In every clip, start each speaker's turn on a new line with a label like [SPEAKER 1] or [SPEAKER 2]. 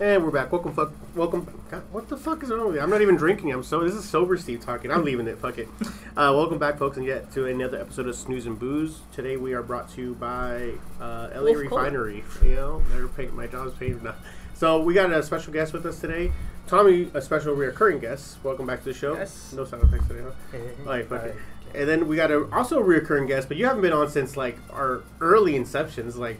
[SPEAKER 1] And we're back. Welcome, fuck, welcome. God, what the fuck is wrong with me? I'm not even drinking. I'm so. This is sober Steve talking. I'm leaving it. Fuck it. Uh, welcome back, folks, and yet to another episode of Snooze and Booze. Today we are brought to you by uh, LA
[SPEAKER 2] Wolf Cold.
[SPEAKER 1] Refinery. You know, they're paying my job's paid enough. So we got a special guest with us today, Tommy, a special reoccurring guest. Welcome back to the show.
[SPEAKER 2] Yes.
[SPEAKER 1] No sound effects today, huh? All right, fuck it. And then we got a also a reoccurring guest, but you haven't been on since like our early inceptions. Like,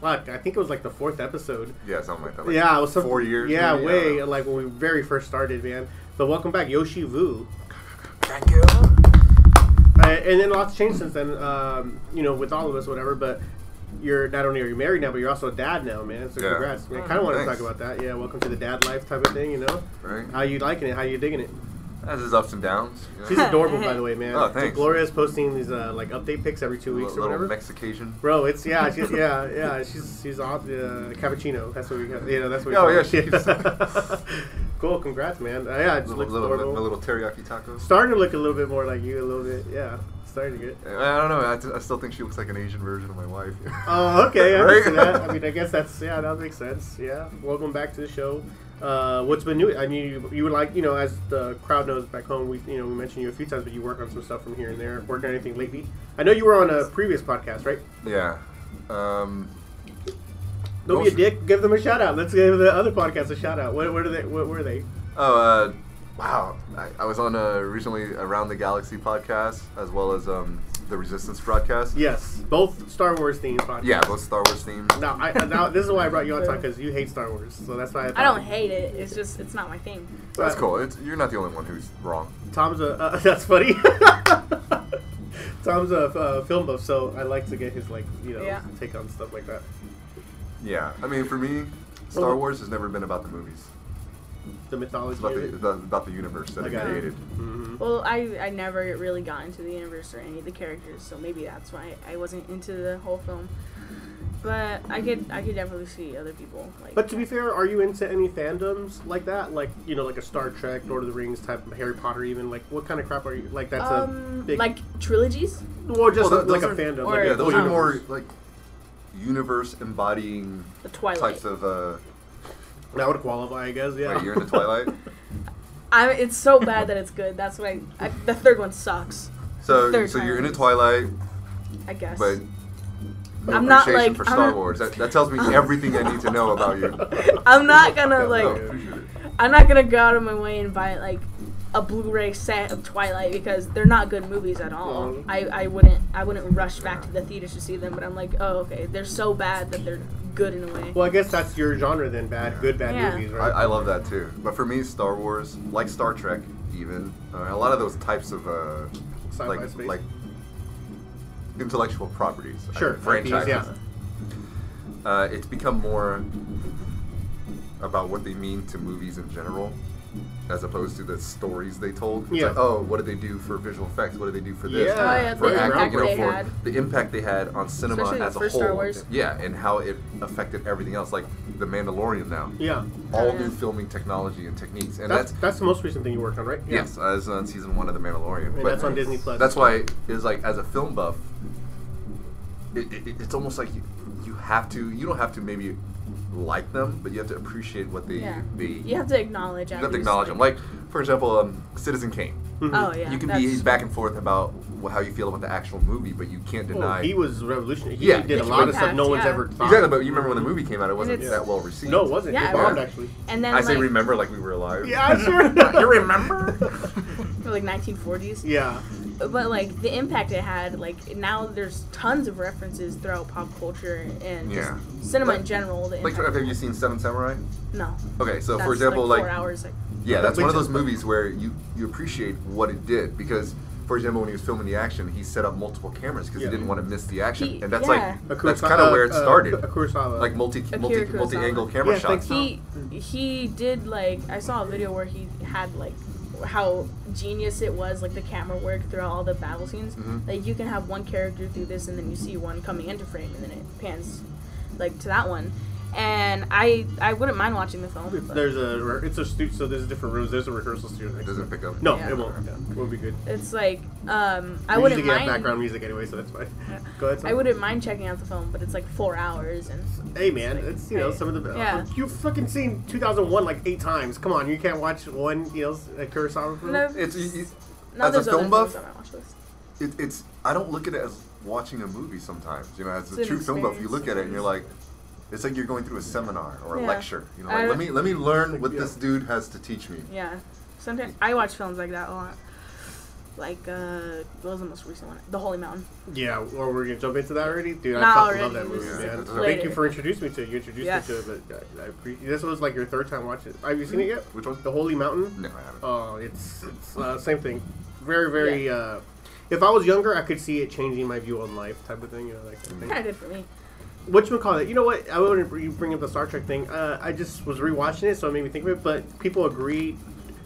[SPEAKER 1] fuck, I think it was like the fourth episode.
[SPEAKER 3] Yeah, something like that. Like
[SPEAKER 1] yeah, it was some,
[SPEAKER 3] four years.
[SPEAKER 1] Yeah,
[SPEAKER 3] maybe? I don't
[SPEAKER 1] way
[SPEAKER 3] know.
[SPEAKER 1] like when we very first started, man. But welcome back, Yoshi Vu.
[SPEAKER 3] Thank you.
[SPEAKER 1] Uh, and then lots changed since then. Um, you know, with all of us, whatever. But you're not only are you married now, but you're also a dad now, man. So
[SPEAKER 3] Yeah.
[SPEAKER 1] congrats, man. Kind of want to talk
[SPEAKER 3] Thanks.
[SPEAKER 1] about that. Yeah, welcome to the dad life type of thing. You know,
[SPEAKER 3] Right.
[SPEAKER 1] how you liking it? How you digging it?
[SPEAKER 3] That's his ups and downs. you know?
[SPEAKER 1] She's adorable, by the way, man.
[SPEAKER 3] Oh,
[SPEAKER 1] So
[SPEAKER 3] thanks.
[SPEAKER 1] Gloria's posting these uh, like update pics every two
[SPEAKER 3] Little-
[SPEAKER 1] weeks or
[SPEAKER 3] little
[SPEAKER 1] whatever.
[SPEAKER 3] Mexication.
[SPEAKER 1] Bro, it's yeah, she's, yeah, yeah. She's she's off uh, cappuccino. That's what we got. You know, that's what. we
[SPEAKER 3] Oh,
[SPEAKER 1] call
[SPEAKER 3] yeah,
[SPEAKER 1] it.
[SPEAKER 3] she keeps-
[SPEAKER 1] cool, congrats, man. Uh, yeah, it just
[SPEAKER 3] Little,
[SPEAKER 1] looks
[SPEAKER 3] little,
[SPEAKER 1] adorable.
[SPEAKER 3] little, teriyaki tacos.
[SPEAKER 1] starting to look a little bit more like you, a little bit. Yeah, starting to get.
[SPEAKER 3] I don't know. I, I still think she looks like an Asian version of my wife.
[SPEAKER 1] Oh, okay. I
[SPEAKER 3] Right?
[SPEAKER 1] can see that. I mean, I guess that's yeah, that makes sense. Yeah. Welcome back to the show. Uh, what's been new? I mean, you, you would like you know, as the crowd knows back home, we you know we mentioned you a few times, but you work on some stuff from here and there. Working on anything lately? I know you were on a previous podcast, right?
[SPEAKER 3] yeah. Um,
[SPEAKER 1] Don't
[SPEAKER 3] Most-
[SPEAKER 1] be a dick. Give them a shout out. Let's give the other podcast a shout out. What, what are they? What were they?
[SPEAKER 3] oh, uh, wow. I, I was on a recently Around the Galaxy podcast as well as um, the Resistance broadcast.
[SPEAKER 1] Yes, both Star Wars themed podcasts.
[SPEAKER 3] Yeah, both Star Wars themed.
[SPEAKER 1] Now, I, now this is why I brought you on time because you hate Star Wars, so that's why I. Thought,
[SPEAKER 2] I don't hate it. It's just it's not my thing.
[SPEAKER 3] That's cool. It's, you're not the only one who's wrong.
[SPEAKER 1] Tom's a. Uh, that's funny. Tom's a uh, film buff, so I like to get his like you know
[SPEAKER 2] Yeah.
[SPEAKER 1] take on stuff like that.
[SPEAKER 3] Yeah. I mean, for me, Star Wars has never been about the movies.
[SPEAKER 1] The mythology.
[SPEAKER 3] It's about the,
[SPEAKER 1] of it.
[SPEAKER 3] the, about the universe that
[SPEAKER 1] I
[SPEAKER 3] it
[SPEAKER 1] got it.
[SPEAKER 3] created.
[SPEAKER 1] Mhm.
[SPEAKER 2] Well, I I never really got into the universe or any of the characters, so maybe that's why I wasn't into the whole film. But I could I could definitely see other people like.
[SPEAKER 1] But to be fair, are you into any fandoms like that? Like you know, like a Star Trek, Lord of the Rings type, Harry Potter, even like what kind of crap are you like? That's a
[SPEAKER 2] um,
[SPEAKER 1] big
[SPEAKER 2] like trilogies.
[SPEAKER 1] or just
[SPEAKER 3] Well,
[SPEAKER 1] a-
[SPEAKER 3] th-
[SPEAKER 1] like a
[SPEAKER 3] those
[SPEAKER 1] fandom.
[SPEAKER 2] or-
[SPEAKER 1] like a
[SPEAKER 3] Yeah, those
[SPEAKER 1] whole
[SPEAKER 3] are more
[SPEAKER 1] universe.
[SPEAKER 3] like universe embodying
[SPEAKER 2] The Twilight.
[SPEAKER 3] types of. Uh,
[SPEAKER 1] That would qualify, I guess. Yeah.
[SPEAKER 3] Wait, you're into Twilight.
[SPEAKER 2] I it's so bad that it's good. That's what I, I the third one sucks.
[SPEAKER 3] So,
[SPEAKER 2] Third
[SPEAKER 3] so you're
[SPEAKER 2] time.
[SPEAKER 3] into Twilight,
[SPEAKER 2] I guess.
[SPEAKER 3] but no
[SPEAKER 2] I'm
[SPEAKER 3] appreciation
[SPEAKER 2] not, like,
[SPEAKER 3] for
[SPEAKER 2] I'm
[SPEAKER 3] Star
[SPEAKER 2] not-
[SPEAKER 3] Wars. That, that tells me everything I need to know about you.
[SPEAKER 2] I'm not gonna
[SPEAKER 1] Yeah,
[SPEAKER 2] like.
[SPEAKER 3] No, appreciate it.
[SPEAKER 2] I'm not gonna go out of my way and buy like a Blu-ray set of Twilight because they're not good movies at all.
[SPEAKER 1] Mm.
[SPEAKER 2] I, I wouldn't I wouldn't rush back to the theaters to see them, but I'm like, oh okay, they're so bad that they're good in a way.
[SPEAKER 1] Well, I guess that's your genre then. Bad, good, bad
[SPEAKER 2] Yeah.
[SPEAKER 1] movies,
[SPEAKER 3] I,
[SPEAKER 1] right?
[SPEAKER 3] I love that too. But for me, Star Wars, like Star Trek, even uh, a lot of those types of uh,
[SPEAKER 1] Sci-fi
[SPEAKER 3] like
[SPEAKER 1] space.
[SPEAKER 3] like intellectual properties, I
[SPEAKER 1] Sure,
[SPEAKER 3] mean,
[SPEAKER 1] IPs,
[SPEAKER 3] franchises.
[SPEAKER 1] yeah.
[SPEAKER 3] uh, it's become more about what they mean to movies in general as opposed to the stories they told. It's
[SPEAKER 1] Yeah.
[SPEAKER 3] like, oh, what did they do for visual effects? What did they do for this?
[SPEAKER 1] Yeah. Oh, yeah,
[SPEAKER 3] for
[SPEAKER 1] the impact
[SPEAKER 3] you know,
[SPEAKER 2] they
[SPEAKER 3] for
[SPEAKER 2] had.
[SPEAKER 3] the impact they had on cinema
[SPEAKER 2] Especially the
[SPEAKER 3] as a whole.
[SPEAKER 2] first Star Wars.
[SPEAKER 3] Yeah, and how it affected everything else, like The Mandalorian now.
[SPEAKER 1] yeah.
[SPEAKER 3] All
[SPEAKER 2] Yeah.
[SPEAKER 3] new filming technology and techniques. And
[SPEAKER 1] Um, That's,
[SPEAKER 3] that's,
[SPEAKER 1] that's the most recent thing you worked on, right? Yeah.
[SPEAKER 3] yes, I was on season one of The Mandalorian.
[SPEAKER 1] And
[SPEAKER 3] but
[SPEAKER 1] that's on Disney Plus.
[SPEAKER 3] that's why it's like as a film buff, it, it, it's almost like you, you have to. You don't have to maybe like them, but you have to appreciate what they
[SPEAKER 2] Yeah.
[SPEAKER 3] they.
[SPEAKER 2] You have to acknowledge.
[SPEAKER 3] you have to acknowledge them. Like for example, um, Citizen Kane.
[SPEAKER 2] oh yeah,
[SPEAKER 3] you can
[SPEAKER 2] that's-
[SPEAKER 3] be back and forth about wh- how you feel about the actual movie, but you can't
[SPEAKER 1] Well,
[SPEAKER 3] deny.
[SPEAKER 1] Oh, he was revolutionary. He
[SPEAKER 3] Yeah.
[SPEAKER 1] did a
[SPEAKER 3] Huge
[SPEAKER 1] lot of stuff
[SPEAKER 2] impact,
[SPEAKER 1] no one's
[SPEAKER 2] yeah.
[SPEAKER 1] ever thought.
[SPEAKER 3] exactly, but you remember when the movie came out, it wasn't
[SPEAKER 2] it's-
[SPEAKER 3] that well received.
[SPEAKER 1] No, it wasn't.
[SPEAKER 2] Yeah,
[SPEAKER 1] it
[SPEAKER 2] it
[SPEAKER 1] bombed,
[SPEAKER 2] wasn't.
[SPEAKER 1] actually.
[SPEAKER 2] And then
[SPEAKER 3] I
[SPEAKER 2] like,
[SPEAKER 3] say remember like we were alive.
[SPEAKER 1] Yeah, sure.
[SPEAKER 3] you remember?
[SPEAKER 2] for, like 1940s,
[SPEAKER 1] yeah.
[SPEAKER 2] but like the impact it had. Like now there's tons of references throughout pop culture and just
[SPEAKER 3] Yeah.
[SPEAKER 2] cinema in
[SPEAKER 3] Like-
[SPEAKER 2] general. The
[SPEAKER 3] like,
[SPEAKER 2] impact-
[SPEAKER 3] have you seen Seven Samurai?
[SPEAKER 2] no.
[SPEAKER 3] Okay, so
[SPEAKER 2] That's,
[SPEAKER 3] for example,
[SPEAKER 2] like,
[SPEAKER 3] like,
[SPEAKER 2] four hours. Like,
[SPEAKER 3] yeah, that's
[SPEAKER 1] Which
[SPEAKER 3] one of those
[SPEAKER 1] is-
[SPEAKER 3] movies where you you appreciate what it did because, for example, when he was filming the action, he set up multiple cameras because
[SPEAKER 1] Yeah.
[SPEAKER 3] he didn't want to miss the action,
[SPEAKER 2] He-
[SPEAKER 3] and that's
[SPEAKER 2] yeah.
[SPEAKER 3] like that's kind of where it started,
[SPEAKER 1] Uh, Kurosawa.
[SPEAKER 3] like multi
[SPEAKER 2] Akira
[SPEAKER 3] multi
[SPEAKER 2] Kurosawa.
[SPEAKER 3] multi angle camera
[SPEAKER 1] Yeah,
[SPEAKER 3] shots.
[SPEAKER 1] thanks.
[SPEAKER 2] he he did like I saw a video where he had like how genius it was, like the camera work throughout all the battle scenes.
[SPEAKER 3] Mhm.
[SPEAKER 2] Like you can have one character do this, and then you see one coming into frame, and then it pans like to that one. And I I wouldn't mind watching the film. But
[SPEAKER 1] There's a re- it's a studio, so there's different rooms. There's a rehearsal studio next.
[SPEAKER 3] Doesn't pick up.
[SPEAKER 1] No,
[SPEAKER 2] Yeah.
[SPEAKER 1] it won't. Yeah, it won't be good.
[SPEAKER 2] it's like um I
[SPEAKER 1] we
[SPEAKER 2] wouldn't
[SPEAKER 1] usually get
[SPEAKER 2] mind.
[SPEAKER 1] background music anyway, so that's fine. Go ahead. Sam.
[SPEAKER 2] I wouldn't mind checking out the film, but it's like four hours, and
[SPEAKER 1] Hey man, it's you know some of the uh,
[SPEAKER 2] Yeah.
[SPEAKER 1] you've fucking seen 2001 like eight times. Come on, you can't watch one you know a Kurosawa film.
[SPEAKER 2] No.
[SPEAKER 3] It's you, you,
[SPEAKER 2] now
[SPEAKER 3] As
[SPEAKER 2] there's
[SPEAKER 3] a
[SPEAKER 2] other films
[SPEAKER 3] film buff?
[SPEAKER 2] on my watch list.
[SPEAKER 3] it, it's I don't look at it as watching a movie sometimes. You know, as
[SPEAKER 2] It's
[SPEAKER 3] a
[SPEAKER 2] an
[SPEAKER 3] true film buff, you
[SPEAKER 2] experience.
[SPEAKER 3] look at it and you're like, it's like you're going through a seminar or a
[SPEAKER 2] Yeah.
[SPEAKER 3] lecture. You know,
[SPEAKER 2] I
[SPEAKER 3] like, let
[SPEAKER 2] don't-
[SPEAKER 3] me let me learn what
[SPEAKER 1] Yeah.
[SPEAKER 3] this dude has to teach me.
[SPEAKER 2] Yeah. Sometimes I watch films like that a lot. Like uh what was the most recent one? The Holy Mountain.
[SPEAKER 1] Yeah, or we're gonna jump into that already, dude. I
[SPEAKER 2] Not
[SPEAKER 1] fucking love
[SPEAKER 2] already,
[SPEAKER 1] that
[SPEAKER 2] we
[SPEAKER 1] movie,
[SPEAKER 3] just
[SPEAKER 1] man.
[SPEAKER 3] did
[SPEAKER 1] Thank
[SPEAKER 2] later.
[SPEAKER 1] you for introducing me to it. You introduced
[SPEAKER 2] Yes. Mm-hmm.
[SPEAKER 1] me to it, but I, I pre- this was like your third time watching. it. Have you seen it yet?
[SPEAKER 3] Which one?
[SPEAKER 1] The Holy Mountain.
[SPEAKER 3] No, I haven't.
[SPEAKER 1] Oh, it's it's uh, same thing. Very very. Uh, if I was younger, I could see it changing my view on life, type of thing. You know, like kind
[SPEAKER 2] Kinda did for me.
[SPEAKER 1] What you call it? You know what? I wouldn't br- you bring up the Star Trek thing. Uh, I just was rewatching it, so it made me think of it. But people agree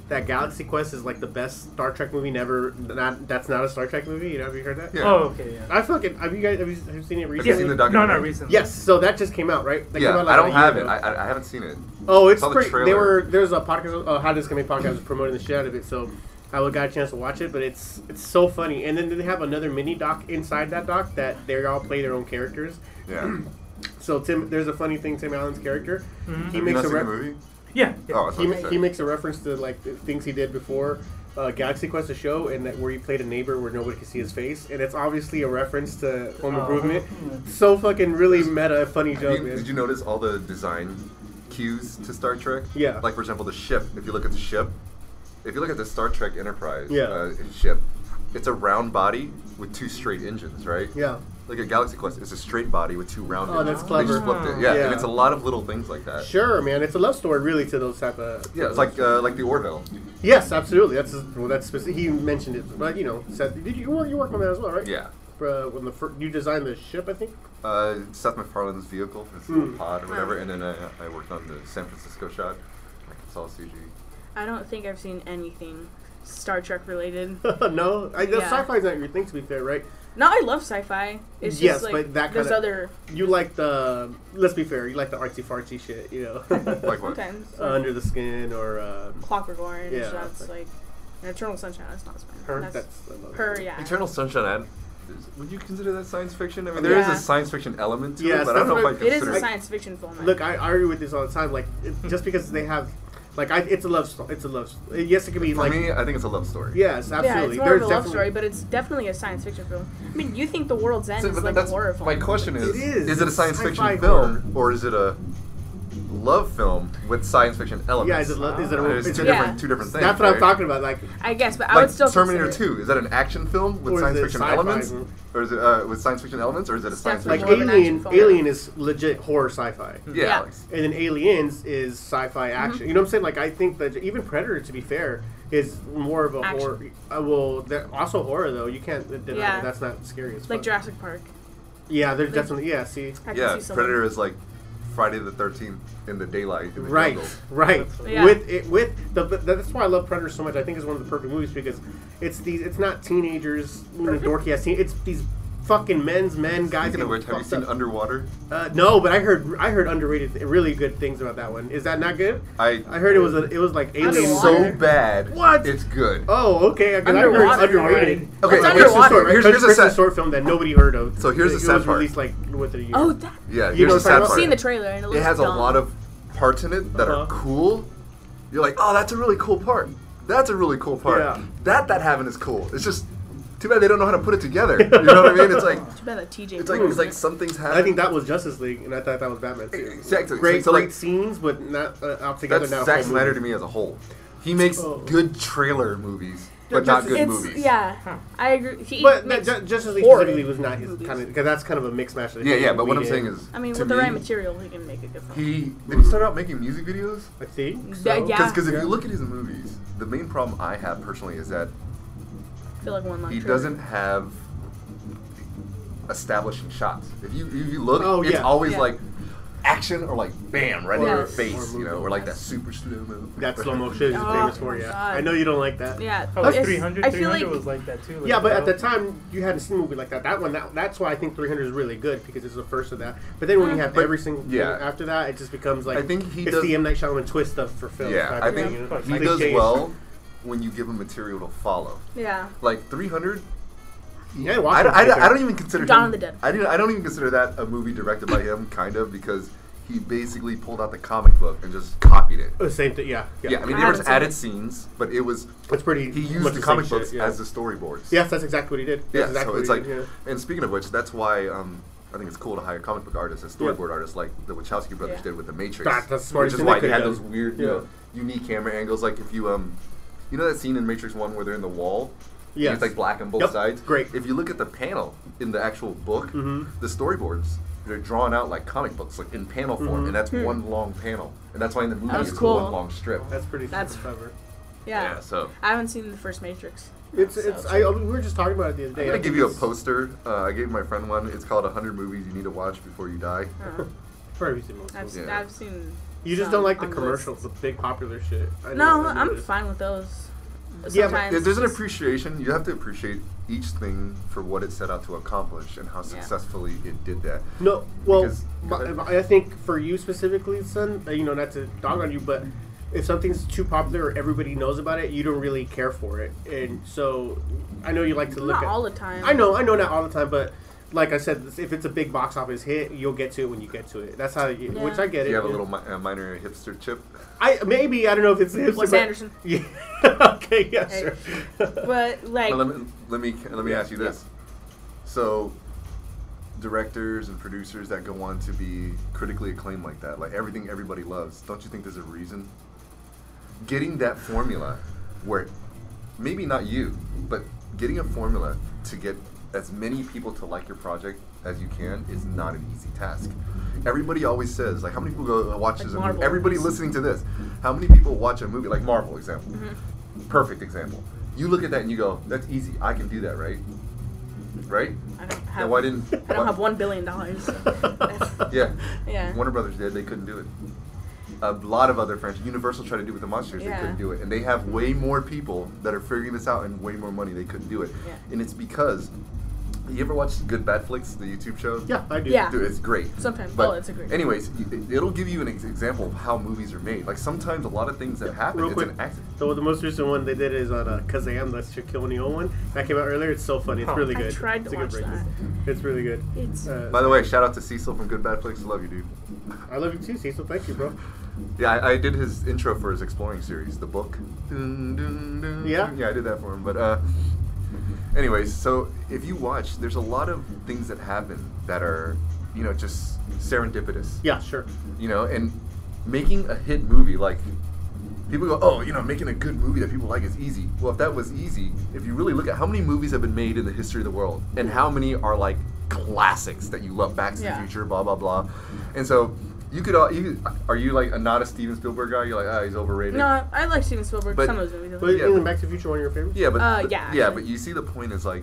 [SPEAKER 1] that Galaxy Quest is like the best Star Trek movie. Never, not that's not a Star Trek movie. You know, have you heard that?
[SPEAKER 3] Yeah.
[SPEAKER 4] Oh, okay, yeah.
[SPEAKER 1] I fucking have you guys have you, have you seen it
[SPEAKER 3] Have
[SPEAKER 1] recently?
[SPEAKER 3] you seen the
[SPEAKER 4] No,
[SPEAKER 3] documentary?
[SPEAKER 4] not recently.
[SPEAKER 1] Yes, so that just came out, right? That came
[SPEAKER 3] Yeah,
[SPEAKER 1] out like
[SPEAKER 3] I
[SPEAKER 1] a
[SPEAKER 3] don't
[SPEAKER 1] year
[SPEAKER 3] have it.
[SPEAKER 1] ago.
[SPEAKER 3] I, I I haven't seen it.
[SPEAKER 1] oh, it's
[SPEAKER 3] saw the
[SPEAKER 1] pretty. They
[SPEAKER 3] trailer.
[SPEAKER 1] were there's a podcast. Uh, How this coming podcast was promoting the shit out of it, so I would got a chance to watch it. But it's it's so funny. And then they have another mini doc inside that doc that they all play their own characters.
[SPEAKER 3] Yeah.
[SPEAKER 1] So Tim, there's a funny thing. Tim Allen's character, he
[SPEAKER 3] Have you
[SPEAKER 1] makes
[SPEAKER 3] not
[SPEAKER 1] a
[SPEAKER 3] seen the
[SPEAKER 1] reference.
[SPEAKER 3] movie?
[SPEAKER 4] Yeah.
[SPEAKER 3] Oh, that's
[SPEAKER 1] he,
[SPEAKER 3] what I
[SPEAKER 1] ma-
[SPEAKER 3] said.
[SPEAKER 1] he makes a reference to like the things he did before uh, Galaxy Quest, the show, and that where he played a neighbor where nobody could see his face, and it's obviously a reference to Home
[SPEAKER 4] Oh.
[SPEAKER 1] Improvement. So fucking really meta, funny
[SPEAKER 3] Have
[SPEAKER 1] joke,
[SPEAKER 3] you-
[SPEAKER 1] man.
[SPEAKER 3] did you notice all the design cues to Star Trek?
[SPEAKER 1] Yeah.
[SPEAKER 3] Like for example, the ship. If you look at the ship, if you look at the Star Trek Enterprise
[SPEAKER 1] Yeah.
[SPEAKER 3] uh, ship, it's a round body with two straight engines, right?
[SPEAKER 1] yeah,
[SPEAKER 3] Like a Galaxy Quest, it's a straight body with two round.
[SPEAKER 1] Oh,
[SPEAKER 3] engines.
[SPEAKER 1] that's
[SPEAKER 3] They just
[SPEAKER 4] clever.
[SPEAKER 3] flipped it. Yeah,
[SPEAKER 1] Yeah.
[SPEAKER 3] and it's a lot of little things like that.
[SPEAKER 1] sure, man. It's a love story, really, to those type of.
[SPEAKER 3] Yeah, it's like uh, like the Orville.
[SPEAKER 1] Yes, absolutely. That's well, that's specific. He mentioned it, but you know, said did you work you work on that as well, right?
[SPEAKER 3] Yeah.
[SPEAKER 1] Uh, when the fir- you designed the ship, I think.
[SPEAKER 3] Uh, Seth MacFarlane's vehicle, his little
[SPEAKER 1] Hmm.
[SPEAKER 2] Oh.
[SPEAKER 3] pod or whatever, and then I, I worked on the San Francisco shot. Like it's all CG.
[SPEAKER 2] I don't think I've seen anything Star Trek related.
[SPEAKER 1] no, I, the
[SPEAKER 2] Yeah.
[SPEAKER 1] sci-fi's not your thing, to be fair, right?
[SPEAKER 2] No, I love sci fi. It's
[SPEAKER 1] Yes,
[SPEAKER 2] just like
[SPEAKER 1] but that
[SPEAKER 2] there's
[SPEAKER 1] kinda-
[SPEAKER 2] other
[SPEAKER 1] You like the let's be fair, you like the artsy fartsy shit, you know.
[SPEAKER 3] Like what?
[SPEAKER 2] sometimes
[SPEAKER 1] Uh, Under the Skin or uh,
[SPEAKER 2] Clockwork Orange,
[SPEAKER 1] Yeah,
[SPEAKER 2] that's
[SPEAKER 1] that's
[SPEAKER 2] like and Eternal Sunshine, that's not Spider
[SPEAKER 1] Her.
[SPEAKER 2] That's,
[SPEAKER 1] That's, I love
[SPEAKER 2] her,
[SPEAKER 1] that.
[SPEAKER 2] yeah.
[SPEAKER 3] Eternal Sunshine. I, is- would you consider that science fiction? I mean, there is
[SPEAKER 2] Yeah.
[SPEAKER 3] a science fiction element to
[SPEAKER 1] Yes,
[SPEAKER 3] it, but I
[SPEAKER 1] that's
[SPEAKER 3] don't know if
[SPEAKER 1] what
[SPEAKER 3] I
[SPEAKER 1] I-
[SPEAKER 2] it
[SPEAKER 3] consider.
[SPEAKER 2] is a
[SPEAKER 1] Like-
[SPEAKER 2] science fiction film. I
[SPEAKER 1] Look, I argue with this all the time. Like, it, just because they have, like, I, it's a love. sto- It's a love. sto- Yes, it could be
[SPEAKER 3] For
[SPEAKER 1] like.
[SPEAKER 3] me, I think it's a love story.
[SPEAKER 1] Yes,
[SPEAKER 2] yeah,
[SPEAKER 1] absolutely.
[SPEAKER 2] it's more
[SPEAKER 1] There's
[SPEAKER 2] of a love
[SPEAKER 1] definitely-
[SPEAKER 2] story, but it's definitely a science fiction film. I mean, you think The World's End
[SPEAKER 3] So,
[SPEAKER 2] is
[SPEAKER 3] but
[SPEAKER 2] like a
[SPEAKER 3] that's
[SPEAKER 2] horror film.
[SPEAKER 3] my question is:
[SPEAKER 1] It is.
[SPEAKER 3] Is it a science
[SPEAKER 1] Sci-fi
[SPEAKER 3] fiction
[SPEAKER 1] horror.
[SPEAKER 3] film or is it a love film with science fiction elements?
[SPEAKER 1] Yeah, is it, lo- is it a?
[SPEAKER 3] There's
[SPEAKER 1] it's
[SPEAKER 3] two
[SPEAKER 1] a-
[SPEAKER 2] Yeah.
[SPEAKER 3] different two different things.
[SPEAKER 1] That's what I'm
[SPEAKER 3] right?
[SPEAKER 1] talking about. Like,
[SPEAKER 2] I guess, but I
[SPEAKER 3] Like
[SPEAKER 2] would still
[SPEAKER 3] Terminator
[SPEAKER 2] consider it-
[SPEAKER 3] 2 is that an action film with
[SPEAKER 1] Or is
[SPEAKER 3] science
[SPEAKER 1] it
[SPEAKER 3] fiction
[SPEAKER 1] sci-fi
[SPEAKER 3] elements,
[SPEAKER 1] movie?
[SPEAKER 3] or is it uh, with science fiction elements, or is it a
[SPEAKER 2] It's
[SPEAKER 3] science
[SPEAKER 1] like
[SPEAKER 2] definitely
[SPEAKER 3] fiction?
[SPEAKER 2] more
[SPEAKER 1] Alien.
[SPEAKER 2] of an action film.
[SPEAKER 1] Alien is legit horror sci-fi.
[SPEAKER 3] yeah,
[SPEAKER 2] Yeah.
[SPEAKER 3] like-
[SPEAKER 1] and then Aliens is sci-fi
[SPEAKER 2] Mm-hmm.
[SPEAKER 1] action. You know what I'm saying? Like I think that even Predator, to be fair, is more of a
[SPEAKER 2] Action.
[SPEAKER 1] horror. Uh, well, that- also horror though. You can't deny
[SPEAKER 2] Yeah.
[SPEAKER 1] that. that's not scary as
[SPEAKER 2] like
[SPEAKER 1] fuck.
[SPEAKER 2] Jurassic Park.
[SPEAKER 1] yeah, there's
[SPEAKER 2] like-
[SPEAKER 1] definitely yeah. See,
[SPEAKER 2] I can
[SPEAKER 3] yeah.
[SPEAKER 2] see someone-
[SPEAKER 3] Predator is like Friday the Thirteenth in the daylight. In the
[SPEAKER 1] right,
[SPEAKER 3] jungle.
[SPEAKER 1] right.
[SPEAKER 2] Yeah.
[SPEAKER 1] With it, with the but that's why I love Predator so much. I think it's one of the perfect movies because it's these. It's not teenagers, you know, dorky ass teen. It's these fucking men's men guys.
[SPEAKER 3] Speaking of
[SPEAKER 1] getting
[SPEAKER 3] which, have you
[SPEAKER 1] fucked
[SPEAKER 3] seen
[SPEAKER 1] up.
[SPEAKER 3] Underwater?
[SPEAKER 1] Uh, no, but I heard I heard underrated, really good things about that one. Is that not good?
[SPEAKER 3] I
[SPEAKER 1] I heard it was a, it was like alien.
[SPEAKER 3] it's so
[SPEAKER 2] Underwater?
[SPEAKER 3] bad.
[SPEAKER 1] What?
[SPEAKER 3] It's good.
[SPEAKER 1] Oh, okay. I guess I heard
[SPEAKER 2] Underwater.
[SPEAKER 1] it's underrated.
[SPEAKER 3] Okay,
[SPEAKER 1] Christmas
[SPEAKER 2] It's underwater.
[SPEAKER 1] Short, right?
[SPEAKER 3] Here's- here's
[SPEAKER 1] Christmas
[SPEAKER 3] the sad-
[SPEAKER 1] short film that nobody heard of.
[SPEAKER 3] So here's the
[SPEAKER 1] it
[SPEAKER 3] sad
[SPEAKER 1] was
[SPEAKER 3] part.
[SPEAKER 1] Released like within a year.
[SPEAKER 2] Oh, that.
[SPEAKER 3] Yeah,
[SPEAKER 1] You know
[SPEAKER 3] here's the
[SPEAKER 1] what I'm
[SPEAKER 3] sad
[SPEAKER 1] talking
[SPEAKER 2] I've
[SPEAKER 3] part.
[SPEAKER 2] seen the trailer and it looks
[SPEAKER 3] it has a
[SPEAKER 2] dumb.
[SPEAKER 3] lot of parts in it that are
[SPEAKER 1] Uh-huh.
[SPEAKER 3] cool. You're like, oh, that's a really cool part. That's a really cool part.
[SPEAKER 1] Yeah.
[SPEAKER 3] That that having is cool. It's just too bad they don't know how to put it together. You know what I mean? It's like
[SPEAKER 2] Too bad that TJ.
[SPEAKER 3] it's like
[SPEAKER 2] Abrams
[SPEAKER 3] it's like
[SPEAKER 2] is
[SPEAKER 3] some things happen.
[SPEAKER 1] I think that was Justice League, and I thought that was Batman too.
[SPEAKER 3] Exactly.
[SPEAKER 1] Great,
[SPEAKER 3] So, like-
[SPEAKER 1] great scenes, but not uh, out together.
[SPEAKER 3] that's
[SPEAKER 1] Now
[SPEAKER 3] Zack Snyder to me as a whole. He makes
[SPEAKER 1] Oh.
[SPEAKER 3] good trailer movies,
[SPEAKER 1] Yeah,
[SPEAKER 3] but not
[SPEAKER 1] just-
[SPEAKER 3] good
[SPEAKER 2] it's,
[SPEAKER 3] movies.
[SPEAKER 2] Yeah, I agree. He
[SPEAKER 1] But
[SPEAKER 2] makes-
[SPEAKER 1] that, Ju- Justice League
[SPEAKER 2] horror
[SPEAKER 1] specifically was not his
[SPEAKER 2] movies.
[SPEAKER 1] kind of because that's kind of a mixed match. that
[SPEAKER 3] yeah,
[SPEAKER 1] he
[SPEAKER 3] yeah. But what I'm
[SPEAKER 1] did.
[SPEAKER 3] saying is,
[SPEAKER 2] I mean,
[SPEAKER 3] to
[SPEAKER 2] with the
[SPEAKER 3] me,
[SPEAKER 2] right material, he can make a good film.
[SPEAKER 3] he did he start out making music videos.
[SPEAKER 1] I see.
[SPEAKER 2] Yeah,
[SPEAKER 1] So-
[SPEAKER 2] yeah.
[SPEAKER 3] Because if
[SPEAKER 1] Yeah.
[SPEAKER 3] you look at his movies, the main problem I have personally is that
[SPEAKER 2] I feel like one line.
[SPEAKER 3] he doesn't have establishing shots. If you if you look,
[SPEAKER 1] Oh,
[SPEAKER 3] it's
[SPEAKER 1] yeah.
[SPEAKER 3] always
[SPEAKER 2] Yeah.
[SPEAKER 3] like action or like bam right in your
[SPEAKER 2] Yes.
[SPEAKER 3] face,
[SPEAKER 1] Or
[SPEAKER 3] you know, or like that
[SPEAKER 1] movement.
[SPEAKER 3] super slow mo.
[SPEAKER 1] That slow mo shit is
[SPEAKER 2] Oh,
[SPEAKER 1] famous for yeah.
[SPEAKER 2] God.
[SPEAKER 1] I know you don't like that.
[SPEAKER 2] Yeah.
[SPEAKER 4] Oh, like
[SPEAKER 2] it's-
[SPEAKER 4] 300?
[SPEAKER 2] I
[SPEAKER 4] 300
[SPEAKER 2] feel like
[SPEAKER 4] was like that too. like,
[SPEAKER 1] Yeah, but at
[SPEAKER 4] bro.
[SPEAKER 1] the time you hadn't seen a movie like that. That one, that, that's why I think 300 is really good because it's the first of that. But then when
[SPEAKER 2] Mm-hmm.
[SPEAKER 1] you have
[SPEAKER 3] But-
[SPEAKER 1] every single
[SPEAKER 3] yeah.
[SPEAKER 1] thing after that, it just becomes like
[SPEAKER 3] I think he
[SPEAKER 1] it's
[SPEAKER 3] does-
[SPEAKER 1] the M Night Shyamalan twist stuff for film.
[SPEAKER 3] Yeah,
[SPEAKER 1] type
[SPEAKER 3] I
[SPEAKER 1] of thing,
[SPEAKER 4] Yeah.
[SPEAKER 1] you
[SPEAKER 4] think
[SPEAKER 1] know?
[SPEAKER 3] he
[SPEAKER 1] Like,
[SPEAKER 3] does
[SPEAKER 1] they-
[SPEAKER 3] well when you give him material to follow.
[SPEAKER 2] yeah.
[SPEAKER 3] Like 300.
[SPEAKER 1] Yeah,
[SPEAKER 3] I,
[SPEAKER 1] Washington's
[SPEAKER 3] I- I
[SPEAKER 1] right there.
[SPEAKER 3] don't even consider
[SPEAKER 2] Dawn
[SPEAKER 3] him-
[SPEAKER 2] of the Dead.
[SPEAKER 3] I, didn't, I don't even consider that a movie directed by him, kind of, because he basically pulled out the comic book and just copied it.
[SPEAKER 1] The same thing. Yeah, yeah.
[SPEAKER 3] Yeah, I mean,
[SPEAKER 2] I
[SPEAKER 3] there was
[SPEAKER 2] haven't seen
[SPEAKER 3] added
[SPEAKER 2] it.
[SPEAKER 3] scenes, but it was
[SPEAKER 1] it's pretty.
[SPEAKER 3] he
[SPEAKER 1] much
[SPEAKER 3] used the
[SPEAKER 1] same
[SPEAKER 3] comic
[SPEAKER 1] shit,
[SPEAKER 3] books
[SPEAKER 1] yeah.
[SPEAKER 3] as the storyboards.
[SPEAKER 1] Yes, that's exactly what he did. That's
[SPEAKER 3] yeah.
[SPEAKER 1] exactly
[SPEAKER 3] so it's
[SPEAKER 1] what
[SPEAKER 3] like,
[SPEAKER 1] he did, yeah.
[SPEAKER 3] and speaking of which, that's why um, I think it's cool to hire comic book artists as
[SPEAKER 1] Yeah.
[SPEAKER 3] storyboard artists, like the Wachowski brothers
[SPEAKER 2] Yeah.
[SPEAKER 3] did with the Matrix.
[SPEAKER 1] That- that's the
[SPEAKER 3] which
[SPEAKER 1] smartest
[SPEAKER 3] is
[SPEAKER 1] thing
[SPEAKER 3] why
[SPEAKER 1] they
[SPEAKER 3] they had
[SPEAKER 1] could've
[SPEAKER 3] those
[SPEAKER 1] done.
[SPEAKER 3] weird, you
[SPEAKER 1] Yeah.
[SPEAKER 3] know, unique camera angles. Like if you um, you know that scene in Matrix One where they're in the wall. and
[SPEAKER 1] Yes.
[SPEAKER 3] It's like black on both
[SPEAKER 1] Yep,
[SPEAKER 3] sides.
[SPEAKER 1] great.
[SPEAKER 3] If you look at the panel in the actual book,
[SPEAKER 1] Mhm.
[SPEAKER 3] the storyboards they're drawn out like comic books, like in panel form,
[SPEAKER 1] Mhm.
[SPEAKER 3] and that's
[SPEAKER 2] Hmm.
[SPEAKER 3] one long panel, and that's why in the movie
[SPEAKER 2] was
[SPEAKER 3] it's
[SPEAKER 2] cool.
[SPEAKER 3] one long strip.
[SPEAKER 1] That's pretty.
[SPEAKER 2] That's-
[SPEAKER 1] clever.
[SPEAKER 2] Yeah.
[SPEAKER 3] yeah so
[SPEAKER 2] I haven't seen the first Matrix.
[SPEAKER 1] It's it's. I, we were just talking about it the other day.
[SPEAKER 3] I'm
[SPEAKER 1] I
[SPEAKER 3] gonna
[SPEAKER 1] think
[SPEAKER 3] give you a
[SPEAKER 1] it's-
[SPEAKER 3] poster. Uh, I gave my friend one. It's called 100 Movies You Need to Watch Before You Die.
[SPEAKER 2] Uh,
[SPEAKER 1] Probably seen most of
[SPEAKER 2] I've,
[SPEAKER 1] them.
[SPEAKER 2] seen,
[SPEAKER 3] Yeah.
[SPEAKER 2] I've seen.
[SPEAKER 1] You just
[SPEAKER 2] some
[SPEAKER 1] don't like the
[SPEAKER 2] on
[SPEAKER 1] commercials, the big popular shit. I
[SPEAKER 2] list.
[SPEAKER 1] know-
[SPEAKER 2] No,
[SPEAKER 1] I know
[SPEAKER 2] I'm
[SPEAKER 1] this.
[SPEAKER 2] fine with those.
[SPEAKER 1] Yeah, but
[SPEAKER 2] Sometimes
[SPEAKER 3] There- There's an
[SPEAKER 2] just-
[SPEAKER 3] appreciation. You have to appreciate each thing for what it set out to accomplish and how successfully it did that.
[SPEAKER 1] No, well,
[SPEAKER 3] Because-
[SPEAKER 1] my- I think for you specifically, son, uh, you know, not to dog on you, but if something's too popular or everybody knows about it, you don't really care for it, and so I know you like to look
[SPEAKER 2] Not
[SPEAKER 1] at.
[SPEAKER 2] all the time.
[SPEAKER 1] I know, I know, not all the time, but like I said, if it's a big box office hit, you'll get to it when you get to it. That's how, you,
[SPEAKER 2] Yeah.
[SPEAKER 1] which I get it.
[SPEAKER 3] Do you have a
[SPEAKER 1] yeah.
[SPEAKER 3] little mi- uh, minor hipster chip?
[SPEAKER 1] I maybe I don't know if it's hipster,
[SPEAKER 2] Wes
[SPEAKER 1] but-
[SPEAKER 2] Anderson.
[SPEAKER 1] Yeah. okay. Yeah.
[SPEAKER 2] Hey.
[SPEAKER 1] Sure.
[SPEAKER 2] But like,
[SPEAKER 3] Now, let me let me let me ask you
[SPEAKER 1] Yeah.
[SPEAKER 3] this. So, directors and producers that go on to be critically acclaimed like that, like everything everybody loves, don't you think there's a reason? Getting that formula, where maybe not you, but getting a formula to get as many people to like your project as you can is not an easy task. Everybody always says, like, how many people go uh, watch
[SPEAKER 2] Like
[SPEAKER 3] this?
[SPEAKER 2] Marvel
[SPEAKER 3] movie? Everybody
[SPEAKER 2] movies.
[SPEAKER 3] listening to this, how many people watch a movie like Marvel example?
[SPEAKER 2] Mm-hmm.
[SPEAKER 3] perfect example. You look at that and you go, "That's easy. I can do that, right? Right?
[SPEAKER 2] I don't
[SPEAKER 3] Now
[SPEAKER 2] have.
[SPEAKER 3] why didn't?
[SPEAKER 2] I don't
[SPEAKER 3] why-
[SPEAKER 2] have one billion dollars.
[SPEAKER 3] Yeah.
[SPEAKER 2] Yeah.
[SPEAKER 3] Warner Brothers did. They couldn't do it. A lot of other franchises, Universal tried to do it with the monsters. They
[SPEAKER 2] Yeah.
[SPEAKER 3] couldn't do it, and they have way more people that are figuring this out and way more money. They couldn't do it,
[SPEAKER 2] Yeah.
[SPEAKER 3] and it's because. You ever watch Good Bad Flicks, the YouTube show?
[SPEAKER 1] Yeah, I do.
[SPEAKER 2] Yeah.
[SPEAKER 3] Dude, it's great.
[SPEAKER 2] Sometimes. Oh, it's a great-
[SPEAKER 3] Anyways, it- it'll give you an ex- example of how movies are made. Like sometimes a lot of things that happen,
[SPEAKER 1] Real
[SPEAKER 3] it's
[SPEAKER 1] quick,
[SPEAKER 3] an accident.
[SPEAKER 1] so the most recent one they did is on uh, Kazam, that's Shaquille O'Neal one. That came out earlier. It's so funny. It's
[SPEAKER 4] Huh.
[SPEAKER 1] really
[SPEAKER 2] I
[SPEAKER 1] good.
[SPEAKER 2] tried
[SPEAKER 1] it's
[SPEAKER 2] to
[SPEAKER 1] a good
[SPEAKER 2] watch
[SPEAKER 1] break.
[SPEAKER 2] that.
[SPEAKER 1] It's really good.
[SPEAKER 2] It's-
[SPEAKER 1] Uh,
[SPEAKER 3] By the way, shout out to Cecil from Good Bad Flicks. Love you, dude.
[SPEAKER 1] I love you too, Cecil. Thank you, bro.
[SPEAKER 3] Yeah, I, I did his intro for his exploring series, the book. Dun, dun, dun.
[SPEAKER 1] Yeah?
[SPEAKER 3] yeah, I did that for him. But uh, anyways, so if you watch, there's a lot of things that happen that are, you know, just serendipitous.
[SPEAKER 1] Yeah, sure.
[SPEAKER 3] You know, and making a hit movie like. People go, oh, you know, making a good movie that people like is easy. Well, if that was easy, if you really look at how many movies have been made in the history of the world, and how many are like classics that you love, Back to the
[SPEAKER 2] Yeah.
[SPEAKER 3] Future, blah blah blah, and so you could, all, you are you like a not a Steven Spielberg guy? You're like, ah, he's overrated.
[SPEAKER 2] no, I like Steven Spielberg.
[SPEAKER 3] But-
[SPEAKER 2] some of his movies. I
[SPEAKER 1] But
[SPEAKER 2] like.
[SPEAKER 3] Yeah,
[SPEAKER 1] isn't
[SPEAKER 3] but-
[SPEAKER 1] Back to the Future one of your favorites?
[SPEAKER 3] Yeah, but
[SPEAKER 2] Uh,
[SPEAKER 3] but-
[SPEAKER 2] yeah,
[SPEAKER 3] yeah,
[SPEAKER 2] actually.
[SPEAKER 3] but you see the point is like.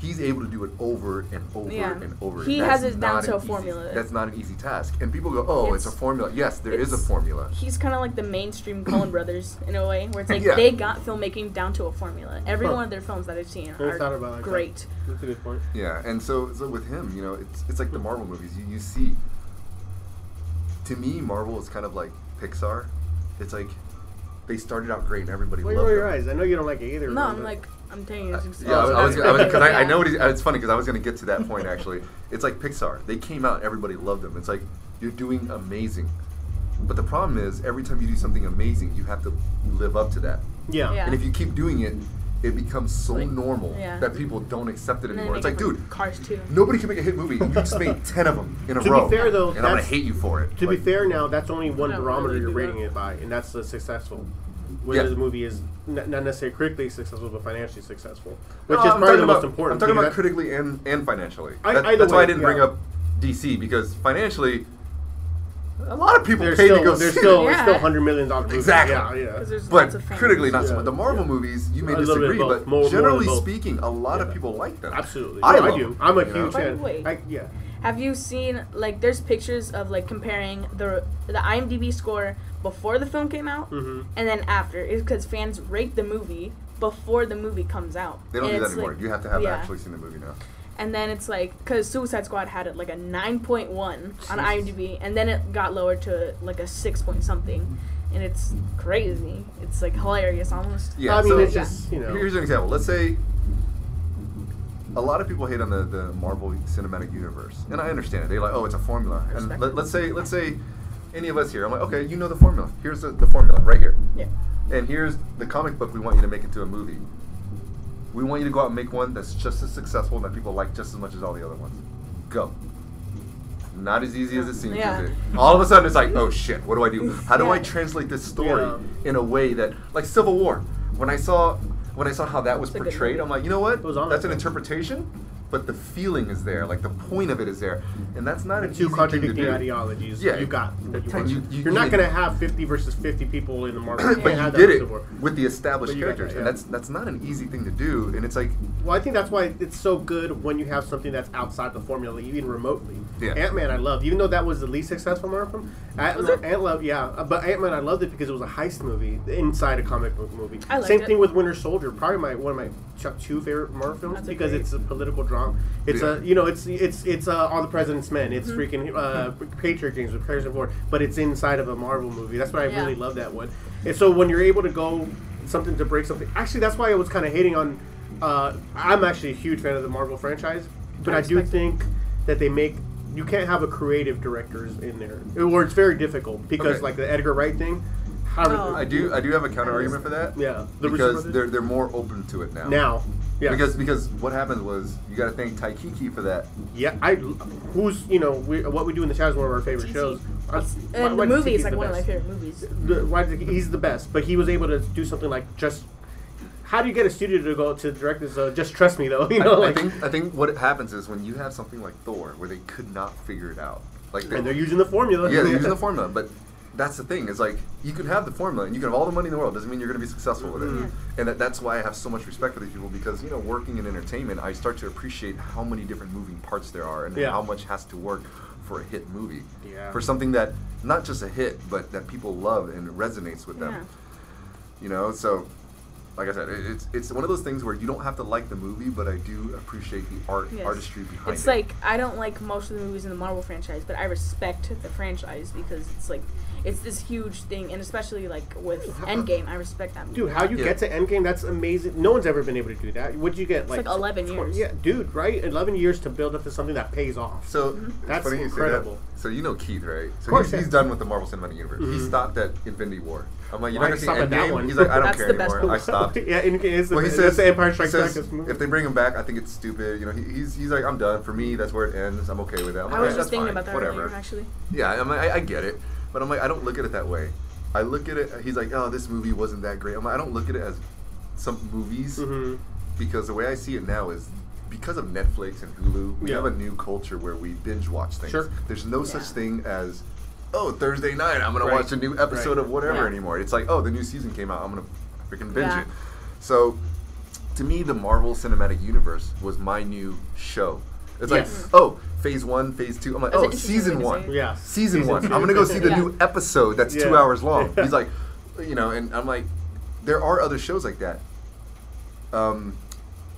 [SPEAKER 3] He's able to do it over and over
[SPEAKER 2] Yeah.
[SPEAKER 3] and over.
[SPEAKER 2] He
[SPEAKER 3] That's
[SPEAKER 2] has it down
[SPEAKER 3] not
[SPEAKER 2] to
[SPEAKER 3] an
[SPEAKER 2] a formula.
[SPEAKER 3] Easy, that's not an easy task, and people go, "Oh, it's,
[SPEAKER 2] It's-
[SPEAKER 3] a formula." Yes, there is a
[SPEAKER 2] it's-
[SPEAKER 3] formula.
[SPEAKER 2] He's kind of like the mainstream Coen Brothers in a way, where it's like
[SPEAKER 3] Yeah.
[SPEAKER 2] they got filmmaking down to a formula. Every
[SPEAKER 1] Huh.
[SPEAKER 2] one of their films that I've seen
[SPEAKER 1] never thought
[SPEAKER 2] are
[SPEAKER 1] about it like that.
[SPEAKER 2] great.
[SPEAKER 1] That's a good point.
[SPEAKER 3] Yeah, and so so with him, you know, it's it's like the Marvel movies. You you see. To me, Marvel is kind of like Pixar. It's like they started out great and everybody
[SPEAKER 1] Well, you
[SPEAKER 3] loved
[SPEAKER 1] roll
[SPEAKER 3] them. Uh,
[SPEAKER 1] your eyes. I know you don't like it either.
[SPEAKER 2] No,
[SPEAKER 1] but-
[SPEAKER 2] I'm like, I'm taking it.
[SPEAKER 3] Yeah, I was- I was because I, was, 'cause I, I know what he, it's funny because I was going to get to that point actually. It's like Pixar. They came out, everybody loved them. It's like you're doing amazing, but the problem is every time you do something amazing, you have to live up to that.
[SPEAKER 1] Yeah.
[SPEAKER 2] Yeah.
[SPEAKER 3] And if you keep doing it, it becomes so
[SPEAKER 2] Like, normal
[SPEAKER 3] normal
[SPEAKER 2] yeah. that
[SPEAKER 3] that people don't accept it
[SPEAKER 2] And then
[SPEAKER 3] anymore. It's
[SPEAKER 2] they
[SPEAKER 3] like,
[SPEAKER 2] make
[SPEAKER 3] dude,
[SPEAKER 2] Cars too.
[SPEAKER 3] nobody can make a hit movie. You just made ten of them in a
[SPEAKER 1] To be
[SPEAKER 3] row.
[SPEAKER 1] fair, though,
[SPEAKER 3] and I'm gonna
[SPEAKER 1] that's-
[SPEAKER 3] hate you for it.
[SPEAKER 1] To
[SPEAKER 3] Like,
[SPEAKER 1] be fair, now that's only one
[SPEAKER 2] I don't
[SPEAKER 1] barometer
[SPEAKER 2] really
[SPEAKER 1] you're
[SPEAKER 2] do
[SPEAKER 1] rating
[SPEAKER 2] that.
[SPEAKER 1] it by, and that's the successful. Whether
[SPEAKER 3] Yeah.
[SPEAKER 1] the movie is n- not necessarily critically successful, but financially successful,
[SPEAKER 3] No,
[SPEAKER 1] which is
[SPEAKER 3] I'm
[SPEAKER 1] probably the
[SPEAKER 3] talking
[SPEAKER 1] most
[SPEAKER 3] about-
[SPEAKER 1] important.
[SPEAKER 3] I'm talking
[SPEAKER 1] because
[SPEAKER 3] about critically and, and financially.
[SPEAKER 1] I-
[SPEAKER 3] That-
[SPEAKER 1] either
[SPEAKER 3] that's why
[SPEAKER 1] way,
[SPEAKER 3] I didn't
[SPEAKER 1] yeah.
[SPEAKER 3] bring up DC because financially, a lot of people
[SPEAKER 1] They're
[SPEAKER 3] pay
[SPEAKER 1] still,
[SPEAKER 3] to go
[SPEAKER 1] they're
[SPEAKER 3] see
[SPEAKER 1] still,
[SPEAKER 3] it.
[SPEAKER 1] it's
[SPEAKER 2] Yeah.
[SPEAKER 1] still hundred million dollars.
[SPEAKER 3] Exactly.
[SPEAKER 1] Yeah, yeah.
[SPEAKER 2] 'Cause there's
[SPEAKER 3] But
[SPEAKER 2] lots of fans.
[SPEAKER 3] critically, not so
[SPEAKER 1] Yeah,
[SPEAKER 3] much. The Marvel
[SPEAKER 1] yeah.
[SPEAKER 3] movies, you may
[SPEAKER 1] A little bit of
[SPEAKER 3] disagree,
[SPEAKER 1] both.
[SPEAKER 3] but
[SPEAKER 1] More- more of
[SPEAKER 3] generally
[SPEAKER 1] both.
[SPEAKER 3] speaking, a lot of
[SPEAKER 1] Yeah.
[SPEAKER 3] people like them.
[SPEAKER 1] Absolutely.
[SPEAKER 3] I,
[SPEAKER 1] I,
[SPEAKER 3] love
[SPEAKER 1] do.
[SPEAKER 3] them,
[SPEAKER 1] I'm a
[SPEAKER 3] you know?
[SPEAKER 1] huge
[SPEAKER 2] By the
[SPEAKER 1] fan.
[SPEAKER 2] way-
[SPEAKER 1] I, yeah.
[SPEAKER 2] Have you seen like there's pictures of like comparing the the IMDb score before the film came out
[SPEAKER 1] Mm-hmm.
[SPEAKER 2] and then after? It's because fans rate the movie before the movie comes out.
[SPEAKER 3] They don't
[SPEAKER 2] And
[SPEAKER 3] do that
[SPEAKER 2] it's,
[SPEAKER 3] anymore.
[SPEAKER 2] like-
[SPEAKER 3] you have to have
[SPEAKER 2] yeah.
[SPEAKER 3] actually seen the movie now.
[SPEAKER 2] And then it's like because Suicide Squad had it like a 9.1 on
[SPEAKER 1] Jesus.
[SPEAKER 2] IMDb, and then it got lowered to like a six point something, and it's crazy. It's like hilarious almost.
[SPEAKER 3] Yeah,
[SPEAKER 1] I mean,
[SPEAKER 3] so
[SPEAKER 1] it's just you know.
[SPEAKER 3] here's an example. Let's say a lot of people hate on the, the Marvel Cinematic Universe, and I understand it. They like, oh, it's a formula. And
[SPEAKER 2] Respect.
[SPEAKER 3] let, let's say, let's say, any of us here, I'm like, okay, you know the formula. Here's the, the formula right here,
[SPEAKER 2] Yeah.
[SPEAKER 3] and here's the comic book we want you to make into a movie. We want you to go out and make one that's just as successful and that people like just as much as all the other ones. Go. Not as easy as it seems.
[SPEAKER 2] Yeah.
[SPEAKER 3] Is it? All of a sudden, it's like, oh shit, what do I do? How do I
[SPEAKER 2] Yeah.
[SPEAKER 3] translate this story
[SPEAKER 1] Yeah.
[SPEAKER 3] in a way that, like Civil War, when I saw when I saw how that was
[SPEAKER 2] It's a good
[SPEAKER 3] portrayed,
[SPEAKER 2] movie.
[SPEAKER 3] I'm like, you know what?
[SPEAKER 1] It was on
[SPEAKER 3] That's
[SPEAKER 1] it.
[SPEAKER 3] an interpretation, but the feeling is there, like the point of it is there, and that's not
[SPEAKER 1] two
[SPEAKER 3] an easy thing to
[SPEAKER 1] contradicting
[SPEAKER 3] do.
[SPEAKER 1] ideologies.
[SPEAKER 3] Yeah.
[SPEAKER 1] you got. What you
[SPEAKER 3] Ten-
[SPEAKER 1] want.
[SPEAKER 3] you- you
[SPEAKER 1] are not
[SPEAKER 3] did it.
[SPEAKER 1] going to have 50 versus 50 people in the market. You
[SPEAKER 3] but
[SPEAKER 1] can't
[SPEAKER 3] you
[SPEAKER 1] have that
[SPEAKER 3] did it
[SPEAKER 1] before.
[SPEAKER 3] with the
[SPEAKER 1] But
[SPEAKER 3] established
[SPEAKER 1] you got
[SPEAKER 3] characters,
[SPEAKER 1] that,
[SPEAKER 3] and
[SPEAKER 1] yeah.
[SPEAKER 3] that's that's not an easy thing to do, and it's like
[SPEAKER 1] Well, I think that's why it's so good when you have something that's outside the formula, even remotely.
[SPEAKER 3] Yeah.
[SPEAKER 1] Ant Man, I loved, even though that was the least successful Marvel film.
[SPEAKER 2] Was
[SPEAKER 1] Ant
[SPEAKER 2] it?
[SPEAKER 1] Ant Love, yeah, Uh, but Ant Man, I loved it because it was a heist movie inside a comic book movie.
[SPEAKER 2] I liked
[SPEAKER 1] Same
[SPEAKER 2] it.
[SPEAKER 1] thing with Winter Soldier, probably my one of my top two favorite Marvel films
[SPEAKER 2] That's a
[SPEAKER 1] because
[SPEAKER 2] great-
[SPEAKER 1] it's a political drama. It's
[SPEAKER 3] Yeah.
[SPEAKER 1] a you know it's it's it's uh, all the President's Men. It's
[SPEAKER 2] Mm-hmm.
[SPEAKER 1] freaking uh, Patriot Games with Harrison Ford, but it's inside of a Marvel movie. That's why I
[SPEAKER 2] Yeah.
[SPEAKER 1] really love that one. And so when you're able to go something to break something, actually, that's why I was kind of hating on. Uh, I'm actually a huge fan of the Marvel franchise, but
[SPEAKER 2] I
[SPEAKER 1] I do
[SPEAKER 2] respect it.
[SPEAKER 1] think that they make you can't have a creative directors in there, or it's very difficult because
[SPEAKER 3] Okay.
[SPEAKER 1] like the Edgar Wright thing. How
[SPEAKER 2] Oh.
[SPEAKER 3] I do I do have a counter argument for that.
[SPEAKER 1] Yeah, the Russo
[SPEAKER 3] because
[SPEAKER 1] brothers?
[SPEAKER 3] they're they're more open to it now.
[SPEAKER 1] now. Yeah.
[SPEAKER 3] Because because what happened was you got to thank Taikiki for that.
[SPEAKER 1] Yeah, I. Who's you know we, what we do in the chat is one of our favorite
[SPEAKER 2] TT.
[SPEAKER 1] shows. I- why-
[SPEAKER 2] And
[SPEAKER 1] why do
[SPEAKER 2] the
[SPEAKER 1] you
[SPEAKER 2] movie
[SPEAKER 1] think
[SPEAKER 2] is
[SPEAKER 1] he's
[SPEAKER 2] like
[SPEAKER 1] the
[SPEAKER 2] one of my
[SPEAKER 1] best?
[SPEAKER 2] favorite movies.
[SPEAKER 1] The- why do you think he's the best? But he was able to do something like just. How do you get a studio to go to direct this? Uh, just trust me, though. You
[SPEAKER 3] I-
[SPEAKER 1] know,
[SPEAKER 3] I,
[SPEAKER 1] like,
[SPEAKER 3] think I think what happens is when you have something like Thor where they could not figure it out, like
[SPEAKER 1] and they're using the formula.
[SPEAKER 3] yeah, they're using the formula, but that's the thing. It's like you can have the formula and you can have all the money in the world. Doesn't mean you're going to be successful with it.
[SPEAKER 2] Mhm.
[SPEAKER 3] And that, that's why I have so much respect for these people because you know, working in entertainment, I start to appreciate how many different moving parts there are and
[SPEAKER 1] Yeah.
[SPEAKER 3] how much has to work for a hit movie,
[SPEAKER 1] Yeah.
[SPEAKER 3] for something that not just a hit, but that people love and resonates with
[SPEAKER 2] Yeah.
[SPEAKER 3] them. You know, so like I said, it, it's it's one of those things where you don't have to like the movie, but I do appreciate the art
[SPEAKER 2] Yes.
[SPEAKER 3] artistry behind
[SPEAKER 2] It's
[SPEAKER 3] it.
[SPEAKER 2] like I don't like most of the movies in the Marvel franchise, but I respect the franchise because it's like it's this huge thing, and especially like with Endgame, I respect that. Movie.
[SPEAKER 1] Dude, how you
[SPEAKER 3] Yeah.
[SPEAKER 1] get to Endgame? That's amazing. No one's ever been able to do that. What'd you get?
[SPEAKER 2] like 11 years.
[SPEAKER 1] Yeah, dude, right? Eleven years to build up to something that pays off.
[SPEAKER 3] So it's
[SPEAKER 2] Mm-hmm.
[SPEAKER 1] That's
[SPEAKER 3] funny you say
[SPEAKER 1] incredible.
[SPEAKER 3] that. So you know Keith, right? So
[SPEAKER 1] course,
[SPEAKER 3] he's,
[SPEAKER 1] yeah.
[SPEAKER 3] he's done with the Marvel Cinematic Universe. He stopped at Infinity War. I'm like, you're
[SPEAKER 1] Why
[SPEAKER 3] not gonna see
[SPEAKER 1] stop at that
[SPEAKER 3] Endgame.
[SPEAKER 1] one?
[SPEAKER 3] He's like, I don't
[SPEAKER 2] That's
[SPEAKER 3] care
[SPEAKER 2] the best
[SPEAKER 3] anymore. I
[SPEAKER 2] one.
[SPEAKER 3] stopped.
[SPEAKER 1] yeah, and it's the,
[SPEAKER 3] Well, he
[SPEAKER 1] it's
[SPEAKER 3] says,
[SPEAKER 1] the Empire
[SPEAKER 3] he
[SPEAKER 1] Strikes Back.
[SPEAKER 3] says
[SPEAKER 1] is moving.
[SPEAKER 3] if they bring him back, I think it's stupid. You know, he, he's he's like, I'm done. For me, that's where it ends. I'm okay with that. I'm
[SPEAKER 2] I was
[SPEAKER 3] like, "Yeah,
[SPEAKER 2] just
[SPEAKER 3] that's
[SPEAKER 2] thinking
[SPEAKER 3] fine.
[SPEAKER 2] about that
[SPEAKER 3] Whatever.
[SPEAKER 2] earlier, actually.
[SPEAKER 3] Yeah, I'm like, I, I get it, but I'm like, I don't look at it that way. I look at it. He's like, oh, this movie wasn't that great. I'm like, I don't look at it as some movies
[SPEAKER 1] Mhm.
[SPEAKER 3] because the way I see it now is because of Netflix and Hulu, we
[SPEAKER 1] Yeah.
[SPEAKER 3] have a new culture where we binge watch things.
[SPEAKER 1] Sure.
[SPEAKER 3] There's no such
[SPEAKER 2] Yeah.
[SPEAKER 3] thing as oh Thursday night I'm gonna
[SPEAKER 1] Right.
[SPEAKER 3] watch a new episode
[SPEAKER 1] Right.
[SPEAKER 3] of whatever
[SPEAKER 2] Yeah.
[SPEAKER 3] anymore. It's like oh the new season came out I'm gonna freaking binge
[SPEAKER 2] Yeah.
[SPEAKER 3] it. So to me the Marvel Cinematic Universe was my new show.
[SPEAKER 1] Yes.
[SPEAKER 3] It's like oh phase one phase two I'm like
[SPEAKER 2] That's an
[SPEAKER 3] oh
[SPEAKER 2] interesting
[SPEAKER 3] season
[SPEAKER 2] way to
[SPEAKER 3] one
[SPEAKER 2] say it.
[SPEAKER 1] Yeah.
[SPEAKER 3] season,
[SPEAKER 1] Season
[SPEAKER 3] one
[SPEAKER 1] two.
[SPEAKER 3] I'm gonna go see the
[SPEAKER 2] Yeah.
[SPEAKER 3] new episode that's two
[SPEAKER 1] Yeah.
[SPEAKER 3] hours long. He's like you know and I'm like there are other shows like that um,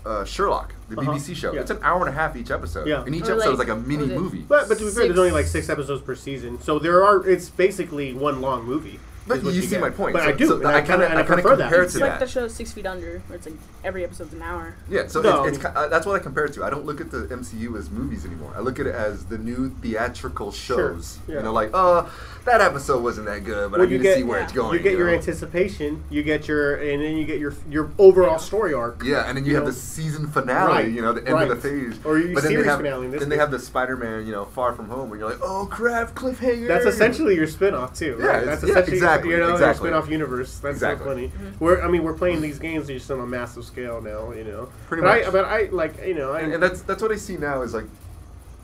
[SPEAKER 3] uh, Sherlock, the
[SPEAKER 1] Uh-huh.
[SPEAKER 3] BBC show.
[SPEAKER 1] Yeah.
[SPEAKER 3] It's an hour and a half each episode,
[SPEAKER 1] Yeah.
[SPEAKER 3] and each
[SPEAKER 2] Or
[SPEAKER 3] episode
[SPEAKER 2] like-
[SPEAKER 3] is like a mini
[SPEAKER 2] was it-
[SPEAKER 3] movie.
[SPEAKER 1] But, but to be fair, there's
[SPEAKER 2] Six.
[SPEAKER 1] only like six episodes per season, so there are. It's basically one long movie. is
[SPEAKER 3] But
[SPEAKER 1] what
[SPEAKER 3] you see
[SPEAKER 1] get.
[SPEAKER 3] my point.
[SPEAKER 1] But
[SPEAKER 3] So-
[SPEAKER 1] I do.
[SPEAKER 3] so
[SPEAKER 1] and
[SPEAKER 3] I
[SPEAKER 1] I
[SPEAKER 3] kinda-
[SPEAKER 1] kind of
[SPEAKER 3] I
[SPEAKER 1] I
[SPEAKER 3] kinda
[SPEAKER 1] prefer that.
[SPEAKER 3] compare it
[SPEAKER 2] It's
[SPEAKER 3] to
[SPEAKER 2] like
[SPEAKER 3] that.
[SPEAKER 2] the show Six Feet Under, where it's like every episode's an hour.
[SPEAKER 3] yeah, so
[SPEAKER 1] No.
[SPEAKER 3] it's, it's, ki- uh, that's what I compare it to. I don't look at the MCU as movies anymore. I look at it as the new theatrical
[SPEAKER 1] Sure.
[SPEAKER 3] shows.
[SPEAKER 1] Yeah.
[SPEAKER 3] You know, like uh, that episode wasn't that good, but
[SPEAKER 1] Well,
[SPEAKER 3] I
[SPEAKER 1] you
[SPEAKER 3] need to
[SPEAKER 1] get-
[SPEAKER 3] see where
[SPEAKER 2] yeah.
[SPEAKER 3] it's going.
[SPEAKER 1] you get your
[SPEAKER 3] know?
[SPEAKER 1] anticipation, you get your, and then you get your your overall story arc.
[SPEAKER 3] Yeah, and then you,
[SPEAKER 1] You
[SPEAKER 3] have
[SPEAKER 1] know?
[SPEAKER 3] the season finale,
[SPEAKER 1] Right,
[SPEAKER 3] you know, the end of the
[SPEAKER 1] right.
[SPEAKER 3] phase.
[SPEAKER 1] Or you
[SPEAKER 3] but then they
[SPEAKER 1] series
[SPEAKER 3] have,
[SPEAKER 1] finale in this
[SPEAKER 3] Then they
[SPEAKER 1] case.
[SPEAKER 3] have the Spider-Man, you know, Far From Home, where you're like, oh crap, cliffhanger.
[SPEAKER 1] That's essentially your spin-off too.
[SPEAKER 3] Yeah,
[SPEAKER 1] right?
[SPEAKER 3] it's-
[SPEAKER 1] that's
[SPEAKER 3] yeah,
[SPEAKER 1] essentially
[SPEAKER 3] exactly,
[SPEAKER 1] you know your
[SPEAKER 3] exactly.
[SPEAKER 1] spin-off universe. That's
[SPEAKER 3] Exactly.
[SPEAKER 1] so funny. We're I mean we're playing these games just on a massive scale now. You know,
[SPEAKER 3] Pretty
[SPEAKER 1] but I,
[SPEAKER 3] much.
[SPEAKER 1] but I like you know I
[SPEAKER 3] and, and that's that's what I see now is like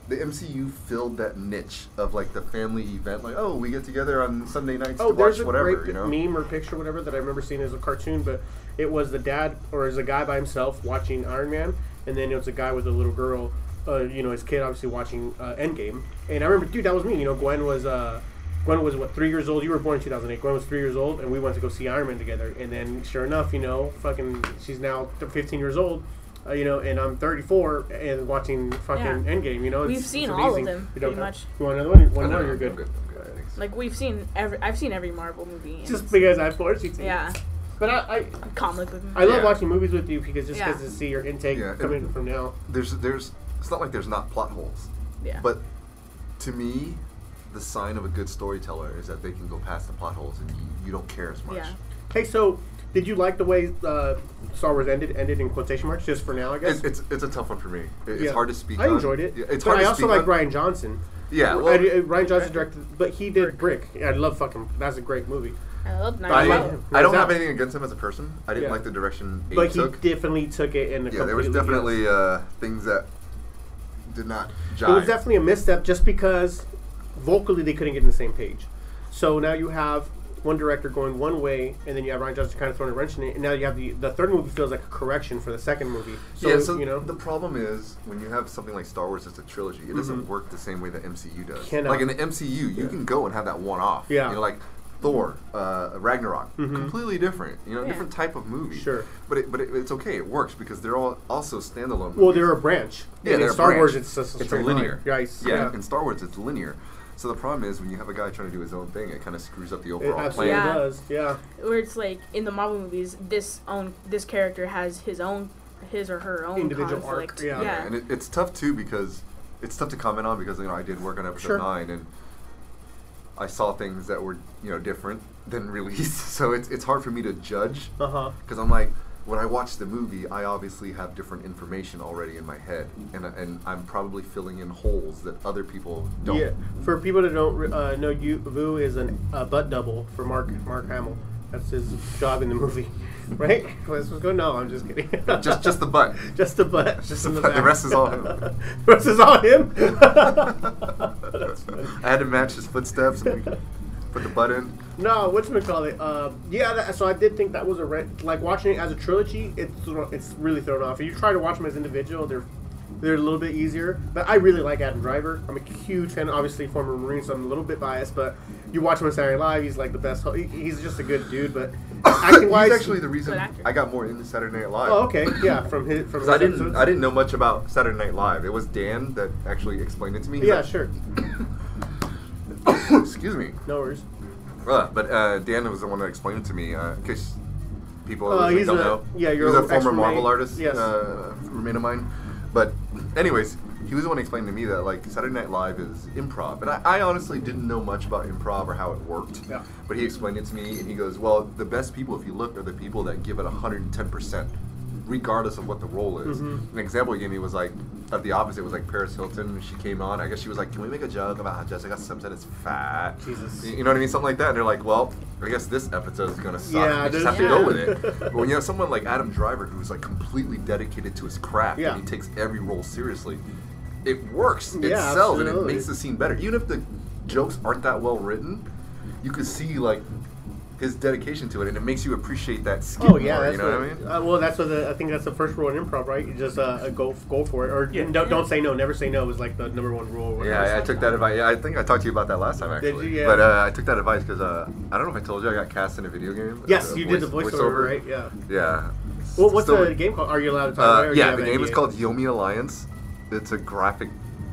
[SPEAKER 3] the MCU filled that niche of like the family event, like oh we get together on Sunday nights
[SPEAKER 1] Oh,
[SPEAKER 3] to watch
[SPEAKER 1] there's a
[SPEAKER 3] whatever,
[SPEAKER 1] great
[SPEAKER 3] you know.
[SPEAKER 1] meme or picture, whatever, that I remember seeing as a cartoon, but it was the dad or as a guy by himself watching Iron Man, and then it was a guy with a little girl uh, you know, his kid obviously watching uh, Endgame, and I remember, dude, that was me. You know, Gwen was uh, Gwen was what three years old. You were born in 2008. Gwen was three years old, and we went to go see Iron Man together. And then, sure enough, you know, fucking, she's now 15 years old. Uh, you know, and I'm 34 and watching fucking
[SPEAKER 2] Yeah.
[SPEAKER 1] Endgame. You know, it's,
[SPEAKER 2] We've
[SPEAKER 1] it's
[SPEAKER 2] seen all of
[SPEAKER 1] amazing.
[SPEAKER 2] them,
[SPEAKER 1] You don't
[SPEAKER 2] pretty
[SPEAKER 1] have-
[SPEAKER 2] much.
[SPEAKER 1] You want another one?
[SPEAKER 3] I
[SPEAKER 1] One
[SPEAKER 3] don't
[SPEAKER 1] now,
[SPEAKER 3] know.
[SPEAKER 1] you're
[SPEAKER 3] I'm
[SPEAKER 1] good.
[SPEAKER 3] good. I'm good. Thanks.
[SPEAKER 2] Like we've seen every. I've seen every Marvel movie. and
[SPEAKER 1] Just
[SPEAKER 2] it's-
[SPEAKER 1] because I forced you to.
[SPEAKER 2] yeah,
[SPEAKER 1] But I, I,
[SPEAKER 2] comic book.
[SPEAKER 1] I love
[SPEAKER 3] Yeah.
[SPEAKER 1] watching movies with you because just
[SPEAKER 2] Yeah.
[SPEAKER 1] because to see your intake
[SPEAKER 3] Yeah,
[SPEAKER 1] coming
[SPEAKER 3] and-
[SPEAKER 1] from now.
[SPEAKER 3] There's there's it's not like there's not plot holes,
[SPEAKER 2] Yeah.
[SPEAKER 3] but to me, the sign of a good storyteller is that they can go past the plot holes and you, you don't care as much.
[SPEAKER 2] Yeah.
[SPEAKER 1] Hey, so did you like the way uh, Star Wars ended? Ended in quotation marks, just for now, I guess.
[SPEAKER 3] It, it's it's a tough one for me. It- It's
[SPEAKER 1] Yeah.
[SPEAKER 3] hard to speak.
[SPEAKER 1] I
[SPEAKER 3] on.
[SPEAKER 1] enjoyed it.
[SPEAKER 3] Yeah, it's
[SPEAKER 1] but
[SPEAKER 3] hard
[SPEAKER 1] I
[SPEAKER 3] to
[SPEAKER 1] also
[SPEAKER 3] speak
[SPEAKER 1] like
[SPEAKER 3] on.
[SPEAKER 1] Ryan Johnson.
[SPEAKER 3] Yeah,
[SPEAKER 1] I- uh,
[SPEAKER 3] well-
[SPEAKER 1] I- Ryan Johnson directed, but he did Brick. Yeah, I love fucking. That's a great movie.
[SPEAKER 2] I love
[SPEAKER 3] I,
[SPEAKER 2] Night
[SPEAKER 1] like
[SPEAKER 2] Owl.
[SPEAKER 1] him.
[SPEAKER 3] I don't
[SPEAKER 1] Lights
[SPEAKER 3] have
[SPEAKER 1] Out.
[SPEAKER 3] anything against him as a person. I didn't
[SPEAKER 1] Yeah.
[SPEAKER 3] like the direction he
[SPEAKER 1] But he
[SPEAKER 3] took.
[SPEAKER 1] definitely took it in a
[SPEAKER 3] yeah, there was
[SPEAKER 1] completely different-
[SPEAKER 3] definitely uh, things that did not jive.
[SPEAKER 1] It was definitely a misstep just because vocally they couldn't get on the same page. So now you have one director going one way, and then you have Ryan Johnson kind of throwing a wrench in it, and now you have the the third movie feels like a correction for the second movie. So,
[SPEAKER 3] yeah, so
[SPEAKER 1] you know,
[SPEAKER 3] the problem is when you have something like Star Wars as a trilogy, it doesn't work the same way the MCU does.
[SPEAKER 1] Mm-hmm. Cannot.
[SPEAKER 3] Like in the MCU, you can go and have that one off.
[SPEAKER 1] Yeah. Mm-hmm.
[SPEAKER 3] You know, like Thor, uh, Ragnarok, completely different. You know,
[SPEAKER 2] Yeah.
[SPEAKER 3] different type of movie.
[SPEAKER 1] Sure.
[SPEAKER 3] But it, but it, it's okay. It works because they're all also standalone.
[SPEAKER 1] well,
[SPEAKER 3] movies.
[SPEAKER 1] they're a branch.
[SPEAKER 3] Yeah,
[SPEAKER 1] And
[SPEAKER 3] they're
[SPEAKER 1] in
[SPEAKER 3] a
[SPEAKER 1] Star
[SPEAKER 3] branch.
[SPEAKER 1] Wars. It's just a
[SPEAKER 3] it's a
[SPEAKER 1] straight line.
[SPEAKER 3] linear.
[SPEAKER 1] Guys,
[SPEAKER 3] yeah.
[SPEAKER 1] yeah.
[SPEAKER 3] In Star Wars, it's linear. So the problem is when you have a guy trying to do his own thing, it kind of screws up the
[SPEAKER 1] It
[SPEAKER 3] overall
[SPEAKER 1] absolutely
[SPEAKER 3] plan.
[SPEAKER 2] Yeah.
[SPEAKER 1] does. Yeah.
[SPEAKER 2] where it's like in the Marvel movies, this own this character has his own, his or her own
[SPEAKER 1] Individual arc,
[SPEAKER 2] conflict.
[SPEAKER 1] yeah.
[SPEAKER 3] Yeah, and it, it's tough too because it's tough to comment on because you know I did work on episode
[SPEAKER 1] Sure.
[SPEAKER 3] nine and I saw things that were you know different than released, so it's it's hard for me to judge
[SPEAKER 1] Uh huh.
[SPEAKER 3] because I'm like when I watch the movie, I obviously have different information already in my head, and and I'm probably filling in holes that other people don't.
[SPEAKER 1] Yeah. For people that don't re- uh, know, you Vu is an uh, butt double for Mark Mark Hamill. That's his job in the movie, right? What's what's going? No, I'm just kidding.
[SPEAKER 3] Just just the butt.
[SPEAKER 1] Just the butt.
[SPEAKER 3] Just the
[SPEAKER 1] in
[SPEAKER 3] butt. The
[SPEAKER 1] back.
[SPEAKER 3] rest is all him.
[SPEAKER 1] the rest is all him. That's funny.
[SPEAKER 3] I had to match his footsteps and we put the butt in.
[SPEAKER 1] No, what's call it? Uh, yeah. That, so I did think that was a re- like watching it as a trilogy. It's thro- it's really thrown off. If you try to watch them as individual, they're they're a little bit easier. But I really like Adam Driver. I'm a huge fan. Obviously, former Marine, so I'm a little bit biased. But you watch him on Saturday Night Live, he's like the best. ho- he- He's just a good dude. But acting wise,
[SPEAKER 3] He's actually the reason
[SPEAKER 2] Good actor.
[SPEAKER 3] I got more into Saturday Night Live.
[SPEAKER 1] oh okay, yeah. From his from his
[SPEAKER 3] Because I didn't,
[SPEAKER 1] episodes.
[SPEAKER 3] I didn't know much about Saturday Night Live. It was Dan that actually explained it to me. He's
[SPEAKER 1] Yeah,
[SPEAKER 3] like-
[SPEAKER 1] sure.
[SPEAKER 3] Excuse me.
[SPEAKER 1] No worries.
[SPEAKER 3] Uh, but uh, Dan was the one that explained it to me. Uh, in case people
[SPEAKER 1] Uh,
[SPEAKER 3] listening
[SPEAKER 1] he's
[SPEAKER 3] don't
[SPEAKER 1] a-
[SPEAKER 3] know,
[SPEAKER 1] yeah, you're
[SPEAKER 3] he's a
[SPEAKER 1] an
[SPEAKER 3] former
[SPEAKER 1] ex-roommate.
[SPEAKER 3] Marvel artist,
[SPEAKER 1] Yes.
[SPEAKER 3] uh, roommate of mine. But, anyways, he was the one explaining to me that like Saturday Night Live is improv, and I, I honestly didn't know much about improv or how it worked.
[SPEAKER 1] Yeah.
[SPEAKER 3] But he explained it to me, and he goes, "Well, the best people, if you look, are the people that give it 110 percent." Regardless of what the role is,
[SPEAKER 1] Mm-hmm.
[SPEAKER 3] an example he gave me was like at the opposite was like Paris Hilton. when She came on. I guess she was like, "Can we make a joke about how Jessica Simpson is fat?"
[SPEAKER 1] Jesus.
[SPEAKER 3] You know what I mean? Something like that. And they're like, well, I guess this episode is gonna suck.
[SPEAKER 1] Yeah,
[SPEAKER 3] we just
[SPEAKER 1] this-
[SPEAKER 3] have to go
[SPEAKER 2] yeah.
[SPEAKER 3] with it. But when you have someone like Adam Driver who's like completely dedicated to his craft
[SPEAKER 1] Yeah.
[SPEAKER 3] and he takes every role seriously, it works. It
[SPEAKER 1] Yeah,
[SPEAKER 3] sells and it
[SPEAKER 1] absolutely.
[SPEAKER 3] makes the scene better. Even if the jokes aren't that well written, you can see like his dedication to it, and it makes you appreciate that skill
[SPEAKER 1] Oh yeah,
[SPEAKER 3] more.
[SPEAKER 1] that's
[SPEAKER 3] You know what,
[SPEAKER 1] what-
[SPEAKER 3] I mean?
[SPEAKER 1] uh, well, that's what the, I think that's the first rule in improv, right? You just uh, go go for it, or
[SPEAKER 2] Yeah.
[SPEAKER 1] don't, don't say no. Never say no is like the number one rule. or whatever.
[SPEAKER 3] Yeah, I, I took that advice. Yeah, I think I talked to you about that last time,
[SPEAKER 1] Did
[SPEAKER 3] actually.
[SPEAKER 1] you? Yeah.
[SPEAKER 3] But uh, I took that advice because uh, I don't know if I told you I got cast in a video game.
[SPEAKER 1] Yes,
[SPEAKER 3] Uh,
[SPEAKER 1] you did the
[SPEAKER 3] voice-
[SPEAKER 1] voiceover, right? Yeah.
[SPEAKER 3] Yeah.
[SPEAKER 1] Well, what's
[SPEAKER 3] Still-
[SPEAKER 1] the game called? Are you allowed to talk about it?
[SPEAKER 3] Uh,
[SPEAKER 1] or do you
[SPEAKER 3] yeah,
[SPEAKER 1] have
[SPEAKER 3] the
[SPEAKER 1] an
[SPEAKER 3] game is
[SPEAKER 1] NDA?
[SPEAKER 3] called Yomi Alliance. It's a graphic,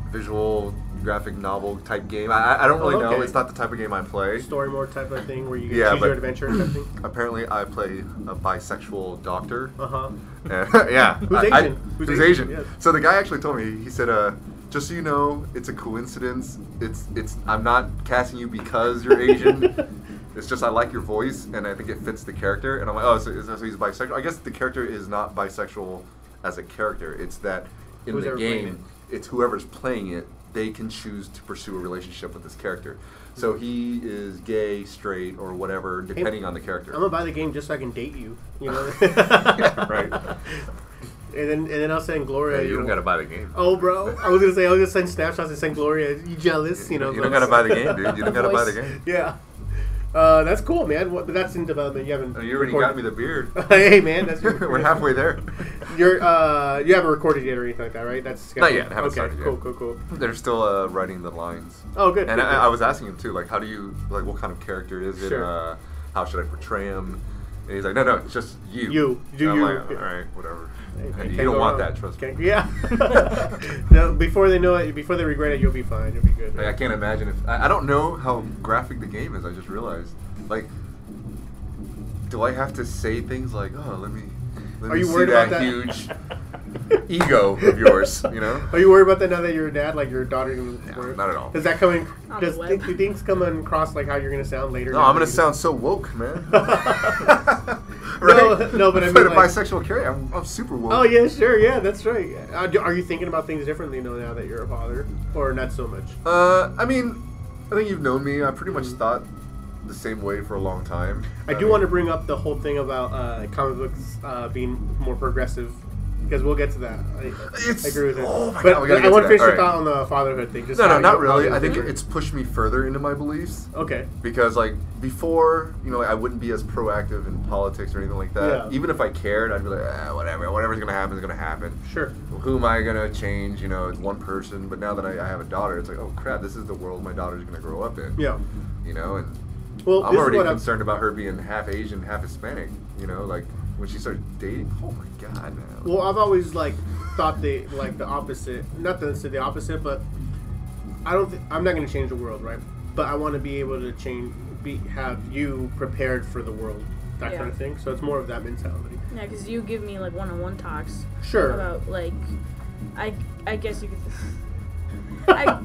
[SPEAKER 3] visual, graphic novel type game. I, I- I don't really
[SPEAKER 1] Oh,
[SPEAKER 3] know.
[SPEAKER 1] okay.
[SPEAKER 3] It's not the type of game I play.
[SPEAKER 1] story mode type of thing where you can
[SPEAKER 3] Yeah,
[SPEAKER 1] choose your
[SPEAKER 3] but-
[SPEAKER 1] adventure and something.
[SPEAKER 3] Apparently, I play a bisexual doctor.
[SPEAKER 1] Uh huh.
[SPEAKER 3] And- yeah.
[SPEAKER 1] Who's
[SPEAKER 3] I- I-
[SPEAKER 1] Asian?
[SPEAKER 3] who's
[SPEAKER 1] Who's
[SPEAKER 3] Asian?
[SPEAKER 1] Asian, yes.
[SPEAKER 3] So the guy actually told me. He said, uh, "Just so you know, it's a coincidence. It's it's. I'm not casting you because you're Asian. it's just I like your voice and I think it fits the character. And I'm like, oh, so, so he's bisexual. I guess the character is not bisexual as a character. It's that in
[SPEAKER 1] Who's
[SPEAKER 3] the
[SPEAKER 1] ever playing
[SPEAKER 3] game, it's whoever's playing it. They can choose to pursue a relationship with this character. So
[SPEAKER 1] Hmm.
[SPEAKER 3] he is gay, straight, or whatever, depending on the character.
[SPEAKER 1] I'm gonna buy the game just so I can date you. You know.
[SPEAKER 3] right.
[SPEAKER 1] And then and then I'll send Gloria.
[SPEAKER 3] you don't
[SPEAKER 1] know,
[SPEAKER 3] gotta buy the game.
[SPEAKER 1] Oh, bro! I was gonna say I was gonna send snapshots and send Gloria. You jealous? You know.
[SPEAKER 3] You don't
[SPEAKER 1] but-
[SPEAKER 3] gotta buy the game, dude. You don't gotta buy the
[SPEAKER 2] Voice.
[SPEAKER 3] game.
[SPEAKER 1] Yeah. Uh, that's cool, man. What, but that's in development. You haven't.
[SPEAKER 3] Oh, you already got me
[SPEAKER 1] recorded.
[SPEAKER 3] the beard.
[SPEAKER 1] hey, man. That's your-
[SPEAKER 3] We're halfway there.
[SPEAKER 1] You're uh, you haven't recorded yet or anything like that, right? That's
[SPEAKER 3] Not
[SPEAKER 1] scheduled.
[SPEAKER 3] yet, haven't
[SPEAKER 1] okay,
[SPEAKER 3] started yet.
[SPEAKER 1] cool, cool, cool.
[SPEAKER 3] They're still uh, writing the lines.
[SPEAKER 1] Oh, good.
[SPEAKER 3] And
[SPEAKER 1] good,
[SPEAKER 3] I, I
[SPEAKER 1] good.
[SPEAKER 3] was asking him too, like, how do you, like, what kind of character is it?
[SPEAKER 1] Sure.
[SPEAKER 3] Uh, how should I portray him? And he's like, no, no, it's just you.
[SPEAKER 1] You. Do
[SPEAKER 3] And I'm
[SPEAKER 1] you.
[SPEAKER 3] like, all right, whatever.
[SPEAKER 1] Hey,
[SPEAKER 3] And
[SPEAKER 1] can't
[SPEAKER 3] you
[SPEAKER 1] go
[SPEAKER 3] don't want
[SPEAKER 1] wrong.
[SPEAKER 3] that, trust
[SPEAKER 1] Can't-
[SPEAKER 3] me.
[SPEAKER 1] Yeah. no, before they know it, before they regret it, you'll be fine. You'll be good.
[SPEAKER 3] Like, I can't imagine if I, I don't know how graphic the game is. I just realized, like, do I have to say things like, oh, let me, let
[SPEAKER 1] Are
[SPEAKER 3] me
[SPEAKER 1] you
[SPEAKER 3] see
[SPEAKER 1] worried
[SPEAKER 3] that,
[SPEAKER 1] about that
[SPEAKER 3] huge ego of yours? You know?
[SPEAKER 1] Are you worried about that now that you're a dad? Like your daughter?
[SPEAKER 3] No, not at all.
[SPEAKER 1] Does that come in?
[SPEAKER 2] On the
[SPEAKER 1] Does
[SPEAKER 2] web.
[SPEAKER 1] do things come across like how you're gonna sound later?
[SPEAKER 3] No,
[SPEAKER 1] now
[SPEAKER 3] I'm
[SPEAKER 1] that
[SPEAKER 3] gonna
[SPEAKER 1] you-
[SPEAKER 3] sound so woke, man.
[SPEAKER 1] No, no, but I
[SPEAKER 3] am
[SPEAKER 1] mean,
[SPEAKER 3] a
[SPEAKER 1] like-
[SPEAKER 3] bisexual carrier. I'm, I'm super woke.
[SPEAKER 1] Oh yeah, sure, yeah, that's right. Uh, do- Are you thinking about things differently though now that you're a father, or not so much?
[SPEAKER 3] Uh, I mean, I think you've known me. I pretty much thought the same way for a long time.
[SPEAKER 1] I do want to bring up the whole thing about uh, comic books uh, being more progressive because we'll get to that. I,
[SPEAKER 3] It's-
[SPEAKER 1] I agree with it.
[SPEAKER 3] oh my
[SPEAKER 1] but
[SPEAKER 3] God, we
[SPEAKER 1] but
[SPEAKER 3] gotta
[SPEAKER 1] I
[SPEAKER 3] get
[SPEAKER 1] want to
[SPEAKER 3] to that.
[SPEAKER 1] finish your
[SPEAKER 3] All right.
[SPEAKER 1] thought on the fatherhood thing. Just
[SPEAKER 3] No,
[SPEAKER 1] how
[SPEAKER 3] no,
[SPEAKER 1] you-
[SPEAKER 3] not really. I
[SPEAKER 1] fatherhood
[SPEAKER 3] think
[SPEAKER 1] different.
[SPEAKER 3] it's pushed me further into my beliefs
[SPEAKER 1] okay.
[SPEAKER 3] because, like, before, you know, like, I wouldn't be as proactive in politics or anything like that.
[SPEAKER 1] Yeah.
[SPEAKER 3] Even if I cared, I'd be like, ah, whatever, whatever's gonna happen is gonna happen.
[SPEAKER 1] Sure.
[SPEAKER 3] Who am I gonna change? You know, it's one person. But now that I, I have a daughter, it's like, oh crap, this is the world my daughter's gonna grow up in.
[SPEAKER 1] Yeah.
[SPEAKER 3] You know, and
[SPEAKER 1] Well,
[SPEAKER 3] I'm
[SPEAKER 1] this
[SPEAKER 3] already
[SPEAKER 1] is what I'm-
[SPEAKER 3] concerned about her being half Asian, half Hispanic. You know, like when she starts dating. Oh my god, man.
[SPEAKER 1] Well, I've always like thought the like the opposite. Not to say the opposite, but I don't. Th- I'm not going to change the world, right? But I want to be able to change, be have you prepared for the world, that
[SPEAKER 2] Yeah.
[SPEAKER 1] kind of thing. So it's more of that mentality.
[SPEAKER 2] Yeah, because you give me like one-on-one talks
[SPEAKER 1] Sure.
[SPEAKER 2] about like, I I guess you could, I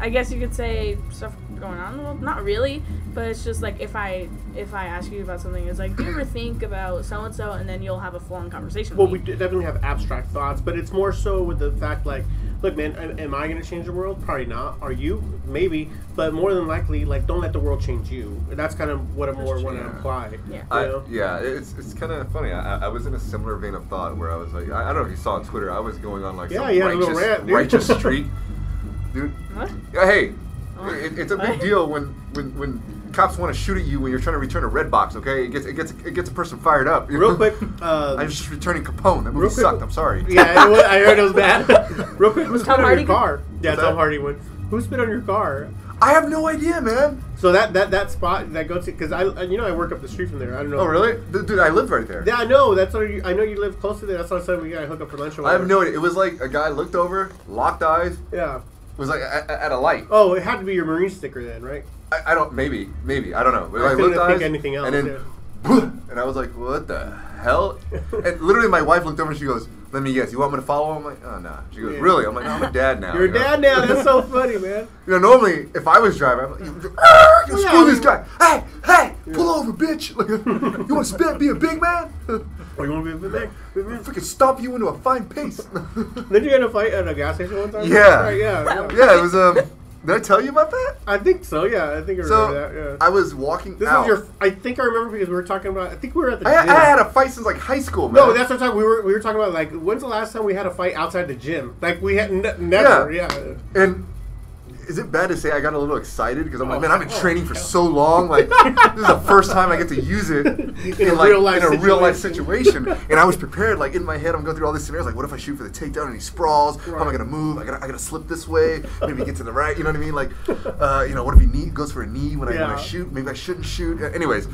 [SPEAKER 2] I guess you could say stuff going on in the world. Not really, but it's just like if I if I ask you about something, it's like, do you ever think about so and so, and then you'll have a full-on conversation.
[SPEAKER 1] well,
[SPEAKER 2] with
[SPEAKER 1] we
[SPEAKER 2] me.
[SPEAKER 1] d- definitely have abstract thoughts, but it's more so with the fact like, look, man, am, am I going to change the world? Probably not. Are you? Maybe, but more than likely, like, don't let the world change you. That's kind of what I more
[SPEAKER 2] true.
[SPEAKER 1] want to
[SPEAKER 3] Yeah.
[SPEAKER 1] imply.
[SPEAKER 2] Yeah.
[SPEAKER 1] you
[SPEAKER 3] I,
[SPEAKER 1] know?
[SPEAKER 3] yeah, it's it's kind of funny. I, I- I was in a similar vein of thought where I was like, I, I don't know if you saw on Twitter, I was going on like
[SPEAKER 1] Yeah,
[SPEAKER 3] some
[SPEAKER 1] you had a
[SPEAKER 3] righteous,
[SPEAKER 1] little rant, dude.
[SPEAKER 3] righteous streak, dude.
[SPEAKER 2] What?
[SPEAKER 3] Yeah, hey,
[SPEAKER 2] Oh.
[SPEAKER 3] it, it's a big
[SPEAKER 2] What?
[SPEAKER 3] deal when when when cops want to shoot at you when you're trying to return a red box. Okay, it gets it gets it gets a person fired up.
[SPEAKER 1] Real quick, uh,
[SPEAKER 3] I'm just returning Capone. That movie
[SPEAKER 1] real quick-
[SPEAKER 3] sucked. I'm sorry.
[SPEAKER 1] Yeah, it was, I heard it was bad. Real quick, who spit
[SPEAKER 2] Tom
[SPEAKER 1] on
[SPEAKER 2] Hardy?
[SPEAKER 1] your car? Yeah,
[SPEAKER 3] What's
[SPEAKER 1] Tom
[SPEAKER 3] that?
[SPEAKER 1] Hardy one. Who spit on your car?
[SPEAKER 3] I have no idea, man.
[SPEAKER 1] So that that that spot that goes to because I you know I work up the street from there. I don't know.
[SPEAKER 3] Oh, really? Dude, dude, I lived right there.
[SPEAKER 1] Yeah, I know. That's why you, I know you live close to there. That's why I said we gotta hook up for lunch. Or
[SPEAKER 3] I have
[SPEAKER 1] whatever.
[SPEAKER 3] no idea. It was like a guy looked over, locked eyes,
[SPEAKER 1] Yeah.
[SPEAKER 3] was like at, at a light.
[SPEAKER 1] Oh, it had to be your Marine sticker then, right?
[SPEAKER 3] I, I don't. Maybe. Maybe. I don't know. But
[SPEAKER 1] I
[SPEAKER 3] like,
[SPEAKER 1] couldn't
[SPEAKER 3] looked
[SPEAKER 1] think
[SPEAKER 3] eyes,
[SPEAKER 1] anything else,
[SPEAKER 3] And then, and I was like, "What the hell?" And literally, my wife looked over and she goes, "Let me guess. You want me to follow?" I'm like, "Oh nah." She goes,
[SPEAKER 1] Yeah.
[SPEAKER 3] "Really?" I'm like, no, "I'm a dad now."
[SPEAKER 1] You're
[SPEAKER 3] you
[SPEAKER 1] a
[SPEAKER 3] know?
[SPEAKER 1] dad now. That's so funny, man.
[SPEAKER 3] you know, normally if I was driving, I'm like, "You- ah, you
[SPEAKER 1] Yeah,
[SPEAKER 3] screw this
[SPEAKER 1] you-
[SPEAKER 3] guy. Hey, hey, pull over, bitch. Like, you want to spit? Be a big man.
[SPEAKER 1] Oh, you want to be a big man? Big man?
[SPEAKER 3] Freaking stomp you into a fine paste.
[SPEAKER 1] Didn't you get in a fight at a gas station one time?
[SPEAKER 3] Yeah.
[SPEAKER 1] Right, yeah. yeah.
[SPEAKER 3] yeah, it was. Um, did I tell you about that?
[SPEAKER 1] I think so. Yeah, I think I remember
[SPEAKER 3] So
[SPEAKER 1] that. Yeah.
[SPEAKER 3] I was walking
[SPEAKER 1] This
[SPEAKER 3] out.
[SPEAKER 1] is your. I think I remember because we were talking about. I think we were at the.
[SPEAKER 3] I, I
[SPEAKER 1] gym.
[SPEAKER 3] had a fight since like high school, man.
[SPEAKER 1] No, that's what I'm talking. We were we were talking about like when's the last time we had a fight outside the gym? Like we had n- never. Yeah.
[SPEAKER 3] And is it bad to say I got a little excited because I'm
[SPEAKER 1] Oh,
[SPEAKER 3] like, man, I've been
[SPEAKER 1] oh,
[SPEAKER 3] training for so long. Like, this is the first time I get to use it in,
[SPEAKER 1] a
[SPEAKER 3] like,
[SPEAKER 1] real life
[SPEAKER 3] in a real life
[SPEAKER 1] situation.
[SPEAKER 3] situation. and I was prepared. Like in my head, I'm going through all these scenarios. Like, what if I shoot for the takedown and he sprawls? How am I
[SPEAKER 1] Right.
[SPEAKER 3] gonna move? I gotta, I gotta slip this way. Maybe get to the right. You know what I mean? Like, uh, you know, what if he knee goes for a knee when I when
[SPEAKER 1] Yeah.
[SPEAKER 3] I shoot? Maybe I shouldn't shoot. Uh, Anyways,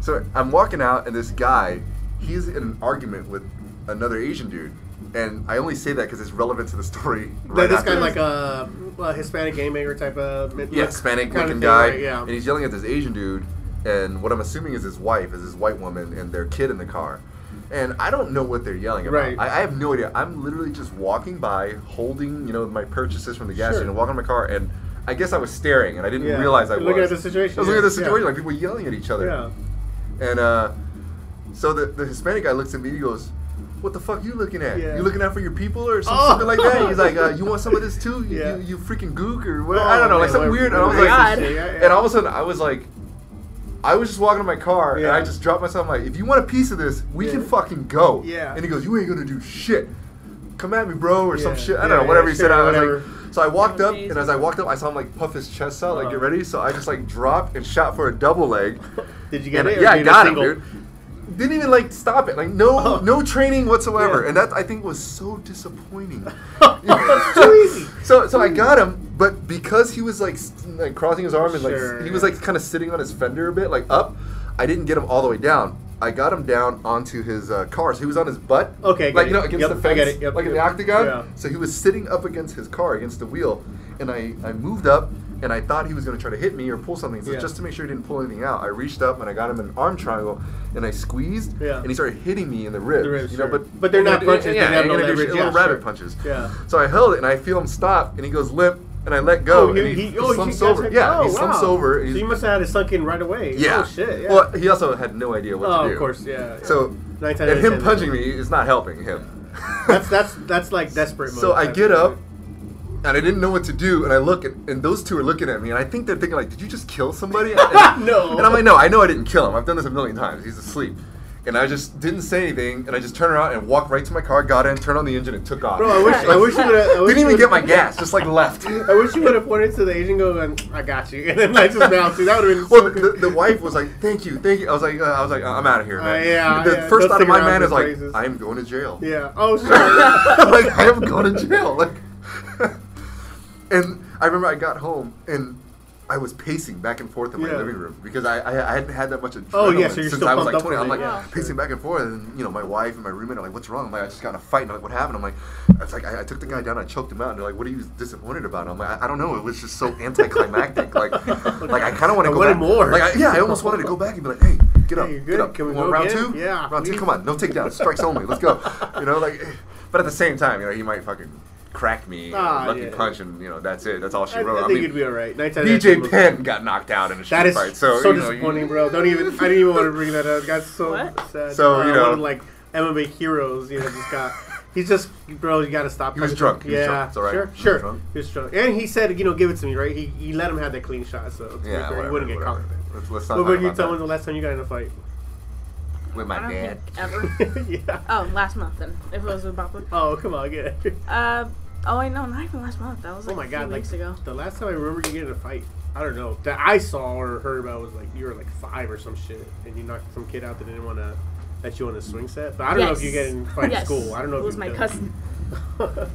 [SPEAKER 3] so I'm walking out and this guy, he's in an argument with another Asian dude. And I only say that because it's relevant to the story.
[SPEAKER 1] Like this
[SPEAKER 3] after
[SPEAKER 1] guy like
[SPEAKER 3] this.
[SPEAKER 1] uh, a, a Hispanic game maker type of mid-
[SPEAKER 3] Yeah,
[SPEAKER 1] look
[SPEAKER 3] Hispanic
[SPEAKER 1] kinda
[SPEAKER 3] looking
[SPEAKER 1] thing,
[SPEAKER 3] guy,
[SPEAKER 1] right? Yeah.
[SPEAKER 3] and he's yelling at this Asian dude, and what I'm assuming is his wife, is his white woman, and their kid in the car. And I don't know what they're yelling about.
[SPEAKER 1] Right.
[SPEAKER 3] I, I have no idea. I'm literally just walking by, holding, you know, my purchases from the gas
[SPEAKER 1] Sure.
[SPEAKER 3] station, walking in my car, and I guess I was staring, and I didn't
[SPEAKER 1] Yeah.
[SPEAKER 3] realize I
[SPEAKER 1] You're
[SPEAKER 3] was
[SPEAKER 1] looking at the situation,
[SPEAKER 3] I was looking at the
[SPEAKER 1] yeah, yeah.
[SPEAKER 3] situation, like people yelling at each other.
[SPEAKER 1] yeah.
[SPEAKER 3] And uh, so the, the Hispanic guy looks at me. He goes, "What the fuck you looking at?
[SPEAKER 1] Yeah.
[SPEAKER 3] You looking out for your people or some-
[SPEAKER 1] Oh.
[SPEAKER 3] something like that?" He's like, uh, "You want some of this too? You,
[SPEAKER 1] Yeah. Oh,
[SPEAKER 3] you, you freaking gook or what? I don't know, like
[SPEAKER 1] some
[SPEAKER 3] some weird." And I was
[SPEAKER 2] Oh my
[SPEAKER 3] like,
[SPEAKER 2] God.
[SPEAKER 3] and all of a sudden I was like, I was just walking to my car and
[SPEAKER 1] Yeah.
[SPEAKER 3] I just dropped myself. I'm like, "If you want a piece of this, we
[SPEAKER 1] Yeah.
[SPEAKER 3] can fucking go."
[SPEAKER 1] Yeah.
[SPEAKER 3] And he goes, "You ain't gonna do shit. Come at me, bro, or some
[SPEAKER 1] Yeah.
[SPEAKER 3] shit. I
[SPEAKER 1] Yeah,
[SPEAKER 3] don't know,
[SPEAKER 1] yeah,
[SPEAKER 3] whatever he
[SPEAKER 1] sure,
[SPEAKER 3] said." I was
[SPEAKER 1] whatever.
[SPEAKER 3] like, So I walked up,
[SPEAKER 2] Amazing.
[SPEAKER 3] and as I walked up, I saw him like puff his chest out, like
[SPEAKER 1] Uh-huh.
[SPEAKER 3] get ready. So I just like dropped and shot for a double leg.
[SPEAKER 1] Did you get
[SPEAKER 3] And-
[SPEAKER 1] it? or did
[SPEAKER 3] Yeah, I
[SPEAKER 1] you
[SPEAKER 3] got him,
[SPEAKER 1] single?
[SPEAKER 3] dude. Didn't even like stop it. Like no,
[SPEAKER 1] Oh.
[SPEAKER 3] no training whatsoever,
[SPEAKER 1] Yeah.
[SPEAKER 3] and that I think was so disappointing.
[SPEAKER 1] That's too easy.
[SPEAKER 3] So, so I got him, but because he was like, s- like crossing his arm and like
[SPEAKER 1] Sure.
[SPEAKER 3] he was like kind of sitting on his fender a bit, like up, I didn't get him all the way down. I got him down onto his uh, car, so he was on his butt.
[SPEAKER 1] Okay, I get
[SPEAKER 3] like you know
[SPEAKER 1] it.
[SPEAKER 3] against
[SPEAKER 1] Yep,
[SPEAKER 3] the
[SPEAKER 1] I
[SPEAKER 3] fence,
[SPEAKER 1] get it. Yep,
[SPEAKER 3] like in the
[SPEAKER 1] yep.
[SPEAKER 3] octagon.
[SPEAKER 1] Yeah.
[SPEAKER 3] So he was sitting up against his car, against the wheel, and I, I moved up and I thought he was going to try to hit me or pull something. So
[SPEAKER 1] Yeah.
[SPEAKER 3] just to make sure he didn't pull anything out, I reached up and I got him an arm triangle and I squeezed
[SPEAKER 1] Yeah.
[SPEAKER 3] and he started hitting me in the ribs.
[SPEAKER 1] The ribs,
[SPEAKER 3] you know,
[SPEAKER 1] sure.
[SPEAKER 3] but
[SPEAKER 1] But they're not
[SPEAKER 3] yeah,
[SPEAKER 1] punches, they
[SPEAKER 3] Yeah,
[SPEAKER 1] have
[SPEAKER 3] they're
[SPEAKER 1] no
[SPEAKER 3] gonna be
[SPEAKER 1] leverage.
[SPEAKER 3] little
[SPEAKER 1] Yeah,
[SPEAKER 3] rabbit
[SPEAKER 1] sure.
[SPEAKER 3] punches.
[SPEAKER 1] Yeah.
[SPEAKER 3] So I held it and I feel him stop, and he goes limp, and I let go,
[SPEAKER 1] Oh, he,
[SPEAKER 3] and he,
[SPEAKER 1] he,
[SPEAKER 3] he
[SPEAKER 1] oh, he
[SPEAKER 3] slumps
[SPEAKER 1] got
[SPEAKER 3] over.
[SPEAKER 1] it.
[SPEAKER 3] Yeah, he
[SPEAKER 1] Oh,
[SPEAKER 3] slumps
[SPEAKER 1] wow.
[SPEAKER 3] over.
[SPEAKER 1] So
[SPEAKER 3] he's-
[SPEAKER 1] you must have had it sunk in right away.
[SPEAKER 3] yeah.
[SPEAKER 1] Oh shit. Yeah.
[SPEAKER 3] Well, he also had no idea what
[SPEAKER 1] oh,
[SPEAKER 3] to do.
[SPEAKER 1] of course. Yeah.
[SPEAKER 3] So,
[SPEAKER 1] Nine times out
[SPEAKER 3] and
[SPEAKER 1] of
[SPEAKER 3] him
[SPEAKER 1] ten,
[SPEAKER 3] punching me is not helping him.
[SPEAKER 1] That's that's that's like desperate. Mode
[SPEAKER 3] so I
[SPEAKER 1] type
[SPEAKER 3] get
[SPEAKER 1] of
[SPEAKER 3] up,
[SPEAKER 1] thing.
[SPEAKER 3] and I didn't know what to do, and I look, and, and those two are looking at me, and I think they're thinking like, "Did you just kill somebody?" And-
[SPEAKER 1] No.
[SPEAKER 3] And I'm like, "No, I know I didn't kill him. I've done this a million times. He's asleep." And I just didn't say anything, and I just turned around and walked right to my car, got in, turned on the engine, and took off.
[SPEAKER 1] Bro, I wish I wish you would have.
[SPEAKER 3] didn't even get my gas, just like left.
[SPEAKER 1] I wish you would have pointed to the Asian go and I got you, and then I just bounced. you. That would have been.
[SPEAKER 3] Well,
[SPEAKER 1] so
[SPEAKER 3] the,
[SPEAKER 1] good.
[SPEAKER 3] the wife was like, "Thank you, thank you." I was like, uh, "I was like, uh, I'm out of here,
[SPEAKER 1] Uh,
[SPEAKER 3] man."
[SPEAKER 1] yeah,
[SPEAKER 3] The
[SPEAKER 1] yeah, don't
[SPEAKER 3] first thought of
[SPEAKER 1] stick
[SPEAKER 3] my
[SPEAKER 1] around
[SPEAKER 3] man
[SPEAKER 1] for
[SPEAKER 3] is like,
[SPEAKER 1] praises.
[SPEAKER 3] "I am going to jail."
[SPEAKER 1] yeah. Oh sure.
[SPEAKER 3] like I am going to jail. Like, and I remember I got home and I was pacing back and forth in my
[SPEAKER 1] Yeah.
[SPEAKER 3] living room because I, I, I hadn't had that much adrenaline
[SPEAKER 1] Oh, yeah, so you're
[SPEAKER 3] since
[SPEAKER 1] still
[SPEAKER 3] I
[SPEAKER 1] pumped
[SPEAKER 3] was like
[SPEAKER 1] up from
[SPEAKER 3] I'm
[SPEAKER 1] it,
[SPEAKER 3] like
[SPEAKER 1] yeah.
[SPEAKER 3] pacing back and forth, and you know my wife and my roommate are like, "What's wrong?" I'm like, "I just got in a fight." And I'm like, "What happened?" I'm like, "It's like I, I took the guy down, I choked him out." And they're like, "What are you disappointed about?" And I'm like, I, "I don't know. It was just so anticlimactic. like, like I kind of want
[SPEAKER 1] I
[SPEAKER 3] to go
[SPEAKER 1] wanted
[SPEAKER 3] back.
[SPEAKER 1] more.
[SPEAKER 3] Like, I, yeah, I almost wanted to go back and be like, "Hey, get
[SPEAKER 1] Hey,
[SPEAKER 3] up,
[SPEAKER 1] you're
[SPEAKER 3] get
[SPEAKER 1] good?
[SPEAKER 3] up.
[SPEAKER 1] Can we
[SPEAKER 3] You want
[SPEAKER 1] go
[SPEAKER 3] round
[SPEAKER 1] again?
[SPEAKER 3] two?
[SPEAKER 1] Yeah,
[SPEAKER 3] round two.
[SPEAKER 1] please."
[SPEAKER 3] Come on, no takedowns, strikes only. Let's go. You know, like, but at the same time, you know, he might fucking crack me, you know,
[SPEAKER 1] Ah,
[SPEAKER 3] lucky
[SPEAKER 1] yeah.
[SPEAKER 3] punch, and you know, that's it. That's all she
[SPEAKER 1] I, I
[SPEAKER 3] wrote. I,
[SPEAKER 1] think
[SPEAKER 3] mean,
[SPEAKER 1] you'd be all right. Nine times out of ten
[SPEAKER 3] DJ
[SPEAKER 1] was-
[SPEAKER 3] Penn got knocked out in a
[SPEAKER 1] That
[SPEAKER 3] street
[SPEAKER 1] is
[SPEAKER 3] fight.
[SPEAKER 1] so,
[SPEAKER 3] So, you know, you-
[SPEAKER 1] disappointing, bro. Don't even. I didn't even want to bring that up. Got so
[SPEAKER 2] What?
[SPEAKER 1] sad.
[SPEAKER 3] So,
[SPEAKER 1] Uh,
[SPEAKER 3] you know-
[SPEAKER 1] one of like MMA heroes, you know, just got. He's just, bro. You gotta stop.
[SPEAKER 3] He was
[SPEAKER 1] punching.
[SPEAKER 3] drunk. He was
[SPEAKER 1] Yeah,
[SPEAKER 3] drunk. It's all right.
[SPEAKER 1] sure,
[SPEAKER 3] He was
[SPEAKER 1] sure.
[SPEAKER 3] drunk.
[SPEAKER 1] He was drunk, and he said, you know, give it to me, right? He, he let him have that clean shot, so to be fair,
[SPEAKER 3] Yeah, whatever,
[SPEAKER 1] he wouldn't get
[SPEAKER 3] whatever.
[SPEAKER 1] caught.
[SPEAKER 3] Let's, let's not
[SPEAKER 1] What were
[SPEAKER 3] talk
[SPEAKER 1] you
[SPEAKER 3] about
[SPEAKER 1] telling
[SPEAKER 3] that.
[SPEAKER 1] the last time you got in a fight?
[SPEAKER 3] with
[SPEAKER 2] I
[SPEAKER 3] my
[SPEAKER 2] don't
[SPEAKER 3] dad.
[SPEAKER 2] think ever.
[SPEAKER 1] yeah.
[SPEAKER 2] oh, last month then. If it was with Bapa.
[SPEAKER 1] Oh come on, get it.
[SPEAKER 2] Uh, oh wait, no, not even last month. That was
[SPEAKER 1] Oh
[SPEAKER 2] like
[SPEAKER 1] my
[SPEAKER 2] a
[SPEAKER 1] god,
[SPEAKER 2] few
[SPEAKER 1] like
[SPEAKER 2] weeks ago.
[SPEAKER 1] the last time I remember you getting in a fight, I don't know that I saw or heard about was like you were like five or some shit, and you knocked some kid out that didn't want to let you on a swing set. But I don't know if you get in fight
[SPEAKER 2] Yes.
[SPEAKER 1] at school. I don't know.
[SPEAKER 2] It
[SPEAKER 1] if
[SPEAKER 2] was
[SPEAKER 1] you
[SPEAKER 2] my
[SPEAKER 1] done.
[SPEAKER 2] cousin.
[SPEAKER 3] Did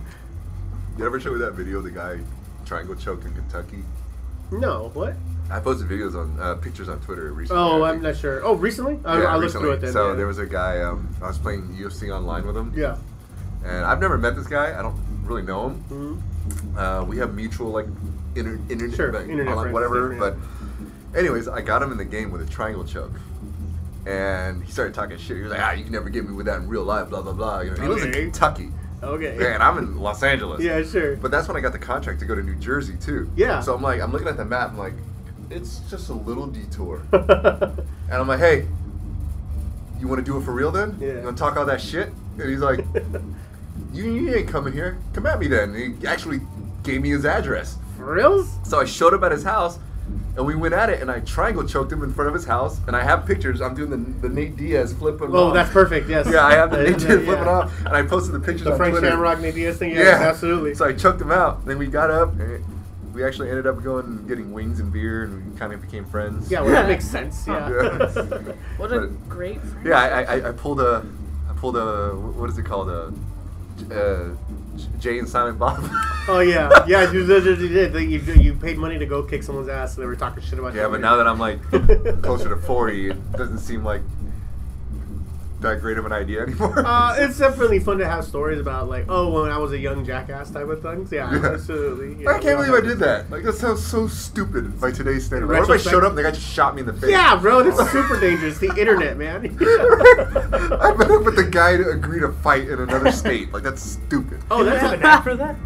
[SPEAKER 3] I ever show you that video of the guy triangle choke in Kentucky?
[SPEAKER 1] no, what?
[SPEAKER 3] I posted videos on uh, pictures on Twitter recently.
[SPEAKER 1] Oh,
[SPEAKER 3] I
[SPEAKER 1] I'm
[SPEAKER 3] think.
[SPEAKER 1] not sure. Oh, recently? I,
[SPEAKER 3] Yeah,
[SPEAKER 1] I looked
[SPEAKER 3] recently.
[SPEAKER 1] through it then.
[SPEAKER 3] So
[SPEAKER 1] yeah.
[SPEAKER 3] there was a guy. Um, I was playing UFC online with him.
[SPEAKER 1] Yeah.
[SPEAKER 3] And I've never met this guy. I don't really know him.
[SPEAKER 1] hmm
[SPEAKER 3] Uh, we have mutual like inter- internet,
[SPEAKER 1] Sure,
[SPEAKER 3] like,
[SPEAKER 1] internet
[SPEAKER 3] online-
[SPEAKER 1] friends,
[SPEAKER 3] whatever.
[SPEAKER 1] yeah.
[SPEAKER 3] But anyways, I got him in the game with a triangle choke, and he started talking shit. He was like, "Ah, you can never get me with that in real life." Blah blah blah. You know, he lives in
[SPEAKER 1] Okay.
[SPEAKER 3] Kentucky,
[SPEAKER 1] Okay.
[SPEAKER 3] yeah, and I'm in Los Angeles.
[SPEAKER 1] Yeah, sure.
[SPEAKER 3] But that's when I got the contract to go to New Jersey too.
[SPEAKER 1] Yeah.
[SPEAKER 3] So I'm like, I'm looking at the map. I'm like, it's just a little detour. and I'm like, hey, you want to do it for real then?
[SPEAKER 1] Yeah.
[SPEAKER 3] You want to talk all that shit? And he's like, you, you ain't coming here. Come at me then. And he actually gave me his address.
[SPEAKER 1] For reals?
[SPEAKER 3] So I showed up at his house, and we went at it, and I triangle choked him in front of his house, and I have pictures. I'm doing the, the Nate Diaz flipping.
[SPEAKER 1] Oh, that's perfect. Yes.
[SPEAKER 3] Yeah, I have the Nate Diaz
[SPEAKER 1] Yeah.
[SPEAKER 3] flipping off, and I posted the pictures
[SPEAKER 1] The
[SPEAKER 3] on
[SPEAKER 1] Frank
[SPEAKER 3] Twitter.
[SPEAKER 1] Shamrock, Nate Diaz thing. Yeah, absolutely.
[SPEAKER 3] So I choked him out. Then we got up, and we actually ended up going and getting wings and beer, and we kind of became friends.
[SPEAKER 1] yeah, well, that makes sense. Yeah.
[SPEAKER 3] Yeah.
[SPEAKER 2] What a
[SPEAKER 3] But-
[SPEAKER 2] great friend.
[SPEAKER 3] Yeah, I, I- I, I pulled a, I pulled a, what is it called, a, uh, Jay and Silent Bob.
[SPEAKER 1] Oh yeah, yeah. You literally did. Like, You you paid money to go kick someone's ass, and they were talking shit about you.
[SPEAKER 3] Yeah, but now that I'm like closer to 40, it doesn't seem like that great of an idea anymore.
[SPEAKER 1] Uh, it's definitely fun to have stories about like, oh, when I was a young jackass type of things. Yeah,
[SPEAKER 3] Yeah.
[SPEAKER 1] absolutely. Yeah,
[SPEAKER 3] I can't
[SPEAKER 1] we
[SPEAKER 3] believe
[SPEAKER 1] all
[SPEAKER 3] I
[SPEAKER 1] have-
[SPEAKER 3] did that. Like that sounds so stupid by today's standard. Like, what if I
[SPEAKER 1] Retrospect-
[SPEAKER 3] showed up and the guy just shot me in the face?
[SPEAKER 1] Yeah, bro, it's super dangerous. The internet, man.
[SPEAKER 3] I met up with the guy to agree to fight in another state. Like that's stupid.
[SPEAKER 1] oh, that's
[SPEAKER 4] have
[SPEAKER 1] an
[SPEAKER 4] an
[SPEAKER 1] app.
[SPEAKER 4] app for that?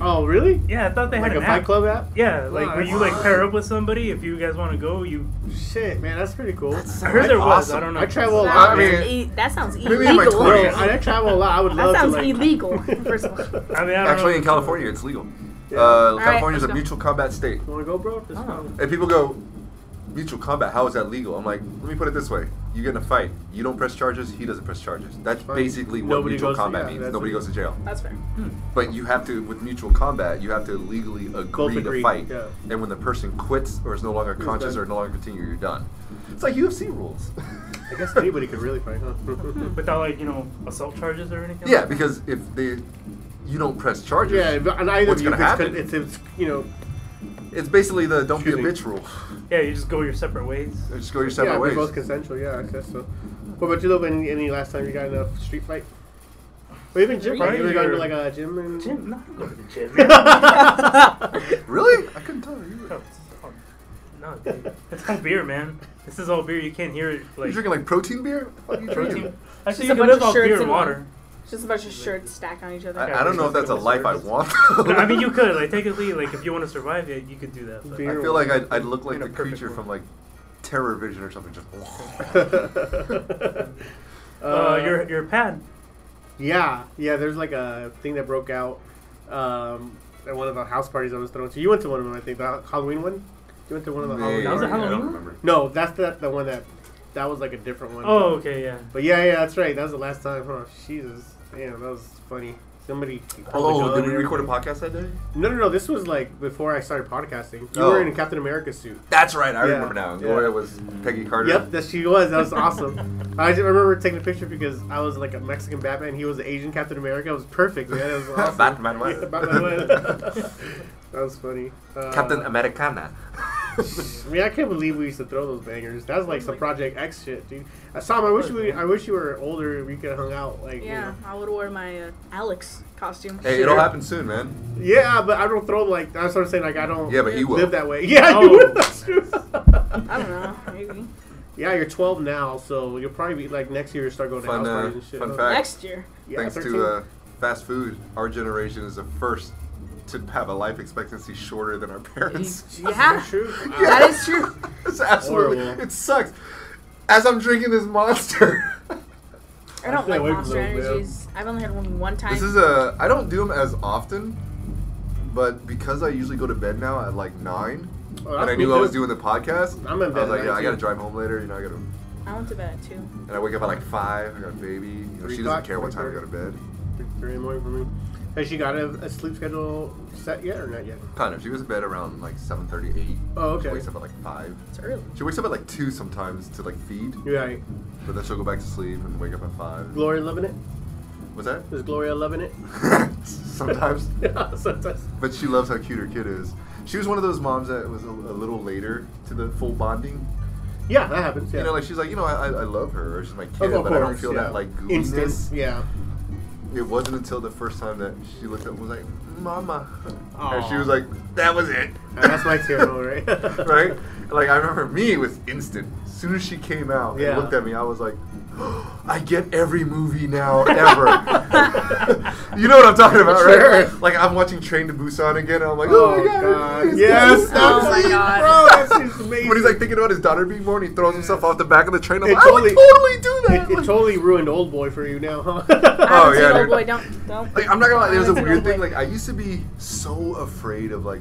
[SPEAKER 1] Oh, really?
[SPEAKER 4] Yeah, I thought they
[SPEAKER 1] Like
[SPEAKER 4] had
[SPEAKER 1] a
[SPEAKER 4] an
[SPEAKER 1] Fight
[SPEAKER 4] app.
[SPEAKER 1] Club app?
[SPEAKER 4] Yeah, like where you like pair up with somebody if you guys want to go. You,
[SPEAKER 1] Shit, man, that's pretty cool.
[SPEAKER 4] I heard there was. I
[SPEAKER 3] awesome.
[SPEAKER 4] don't know.
[SPEAKER 1] I travel a
[SPEAKER 2] That,
[SPEAKER 1] lot.
[SPEAKER 3] I
[SPEAKER 1] man.
[SPEAKER 3] mean-
[SPEAKER 2] sounds e- that sounds
[SPEAKER 3] maybe in my
[SPEAKER 2] illegal.
[SPEAKER 1] Bro,
[SPEAKER 3] 20s.
[SPEAKER 1] I travel a lot. I would love
[SPEAKER 2] That sounds
[SPEAKER 1] to. Like,
[SPEAKER 2] illegal. First of all.
[SPEAKER 4] I mean, I don't
[SPEAKER 3] Actually,
[SPEAKER 4] know.
[SPEAKER 3] in California, it's legal.
[SPEAKER 1] Yeah.
[SPEAKER 3] Uh,
[SPEAKER 2] right,
[SPEAKER 3] California's
[SPEAKER 2] let's
[SPEAKER 3] a
[SPEAKER 2] go.
[SPEAKER 3] mutual combat state.
[SPEAKER 1] Want to go, bro? Just
[SPEAKER 4] Oh.
[SPEAKER 1] go.
[SPEAKER 3] And people go, mutual combat, how is that legal? I'm like, let me put it this way. you get in a fight. You don't press charges. He doesn't press charges. That's
[SPEAKER 1] Fine.
[SPEAKER 3] basically what
[SPEAKER 1] Nobody
[SPEAKER 3] mutual
[SPEAKER 1] goes to-
[SPEAKER 3] combat
[SPEAKER 1] yeah,
[SPEAKER 3] means.
[SPEAKER 1] that's
[SPEAKER 3] Nobody
[SPEAKER 1] it.
[SPEAKER 3] goes to jail.
[SPEAKER 2] That's fair.
[SPEAKER 3] But you have to, with mutual combat, you have to legally agree
[SPEAKER 1] agree,
[SPEAKER 3] to fight.
[SPEAKER 1] yeah.
[SPEAKER 3] And when the person quits or is no longer
[SPEAKER 1] He's
[SPEAKER 3] conscious
[SPEAKER 1] done.
[SPEAKER 3] or no longer continue, you're done. It's like UFC rules.
[SPEAKER 1] I guess anybody could really fight, huh?
[SPEAKER 4] Without like you know assault charges or anything.
[SPEAKER 3] yeah,
[SPEAKER 4] like that?
[SPEAKER 3] because if they, you don't press charges.
[SPEAKER 1] yeah, but- and either
[SPEAKER 3] what's
[SPEAKER 1] of you,
[SPEAKER 3] gonna
[SPEAKER 1] it's,
[SPEAKER 3] happen?
[SPEAKER 1] con- it's, it's you know,
[SPEAKER 3] It's basically the don't be a
[SPEAKER 1] Excuse
[SPEAKER 3] bitch rule.
[SPEAKER 4] yeah, you just go your separate ways.
[SPEAKER 3] Just go your
[SPEAKER 1] yeah,
[SPEAKER 3] separate
[SPEAKER 1] we're
[SPEAKER 3] ways.
[SPEAKER 1] both consensual. Yeah, I guess so. What about you, Lobo? Any, any last time you got in a street fight? Or even gym?
[SPEAKER 4] Right,
[SPEAKER 1] Right? You ever gone to
[SPEAKER 4] you're-
[SPEAKER 1] like a gym? And...
[SPEAKER 4] Gym, not go to the gym. Oh,
[SPEAKER 3] Really? I couldn't tell you.
[SPEAKER 4] No, it's all- no, dude. it's all beer, man. This is all beer. You can't hear it
[SPEAKER 3] You're
[SPEAKER 4] like
[SPEAKER 3] drinking like protein beer? What the fuck are you
[SPEAKER 4] protein.
[SPEAKER 3] drinking?
[SPEAKER 2] Just
[SPEAKER 4] Actually, you
[SPEAKER 2] a
[SPEAKER 4] can
[SPEAKER 2] bunch
[SPEAKER 4] live
[SPEAKER 2] of
[SPEAKER 4] off
[SPEAKER 2] shirts
[SPEAKER 4] beer and
[SPEAKER 2] and-
[SPEAKER 4] water.
[SPEAKER 2] It's just a bunch of shirts stacked on each other.
[SPEAKER 3] I, I don't know if that's a life I want.
[SPEAKER 4] No, I mean, you could like technically like if you want to survive it, you could do that. But
[SPEAKER 3] I
[SPEAKER 1] Beer.
[SPEAKER 3] feel like I'd, I'd look like
[SPEAKER 4] In a
[SPEAKER 3] the
[SPEAKER 4] perfect
[SPEAKER 3] creature
[SPEAKER 4] world. Oh,
[SPEAKER 3] from like Terror Vision or something. Just.
[SPEAKER 4] uh, your your pad.
[SPEAKER 1] Yeah, yeah. There's like a thing that broke out um, at one of the house parties I was throwing. So you went to one of them, I think, the Halloween one. You went to one of the Halloween.
[SPEAKER 4] That was a
[SPEAKER 1] parties?
[SPEAKER 3] I
[SPEAKER 4] Halloween
[SPEAKER 3] don't
[SPEAKER 4] one?
[SPEAKER 3] remember.
[SPEAKER 1] No, that's the the one that that was like a different one.
[SPEAKER 4] Oh, okay, yeah.
[SPEAKER 1] But yeah, yeah, that's right. That was the last time, huh? Jesus, damn, that was funny. Somebody. pulled a
[SPEAKER 3] Oh,
[SPEAKER 1] gun
[SPEAKER 3] did we
[SPEAKER 1] and
[SPEAKER 3] record a
[SPEAKER 1] everything.
[SPEAKER 3] podcast that day?
[SPEAKER 1] No, no, no. This was like before I started podcasting. You
[SPEAKER 3] Oh.
[SPEAKER 1] were in a Captain America suit.
[SPEAKER 3] That's right. I
[SPEAKER 1] Yeah.
[SPEAKER 3] remember now.
[SPEAKER 1] Yeah.
[SPEAKER 3] Gloria was Peggy Carter.
[SPEAKER 1] Yep, that she was. That was awesome. I just remember taking a picture because I was like a Mexican Batman. He was an Asian Captain America. It was perfect, man. It was awesome.
[SPEAKER 3] Batman was.
[SPEAKER 1] Yeah, Batman was. that was funny. Uh,
[SPEAKER 3] Captain Americana.
[SPEAKER 1] I mean, I can't believe we used to throw those bangers. That's like some
[SPEAKER 2] Totally.
[SPEAKER 1] Project X shit, dude. Uh, Sam, I wish we, I wish you were older. We could have hung out. Like, you
[SPEAKER 2] Yeah,
[SPEAKER 1] know.
[SPEAKER 2] I would wear my uh, Alex costume.
[SPEAKER 3] Hey, it'll happen soon, man.
[SPEAKER 1] Yeah, but I don't throw them like. That's what I'm saying. Like, I don't.
[SPEAKER 3] Yeah, but he will.
[SPEAKER 1] live that way. Yeah,
[SPEAKER 4] Oh.
[SPEAKER 1] you would. That's true.
[SPEAKER 2] I don't know, maybe
[SPEAKER 1] yeah, you're 12 now, so you'll probably be like next year. You'll start going to
[SPEAKER 3] Fun,
[SPEAKER 1] house
[SPEAKER 3] uh,
[SPEAKER 1] parties and shit.
[SPEAKER 3] fun
[SPEAKER 1] huh?
[SPEAKER 3] fact.
[SPEAKER 2] next year.
[SPEAKER 1] Yeah,
[SPEAKER 3] Thanks
[SPEAKER 1] 13.
[SPEAKER 3] to uh, fast food, our generation is the first to have a life expectancy shorter than our parents.
[SPEAKER 2] Yeah.
[SPEAKER 1] Is that true? Wow.
[SPEAKER 2] That is true.
[SPEAKER 3] it's absolutely.
[SPEAKER 1] Horrible.
[SPEAKER 3] It sucks. As I'm drinking this monster.
[SPEAKER 2] I
[SPEAKER 1] I
[SPEAKER 2] don't
[SPEAKER 1] stay
[SPEAKER 2] like
[SPEAKER 1] away from those,
[SPEAKER 2] Monster
[SPEAKER 1] man.
[SPEAKER 2] Energies. I've only had one one time.
[SPEAKER 3] This is a. I don't do them as often, but because I usually go to bed now at like nine,
[SPEAKER 1] Oh, that's
[SPEAKER 3] and I
[SPEAKER 1] me
[SPEAKER 3] knew I was
[SPEAKER 1] too.
[SPEAKER 3] doing the podcast,
[SPEAKER 1] I'm in
[SPEAKER 3] I
[SPEAKER 1] bed
[SPEAKER 3] was
[SPEAKER 1] at
[SPEAKER 3] like, yeah,
[SPEAKER 1] nine,
[SPEAKER 3] I gotta
[SPEAKER 1] too.
[SPEAKER 3] drive home later. You know, I gotta.
[SPEAKER 2] I went to bed at two.
[SPEAKER 3] And I wake up at like five. I got a baby. You know,
[SPEAKER 1] Three
[SPEAKER 3] she
[SPEAKER 1] o'clock,
[SPEAKER 3] doesn't care what time I go to bed.
[SPEAKER 1] Three in the morning for me. Has she got a, a sleep schedule set yet or not yet?
[SPEAKER 3] Kind of. She goes to bed around like seven thirty, eight.
[SPEAKER 1] Oh, okay.
[SPEAKER 3] She wakes up at like five.
[SPEAKER 2] It's early.
[SPEAKER 3] She wakes up at like two sometimes to like feed,
[SPEAKER 1] You're right.
[SPEAKER 3] but then she'll go back to sleep and wake up at five.
[SPEAKER 1] Gloria loving it?
[SPEAKER 3] What's that?
[SPEAKER 1] Is Gloria loving it?
[SPEAKER 3] sometimes.
[SPEAKER 1] Sometimes.
[SPEAKER 3] But she loves how cute her kid is. She was one of those moms that was a, a little later to the full bonding.
[SPEAKER 1] Yeah, that happens. Yeah.
[SPEAKER 3] You know, like she's like, you know, I, I I love her, or she's my kid,
[SPEAKER 1] Of- of
[SPEAKER 3] but I don't
[SPEAKER 1] course,
[SPEAKER 3] feel
[SPEAKER 1] yeah.
[SPEAKER 3] that like goofiness.
[SPEAKER 1] Instant. Yeah.
[SPEAKER 3] It wasn't until the first time that she looked up and was like, "Mama," and she
[SPEAKER 1] Aw.
[SPEAKER 3] was like, "That was it."
[SPEAKER 1] And that's my hero, right?
[SPEAKER 3] right? Like I remember me, it was instant. As soon as she came out
[SPEAKER 1] Yeah.
[SPEAKER 3] and looked at me, I was like, I get every movie now ever. you know what I'm talking about,
[SPEAKER 1] Sure.
[SPEAKER 3] right? Like I'm watching Train to Busan again, and I'm like,
[SPEAKER 1] Oh,
[SPEAKER 3] oh, my god,
[SPEAKER 1] God.
[SPEAKER 3] it's-
[SPEAKER 1] Yes,
[SPEAKER 3] it's-
[SPEAKER 1] that was
[SPEAKER 2] Oh my
[SPEAKER 1] it,
[SPEAKER 2] God.
[SPEAKER 1] bro. That seems amazing.
[SPEAKER 3] When he's like thinking about his daughter being born, he throws himself off the back of the train. I'm
[SPEAKER 1] It
[SPEAKER 3] like,
[SPEAKER 1] totally-
[SPEAKER 3] I would totally do that.
[SPEAKER 1] it, it
[SPEAKER 3] Like-
[SPEAKER 1] totally ruined Old Boy for you now, huh?
[SPEAKER 2] I
[SPEAKER 3] Oh,
[SPEAKER 2] haven't seen
[SPEAKER 3] yeah,
[SPEAKER 2] Old
[SPEAKER 3] dude.
[SPEAKER 2] boy. Don't don't.
[SPEAKER 3] Like I'm not gonna lie, there was a
[SPEAKER 2] Honestly,
[SPEAKER 3] weird
[SPEAKER 2] no
[SPEAKER 3] thing.
[SPEAKER 2] way.
[SPEAKER 3] Like I used to be so afraid of like,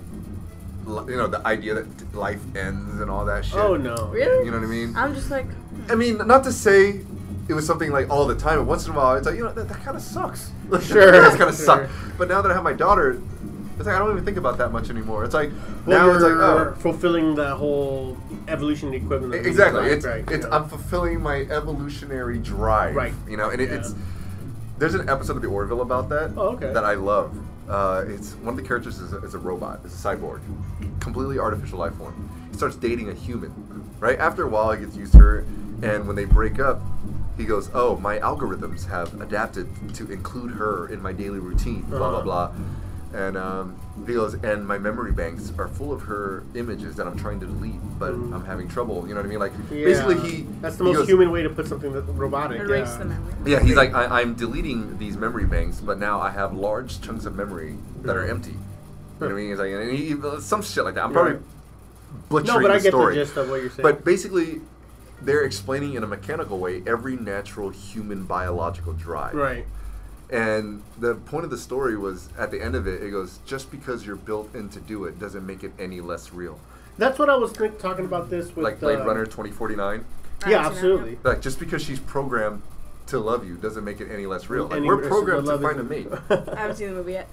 [SPEAKER 3] li- you know, the idea that t- life ends and all that shit.
[SPEAKER 1] oh no.
[SPEAKER 2] Really?
[SPEAKER 3] You know what I mean?
[SPEAKER 2] I'm just like. hmm.
[SPEAKER 3] I mean, not to say it was something like all the time, but once in a while, it's like you know that, that kind of sucks. Like,
[SPEAKER 1] Sure,
[SPEAKER 3] that kind of
[SPEAKER 1] sure.
[SPEAKER 3] suck. But now that I have my daughter, it's like I don't even think about that much anymore. It's like
[SPEAKER 1] Well,
[SPEAKER 3] now it's like
[SPEAKER 1] you're
[SPEAKER 3] oh,
[SPEAKER 1] fulfilling the whole evolution equivalent.
[SPEAKER 3] E-
[SPEAKER 1] of
[SPEAKER 3] Exactly.
[SPEAKER 1] right,
[SPEAKER 3] It's
[SPEAKER 1] right,
[SPEAKER 3] it's
[SPEAKER 1] yeah.
[SPEAKER 3] I'm fulfilling my evolutionary drive.
[SPEAKER 1] Right.
[SPEAKER 3] You know, and it,
[SPEAKER 1] Yeah.
[SPEAKER 3] it's there's an episode of the Orville about that.
[SPEAKER 1] Oh, okay.
[SPEAKER 3] That I love. Uh, it's one of the characters is a, is a robot. It's a cyborg, completely artificial life form. He starts dating a human. Right after a while, he gets used to her, and when they break up, he goes, "Oh, my algorithms have adapted to include her in my daily routine." Blah
[SPEAKER 1] Uh-huh.
[SPEAKER 3] blah blah. And um, he goes, and my memory banks are full of her images that I'm trying to delete, but
[SPEAKER 1] Mm.
[SPEAKER 3] I'm having trouble. You know what I mean? Like
[SPEAKER 1] Yeah.
[SPEAKER 3] basically, he
[SPEAKER 1] That's the
[SPEAKER 3] he
[SPEAKER 1] most
[SPEAKER 3] goes-
[SPEAKER 1] human way to put something that robotic.
[SPEAKER 2] Erase
[SPEAKER 1] yeah.
[SPEAKER 2] the memory.
[SPEAKER 3] Yeah, he's like, I, I'm deleting these memory banks, but now I have large chunks of memory that are
[SPEAKER 1] Mhm.
[SPEAKER 3] empty. You know what I mean? He's like, and he, he- some shit like that. I'm probably
[SPEAKER 1] Right.
[SPEAKER 3] butchering
[SPEAKER 1] No, but I
[SPEAKER 3] the
[SPEAKER 1] get
[SPEAKER 3] story.
[SPEAKER 1] the gist of what you're saying.
[SPEAKER 3] But basically, they're explaining in a mechanical way every natural human biological drive.
[SPEAKER 1] right.
[SPEAKER 3] And the point of the story was at the end of it, it goes, just because you're built in to do it doesn't make it any less real.
[SPEAKER 1] That's what I was think, talking about this with
[SPEAKER 3] like Blade
[SPEAKER 1] uh,
[SPEAKER 3] Runner 2049.
[SPEAKER 2] I
[SPEAKER 1] yeah,
[SPEAKER 2] haven't seen that,
[SPEAKER 1] absolutely.
[SPEAKER 2] yep.
[SPEAKER 3] Like just because she's programmed to love you doesn't make it any less real. Like,
[SPEAKER 1] Any
[SPEAKER 3] we're
[SPEAKER 1] person
[SPEAKER 3] programmed
[SPEAKER 1] would
[SPEAKER 3] to
[SPEAKER 1] love
[SPEAKER 3] find a
[SPEAKER 1] it.
[SPEAKER 3] mate.
[SPEAKER 2] I haven't seen the movie yet.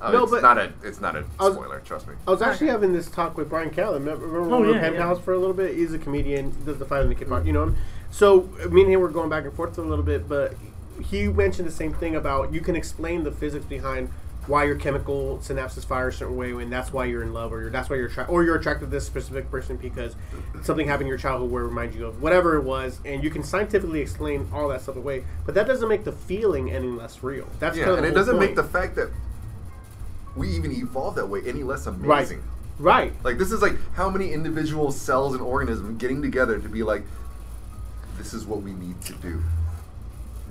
[SPEAKER 3] Uh,
[SPEAKER 1] No,
[SPEAKER 3] it's
[SPEAKER 1] but-
[SPEAKER 3] not a it's not a
[SPEAKER 1] I was-
[SPEAKER 3] spoiler. Trust me.
[SPEAKER 1] I was actually
[SPEAKER 2] Okay.
[SPEAKER 1] having this talk with Brian Callen. Remember, remember
[SPEAKER 4] Oh,
[SPEAKER 1] we were
[SPEAKER 4] yeah,
[SPEAKER 1] pen
[SPEAKER 4] yeah.
[SPEAKER 1] pals for a little bit? He's a comedian, does the fight on the kid part, you know him? So, me and him were going back and forth a little bit, but he mentioned the same thing about you can explain the physics behind why your chemical synapses fire a certain way, and that's why you're in love, or you're, that's why you're attracted, or you're attracted to this specific person because something happened in your childhood where it reminds you of whatever it was, and you can scientifically explain all that stuff away, but that doesn't make the feeling any less real. That's
[SPEAKER 3] yeah,
[SPEAKER 1] kind of
[SPEAKER 3] and
[SPEAKER 1] the
[SPEAKER 3] it
[SPEAKER 1] whole
[SPEAKER 3] doesn't
[SPEAKER 1] point.
[SPEAKER 3] make the fact that we even evolved that way any less
[SPEAKER 1] right,
[SPEAKER 3] amazing.
[SPEAKER 1] right.
[SPEAKER 3] Like this is like how many individual cells and organisms getting together to be like, this is what we need to do.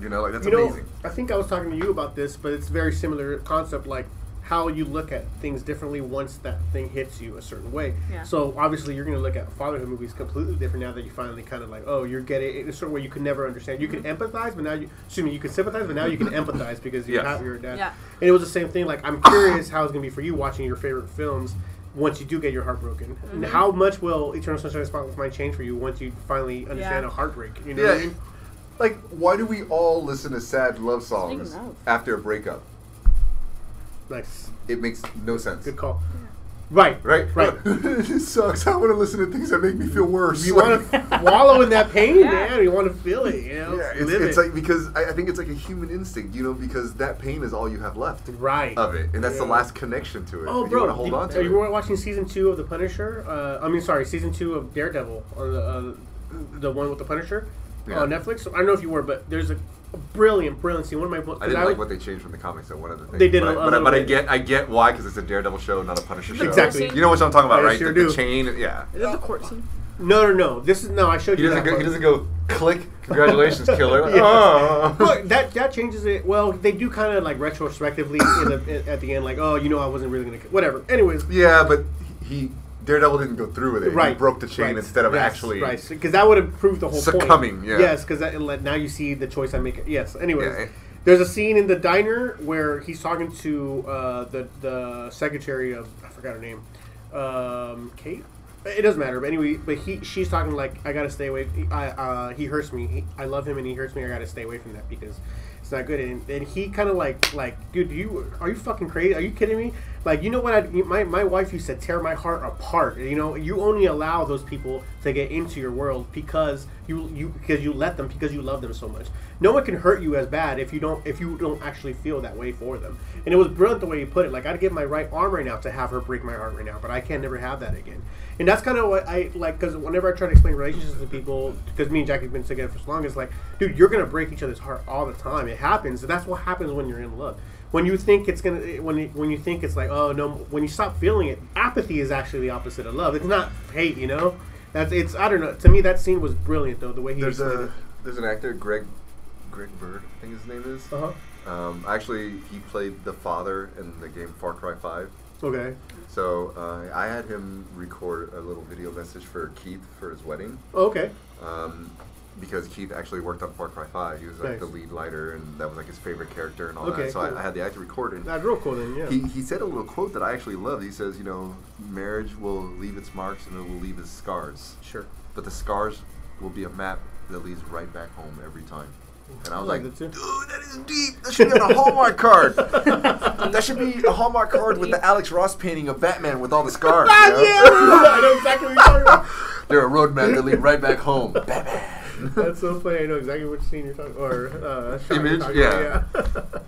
[SPEAKER 3] You know, like that's
[SPEAKER 1] you know,
[SPEAKER 3] amazing.
[SPEAKER 1] I think I was talking to you about this, but it's very similar concept, like how you look at things differently once that thing hits you a certain way.
[SPEAKER 2] Yeah.
[SPEAKER 1] So obviously, you're going to look at fatherhood movies completely different now that you finally kind of like, oh, you're getting it in a certain way you could never understand. You could
[SPEAKER 2] Mm-hmm.
[SPEAKER 1] empathize, but now you, excuse me, you could sympathize, but now you can empathize because you're
[SPEAKER 3] Yes.
[SPEAKER 1] not your dad.
[SPEAKER 2] Yeah.
[SPEAKER 1] And it was the same thing. Like I'm curious how it's going to be for you watching your favorite films. Once you do get your heart broken, And
[SPEAKER 2] Mm-hmm.
[SPEAKER 1] how much will Eternal Sunshine of the Spotless Mind change for you once you finally understand
[SPEAKER 2] Yeah.
[SPEAKER 1] a heartbreak? You know
[SPEAKER 3] Yeah.
[SPEAKER 1] what I mean?
[SPEAKER 3] Like, why do we all listen to sad love songs
[SPEAKER 2] Speaking of.
[SPEAKER 3] after a breakup?
[SPEAKER 1] Nice.
[SPEAKER 3] It makes no sense.
[SPEAKER 1] Good call. Right.
[SPEAKER 3] Right?
[SPEAKER 1] Right.
[SPEAKER 3] this sucks. I want to listen to things that make me feel worse.
[SPEAKER 1] You want to wallow in that pain,
[SPEAKER 2] Yeah.
[SPEAKER 1] man. You want to feel it. You know,
[SPEAKER 3] Yeah, it's,
[SPEAKER 1] live
[SPEAKER 3] it's
[SPEAKER 1] it.
[SPEAKER 3] like because I, I think it's like a human instinct, you know, because that pain is all you have left
[SPEAKER 1] right.
[SPEAKER 3] of it, and that's the
[SPEAKER 1] Yeah.
[SPEAKER 3] last connection to it.
[SPEAKER 1] Oh,
[SPEAKER 3] and
[SPEAKER 1] bro,
[SPEAKER 3] you want to hold
[SPEAKER 1] you,
[SPEAKER 3] on to
[SPEAKER 1] are
[SPEAKER 3] it.
[SPEAKER 1] you watching season two of The Punisher? Uh, I mean, sorry, season two of Daredevil, or the, uh, the one with the Punisher
[SPEAKER 3] Yeah.
[SPEAKER 1] on Netflix. I don't know if you were, but there's a, a brilliant, brilliant scene. One of my books.
[SPEAKER 3] I didn't like what they changed from the comics. though, one of the things
[SPEAKER 1] They did
[SPEAKER 3] but, I-
[SPEAKER 1] a- a
[SPEAKER 3] but, I-
[SPEAKER 1] little
[SPEAKER 3] but I
[SPEAKER 1] bit.
[SPEAKER 3] get, I get why, because it's a Daredevil show, not a Punisher show.
[SPEAKER 1] Exactly.
[SPEAKER 3] You know what I'm talking about,
[SPEAKER 1] I
[SPEAKER 3] right?
[SPEAKER 1] sure
[SPEAKER 3] the, the
[SPEAKER 1] do.
[SPEAKER 3] chain. Yeah.
[SPEAKER 2] Is it the court scene?
[SPEAKER 1] No, no, no. This is no. I showed
[SPEAKER 3] He
[SPEAKER 1] you.
[SPEAKER 3] doesn't.
[SPEAKER 1] that
[SPEAKER 3] Go, he
[SPEAKER 1] part.
[SPEAKER 3] doesn't go click. Congratulations, killer.
[SPEAKER 1] Yes.
[SPEAKER 3] Oh.
[SPEAKER 1] Look, that that changes it. Well, they do kind of like retrospectively in the, at the end, like, oh, you know, I wasn't really gonna. Whatever. Anyways,
[SPEAKER 3] Yeah, but he Daredevil didn't go through with it.
[SPEAKER 1] Right.
[SPEAKER 3] He broke the chain
[SPEAKER 1] right,
[SPEAKER 3] instead of
[SPEAKER 1] yes,
[SPEAKER 3] actually.
[SPEAKER 1] Right, because that would have proved the whole
[SPEAKER 3] Succumbing,
[SPEAKER 1] point.
[SPEAKER 3] yeah.
[SPEAKER 1] Yes, because now you see the choice I make. Yes. Anyways,
[SPEAKER 3] Yeah. eh?
[SPEAKER 1] there's a scene in the diner where he's talking to uh, the the secretary of I forgot her name, um, Kate. It doesn't matter, but anyway, but he she's talking like I gotta stay away. I uh, he hurts me. He, I love him and he hurts me. I gotta stay away from that because it's not good. And, and he kind of like like dude, you are you fucking crazy? Are you kidding me? Like you know what? I my my wife used to tear my heart apart. You know you only allow those people to get into your world because you you because you let them because you love them so much. No one can hurt you as bad if you don't if you don't actually feel that way for them. And it was brilliant the way you put it. Like I'd give my right arm right now to have her break my heart right now, but I can never have that again. And that's kind of what I like because whenever I try to explain relationships to people, because me and Jackie's been together for so long, it's like, dude, you're gonna break each other's heart all the time. It happens. And that's what happens when you're in love. When you think it's gonna, when you- when you think it's like, oh no, when you stop feeling it, apathy is actually the opposite of love. It's not hate, you know. That's it's I don't know. To me, that scene was brilliant though. The way he
[SPEAKER 3] There's
[SPEAKER 1] explained
[SPEAKER 3] a there's an actor Greg Greg Bird, I think his name is.
[SPEAKER 1] it. uh-huh.
[SPEAKER 3] Um, actually, he played the father in the game Far Cry Five.
[SPEAKER 1] Okay.
[SPEAKER 3] So uh, I had him record a little video message for Keith for his wedding.
[SPEAKER 1] Okay.
[SPEAKER 3] um, because Keith actually worked on Far Cry 5. He was like
[SPEAKER 1] Nice.
[SPEAKER 3] the lead lighter, and that was like his favorite character and all
[SPEAKER 1] Okay,
[SPEAKER 3] that. So
[SPEAKER 1] cool.
[SPEAKER 3] I, I had the actor recorded.
[SPEAKER 1] That's real cool then. Yeah.
[SPEAKER 3] He, he said a little quote that I actually loved. He says, you know, marriage will leave its marks and it will leave its scars,
[SPEAKER 1] sure.
[SPEAKER 3] but the scars will be a map that leads right back home every time. And I was
[SPEAKER 1] I like
[SPEAKER 3] like,
[SPEAKER 1] that
[SPEAKER 3] dude,
[SPEAKER 1] too.
[SPEAKER 3] that is deep. That should be on a Hallmark card. that should be a Hallmark card with the Alex Ross painting of Batman with all the scars. you know?
[SPEAKER 1] I know exactly what you're talking about.
[SPEAKER 3] They're a road map that lead right back home. Batman.
[SPEAKER 1] That's so funny. I know exactly which scene you're talking or uh, shot You're
[SPEAKER 3] Image?
[SPEAKER 1] talking
[SPEAKER 3] Yeah.
[SPEAKER 1] About,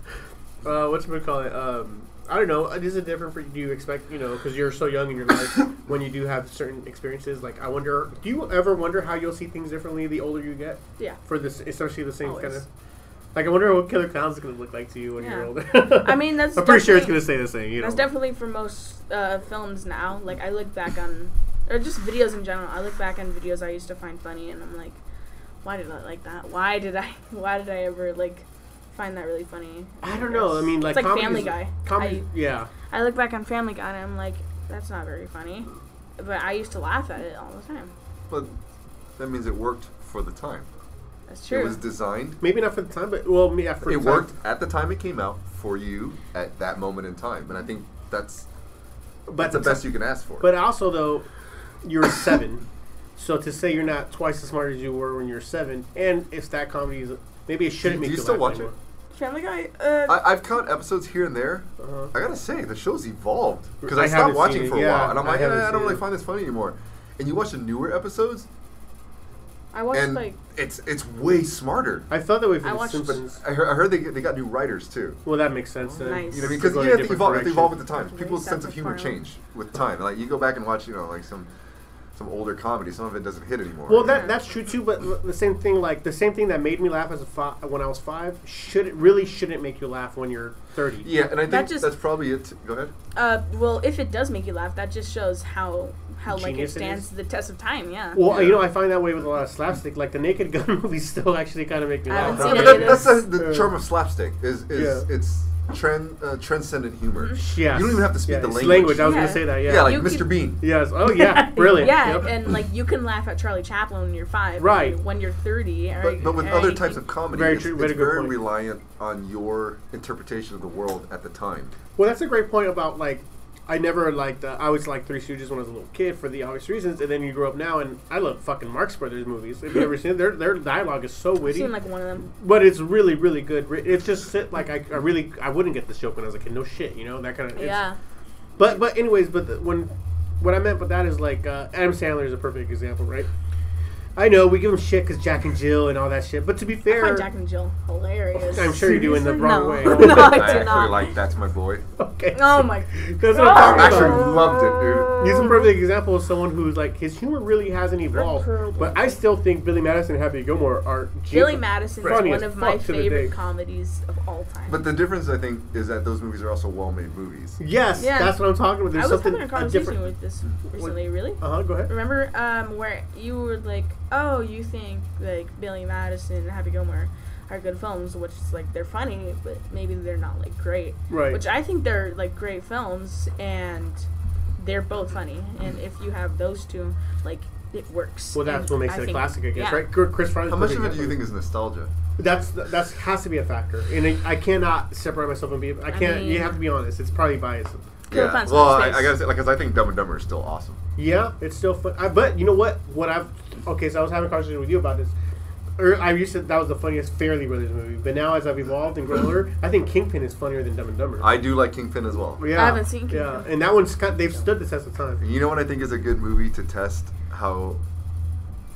[SPEAKER 1] yeah. uh, what's it call it? Um, I don't know. Is it different for you? Do you expect you know because you're so young in your life when you do have certain experiences? Like I wonder, do you ever wonder how you'll see things differently the older you get?
[SPEAKER 2] Yeah.
[SPEAKER 1] For this, especially the same kind of.
[SPEAKER 2] Always.
[SPEAKER 1] Like I wonder what Killer Clown's gonna look like to you when you're
[SPEAKER 2] Yeah.
[SPEAKER 1] older.
[SPEAKER 2] I mean, that's
[SPEAKER 1] I'm pretty sure it's
[SPEAKER 2] definitely-
[SPEAKER 1] gonna stay the same. You know.
[SPEAKER 2] That's definitely for most uh, films now. Like I look back on, or just videos in general. I look back on videos I used to find funny, and I'm like, why did I like that? Why did I? Why did I ever like find that really funny?
[SPEAKER 1] I don't know. I mean, like,
[SPEAKER 2] it's like
[SPEAKER 1] comedy
[SPEAKER 2] Family
[SPEAKER 1] is-
[SPEAKER 2] Guy.
[SPEAKER 1] Comedy, yeah.
[SPEAKER 2] I, I look back on Family Guy, and I'm like, that's not very funny. But I used to laugh at it all the time.
[SPEAKER 3] But that means it worked for the time.
[SPEAKER 2] That's
[SPEAKER 3] It
[SPEAKER 2] true.
[SPEAKER 3] was designed.
[SPEAKER 1] Maybe not for the time, but well, yeah, for
[SPEAKER 3] it
[SPEAKER 1] the time.
[SPEAKER 3] worked at the time it came out for you at that moment in time, and I think that's
[SPEAKER 1] But
[SPEAKER 3] that's the best you can ask for.
[SPEAKER 1] But also though, you're seven. So to say you're not twice as smart as you were when you were seven, and if that comedy is maybe it shouldn't
[SPEAKER 3] Do
[SPEAKER 1] make
[SPEAKER 3] you
[SPEAKER 1] you
[SPEAKER 3] still
[SPEAKER 1] laugh
[SPEAKER 3] watch
[SPEAKER 1] anymore.
[SPEAKER 2] Family Guy. Uh,
[SPEAKER 3] I, I've caught episodes here and there.
[SPEAKER 1] Uh-huh.
[SPEAKER 3] I gotta say, the show's evolved because
[SPEAKER 1] I
[SPEAKER 3] I,
[SPEAKER 1] haven't
[SPEAKER 3] stopped
[SPEAKER 1] seen
[SPEAKER 3] watching
[SPEAKER 1] it.
[SPEAKER 3] for a
[SPEAKER 1] Yeah,
[SPEAKER 3] while, and I'm
[SPEAKER 1] I
[SPEAKER 3] like, eh,
[SPEAKER 1] haven't
[SPEAKER 3] I
[SPEAKER 1] seen
[SPEAKER 3] don't really
[SPEAKER 1] it.
[SPEAKER 3] find this funny anymore. And you watch the newer episodes,
[SPEAKER 2] I watched
[SPEAKER 3] and
[SPEAKER 2] like
[SPEAKER 3] it's it's way smarter.
[SPEAKER 1] I thought that way for
[SPEAKER 2] I
[SPEAKER 1] The
[SPEAKER 2] watched-
[SPEAKER 3] But
[SPEAKER 1] Simpsons.
[SPEAKER 3] I heard, I heard they get- they got new writers too.
[SPEAKER 1] Well, that makes sense. uh, Then.
[SPEAKER 2] Nice.
[SPEAKER 3] You know what I mean?
[SPEAKER 1] Go
[SPEAKER 3] Because
[SPEAKER 1] in a
[SPEAKER 3] yeah, they
[SPEAKER 1] different
[SPEAKER 3] evolve, they evolve
[SPEAKER 1] direction.
[SPEAKER 3] with the times.
[SPEAKER 2] Really
[SPEAKER 3] People's sense of humor
[SPEAKER 2] satisfying.
[SPEAKER 3] change with time. Like you go back and watch, you know, like some some older comedy. Some of it doesn't hit anymore.
[SPEAKER 1] Well, that that's true too. But l- the same thing, like the same thing that made me laugh as a fi- when I was five, should really shouldn't make you laugh when you're thirty.
[SPEAKER 3] yeah, and I think
[SPEAKER 2] That just-
[SPEAKER 3] that's probably it. Go ahead.
[SPEAKER 2] uh, well, if it does make you laugh, that just shows how how like it
[SPEAKER 1] Genius it
[SPEAKER 2] stands
[SPEAKER 1] is.
[SPEAKER 2] the test of time. Yeah.
[SPEAKER 1] Well,
[SPEAKER 3] Yeah.
[SPEAKER 1] you know, I find that way with a lot of slapstick. Like the Naked Gun movies still actually kind of make me
[SPEAKER 2] I
[SPEAKER 1] laugh.
[SPEAKER 2] haven't seen
[SPEAKER 3] But
[SPEAKER 2] it
[SPEAKER 3] that-
[SPEAKER 2] either.
[SPEAKER 3] that's the, the
[SPEAKER 1] Uh,
[SPEAKER 3] charm of slapstick. Is is
[SPEAKER 1] Yeah.
[SPEAKER 3] it's trend uh, transcendent humor.
[SPEAKER 1] Yes.
[SPEAKER 3] You don't even have to speak
[SPEAKER 1] Yeah,
[SPEAKER 3] the
[SPEAKER 1] it's
[SPEAKER 3] language.
[SPEAKER 1] I was
[SPEAKER 2] Yeah.
[SPEAKER 1] gonna say that. Yeah.
[SPEAKER 3] yeah, like
[SPEAKER 2] Mm-hmm. You
[SPEAKER 3] Mr.
[SPEAKER 2] could-
[SPEAKER 3] Bean.
[SPEAKER 1] yes. Oh yeah. Brilliant.
[SPEAKER 2] yeah,
[SPEAKER 1] Yep.
[SPEAKER 2] and like you can laugh at Charlie Chaplin when you're five.
[SPEAKER 1] Right.
[SPEAKER 2] When you're thirty. Or,
[SPEAKER 3] But, but with
[SPEAKER 2] or
[SPEAKER 3] other
[SPEAKER 2] anything.
[SPEAKER 3] types of comedy,
[SPEAKER 1] Very
[SPEAKER 3] it's,
[SPEAKER 1] true,
[SPEAKER 3] it's
[SPEAKER 1] very good
[SPEAKER 3] very
[SPEAKER 1] point.
[SPEAKER 3] reliant on your interpretation of the world at the time.
[SPEAKER 1] Well, that's a great point about like I never liked. Uh, I always liked Three Stooges when I was a little kid for the obvious reasons, and then you grow up now, and I love fucking Marx Brothers movies. If you ever seen it, their their dialogue is so
[SPEAKER 2] I've
[SPEAKER 1] witty,
[SPEAKER 2] seen like one of them.
[SPEAKER 1] but it's really really good. Re- It's just sit- like I, I really I wouldn't get this joke when I was a kid. No shit, you know that kind of
[SPEAKER 2] Yeah.
[SPEAKER 1] But but anyways, but the, when what I meant by that is like uh, Adam Sandler is a perfect example, right? I know we give him shit because Jack and Jill and all that shit, but to be
[SPEAKER 2] I
[SPEAKER 1] fair,
[SPEAKER 2] find Jack and Jill hilarious.
[SPEAKER 1] I'm sure you do in the
[SPEAKER 2] Seriously?
[SPEAKER 1] wrong
[SPEAKER 2] no.
[SPEAKER 1] way.
[SPEAKER 2] no, I do
[SPEAKER 3] actually
[SPEAKER 2] not.
[SPEAKER 3] like That's My Boy.
[SPEAKER 1] okay,
[SPEAKER 2] oh my.
[SPEAKER 1] that's what I'm
[SPEAKER 3] I
[SPEAKER 1] talking
[SPEAKER 3] actually
[SPEAKER 1] about.
[SPEAKER 3] loved it, dude.
[SPEAKER 2] Hmm.
[SPEAKER 1] He's a perfect example of someone who's like his humor really hasn't evolved. But I still think Billy Madison and Happy Gilmore are
[SPEAKER 2] Billy
[SPEAKER 1] genius-
[SPEAKER 2] Madison is
[SPEAKER 1] funny
[SPEAKER 2] one
[SPEAKER 1] as
[SPEAKER 2] of my
[SPEAKER 1] fuck to the
[SPEAKER 2] favorite
[SPEAKER 1] day.
[SPEAKER 2] comedies of all time.
[SPEAKER 3] But the difference, I think, is that those movies are also well-made movies.
[SPEAKER 1] Yes,
[SPEAKER 2] Yeah.
[SPEAKER 1] that's what I'm talking about. There's
[SPEAKER 2] I was
[SPEAKER 1] something
[SPEAKER 2] having a
[SPEAKER 1] a
[SPEAKER 2] conversation
[SPEAKER 1] different.
[SPEAKER 2] with this recently. Really?
[SPEAKER 1] Uh huh. Go ahead.
[SPEAKER 2] Remember um, where you were like, oh, you think like Billy Madison and Happy Gilmore are good films, which is like they're funny, but maybe they're not like great.
[SPEAKER 1] Right.
[SPEAKER 2] Which I think they're like great films, and they're both funny. And if you have those two, like it works.
[SPEAKER 1] well, that's
[SPEAKER 2] And
[SPEAKER 1] what makes
[SPEAKER 2] I
[SPEAKER 1] it a
[SPEAKER 2] think-
[SPEAKER 1] classic, I guess,
[SPEAKER 2] yeah.
[SPEAKER 1] right? Gr- Chris Farley's
[SPEAKER 3] How much
[SPEAKER 1] perfect
[SPEAKER 3] of it do you
[SPEAKER 1] example.
[SPEAKER 3] think is nostalgia?
[SPEAKER 1] That's that's has to be a factor, and I, I cannot separate myself and be. I can't. you
[SPEAKER 2] mean-
[SPEAKER 1] have to be honest. It's probably biased.
[SPEAKER 2] No offense,
[SPEAKER 3] Well,
[SPEAKER 2] no
[SPEAKER 3] I,
[SPEAKER 2] space.
[SPEAKER 3] I gotta say, like, 'cause I think Dumb and Dumber is still awesome.
[SPEAKER 1] Yeah, it's still fun. I, but you know what? What I've okay, so I was having a conversation with you about this. Or I used to that was the funniest Fairly Brothers movie, but now as I've evolved and grown older, I think Kingpin is funnier than Dumb and Dumber.
[SPEAKER 3] I do like Kingpin as well.
[SPEAKER 1] yeah,
[SPEAKER 2] I haven't seen Kingpin.
[SPEAKER 1] Yeah, and that one's got, they've stood the test of time.
[SPEAKER 3] You know what I think is a good movie to test how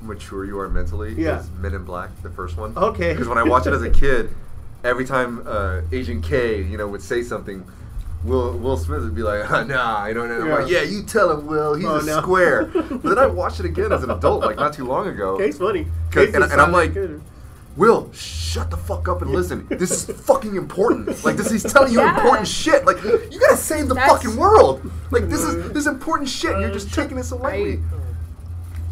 [SPEAKER 3] mature you are mentally?
[SPEAKER 1] Yeah.
[SPEAKER 3] Is Men in Black, the first one.
[SPEAKER 1] Okay.
[SPEAKER 3] Because when I watched it as a kid, every time uh, Agent K, you know, would say something, Will Will Smith would be like, "Huh, "Nah, I don't know." Yeah.
[SPEAKER 1] Yeah.
[SPEAKER 3] yeah, you tell him, Will. He's
[SPEAKER 1] Oh,
[SPEAKER 3] a
[SPEAKER 1] no.
[SPEAKER 3] square. but then I watched it again as an adult, like not too long ago.
[SPEAKER 1] Okay, it's funny.
[SPEAKER 3] Good,
[SPEAKER 1] It's
[SPEAKER 3] and-
[SPEAKER 1] just
[SPEAKER 3] and I'm
[SPEAKER 1] not that
[SPEAKER 3] like-
[SPEAKER 1] good.
[SPEAKER 3] Will, shut the fuck up and listen. This is fucking important. Like this, he's telling you
[SPEAKER 2] Yeah.
[SPEAKER 3] important shit. Like you gotta save the
[SPEAKER 2] That's-
[SPEAKER 3] fucking world. Like this is this is important shit. and You're just taking this away.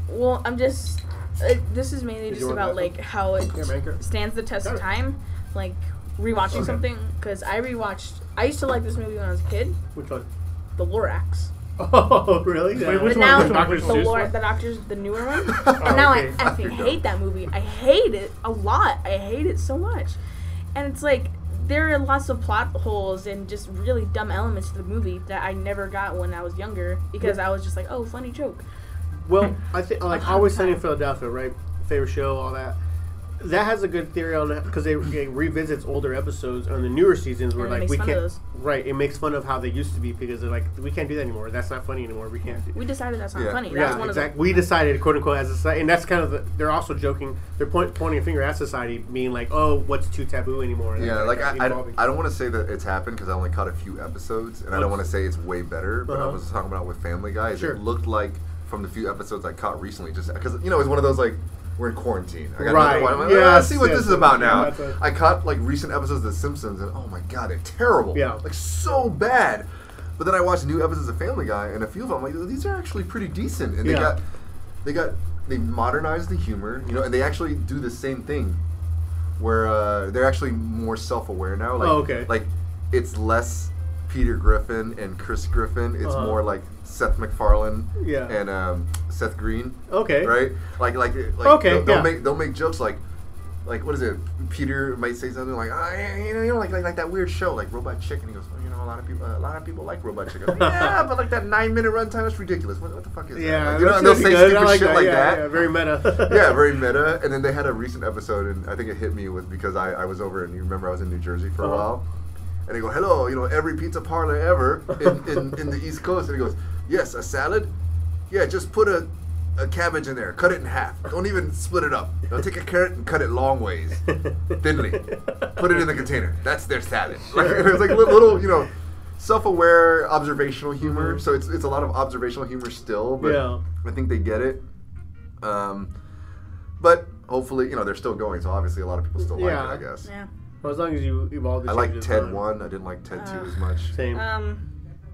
[SPEAKER 2] Well, I'm just. Uh, this is mainly
[SPEAKER 1] Did you
[SPEAKER 2] just
[SPEAKER 1] want
[SPEAKER 2] about
[SPEAKER 1] that
[SPEAKER 2] like how it
[SPEAKER 1] Here, Manker.
[SPEAKER 2] stands the test of
[SPEAKER 1] Got it.
[SPEAKER 2] time, like rewatching something. Because I rewatched. I used to like this movie when I was a kid,
[SPEAKER 1] Which one?
[SPEAKER 2] The Lorax.
[SPEAKER 1] Oh, really?
[SPEAKER 4] Wait, which
[SPEAKER 2] But
[SPEAKER 4] one?
[SPEAKER 2] now
[SPEAKER 4] which one?
[SPEAKER 2] the
[SPEAKER 4] Which one?
[SPEAKER 2] Lor- the Doctor's the newer one.
[SPEAKER 4] Oh,
[SPEAKER 2] and now
[SPEAKER 4] okay.
[SPEAKER 2] I effing hate that movie. I hate it a lot. I hate it so much. And it's like there are lots of plot holes and just really dumb elements to the movie that I never got when I was younger because I was just like, oh, funny joke.
[SPEAKER 1] Well, I think like
[SPEAKER 2] hundred
[SPEAKER 1] always sunny in
[SPEAKER 2] times.
[SPEAKER 1] Philadelphia, right? Favorite show, all that. That has a good theory on that because it, it revisits older episodes on the newer seasons where
[SPEAKER 2] And it
[SPEAKER 1] like
[SPEAKER 2] makes
[SPEAKER 1] we
[SPEAKER 2] fun of
[SPEAKER 1] can't.
[SPEAKER 2] those.
[SPEAKER 1] Right, it makes fun of how they used to be because they're like we can't do that anymore. That's not funny anymore. We can't. Do
[SPEAKER 2] We decided that's not
[SPEAKER 3] Yeah.
[SPEAKER 2] funny. That's
[SPEAKER 1] yeah,
[SPEAKER 2] one
[SPEAKER 1] exactly. We decided, quote unquote, as a society, and that's kind of the, they're also joking. They're point, pointing a finger at society, being like, "Oh, what's too taboo anymore?" and
[SPEAKER 3] Yeah,
[SPEAKER 1] that
[SPEAKER 3] like I,
[SPEAKER 1] kind of
[SPEAKER 3] I,
[SPEAKER 1] evolving.
[SPEAKER 3] I don't want to say that it's happened because I only caught a few episodes, and I don't want to say it's way better. But I
[SPEAKER 1] Uh-huh.
[SPEAKER 3] was talking about with Family Guy, is
[SPEAKER 1] Sure.
[SPEAKER 3] it looked like from the few episodes I caught recently, just because you know it's one of those like we're in quarantine. I got
[SPEAKER 1] Right.
[SPEAKER 3] another one. I'm like, "Oh,
[SPEAKER 1] Yes,
[SPEAKER 3] let's see what
[SPEAKER 1] yes,
[SPEAKER 3] this is
[SPEAKER 1] yes.
[SPEAKER 3] about now.
[SPEAKER 1] That's right.
[SPEAKER 3] I caught like recent episodes of The Simpsons, and oh my god, they're terrible.
[SPEAKER 1] Yeah.
[SPEAKER 3] like so bad. But then I watched new episodes of Family Guy, and a few of them, I'm like these are actually pretty decent, and
[SPEAKER 1] Yeah.
[SPEAKER 3] they got they got they modernized the humor, you know, and they actually do the same thing where uh, they're actually more self-aware now. Like,
[SPEAKER 1] Oh, okay.
[SPEAKER 3] Like it's less Peter Griffin and Chris Griffin. It's
[SPEAKER 1] Uh-huh.
[SPEAKER 3] more like Seth MacFarlane
[SPEAKER 1] Yeah.
[SPEAKER 3] and um, Seth Green.
[SPEAKER 1] Okay.
[SPEAKER 3] Right. Like like like
[SPEAKER 1] Okay,
[SPEAKER 3] They'll, they'll
[SPEAKER 1] yeah.
[SPEAKER 3] make they'll make jokes like. Like what is it? Peter might say something like, "Ah, yeah, you know, you know, like, like like that weird show, like Robot Chicken. He goes, oh, you know, lot of people, a lot of people like Robot Chicken. I'm like, yeah, but like that nine minute runtime, that's ridiculous. What, what the fuck is
[SPEAKER 1] Yeah,
[SPEAKER 3] that? Like, you know,
[SPEAKER 1] that's
[SPEAKER 3] they'll
[SPEAKER 1] pretty
[SPEAKER 3] say
[SPEAKER 1] good. I
[SPEAKER 3] stupid shit like
[SPEAKER 1] yeah,
[SPEAKER 3] that.
[SPEAKER 1] Yeah, very meta.
[SPEAKER 3] yeah, very meta. And then they had a recent episode, and I think it hit me with because I, I was over, and you remember I was in New Jersey for a
[SPEAKER 1] Uh-huh.
[SPEAKER 3] while. And they go, hello, you know, every pizza parlor ever in, in, in the East Coast. And he goes, yes, a salad? Yeah, just put a, a cabbage in there. Cut it in half. Don't even split it up. You know, take a carrot and cut it long ways, thinly. Put it in the container. That's their salad. Like, it was like li- little, you know, self-aware observational humor.
[SPEAKER 1] Mhm.
[SPEAKER 3] So it's, it's a lot of observational humor still, but
[SPEAKER 1] Yeah.
[SPEAKER 3] I think they get it. Um, but hopefully, you know, they're still going, so obviously a lot of people still
[SPEAKER 1] Yeah.
[SPEAKER 3] like it, I guess.
[SPEAKER 2] Yeah.
[SPEAKER 1] Well, as long as you evolve the
[SPEAKER 3] I like
[SPEAKER 1] changes,
[SPEAKER 3] Ted
[SPEAKER 1] um,
[SPEAKER 3] 1, I didn't like Ted 2
[SPEAKER 2] Uh,
[SPEAKER 3] as much.
[SPEAKER 1] Same.
[SPEAKER 2] Um.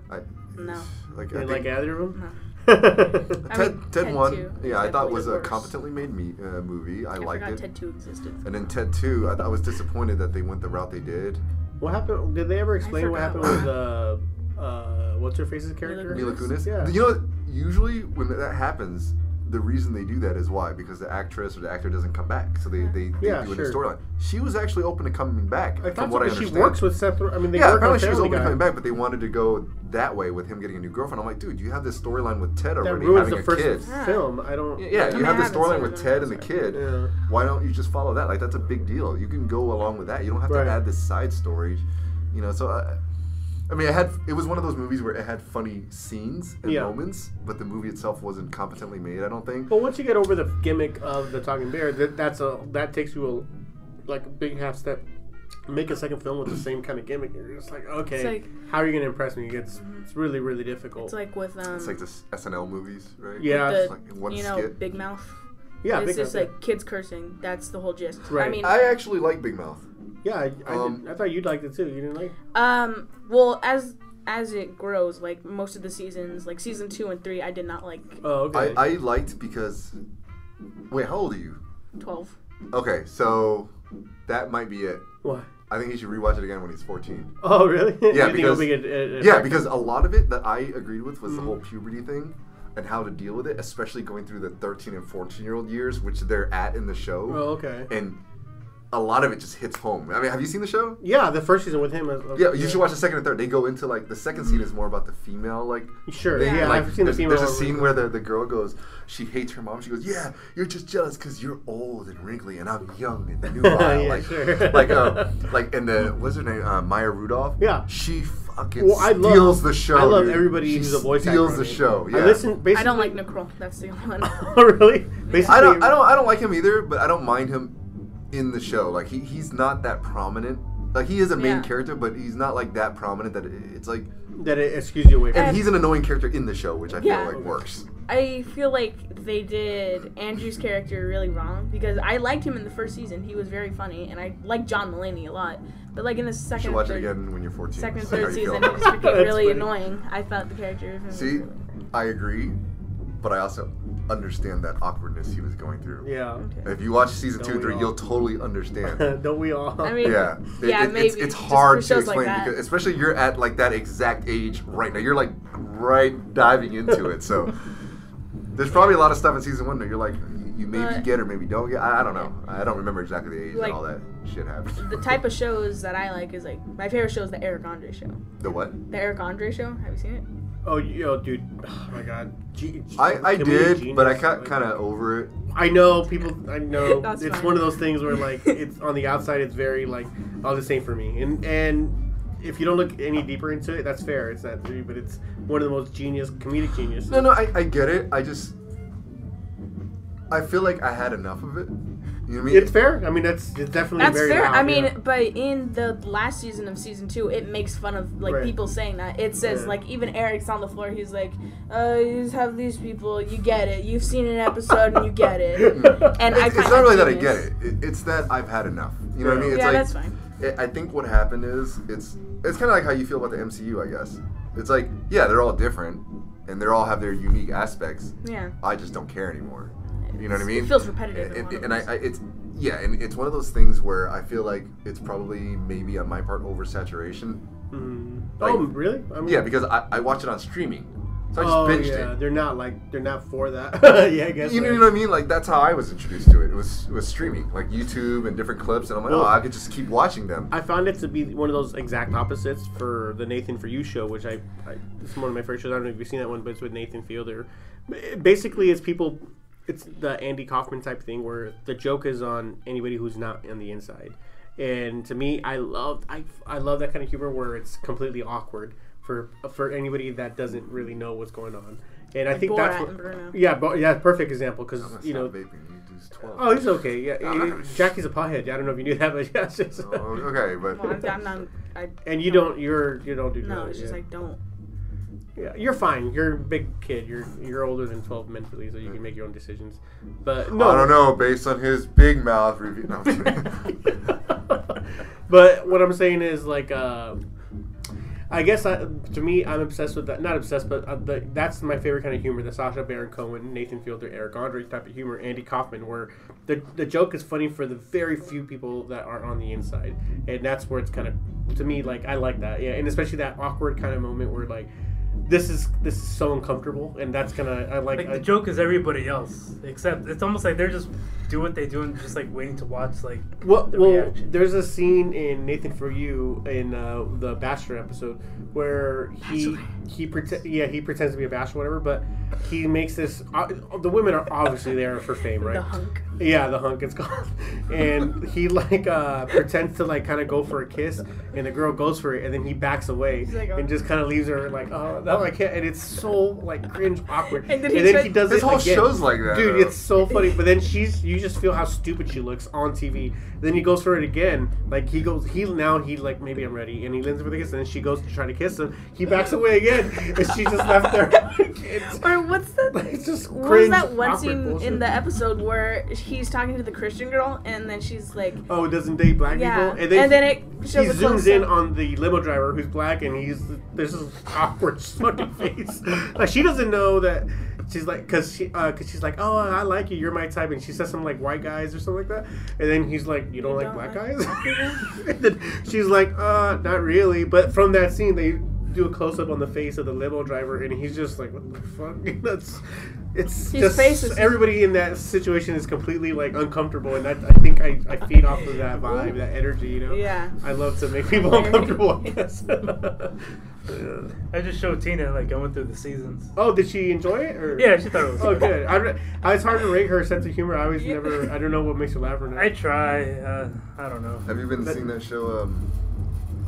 [SPEAKER 3] I,
[SPEAKER 2] No.
[SPEAKER 3] Like,
[SPEAKER 1] you
[SPEAKER 3] I
[SPEAKER 1] didn't like
[SPEAKER 3] think
[SPEAKER 1] either of
[SPEAKER 2] No.
[SPEAKER 1] them? Ted,
[SPEAKER 2] I
[SPEAKER 3] Ted,
[SPEAKER 2] mean,
[SPEAKER 3] Ted,
[SPEAKER 2] Ted
[SPEAKER 3] 1,
[SPEAKER 2] 2
[SPEAKER 3] yeah, I
[SPEAKER 2] is
[SPEAKER 3] thought
[SPEAKER 2] definitely
[SPEAKER 3] was
[SPEAKER 2] the
[SPEAKER 3] a
[SPEAKER 2] worst.
[SPEAKER 3] competently made me, uh, movie. I,
[SPEAKER 2] I,
[SPEAKER 3] liked
[SPEAKER 2] forgot
[SPEAKER 3] it.
[SPEAKER 2] Ted Two existed.
[SPEAKER 3] and then Ted 2, I, I was disappointed that they went the route they did.
[SPEAKER 1] what happened? Did they ever explain what
[SPEAKER 2] forgot.
[SPEAKER 1] happened with uh, uh, what's her face's character?
[SPEAKER 3] Mila Kunis.
[SPEAKER 1] Yeah.
[SPEAKER 3] You know, usually when that happens, the reason they do that is why because the actress or the actor doesn't come back, so they they, they
[SPEAKER 1] Yeah,
[SPEAKER 3] do it in
[SPEAKER 1] sure.
[SPEAKER 3] storyline. She was actually open to coming back,
[SPEAKER 1] I
[SPEAKER 3] from
[SPEAKER 1] thought
[SPEAKER 3] what I
[SPEAKER 1] so, but she
[SPEAKER 3] understand.
[SPEAKER 1] works with Seth. Ro- I mean, they
[SPEAKER 3] yeah,
[SPEAKER 1] work on
[SPEAKER 3] apparently she was
[SPEAKER 1] Family
[SPEAKER 3] open to
[SPEAKER 1] Guy.
[SPEAKER 3] coming back, but they wanted to go that way with him getting a new girlfriend. I'm like, dude, you have this storyline with Ted
[SPEAKER 1] That
[SPEAKER 3] already
[SPEAKER 1] ruins
[SPEAKER 3] having
[SPEAKER 1] the
[SPEAKER 3] a
[SPEAKER 1] first
[SPEAKER 3] kid.
[SPEAKER 2] Yeah.
[SPEAKER 1] film. I don't.
[SPEAKER 3] Yeah,
[SPEAKER 2] I
[SPEAKER 3] you
[SPEAKER 2] mean, I
[SPEAKER 3] have the
[SPEAKER 2] haven't
[SPEAKER 3] storyline
[SPEAKER 2] seen
[SPEAKER 3] with
[SPEAKER 2] it,
[SPEAKER 3] Ted and the
[SPEAKER 2] so-
[SPEAKER 3] kid.
[SPEAKER 1] Yeah.
[SPEAKER 3] Why don't you just follow that? Like that's a big deal. You can go along with that. You don't have
[SPEAKER 1] Right.
[SPEAKER 3] to add this side story. You know, so I, I mean, I had it was one of those movies where it had funny scenes and
[SPEAKER 1] Yeah.
[SPEAKER 3] moments, but the movie itself wasn't competently made. I don't think.
[SPEAKER 1] But once you get over the gimmick of the talking bear, that that's a that takes you a like a big half step. Make a second film with the same kind of gimmick, and you're just like, okay,
[SPEAKER 2] It's like- Mm-hmm.
[SPEAKER 1] how are you gonna impress me? It's it's really really difficult.
[SPEAKER 2] It's like with um.
[SPEAKER 3] It's like the S- SNL movies, right?
[SPEAKER 1] Yeah.
[SPEAKER 2] the,
[SPEAKER 1] it's
[SPEAKER 3] like one
[SPEAKER 2] you know,
[SPEAKER 3] skit.
[SPEAKER 2] Big Mouth.
[SPEAKER 1] yeah,
[SPEAKER 2] it's
[SPEAKER 1] big
[SPEAKER 2] just
[SPEAKER 1] half-
[SPEAKER 2] like kids cursing. That's the whole gist. I
[SPEAKER 1] Right.
[SPEAKER 2] mean,
[SPEAKER 3] I actually like Big Mouth.
[SPEAKER 1] yeah. I, I,
[SPEAKER 3] Um,
[SPEAKER 1] did- I thought you'd liked it too. You didn't like?
[SPEAKER 2] um, well, as as it grows, like most of the seasons, like season two and three, I did not like
[SPEAKER 1] Oh, okay.
[SPEAKER 3] I, I liked because. Wait, how old are you?
[SPEAKER 2] twelve.
[SPEAKER 3] Okay, so that might be it.
[SPEAKER 1] Why?
[SPEAKER 3] I think he should rewatch it again when he's 14.
[SPEAKER 1] Oh, really?
[SPEAKER 3] Yeah,
[SPEAKER 1] you think it'll
[SPEAKER 3] because-
[SPEAKER 1] be good, uh, uh,
[SPEAKER 3] Yeah,
[SPEAKER 1] practice?
[SPEAKER 3] because a lot of it that I agreed with was the
[SPEAKER 1] Mhm.
[SPEAKER 3] whole puberty thing and how to deal with it, especially going through the 13 and 14 year old years, which they're at in the show.
[SPEAKER 1] Oh, okay.
[SPEAKER 3] And a lot of it just hits home. I mean, have you seen the show?
[SPEAKER 1] Yeah, the first season with him. Is,
[SPEAKER 3] Yeah, you should watch the second and third. They go into like the second scene is more about the female like
[SPEAKER 1] Sure.
[SPEAKER 3] thing.
[SPEAKER 1] Yeah,
[SPEAKER 3] like,
[SPEAKER 1] I've seen the
[SPEAKER 3] there's,
[SPEAKER 1] female
[SPEAKER 3] there's a
[SPEAKER 1] one.
[SPEAKER 3] scene where the, the girl goes, she hates her mom. She goes, "Yeah, you're just jealous because you're old and wrinkly, and I'm young and nubile."
[SPEAKER 1] Yeah,
[SPEAKER 3] like,
[SPEAKER 1] sure.
[SPEAKER 3] like, uh, like, and the what's her name? Uh, Maya Rudolph.
[SPEAKER 1] Yeah.
[SPEAKER 3] she fucking
[SPEAKER 1] Well, I love
[SPEAKER 3] steals the show.
[SPEAKER 1] I love
[SPEAKER 3] dude.
[SPEAKER 1] everybody
[SPEAKER 3] She
[SPEAKER 1] who's a voice actor.
[SPEAKER 3] steals
[SPEAKER 1] on
[SPEAKER 3] the
[SPEAKER 1] it.
[SPEAKER 3] show. Yeah.
[SPEAKER 1] I listen. Basically,
[SPEAKER 2] I don't like Nicole. That's the only one.
[SPEAKER 1] Oh, really? Basically,
[SPEAKER 3] I don't, I don't, I don't like him either, but I don't mind him in the show. Like he, he's not that prominent. Like he is a main
[SPEAKER 2] Yeah.
[SPEAKER 3] character, but he's not like that prominent that it, it's like.
[SPEAKER 1] That it excuse you away from.
[SPEAKER 3] And he's an annoying character in the show, which I feel
[SPEAKER 2] Yeah.
[SPEAKER 3] like works.
[SPEAKER 2] I feel like they did Andrew's character really wrong because I liked him in the first season. He was very funny, and I liked John Mulaney a lot. But like in the
[SPEAKER 3] You
[SPEAKER 2] second,
[SPEAKER 3] should watch it
[SPEAKER 2] third,
[SPEAKER 3] again when you're 14.
[SPEAKER 2] second,
[SPEAKER 3] See how
[SPEAKER 2] third
[SPEAKER 3] you
[SPEAKER 2] season,
[SPEAKER 3] feel.
[SPEAKER 2] it just became
[SPEAKER 1] That's
[SPEAKER 2] really
[SPEAKER 1] funny.
[SPEAKER 2] annoying. I thought the character. Of him
[SPEAKER 3] See,
[SPEAKER 2] Was really...
[SPEAKER 3] I agree, but I also understand that awkwardness he was going through.
[SPEAKER 1] yeah.
[SPEAKER 3] If you watch season two,
[SPEAKER 1] Don't
[SPEAKER 3] and
[SPEAKER 1] we
[SPEAKER 3] three,
[SPEAKER 1] all?
[SPEAKER 3] you'll totally understand.
[SPEAKER 1] don't we all?
[SPEAKER 2] I mean,
[SPEAKER 3] yeah, It-
[SPEAKER 2] yeah,
[SPEAKER 3] it-
[SPEAKER 2] maybe.
[SPEAKER 3] It's, it's
[SPEAKER 2] Just for
[SPEAKER 3] hard to
[SPEAKER 2] shows like
[SPEAKER 3] explain
[SPEAKER 2] that.
[SPEAKER 3] because, especially you're at like that exact age right now. You're like right diving into it, so there's probably a lot of stuff in season one that you're like, you, you maybe
[SPEAKER 2] But-
[SPEAKER 3] get or maybe don't get. I, I don't know. I don't remember exactly the age
[SPEAKER 2] Like,
[SPEAKER 3] and all that shit happened.
[SPEAKER 2] the type of shows that I like is like my favorite show is the Eric Andre show.
[SPEAKER 3] the what?
[SPEAKER 2] The Eric Andre show. Have you seen it?
[SPEAKER 1] oh, yo, dude. Oh my god. Ge-
[SPEAKER 3] I, I
[SPEAKER 1] comedic
[SPEAKER 3] did, but I
[SPEAKER 1] genius.
[SPEAKER 3] got kind of over it.
[SPEAKER 1] I know people. I know
[SPEAKER 2] That's
[SPEAKER 1] it's
[SPEAKER 2] fine.
[SPEAKER 1] one of those things where like it's on the outside. It's very like all the same for me. And and if you don't look any deeper into it, that's fair. It's not true, but it's one of the most genius comedic geniuses.
[SPEAKER 3] No, no, I, I get it. I just I feel like I had enough of it. You know what I mean?
[SPEAKER 1] It's fair. I mean, that's it's definitely
[SPEAKER 2] That's
[SPEAKER 1] very
[SPEAKER 2] fair.
[SPEAKER 1] loud,
[SPEAKER 2] I mean,
[SPEAKER 1] yeah.
[SPEAKER 2] but in the last season of season two, it makes fun of like
[SPEAKER 1] Right.
[SPEAKER 2] people saying that. It says
[SPEAKER 1] Yeah.
[SPEAKER 2] like even Eric's on the floor. He's like, "Uh, you just have these people. You get it. You've seen an episode and you get it." And I
[SPEAKER 3] it's, it's
[SPEAKER 2] kinda
[SPEAKER 3] not really that I
[SPEAKER 2] do
[SPEAKER 3] get
[SPEAKER 2] this.
[SPEAKER 3] it. it. It's that I've had enough. You know what I mean? It's
[SPEAKER 2] yeah,
[SPEAKER 3] like,
[SPEAKER 2] that's fine.
[SPEAKER 3] I- I think what happened is it's it's kind of like how you feel about the MCU, I guess. It's like yeah, they're all different, and they all have their unique aspects.
[SPEAKER 2] Yeah.
[SPEAKER 3] I just don't care anymore. You know what I
[SPEAKER 2] It's-
[SPEAKER 3] mean?
[SPEAKER 2] It feels repetitive. in a
[SPEAKER 3] And,
[SPEAKER 2] lot of
[SPEAKER 3] and I,
[SPEAKER 2] ways.
[SPEAKER 3] I, it's yeah, and it's one of those things where I feel like it's probably maybe on my part oversaturation.
[SPEAKER 1] Mm.
[SPEAKER 3] Like-
[SPEAKER 1] oh, really? I mean,
[SPEAKER 3] Yeah, because I, I watch it on streaming. So I just
[SPEAKER 1] oh
[SPEAKER 3] binged
[SPEAKER 1] yeah,
[SPEAKER 3] it.
[SPEAKER 1] they're not like they're not for that. yeah, I guess.
[SPEAKER 3] You know
[SPEAKER 1] like-
[SPEAKER 3] what I mean? Like that's how I was introduced to it. It was it was streaming, like YouTube and different clips, and I'm like,
[SPEAKER 1] Well-
[SPEAKER 3] oh, I could just keep watching them.
[SPEAKER 1] I found it to be one of those exact opposites for the Nathan for You show, which I, I it's one of my favorite shows. I don't know if you've seen that one, but it's with Nathan Fielder. Ba- Basically, it's people, it's the Andy Kaufman type thing where the joke is on anybody who's not on the inside. And to me, I love I, I love that kind of humor where it's completely awkward for for anybody that doesn't really know what's going on. And I think that's
[SPEAKER 2] Borat
[SPEAKER 1] what,
[SPEAKER 2] and Bruno.
[SPEAKER 1] yeah, but, yeah, perfect example because
[SPEAKER 3] Stop
[SPEAKER 1] you know.
[SPEAKER 3] vaping. You do 12.
[SPEAKER 1] Oh, he's okay. Yeah,
[SPEAKER 3] I'm not gonna-
[SPEAKER 1] Jackie's a pothead. I don't know if you knew that, but yeah, it's just,
[SPEAKER 3] Oh, okay, but
[SPEAKER 2] Well, I'm, I'm not. I,
[SPEAKER 1] and you don't you're you don't do
[SPEAKER 2] No,
[SPEAKER 1] drugs,
[SPEAKER 2] it's just
[SPEAKER 1] yeah.
[SPEAKER 2] like don't.
[SPEAKER 1] yeah, you're fine. You're a big kid. You're you're older than twelve mentally, so you can make your own decisions. But no,
[SPEAKER 3] I don't know. Based on his big mouth review, no, I'm kidding.
[SPEAKER 1] but what I'm saying is like, uh, I guess I, to me, I'm obsessed with that. Not obsessed, but uh, the, that's my favorite kind of humor: the Sasha Baron Cohen, Nathan Fielder, Eric Andre type of humor, Andy Kaufman, where the the joke is funny for the very few people that are on the inside, and that's where it's kind of to me like I like that, yeah, and especially that awkward kind of moment where like. This is this is so uncomfortable, and that's kind of I like.
[SPEAKER 4] Like
[SPEAKER 1] I-
[SPEAKER 4] the joke is everybody else, except it's almost like they're just do what they do and just like waiting to watch like
[SPEAKER 1] Well,
[SPEAKER 4] the
[SPEAKER 1] well
[SPEAKER 4] reaction.
[SPEAKER 1] there's a scene in Nathan for You in uh, the Bachelor episode where he he pretend yeah he pretends to be a bachelor whatever, but he makes this. Uh, the women are obviously there for fame, right?
[SPEAKER 2] The hunk.
[SPEAKER 1] Yeah, the hunk it's called. And he like uh pretends to like kind of go for a kiss, and the girl goes for it, and then he backs away
[SPEAKER 2] He's like, "Oh."
[SPEAKER 1] and just kind of leaves her like, oh no, I can't. And it's so like cringe awkward.
[SPEAKER 2] And then he tried-
[SPEAKER 1] does
[SPEAKER 3] This
[SPEAKER 1] it
[SPEAKER 3] whole
[SPEAKER 1] again.
[SPEAKER 3] show's like that,
[SPEAKER 1] dude.
[SPEAKER 3] though.
[SPEAKER 1] It's so funny. But then she's you just feel how stupid she looks on TV. Then he goes for it again. Like he goes he now he like maybe I'm ready, and he leans for the kiss, and then she goes to try to kiss him. He backs away again, and she's just left there. It's-
[SPEAKER 2] Or what's the?
[SPEAKER 1] it's just
[SPEAKER 2] What was
[SPEAKER 1] cringe.
[SPEAKER 2] that one
[SPEAKER 1] awkward
[SPEAKER 2] scene in
[SPEAKER 1] bullshit.
[SPEAKER 2] the episode where he's talking to the Christian girl and then she's like,
[SPEAKER 1] oh, it doesn't date black
[SPEAKER 2] yeah,
[SPEAKER 1] people, and then,
[SPEAKER 2] it
[SPEAKER 1] he
[SPEAKER 2] shows a
[SPEAKER 1] zooms
[SPEAKER 2] close
[SPEAKER 1] in on the limo driver who's black, and he's there's this awkward fucking face. Like she doesn't know that she's like, cause she, uh, cause she's like, oh, I like you, you're my type, and she says something like white guys or something like that, and then he's like, you don't
[SPEAKER 2] You
[SPEAKER 1] like
[SPEAKER 2] don't
[SPEAKER 1] black
[SPEAKER 2] like-
[SPEAKER 1] guys? and then she's like, uh, not really. But from that scene, they do a close up on the face of the limo driver, and he's just like, what the fuck? That's it's
[SPEAKER 2] His
[SPEAKER 1] just
[SPEAKER 2] face is-
[SPEAKER 1] everybody in that situation is completely like uncomfortable, and that, I think I, I feed off of that vibe, that energy, you know.
[SPEAKER 2] Yeah.
[SPEAKER 1] I love to make people
[SPEAKER 2] Very.
[SPEAKER 1] uncomfortable, I guess. Yeah.
[SPEAKER 4] I just showed Tina like I went through the seasons.
[SPEAKER 1] oh, did she enjoy it? Or?
[SPEAKER 4] Yeah, she thought it was.
[SPEAKER 1] Oh,
[SPEAKER 4] good.
[SPEAKER 1] good. I, re- I, it's hard to rate her sense of humor. I always
[SPEAKER 2] Yeah.
[SPEAKER 1] never, I don't know what makes her laugh or not.
[SPEAKER 4] I try. Uh, I don't know.
[SPEAKER 3] Have you been
[SPEAKER 1] But-
[SPEAKER 3] seeing that show? Um,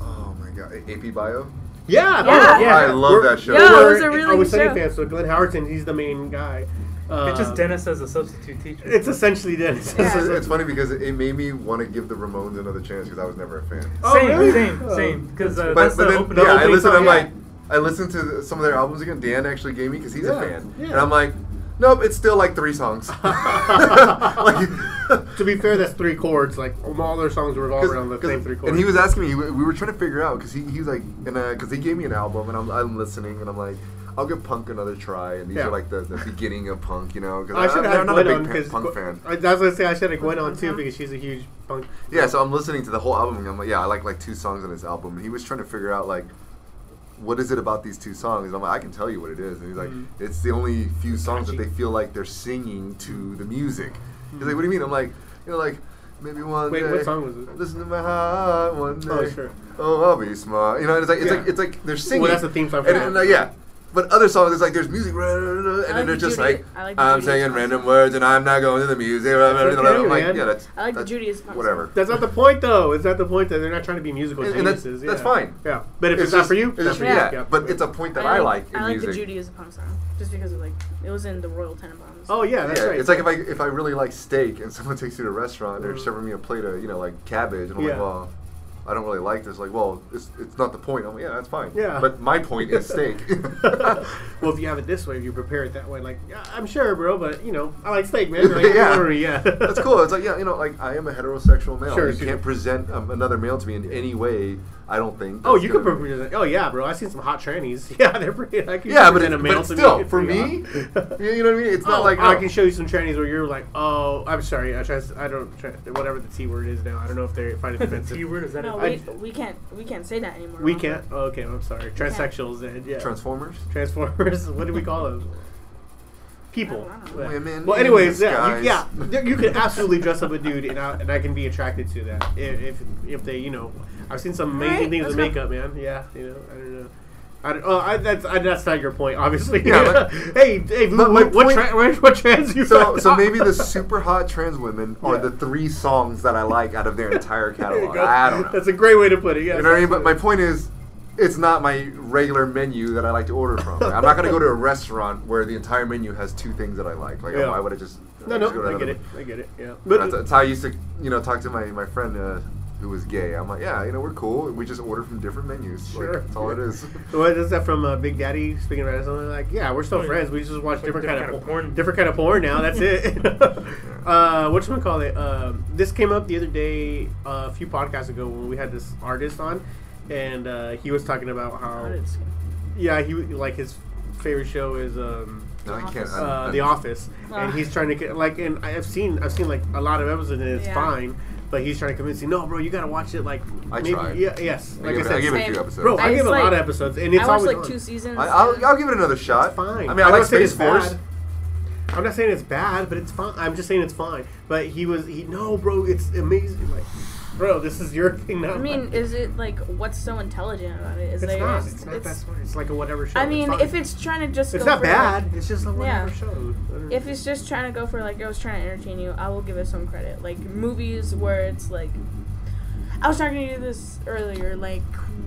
[SPEAKER 3] oh my god, AP Bio.
[SPEAKER 1] yeah,
[SPEAKER 2] Yeah.
[SPEAKER 1] yeah.
[SPEAKER 3] I love
[SPEAKER 1] We're-
[SPEAKER 3] that show.
[SPEAKER 2] Yeah, it was a
[SPEAKER 1] we're-
[SPEAKER 2] really
[SPEAKER 1] I was
[SPEAKER 2] good
[SPEAKER 1] Sunny
[SPEAKER 2] show.
[SPEAKER 1] fan, so Glenn Howerton, he's the main guy. Uh,
[SPEAKER 4] it's just Dennis as a substitute teacher.
[SPEAKER 1] It's essentially Dennis.
[SPEAKER 2] Yeah.
[SPEAKER 3] It's, it's funny because it made me want to give the Ramones another chance because I was never a fan.
[SPEAKER 1] Oh,
[SPEAKER 4] same,
[SPEAKER 1] really?
[SPEAKER 4] same,
[SPEAKER 1] Oh.
[SPEAKER 4] same. Because uh,
[SPEAKER 3] but
[SPEAKER 4] that's
[SPEAKER 3] but
[SPEAKER 4] the
[SPEAKER 3] then
[SPEAKER 4] opening.
[SPEAKER 3] yeah, I
[SPEAKER 1] opening
[SPEAKER 3] listened.
[SPEAKER 1] song,
[SPEAKER 3] I'm
[SPEAKER 1] yeah.
[SPEAKER 3] like, I listened to the- some of their albums again. Dan actually gave me because he's
[SPEAKER 1] Yeah,
[SPEAKER 3] a fan,
[SPEAKER 1] yeah.
[SPEAKER 3] and I'm like, nope, it's still like three songs. like,
[SPEAKER 1] to be fair, that's three chords. Like all their songs revolve around the
[SPEAKER 3] 'Cause-
[SPEAKER 1] same three chords.
[SPEAKER 3] And he was asking me, we we were trying to figure out because he, he was like, and because he gave me an album, and I'm, I'm listening, and I'm like, I'll give punk another try, and these
[SPEAKER 1] Yeah.
[SPEAKER 3] are like the, the beginning of punk, you know?
[SPEAKER 1] I
[SPEAKER 3] Because
[SPEAKER 1] should
[SPEAKER 3] I'm,
[SPEAKER 1] have
[SPEAKER 3] I'm not
[SPEAKER 1] Gwen
[SPEAKER 3] a big
[SPEAKER 1] on
[SPEAKER 3] pa-
[SPEAKER 1] because
[SPEAKER 3] punk fan.
[SPEAKER 1] I, that's what I say. I should have Gwen on too because she's a huge punk.
[SPEAKER 3] Yeah, so I'm listening to the whole album, and I'm like, yeah, I like like two songs on this album, and he was trying to figure out like. What is it about these two songs? And I'm like, I can tell you what it is. And he's like,
[SPEAKER 1] Mhm.
[SPEAKER 3] it's the only few songs that
[SPEAKER 4] Catchy.
[SPEAKER 3] they feel like they're singing to the music. He's like, what do you mean? I'm like, you know, like maybe one
[SPEAKER 1] Mm-hmm. Wait,
[SPEAKER 3] day.
[SPEAKER 1] what song was it?
[SPEAKER 3] Listen to my heart one day.
[SPEAKER 1] Oh, sure.
[SPEAKER 3] Oh, I'll be smart. You know, and it's like it's
[SPEAKER 1] Yeah.
[SPEAKER 3] like it's like they're singing.
[SPEAKER 1] Well, that's the theme song. For
[SPEAKER 3] and,
[SPEAKER 1] that.
[SPEAKER 3] and, uh, yeah, but other songs it's like there's music, rah, rah, rah, rah, and
[SPEAKER 2] I
[SPEAKER 3] then
[SPEAKER 2] like
[SPEAKER 3] they're
[SPEAKER 2] the
[SPEAKER 3] just
[SPEAKER 2] Judy-
[SPEAKER 3] like
[SPEAKER 2] I like the
[SPEAKER 3] I'm
[SPEAKER 2] Judy
[SPEAKER 3] saying
[SPEAKER 2] Osmond
[SPEAKER 3] random
[SPEAKER 2] song.
[SPEAKER 3] words, and I'm not going to the music. Rah, rah, rah, rah,
[SPEAKER 1] okay,
[SPEAKER 3] rah. I'm like,
[SPEAKER 1] man.
[SPEAKER 3] yeah, that's
[SPEAKER 2] I like the
[SPEAKER 3] that's-
[SPEAKER 2] Judy Osmond song.
[SPEAKER 3] Whatever.
[SPEAKER 1] That's not the point, though. It's not the point that they're not trying to be musical
[SPEAKER 3] And- and that's-
[SPEAKER 1] geniuses.
[SPEAKER 3] that's
[SPEAKER 1] yeah.
[SPEAKER 3] fine.
[SPEAKER 1] Yeah, but if it's, not
[SPEAKER 3] just-
[SPEAKER 1] for you,
[SPEAKER 3] it's
[SPEAKER 1] not
[SPEAKER 3] just-
[SPEAKER 1] for you.
[SPEAKER 3] yeah, but it's a point that I like. in
[SPEAKER 2] I like
[SPEAKER 3] music.
[SPEAKER 2] the Judy as a punk song just because of like it was in the Royal Tenenbaums.
[SPEAKER 1] Oh yeah, that's
[SPEAKER 3] yeah,
[SPEAKER 1] right.
[SPEAKER 3] It's like if I if I really like steak and someone takes you to a restaurant, they're
[SPEAKER 1] Mhm.
[SPEAKER 3] serving me a plate of you know like cabbage, and I'm
[SPEAKER 1] Yeah.
[SPEAKER 3] like, well, I don't really like this. Like, well, it's, it's not the point. I'm like, yeah, that's fine.
[SPEAKER 1] Yeah.
[SPEAKER 3] But my point is steak.
[SPEAKER 1] well, if you have it this way, if you prepare it that way, like yeah, I'm sure, bro. But you know, I like steak, man. Like,
[SPEAKER 3] Yeah.
[SPEAKER 1] don't worry, yeah.
[SPEAKER 3] That's cool. It's like yeah, you know, like I am a heterosexual male.
[SPEAKER 1] Sure,
[SPEAKER 3] you
[SPEAKER 1] sure.
[SPEAKER 3] can't present um, another male to me in any way I don't think.
[SPEAKER 1] Oh,
[SPEAKER 3] that's
[SPEAKER 1] you could
[SPEAKER 3] gonna
[SPEAKER 1] probably just, oh yeah, bro. I seen some hot trannies. Yeah, they're pretty. I can
[SPEAKER 3] Yeah, but,
[SPEAKER 1] present
[SPEAKER 3] it,
[SPEAKER 1] a male
[SPEAKER 3] but
[SPEAKER 1] to
[SPEAKER 3] still,
[SPEAKER 1] me if
[SPEAKER 3] for
[SPEAKER 1] you
[SPEAKER 3] me,
[SPEAKER 1] want.
[SPEAKER 3] you know what I mean. It's
[SPEAKER 1] Oh,
[SPEAKER 3] not like
[SPEAKER 1] I
[SPEAKER 3] oh.
[SPEAKER 1] can show you some trannies where you're like, oh, I'm sorry, I, trans- I don't tra- whatever the t word is now. I don't know if they find it
[SPEAKER 4] The T
[SPEAKER 1] offensive.
[SPEAKER 4] word is that
[SPEAKER 2] No,
[SPEAKER 4] it?
[SPEAKER 2] we, we can't we can't say that anymore.
[SPEAKER 1] we
[SPEAKER 2] huh?
[SPEAKER 1] can't. Oh, okay, I'm sorry. Transsexuals then. Yeah.
[SPEAKER 3] Transformers.
[SPEAKER 1] Transformers. What do we call those? People.
[SPEAKER 2] I don't know.
[SPEAKER 1] Yeah.
[SPEAKER 3] Women
[SPEAKER 1] Well,
[SPEAKER 3] in
[SPEAKER 1] anyways, yeah, you, yeah,
[SPEAKER 3] disguise.
[SPEAKER 1] there- you could absolutely dress up a dude, and I, and I can be attracted to that if if, if they, you know, I've seen some amazing
[SPEAKER 2] Alright,
[SPEAKER 1] things with
[SPEAKER 2] let's go.
[SPEAKER 1] makeup, man. Yeah, you know, I don't know. I don't, oh, I, that's I, that's not your point, obviously.
[SPEAKER 3] Yeah, but-
[SPEAKER 1] hey, hey,
[SPEAKER 3] But my
[SPEAKER 1] what, what,
[SPEAKER 3] point-
[SPEAKER 1] tra- what, what trans you
[SPEAKER 3] So,
[SPEAKER 1] found
[SPEAKER 3] so
[SPEAKER 1] out?
[SPEAKER 3] maybe the super hot trans women are
[SPEAKER 1] Yeah.
[SPEAKER 3] the three songs that I like out of their entire
[SPEAKER 1] There you
[SPEAKER 3] catalog.
[SPEAKER 1] go.
[SPEAKER 3] I don't know.
[SPEAKER 1] That's a great way to put it. Yeah,
[SPEAKER 3] you know what I mean? But my point is, it's not my regular menu that I like to order from. Like, I'm not gonna go to a restaurant where the entire menu has two things that I like. Like,
[SPEAKER 1] Yeah.
[SPEAKER 3] why would I just?
[SPEAKER 1] no,
[SPEAKER 3] just go
[SPEAKER 1] no,
[SPEAKER 3] to
[SPEAKER 1] I
[SPEAKER 3] another
[SPEAKER 1] get it.
[SPEAKER 3] one?
[SPEAKER 1] I get it. Yeah,
[SPEAKER 3] But
[SPEAKER 1] but
[SPEAKER 3] that's, that's how I used to, you know, talk to my my friend uh, who was gay. I'm like, yeah, you know, we're cool. We just order from different menus.
[SPEAKER 1] Sure.
[SPEAKER 3] Like, that's all it is.
[SPEAKER 1] What is that from uh, Big Daddy speaking about something like, yeah, we're still
[SPEAKER 4] Oh, yeah.
[SPEAKER 1] friends. We just watch
[SPEAKER 4] Like
[SPEAKER 1] different, kind, of, porn.
[SPEAKER 4] porn.
[SPEAKER 1] Different kind of porn now. That's it. uh, what you call it? Um, this came up the other day, uh, a few podcasts ago, when we had this artist on, and uh, he was talking about
[SPEAKER 2] How
[SPEAKER 1] how,
[SPEAKER 2] did it say?
[SPEAKER 1] yeah, he like his favorite show is. Um,
[SPEAKER 3] No, I can't. I-
[SPEAKER 1] uh,
[SPEAKER 3] I-
[SPEAKER 1] The Office, and
[SPEAKER 2] Ah.
[SPEAKER 1] he's trying to get like, and I've seen I've seen like a lot of episodes, and it's
[SPEAKER 2] Yeah.
[SPEAKER 1] fine. But he's trying to convince me, no, bro, you gotta watch it. Like,
[SPEAKER 3] I
[SPEAKER 1] maybe,
[SPEAKER 3] tried.
[SPEAKER 1] yeah, yes,
[SPEAKER 3] I
[SPEAKER 1] like I,
[SPEAKER 3] give it-
[SPEAKER 1] said,
[SPEAKER 3] I give it a
[SPEAKER 2] same.
[SPEAKER 3] few episodes.
[SPEAKER 1] bro, I,
[SPEAKER 2] I
[SPEAKER 1] give
[SPEAKER 2] just,
[SPEAKER 1] a lot
[SPEAKER 2] like-
[SPEAKER 1] of episodes, and it's
[SPEAKER 2] I watched
[SPEAKER 1] always
[SPEAKER 2] like
[SPEAKER 1] on.
[SPEAKER 2] two seasons.
[SPEAKER 3] I, I'll, I'll give it another shot.
[SPEAKER 1] It's fine.
[SPEAKER 3] I mean, I
[SPEAKER 1] I'm
[SPEAKER 3] like
[SPEAKER 1] not saying
[SPEAKER 3] Space
[SPEAKER 1] it's bad.
[SPEAKER 3] Force.
[SPEAKER 1] I'm not saying it's bad, but it's fine. I'm just saying it's fine. But he was, he no, bro, it's amazing. Like, bro, this is your thing now.
[SPEAKER 2] I mean, is it like what's so intelligent about it? Is
[SPEAKER 1] it's
[SPEAKER 2] like
[SPEAKER 1] not.
[SPEAKER 2] it's-
[SPEAKER 1] It's, not that
[SPEAKER 2] it's-
[SPEAKER 1] smart. It's like a whatever show.
[SPEAKER 2] I mean,
[SPEAKER 1] fine.
[SPEAKER 2] if it's trying to just
[SPEAKER 1] it's
[SPEAKER 2] go
[SPEAKER 1] not
[SPEAKER 2] for,
[SPEAKER 1] bad.
[SPEAKER 2] like-
[SPEAKER 1] it's just a whatever
[SPEAKER 2] Yeah.
[SPEAKER 1] show. I don't know.
[SPEAKER 2] if it's just trying to go for like I was trying to entertain you, I will give it some credit. Like movies where it's like I was talking to you this earlier, like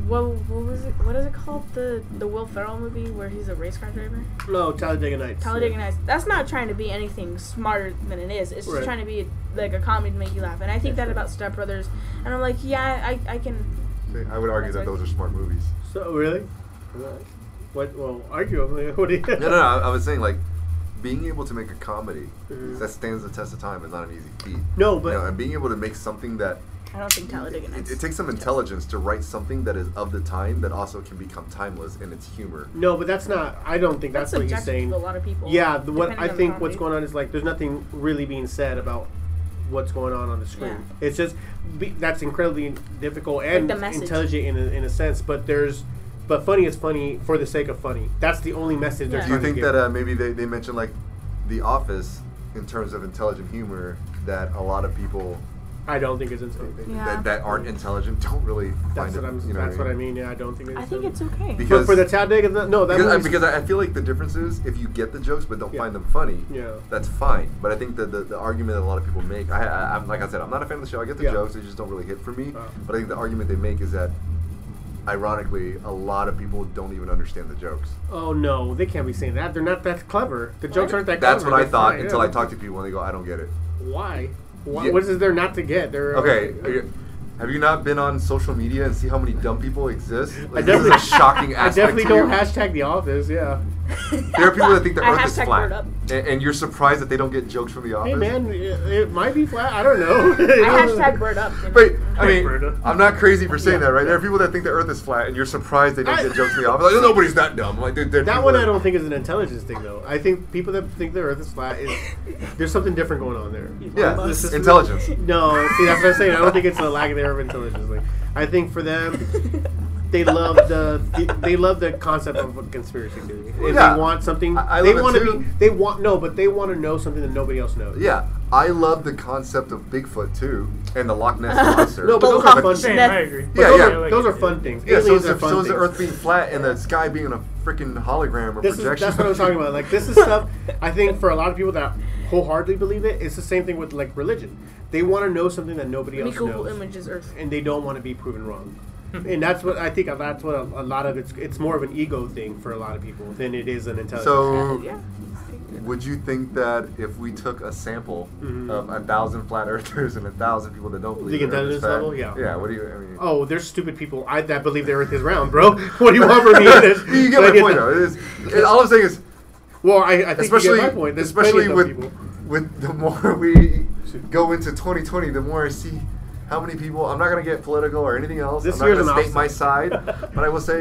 [SPEAKER 2] what what was it what is it called? The the Will Ferrell movie where he's a race car driver?
[SPEAKER 1] no Talladega Nights.
[SPEAKER 2] Talladega
[SPEAKER 1] Yeah.
[SPEAKER 2] Nights. That's not trying to be anything smarter than it is. It's
[SPEAKER 1] Right.
[SPEAKER 2] just trying to be like a comedy to make you laugh. And I think
[SPEAKER 1] Yeah,
[SPEAKER 2] that
[SPEAKER 1] sure.
[SPEAKER 2] about Step Brothers and I'm like, yeah, I, I can
[SPEAKER 3] I would argue that
[SPEAKER 2] That's
[SPEAKER 3] those are smart movies.
[SPEAKER 1] So really, what? Well, arguably, what do you?
[SPEAKER 3] No, no, no. I, I was saying like being able to make a comedy
[SPEAKER 1] Mhm.
[SPEAKER 3] that stands the test of time is not an easy feat.
[SPEAKER 1] No,
[SPEAKER 3] You know,
[SPEAKER 1] but
[SPEAKER 3] and being able to make something that
[SPEAKER 2] I don't think Talladega
[SPEAKER 3] it,
[SPEAKER 2] Nights.
[SPEAKER 3] it takes some intelligence to write something that is of the time that also can become timeless in its humor.
[SPEAKER 1] no, but that's not. I don't think that's,
[SPEAKER 2] that's
[SPEAKER 1] what he's
[SPEAKER 2] subjective
[SPEAKER 1] saying.
[SPEAKER 2] to a lot of people.
[SPEAKER 1] Yeah, the, what
[SPEAKER 2] depending
[SPEAKER 1] I
[SPEAKER 2] on the
[SPEAKER 1] think what's
[SPEAKER 2] comedy.
[SPEAKER 1] going on is like there's nothing really being said about what's going on on the screen. It's just be, that's incredibly difficult and
[SPEAKER 2] the message.
[SPEAKER 1] intelligent in a, in a sense, but there's but funny is funny for the sake of funny. That's the only message they're
[SPEAKER 2] Yeah.
[SPEAKER 3] Do you
[SPEAKER 1] trying
[SPEAKER 3] think
[SPEAKER 1] to
[SPEAKER 3] that
[SPEAKER 1] give.
[SPEAKER 3] uh, maybe they, they mentioned like The Office in terms of intelligent humor that a lot of people
[SPEAKER 1] I don't think it's intelligent.
[SPEAKER 2] Yeah.
[SPEAKER 3] that, that aren't intelligent don't really
[SPEAKER 1] That's
[SPEAKER 3] find
[SPEAKER 1] what
[SPEAKER 3] it,
[SPEAKER 1] I'm.
[SPEAKER 3] you know
[SPEAKER 1] that's what I
[SPEAKER 3] mean?
[SPEAKER 1] mean. Yeah, I don't think. It's
[SPEAKER 2] I think it's
[SPEAKER 1] intelligent.
[SPEAKER 2] okay.
[SPEAKER 3] Because-
[SPEAKER 1] But for the Talladega, the- no, that
[SPEAKER 3] because, I,
[SPEAKER 1] movie's-
[SPEAKER 3] because I I feel like the difference is if you get the jokes but don't
[SPEAKER 1] Yeah.
[SPEAKER 3] find them funny,
[SPEAKER 1] Yeah.
[SPEAKER 3] that's fine. But I think that the, the argument that a lot of people make, I, I, I'm like I said, I'm not a fan of the show. I get the
[SPEAKER 1] Yeah.
[SPEAKER 3] jokes, they just don't really hit for me.
[SPEAKER 1] Oh.
[SPEAKER 3] But I think the argument they make is that, ironically, a lot of people don't even understand the jokes.
[SPEAKER 1] Oh no, they can't be saying that. They're not that clever. The jokes aren't that.
[SPEAKER 3] That's
[SPEAKER 1] clever.
[SPEAKER 3] what I
[SPEAKER 1] They're
[SPEAKER 3] thought
[SPEAKER 1] fine,
[SPEAKER 3] until
[SPEAKER 1] yeah.
[SPEAKER 3] I talked to people and they go, I don't get it.
[SPEAKER 1] Why? Why
[SPEAKER 3] Yeah.
[SPEAKER 1] What is there not to get? They're uh,
[SPEAKER 3] Okay, are you- have you not been on social media and see how many dumb people exist? Like, this is
[SPEAKER 1] definitely-
[SPEAKER 3] a shocking
[SPEAKER 1] I
[SPEAKER 3] aspect
[SPEAKER 1] definitely
[SPEAKER 3] to
[SPEAKER 1] don't
[SPEAKER 3] you.
[SPEAKER 1] hashtag the office. Yeah.
[SPEAKER 3] There are people that think the
[SPEAKER 2] I
[SPEAKER 3] earth is
[SPEAKER 2] hashtag
[SPEAKER 3] flat.
[SPEAKER 2] word up.
[SPEAKER 3] And, and you're surprised that they don't get jokes from the office?
[SPEAKER 1] Hey man, it, it might be flat. I don't know.
[SPEAKER 2] I hashtag bird up. you know?
[SPEAKER 3] Wait, I
[SPEAKER 4] Hey,
[SPEAKER 3] mean,
[SPEAKER 4] Britta.
[SPEAKER 3] I'm not crazy for saying
[SPEAKER 1] Yeah.
[SPEAKER 3] that, right? There are people that think the Earth is flat, and you're surprised they don't
[SPEAKER 1] I-
[SPEAKER 3] get jokes in the office. Like, nobody's that dumb. Like, dude,
[SPEAKER 1] That one I don't think is an intelligence thing though. I think people that think the Earth is flat is there's something different going on there.
[SPEAKER 3] Yeah,
[SPEAKER 1] This is-
[SPEAKER 3] intelligence.
[SPEAKER 1] No, see that's what I'm saying. I don't think it's a lack of their intelligence. Like, I think for them, they love the they love the concept of a conspiracy theory. If
[SPEAKER 3] Yeah.
[SPEAKER 1] They want something.
[SPEAKER 3] I- I
[SPEAKER 1] they
[SPEAKER 3] love it
[SPEAKER 1] want to
[SPEAKER 3] too.
[SPEAKER 1] be. They want no, but they want to know something that nobody else knows.
[SPEAKER 3] Yeah, I love the concept of Bigfoot too, and the Loch Ness monster.
[SPEAKER 1] No, but those are fun.
[SPEAKER 4] Same,
[SPEAKER 1] Things.
[SPEAKER 2] That's-
[SPEAKER 4] I agree.
[SPEAKER 1] But
[SPEAKER 3] Yeah,
[SPEAKER 1] those,
[SPEAKER 3] yeah.
[SPEAKER 1] Are, those are fun things.
[SPEAKER 3] yeah, so
[SPEAKER 1] Aliens
[SPEAKER 3] is,
[SPEAKER 1] are
[SPEAKER 3] the,
[SPEAKER 1] fun
[SPEAKER 3] so is the
[SPEAKER 1] things.
[SPEAKER 3] Earth being flat and the sky being a freaking hologram or
[SPEAKER 1] This is,
[SPEAKER 3] projection.
[SPEAKER 1] that's what I'm talking about. Like this is stuff I think for a lot of people that wholeheartedly believe it, it's the same thing with like religion. They want to know something that nobody
[SPEAKER 2] Let me
[SPEAKER 1] else
[SPEAKER 2] Google
[SPEAKER 1] knows,
[SPEAKER 2] images Hmm. Earth.
[SPEAKER 1] and they don't want to be proven wrong. and that's what I think. That's what a, a lot of it's. It's more of an ego thing for a lot of people than it is an intelligence.
[SPEAKER 3] so,
[SPEAKER 2] Yeah.
[SPEAKER 3] would you think that if we took a sample
[SPEAKER 1] Mhm.
[SPEAKER 3] of a thousand flat earthers and a thousand people that don't believe
[SPEAKER 1] The
[SPEAKER 3] the Earth is
[SPEAKER 1] intelligence
[SPEAKER 3] flat,
[SPEAKER 1] level? Yeah.
[SPEAKER 3] yeah, what do you? I mean,
[SPEAKER 1] oh, there's stupid people. I that believe the Earth is round, bro. What do you want from me? in this?
[SPEAKER 3] you get my
[SPEAKER 1] Like, it's-
[SPEAKER 3] point though. It is, it, all I'm saying is,
[SPEAKER 1] Well, I, I think you
[SPEAKER 3] especially
[SPEAKER 1] get my point. There's plenty
[SPEAKER 3] especially
[SPEAKER 1] of
[SPEAKER 3] with
[SPEAKER 1] dumb people.
[SPEAKER 3] with the more we go into 2020, the more I see how many people. I'm not gonna get political or anything else.
[SPEAKER 1] This
[SPEAKER 3] I'm not
[SPEAKER 1] year's
[SPEAKER 3] gonna
[SPEAKER 1] an
[SPEAKER 3] state my side,
[SPEAKER 1] obstacle.
[SPEAKER 3] but I will say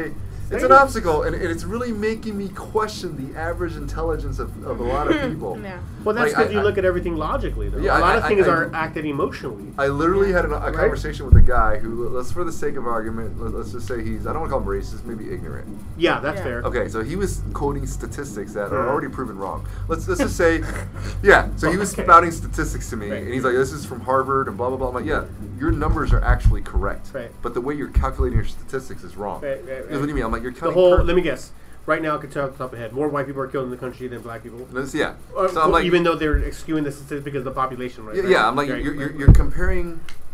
[SPEAKER 3] it's
[SPEAKER 1] State
[SPEAKER 3] an
[SPEAKER 1] it.
[SPEAKER 3] obstacle, and, and it's really making me question the average intelligence of, of a lot of people.
[SPEAKER 2] Yeah.
[SPEAKER 1] Well, that's
[SPEAKER 3] Like,
[SPEAKER 1] because
[SPEAKER 3] I-
[SPEAKER 1] you
[SPEAKER 3] I-
[SPEAKER 1] look at everything logically, though.
[SPEAKER 3] Yeah,
[SPEAKER 1] a lot
[SPEAKER 3] I-
[SPEAKER 1] of
[SPEAKER 3] I-
[SPEAKER 1] things
[SPEAKER 3] I-
[SPEAKER 1] are acted emotionally.
[SPEAKER 3] I literally had an, a
[SPEAKER 1] Right?
[SPEAKER 3] conversation with a guy who, let's for the sake of argument, let- let's just say he's I don't want to call him racist, maybe ignorant.
[SPEAKER 1] yeah, that's
[SPEAKER 2] Yeah.
[SPEAKER 1] fair.
[SPEAKER 3] Okay, so he was quoting statistics that are
[SPEAKER 1] Mhm.
[SPEAKER 3] already proven wrong. Let's let's just say, yeah. So he was
[SPEAKER 1] Okay.
[SPEAKER 3] spouting statistics to me,
[SPEAKER 1] Right.
[SPEAKER 3] and he's like, "This is from Harvard," and blah blah blah. I'm like, "Yeah, your numbers are actually correct,
[SPEAKER 1] Right.
[SPEAKER 3] but the way you're calculating your statistics is wrong."
[SPEAKER 1] Right, right,
[SPEAKER 3] That's
[SPEAKER 1] right.
[SPEAKER 3] What do you mean? I'm like, "You're
[SPEAKER 1] The
[SPEAKER 3] counting."
[SPEAKER 1] whole.
[SPEAKER 3] per-
[SPEAKER 1] Let me guess. Right now, I can tell off the top of my head, more white people are killed in the country than black people.
[SPEAKER 3] That's- yeah.
[SPEAKER 1] Uh,
[SPEAKER 3] so I'm like,
[SPEAKER 1] even though they're skewing the statistics because of the population, right?
[SPEAKER 3] yeah,
[SPEAKER 1] right?
[SPEAKER 3] yeah, I'm like,
[SPEAKER 1] Right,
[SPEAKER 3] you're,
[SPEAKER 1] right,
[SPEAKER 3] you're,
[SPEAKER 1] right.
[SPEAKER 3] you're comparing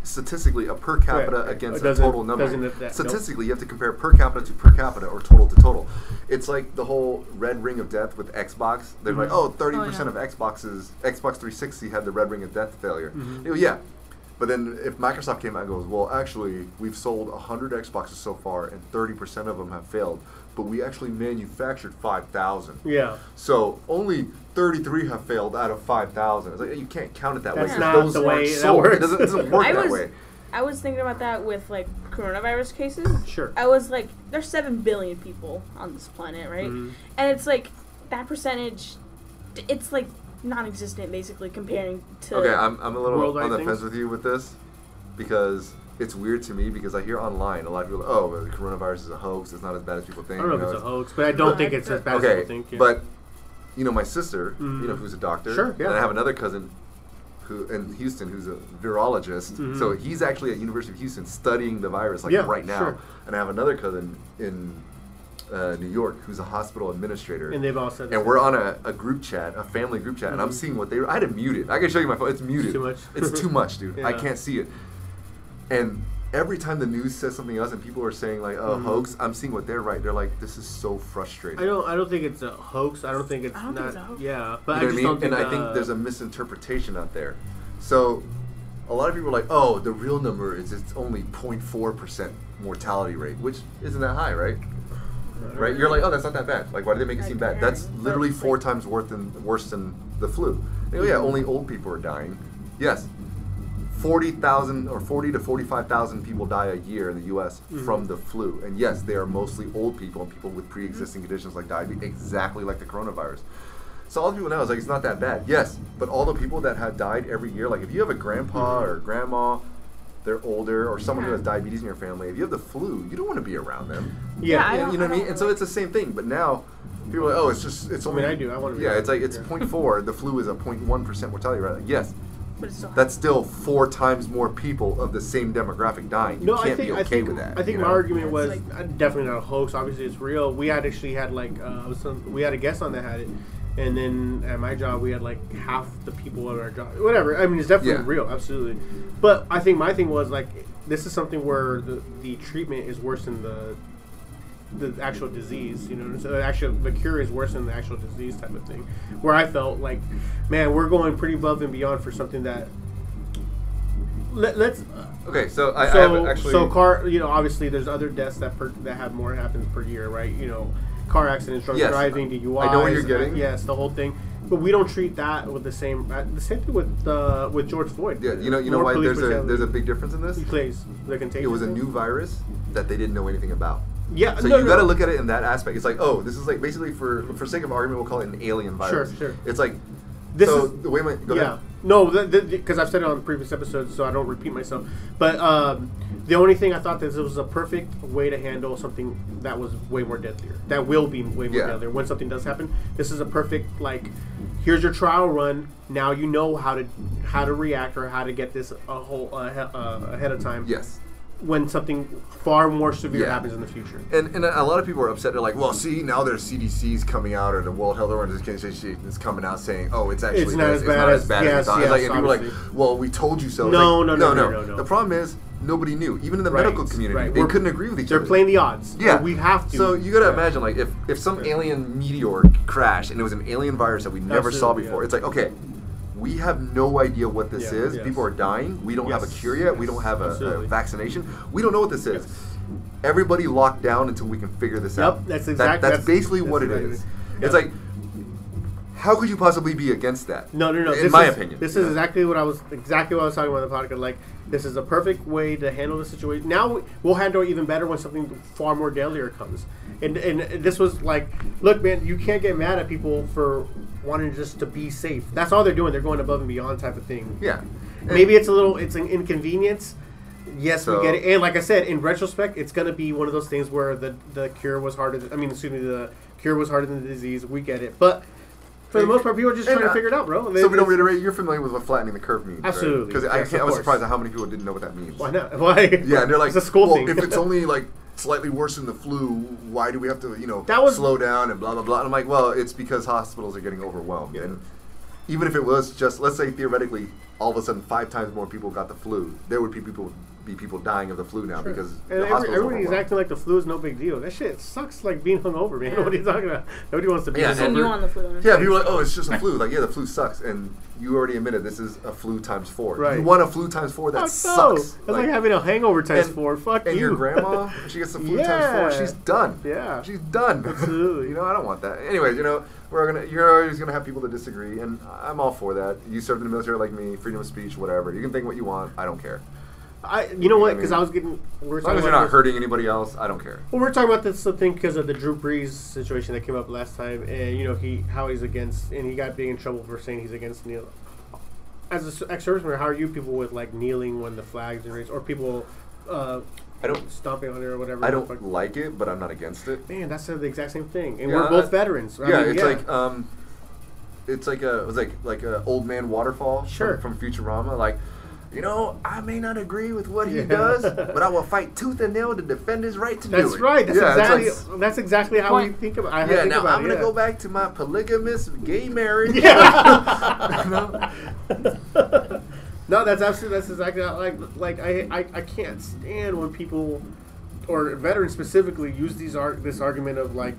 [SPEAKER 3] statistically a per capita
[SPEAKER 1] Right, right.
[SPEAKER 3] against
[SPEAKER 1] It
[SPEAKER 3] a
[SPEAKER 1] doesn't-
[SPEAKER 3] total number.
[SPEAKER 1] doesn't it- that- nope.
[SPEAKER 3] statistically, you have to compare per capita to per capita or total to total. It's like the whole red ring of death with Xbox. They're like,
[SPEAKER 1] Mhm.
[SPEAKER 3] oh, 30%
[SPEAKER 2] Oh, yeah.
[SPEAKER 3] of Xboxes, Xbox 360 had the red ring of death failure.
[SPEAKER 1] Mhm.
[SPEAKER 3] You know, yeah. But then if Microsoft came out and goes, well, actually, we've sold 100 Xboxes so far and 30% of them have failed, but we actually manufactured 5,000.
[SPEAKER 1] Yeah.
[SPEAKER 3] So only 33 have failed out of 5,000. It's like you can't count it that way.
[SPEAKER 1] That's
[SPEAKER 3] 'cause
[SPEAKER 1] not
[SPEAKER 3] those
[SPEAKER 1] the
[SPEAKER 3] aren't
[SPEAKER 1] way that
[SPEAKER 3] sold.
[SPEAKER 1] works.
[SPEAKER 3] It doesn't, it doesn't work
[SPEAKER 2] I
[SPEAKER 3] that
[SPEAKER 2] was-
[SPEAKER 3] way.
[SPEAKER 2] I was thinking about that with like coronavirus cases.
[SPEAKER 1] Sure.
[SPEAKER 2] I was like, there's seven billion people on this planet, right?
[SPEAKER 3] Mm-hmm.
[SPEAKER 1] Mhm.
[SPEAKER 2] And it's like that percentage, d- it's like non-existent basically comparing to.
[SPEAKER 3] Okay, I'm, I'm a little
[SPEAKER 1] Worldwide
[SPEAKER 3] on the
[SPEAKER 1] things.
[SPEAKER 3] fence with you with this because it's weird to me because I hear online a lot of people, oh, well, the coronavirus is a hoax. It's not as bad as people
[SPEAKER 1] I
[SPEAKER 3] think.
[SPEAKER 1] don't know if
[SPEAKER 3] you know,
[SPEAKER 1] it's a hoax, but I don't
[SPEAKER 2] No,
[SPEAKER 1] think
[SPEAKER 2] I-
[SPEAKER 1] it's as bad as
[SPEAKER 3] Okay,
[SPEAKER 1] people think. yeah.
[SPEAKER 3] but you know my sister, you know
[SPEAKER 1] Mhm.
[SPEAKER 3] who's a doctor,
[SPEAKER 1] Sure, yeah.
[SPEAKER 3] and I have another cousin who in Houston who's a virologist.
[SPEAKER 1] Mhm.
[SPEAKER 3] So he's actually at University of Houston studying the virus like
[SPEAKER 1] Yeah,
[SPEAKER 3] right now.
[SPEAKER 1] sure.
[SPEAKER 3] And I have another cousin in uh, New York who's a hospital administrator.
[SPEAKER 1] and they've all said
[SPEAKER 3] And we're on a, a group chat, a family group chat, and I'm
[SPEAKER 1] Mhm.
[SPEAKER 3] seeing what they. I had it muted. I can show you my phone. It's muted.
[SPEAKER 1] too much.
[SPEAKER 3] It's too much, dude. I
[SPEAKER 1] Yeah.
[SPEAKER 3] can't see it. And every time the news says something else, and people are saying like, "Oh,
[SPEAKER 1] Mhm.
[SPEAKER 3] hoax," I'm seeing what they're right. They're like, "This is so frustrating."
[SPEAKER 1] I don't. I don't think it's a hoax. I don't think it's
[SPEAKER 2] I don't
[SPEAKER 1] not.
[SPEAKER 2] think it's a hoax.
[SPEAKER 1] Yeah, but
[SPEAKER 3] you
[SPEAKER 1] I just
[SPEAKER 3] know
[SPEAKER 1] don't
[SPEAKER 3] what I mean?
[SPEAKER 1] think.
[SPEAKER 3] And I think
[SPEAKER 1] uh,
[SPEAKER 3] there's a misinterpretation out there. So a lot of people are like, oh, the real number is it's only 0.4% mortality rate, which isn't that high, right? Right? You're like, oh, that's not that bad. Like, why do they make it seem bad? That's
[SPEAKER 2] Comparing.
[SPEAKER 3] literally
[SPEAKER 2] But,
[SPEAKER 3] four
[SPEAKER 2] like-
[SPEAKER 3] times worse than, worse than the flu. They go, yeah, only old people are dying. Yes. 40,000 or 40 to 45,000 people die a year in the US
[SPEAKER 1] Mm-hmm.
[SPEAKER 3] from the flu. And yes, they are mostly old people and people with pre existing
[SPEAKER 2] Mm-hmm.
[SPEAKER 3] conditions like diabetes, exactly like the coronavirus. So all the people now is like it's not that bad. Yes, but all the people that have died every year, like if you have a grandpa
[SPEAKER 1] Mm-hmm.
[SPEAKER 3] or grandma, they're older, or someone who has diabetes in your family. If you have the flu, you don't want to be around them.
[SPEAKER 1] yeah.
[SPEAKER 2] I
[SPEAKER 3] Yeah,
[SPEAKER 2] don't-
[SPEAKER 3] you know
[SPEAKER 2] I
[SPEAKER 3] what I mean.
[SPEAKER 2] don't
[SPEAKER 3] And so
[SPEAKER 2] really-
[SPEAKER 3] it's the same thing. But now people are like, oh, it's just it's
[SPEAKER 1] I
[SPEAKER 3] only.
[SPEAKER 1] mean, I do. I wanna be
[SPEAKER 3] Yeah,
[SPEAKER 1] around
[SPEAKER 3] it's like it's
[SPEAKER 1] them, yeah.
[SPEAKER 3] 0.4. The flu is a 0.1 percent mortality rate. Like, yes,
[SPEAKER 2] But it's still
[SPEAKER 3] that's still four times more people of the same demographic dying. You
[SPEAKER 1] no,
[SPEAKER 3] can't
[SPEAKER 1] I think
[SPEAKER 3] be okay
[SPEAKER 1] I think
[SPEAKER 3] with that.
[SPEAKER 1] I think
[SPEAKER 3] you
[SPEAKER 1] my
[SPEAKER 3] know?
[SPEAKER 1] argument
[SPEAKER 2] It's
[SPEAKER 1] was
[SPEAKER 2] like-
[SPEAKER 1] uh, definitely not a hoax. Obviously, it's real. We had actually had like uh, some, we had a guest on that had it, and then at my job we had like half the people at our job. Whatever. I mean, it's definitely
[SPEAKER 3] Yeah.
[SPEAKER 1] real, absolutely. But I think my thing was like this is something where the, the treatment is worse than the the actual disease, you know, so the actual the cure is worse than the actual disease type of thing. Where I felt like, man, we're going pretty above and beyond for something that let, let's
[SPEAKER 3] Okay, so I, I
[SPEAKER 1] so
[SPEAKER 3] have actually.
[SPEAKER 1] so car you know obviously there's other deaths that per, that have more happens per year right you know car accidents drunk
[SPEAKER 3] Yes,
[SPEAKER 1] driving DUIs
[SPEAKER 3] I know what you're getting.
[SPEAKER 1] uh, yes the whole thing but we don't treat that with the same uh, the same thing with uh, with George Floyd
[SPEAKER 3] yeah, you know, you know
[SPEAKER 1] More
[SPEAKER 3] why
[SPEAKER 1] police
[SPEAKER 3] there's a
[SPEAKER 1] brutality.
[SPEAKER 3] there's a big difference in this.
[SPEAKER 1] he plays the contagion
[SPEAKER 3] it was a
[SPEAKER 1] thing.
[SPEAKER 3] new virus that they didn't know anything about.
[SPEAKER 1] yeah
[SPEAKER 3] So
[SPEAKER 1] no,
[SPEAKER 3] you
[SPEAKER 1] no.
[SPEAKER 3] got to look at it in that aspect. It's like, oh, this is like basically for for sake of argument, we'll call it an alien virus.
[SPEAKER 1] Sure, sure.
[SPEAKER 3] It's like
[SPEAKER 1] This
[SPEAKER 3] so
[SPEAKER 1] is-
[SPEAKER 3] the way my go
[SPEAKER 1] yeah.
[SPEAKER 3] ahead.
[SPEAKER 1] No, because I've said it on previous episodes, so I don't repeat myself. But um, the only thing I thought that this was a perfect way to handle something that was way more deadlier. That will be way more
[SPEAKER 3] Yeah.
[SPEAKER 1] deadlier when something does happen. This is a perfect like. Here's your trial run. Now you know how to how to react or how to get this a whole uh, he- uh, ahead of time.
[SPEAKER 3] Yes.
[SPEAKER 1] When something far more severe
[SPEAKER 3] Yeah.
[SPEAKER 1] happens in the future.
[SPEAKER 3] And, and a lot of people are upset. They're like, well, see, now there's CDC's coming out or the World Health Organization is coming out saying, oh, it's actually
[SPEAKER 1] It's not
[SPEAKER 3] this,
[SPEAKER 1] as bad
[SPEAKER 3] not
[SPEAKER 1] as-
[SPEAKER 3] as bad
[SPEAKER 1] yes,
[SPEAKER 3] as we thought. It's like,
[SPEAKER 1] yes,
[SPEAKER 3] and people are
[SPEAKER 1] obviously.
[SPEAKER 3] like, well, we told you so. It's
[SPEAKER 1] No,
[SPEAKER 3] like,
[SPEAKER 1] no, no, no, no, no.
[SPEAKER 3] The problem is nobody knew. Even in the
[SPEAKER 1] Right,
[SPEAKER 3] medical community,
[SPEAKER 1] right.
[SPEAKER 3] they
[SPEAKER 1] We're-
[SPEAKER 3] couldn't agree with each
[SPEAKER 1] They're
[SPEAKER 3] other.
[SPEAKER 1] playing the odds.
[SPEAKER 3] Yeah,
[SPEAKER 1] we have to.
[SPEAKER 3] So you gotta
[SPEAKER 1] Yeah.
[SPEAKER 3] imagine, like, if if some alien meteor crashed and it was an alien virus that we never saw
[SPEAKER 1] Absolutely,
[SPEAKER 3] before,
[SPEAKER 1] yeah.
[SPEAKER 3] it's like, okay, we have no idea what this
[SPEAKER 1] Yeah,
[SPEAKER 3] is.
[SPEAKER 1] yes.
[SPEAKER 3] People are dying. We don't have a
[SPEAKER 1] Yes,
[SPEAKER 3] cure yet. We
[SPEAKER 1] yes,
[SPEAKER 3] don't have a, a
[SPEAKER 1] absolutely.
[SPEAKER 3] vaccination. We don't know what this is.
[SPEAKER 1] Yes.
[SPEAKER 3] Everybody locked down until we can figure this
[SPEAKER 1] Yep,
[SPEAKER 3] out.
[SPEAKER 1] that's
[SPEAKER 3] That-
[SPEAKER 1] exact-
[SPEAKER 3] that's,
[SPEAKER 1] that's-
[SPEAKER 3] basically what
[SPEAKER 1] that's
[SPEAKER 3] it
[SPEAKER 1] exactly-
[SPEAKER 3] is.
[SPEAKER 1] yep.
[SPEAKER 3] It's like How could you possibly be against that?
[SPEAKER 1] No, no, no.
[SPEAKER 3] In
[SPEAKER 1] this
[SPEAKER 3] my
[SPEAKER 1] is-
[SPEAKER 3] opinion,
[SPEAKER 1] this
[SPEAKER 3] you
[SPEAKER 1] is
[SPEAKER 3] know?
[SPEAKER 1] exactly what I was exactly what I was talking about in the podcast. Like, this is a perfect way to handle the situation. Now we- we'll handle it even better when something far more deadlier comes. And and this was like, look, man, you can't get mad at people for wanting just to be safe. That's all they're doing. They're going above and beyond type of thing.
[SPEAKER 3] Yeah. And-
[SPEAKER 1] Maybe it's a little, it's an inconvenience. Yes,
[SPEAKER 3] So-
[SPEAKER 1] we get it. And like I said, in retrospect, it's going to be one of those things where the the cure was harder. Than, I mean, excuse me, the cure was harder than the disease. We get it, but. For the most part, people are just
[SPEAKER 3] And,
[SPEAKER 1] trying to
[SPEAKER 3] uh,
[SPEAKER 1] figure it out, bro. They-
[SPEAKER 3] So we don't
[SPEAKER 1] they-
[SPEAKER 3] reiterate. You're familiar with what flattening the curve means,
[SPEAKER 1] Absolutely.
[SPEAKER 3] Because
[SPEAKER 1] Yes,
[SPEAKER 3] I,
[SPEAKER 1] of
[SPEAKER 3] I was
[SPEAKER 1] course.
[SPEAKER 3] surprised at how many people didn't know what that means.
[SPEAKER 1] Why not? Why?
[SPEAKER 3] Yeah, and they're like,
[SPEAKER 1] it's a school
[SPEAKER 3] well,
[SPEAKER 1] thing.
[SPEAKER 3] if it's only like slightly worse than the flu, why do we have to, you know,
[SPEAKER 1] That was-
[SPEAKER 3] slow down and blah blah blah? And I'm like, well, it's because hospitals are getting overwhelmed, and even if it was just, let's say theoretically, all of a sudden five times more people got the flu, there would be people be people dying of the flu now because
[SPEAKER 1] and
[SPEAKER 3] the
[SPEAKER 1] every,
[SPEAKER 3] hospitals are
[SPEAKER 1] everybody's
[SPEAKER 3] overwhelmed.
[SPEAKER 1] acting like the flu is no big deal. That shit sucks. Like being hungover, man.
[SPEAKER 2] Yeah.
[SPEAKER 1] What are you talking about? Nobody wants to be.
[SPEAKER 3] Yeah,
[SPEAKER 1] hungover.
[SPEAKER 3] and-
[SPEAKER 2] And you on the flu.
[SPEAKER 3] yeah, people are like, oh, it's just a flu. Like, yeah, the flu sucks, and you already admitted this is a flu times four.
[SPEAKER 1] Right.
[SPEAKER 3] You want a flu times four? That
[SPEAKER 1] Fuck no.
[SPEAKER 3] sucks.
[SPEAKER 1] That's like, having a hangover test
[SPEAKER 3] and-
[SPEAKER 1] for. Fuck
[SPEAKER 3] and
[SPEAKER 1] you.
[SPEAKER 3] your grandma, when she gets the flu times
[SPEAKER 1] Yeah.
[SPEAKER 3] four, she's done.
[SPEAKER 1] Yeah.
[SPEAKER 3] she's done.
[SPEAKER 1] Absolutely.
[SPEAKER 3] you know, I don't want that. Anyways, you know, we're gonna, you're always gonna have people that disagree, and I'm all for that. You served in the military like me, freedom of speech, whatever. You can think what you want. I don't care.
[SPEAKER 1] I, you know what?
[SPEAKER 3] I
[SPEAKER 1] Because
[SPEAKER 3] mean,
[SPEAKER 1] I was getting. We were
[SPEAKER 3] As long
[SPEAKER 1] talking
[SPEAKER 3] as you're
[SPEAKER 1] about
[SPEAKER 3] not
[SPEAKER 1] this-
[SPEAKER 3] hurting anybody else, I don't care.
[SPEAKER 1] Well, we we're talking about this I think because of the Drew Brees situation that came up last time, and you know he how he's against, and he got big in trouble for saying he's against kneel. As an ex-serviceman, how are you people with like kneeling when the flags and raised, or people uh,
[SPEAKER 3] I don't,
[SPEAKER 1] stomping on it or whatever?
[SPEAKER 3] I
[SPEAKER 1] the fuck-
[SPEAKER 3] don't like it, but I'm not against it.
[SPEAKER 1] Man, that's the exact same thing, and
[SPEAKER 3] Yeah,
[SPEAKER 1] we're both
[SPEAKER 3] I-
[SPEAKER 1] veterans. I
[SPEAKER 3] yeah,
[SPEAKER 1] mean,
[SPEAKER 3] it's like um, it's like a it was like like a old man waterfall from-
[SPEAKER 1] Sure.
[SPEAKER 3] from, Futurama. Like, you know, I may not agree with what he
[SPEAKER 1] Yeah.
[SPEAKER 3] does, but I will fight tooth and nail to defend his right to do
[SPEAKER 1] that's
[SPEAKER 3] it.
[SPEAKER 1] right. That's
[SPEAKER 3] yeah,
[SPEAKER 1] exactly
[SPEAKER 3] It's like,
[SPEAKER 1] that's exactly how we
[SPEAKER 2] Point.
[SPEAKER 1] think about. I had to
[SPEAKER 3] yeah,
[SPEAKER 1] think
[SPEAKER 3] now
[SPEAKER 1] about
[SPEAKER 3] I'm
[SPEAKER 1] it,
[SPEAKER 3] gonna
[SPEAKER 1] yeah.
[SPEAKER 3] go back to my polygamous gay marriage. You know?
[SPEAKER 1] Yeah. no, that's absolutely that's exactly how, like like I, I I can't stand when people or veterans specifically use these ar- this argument of like.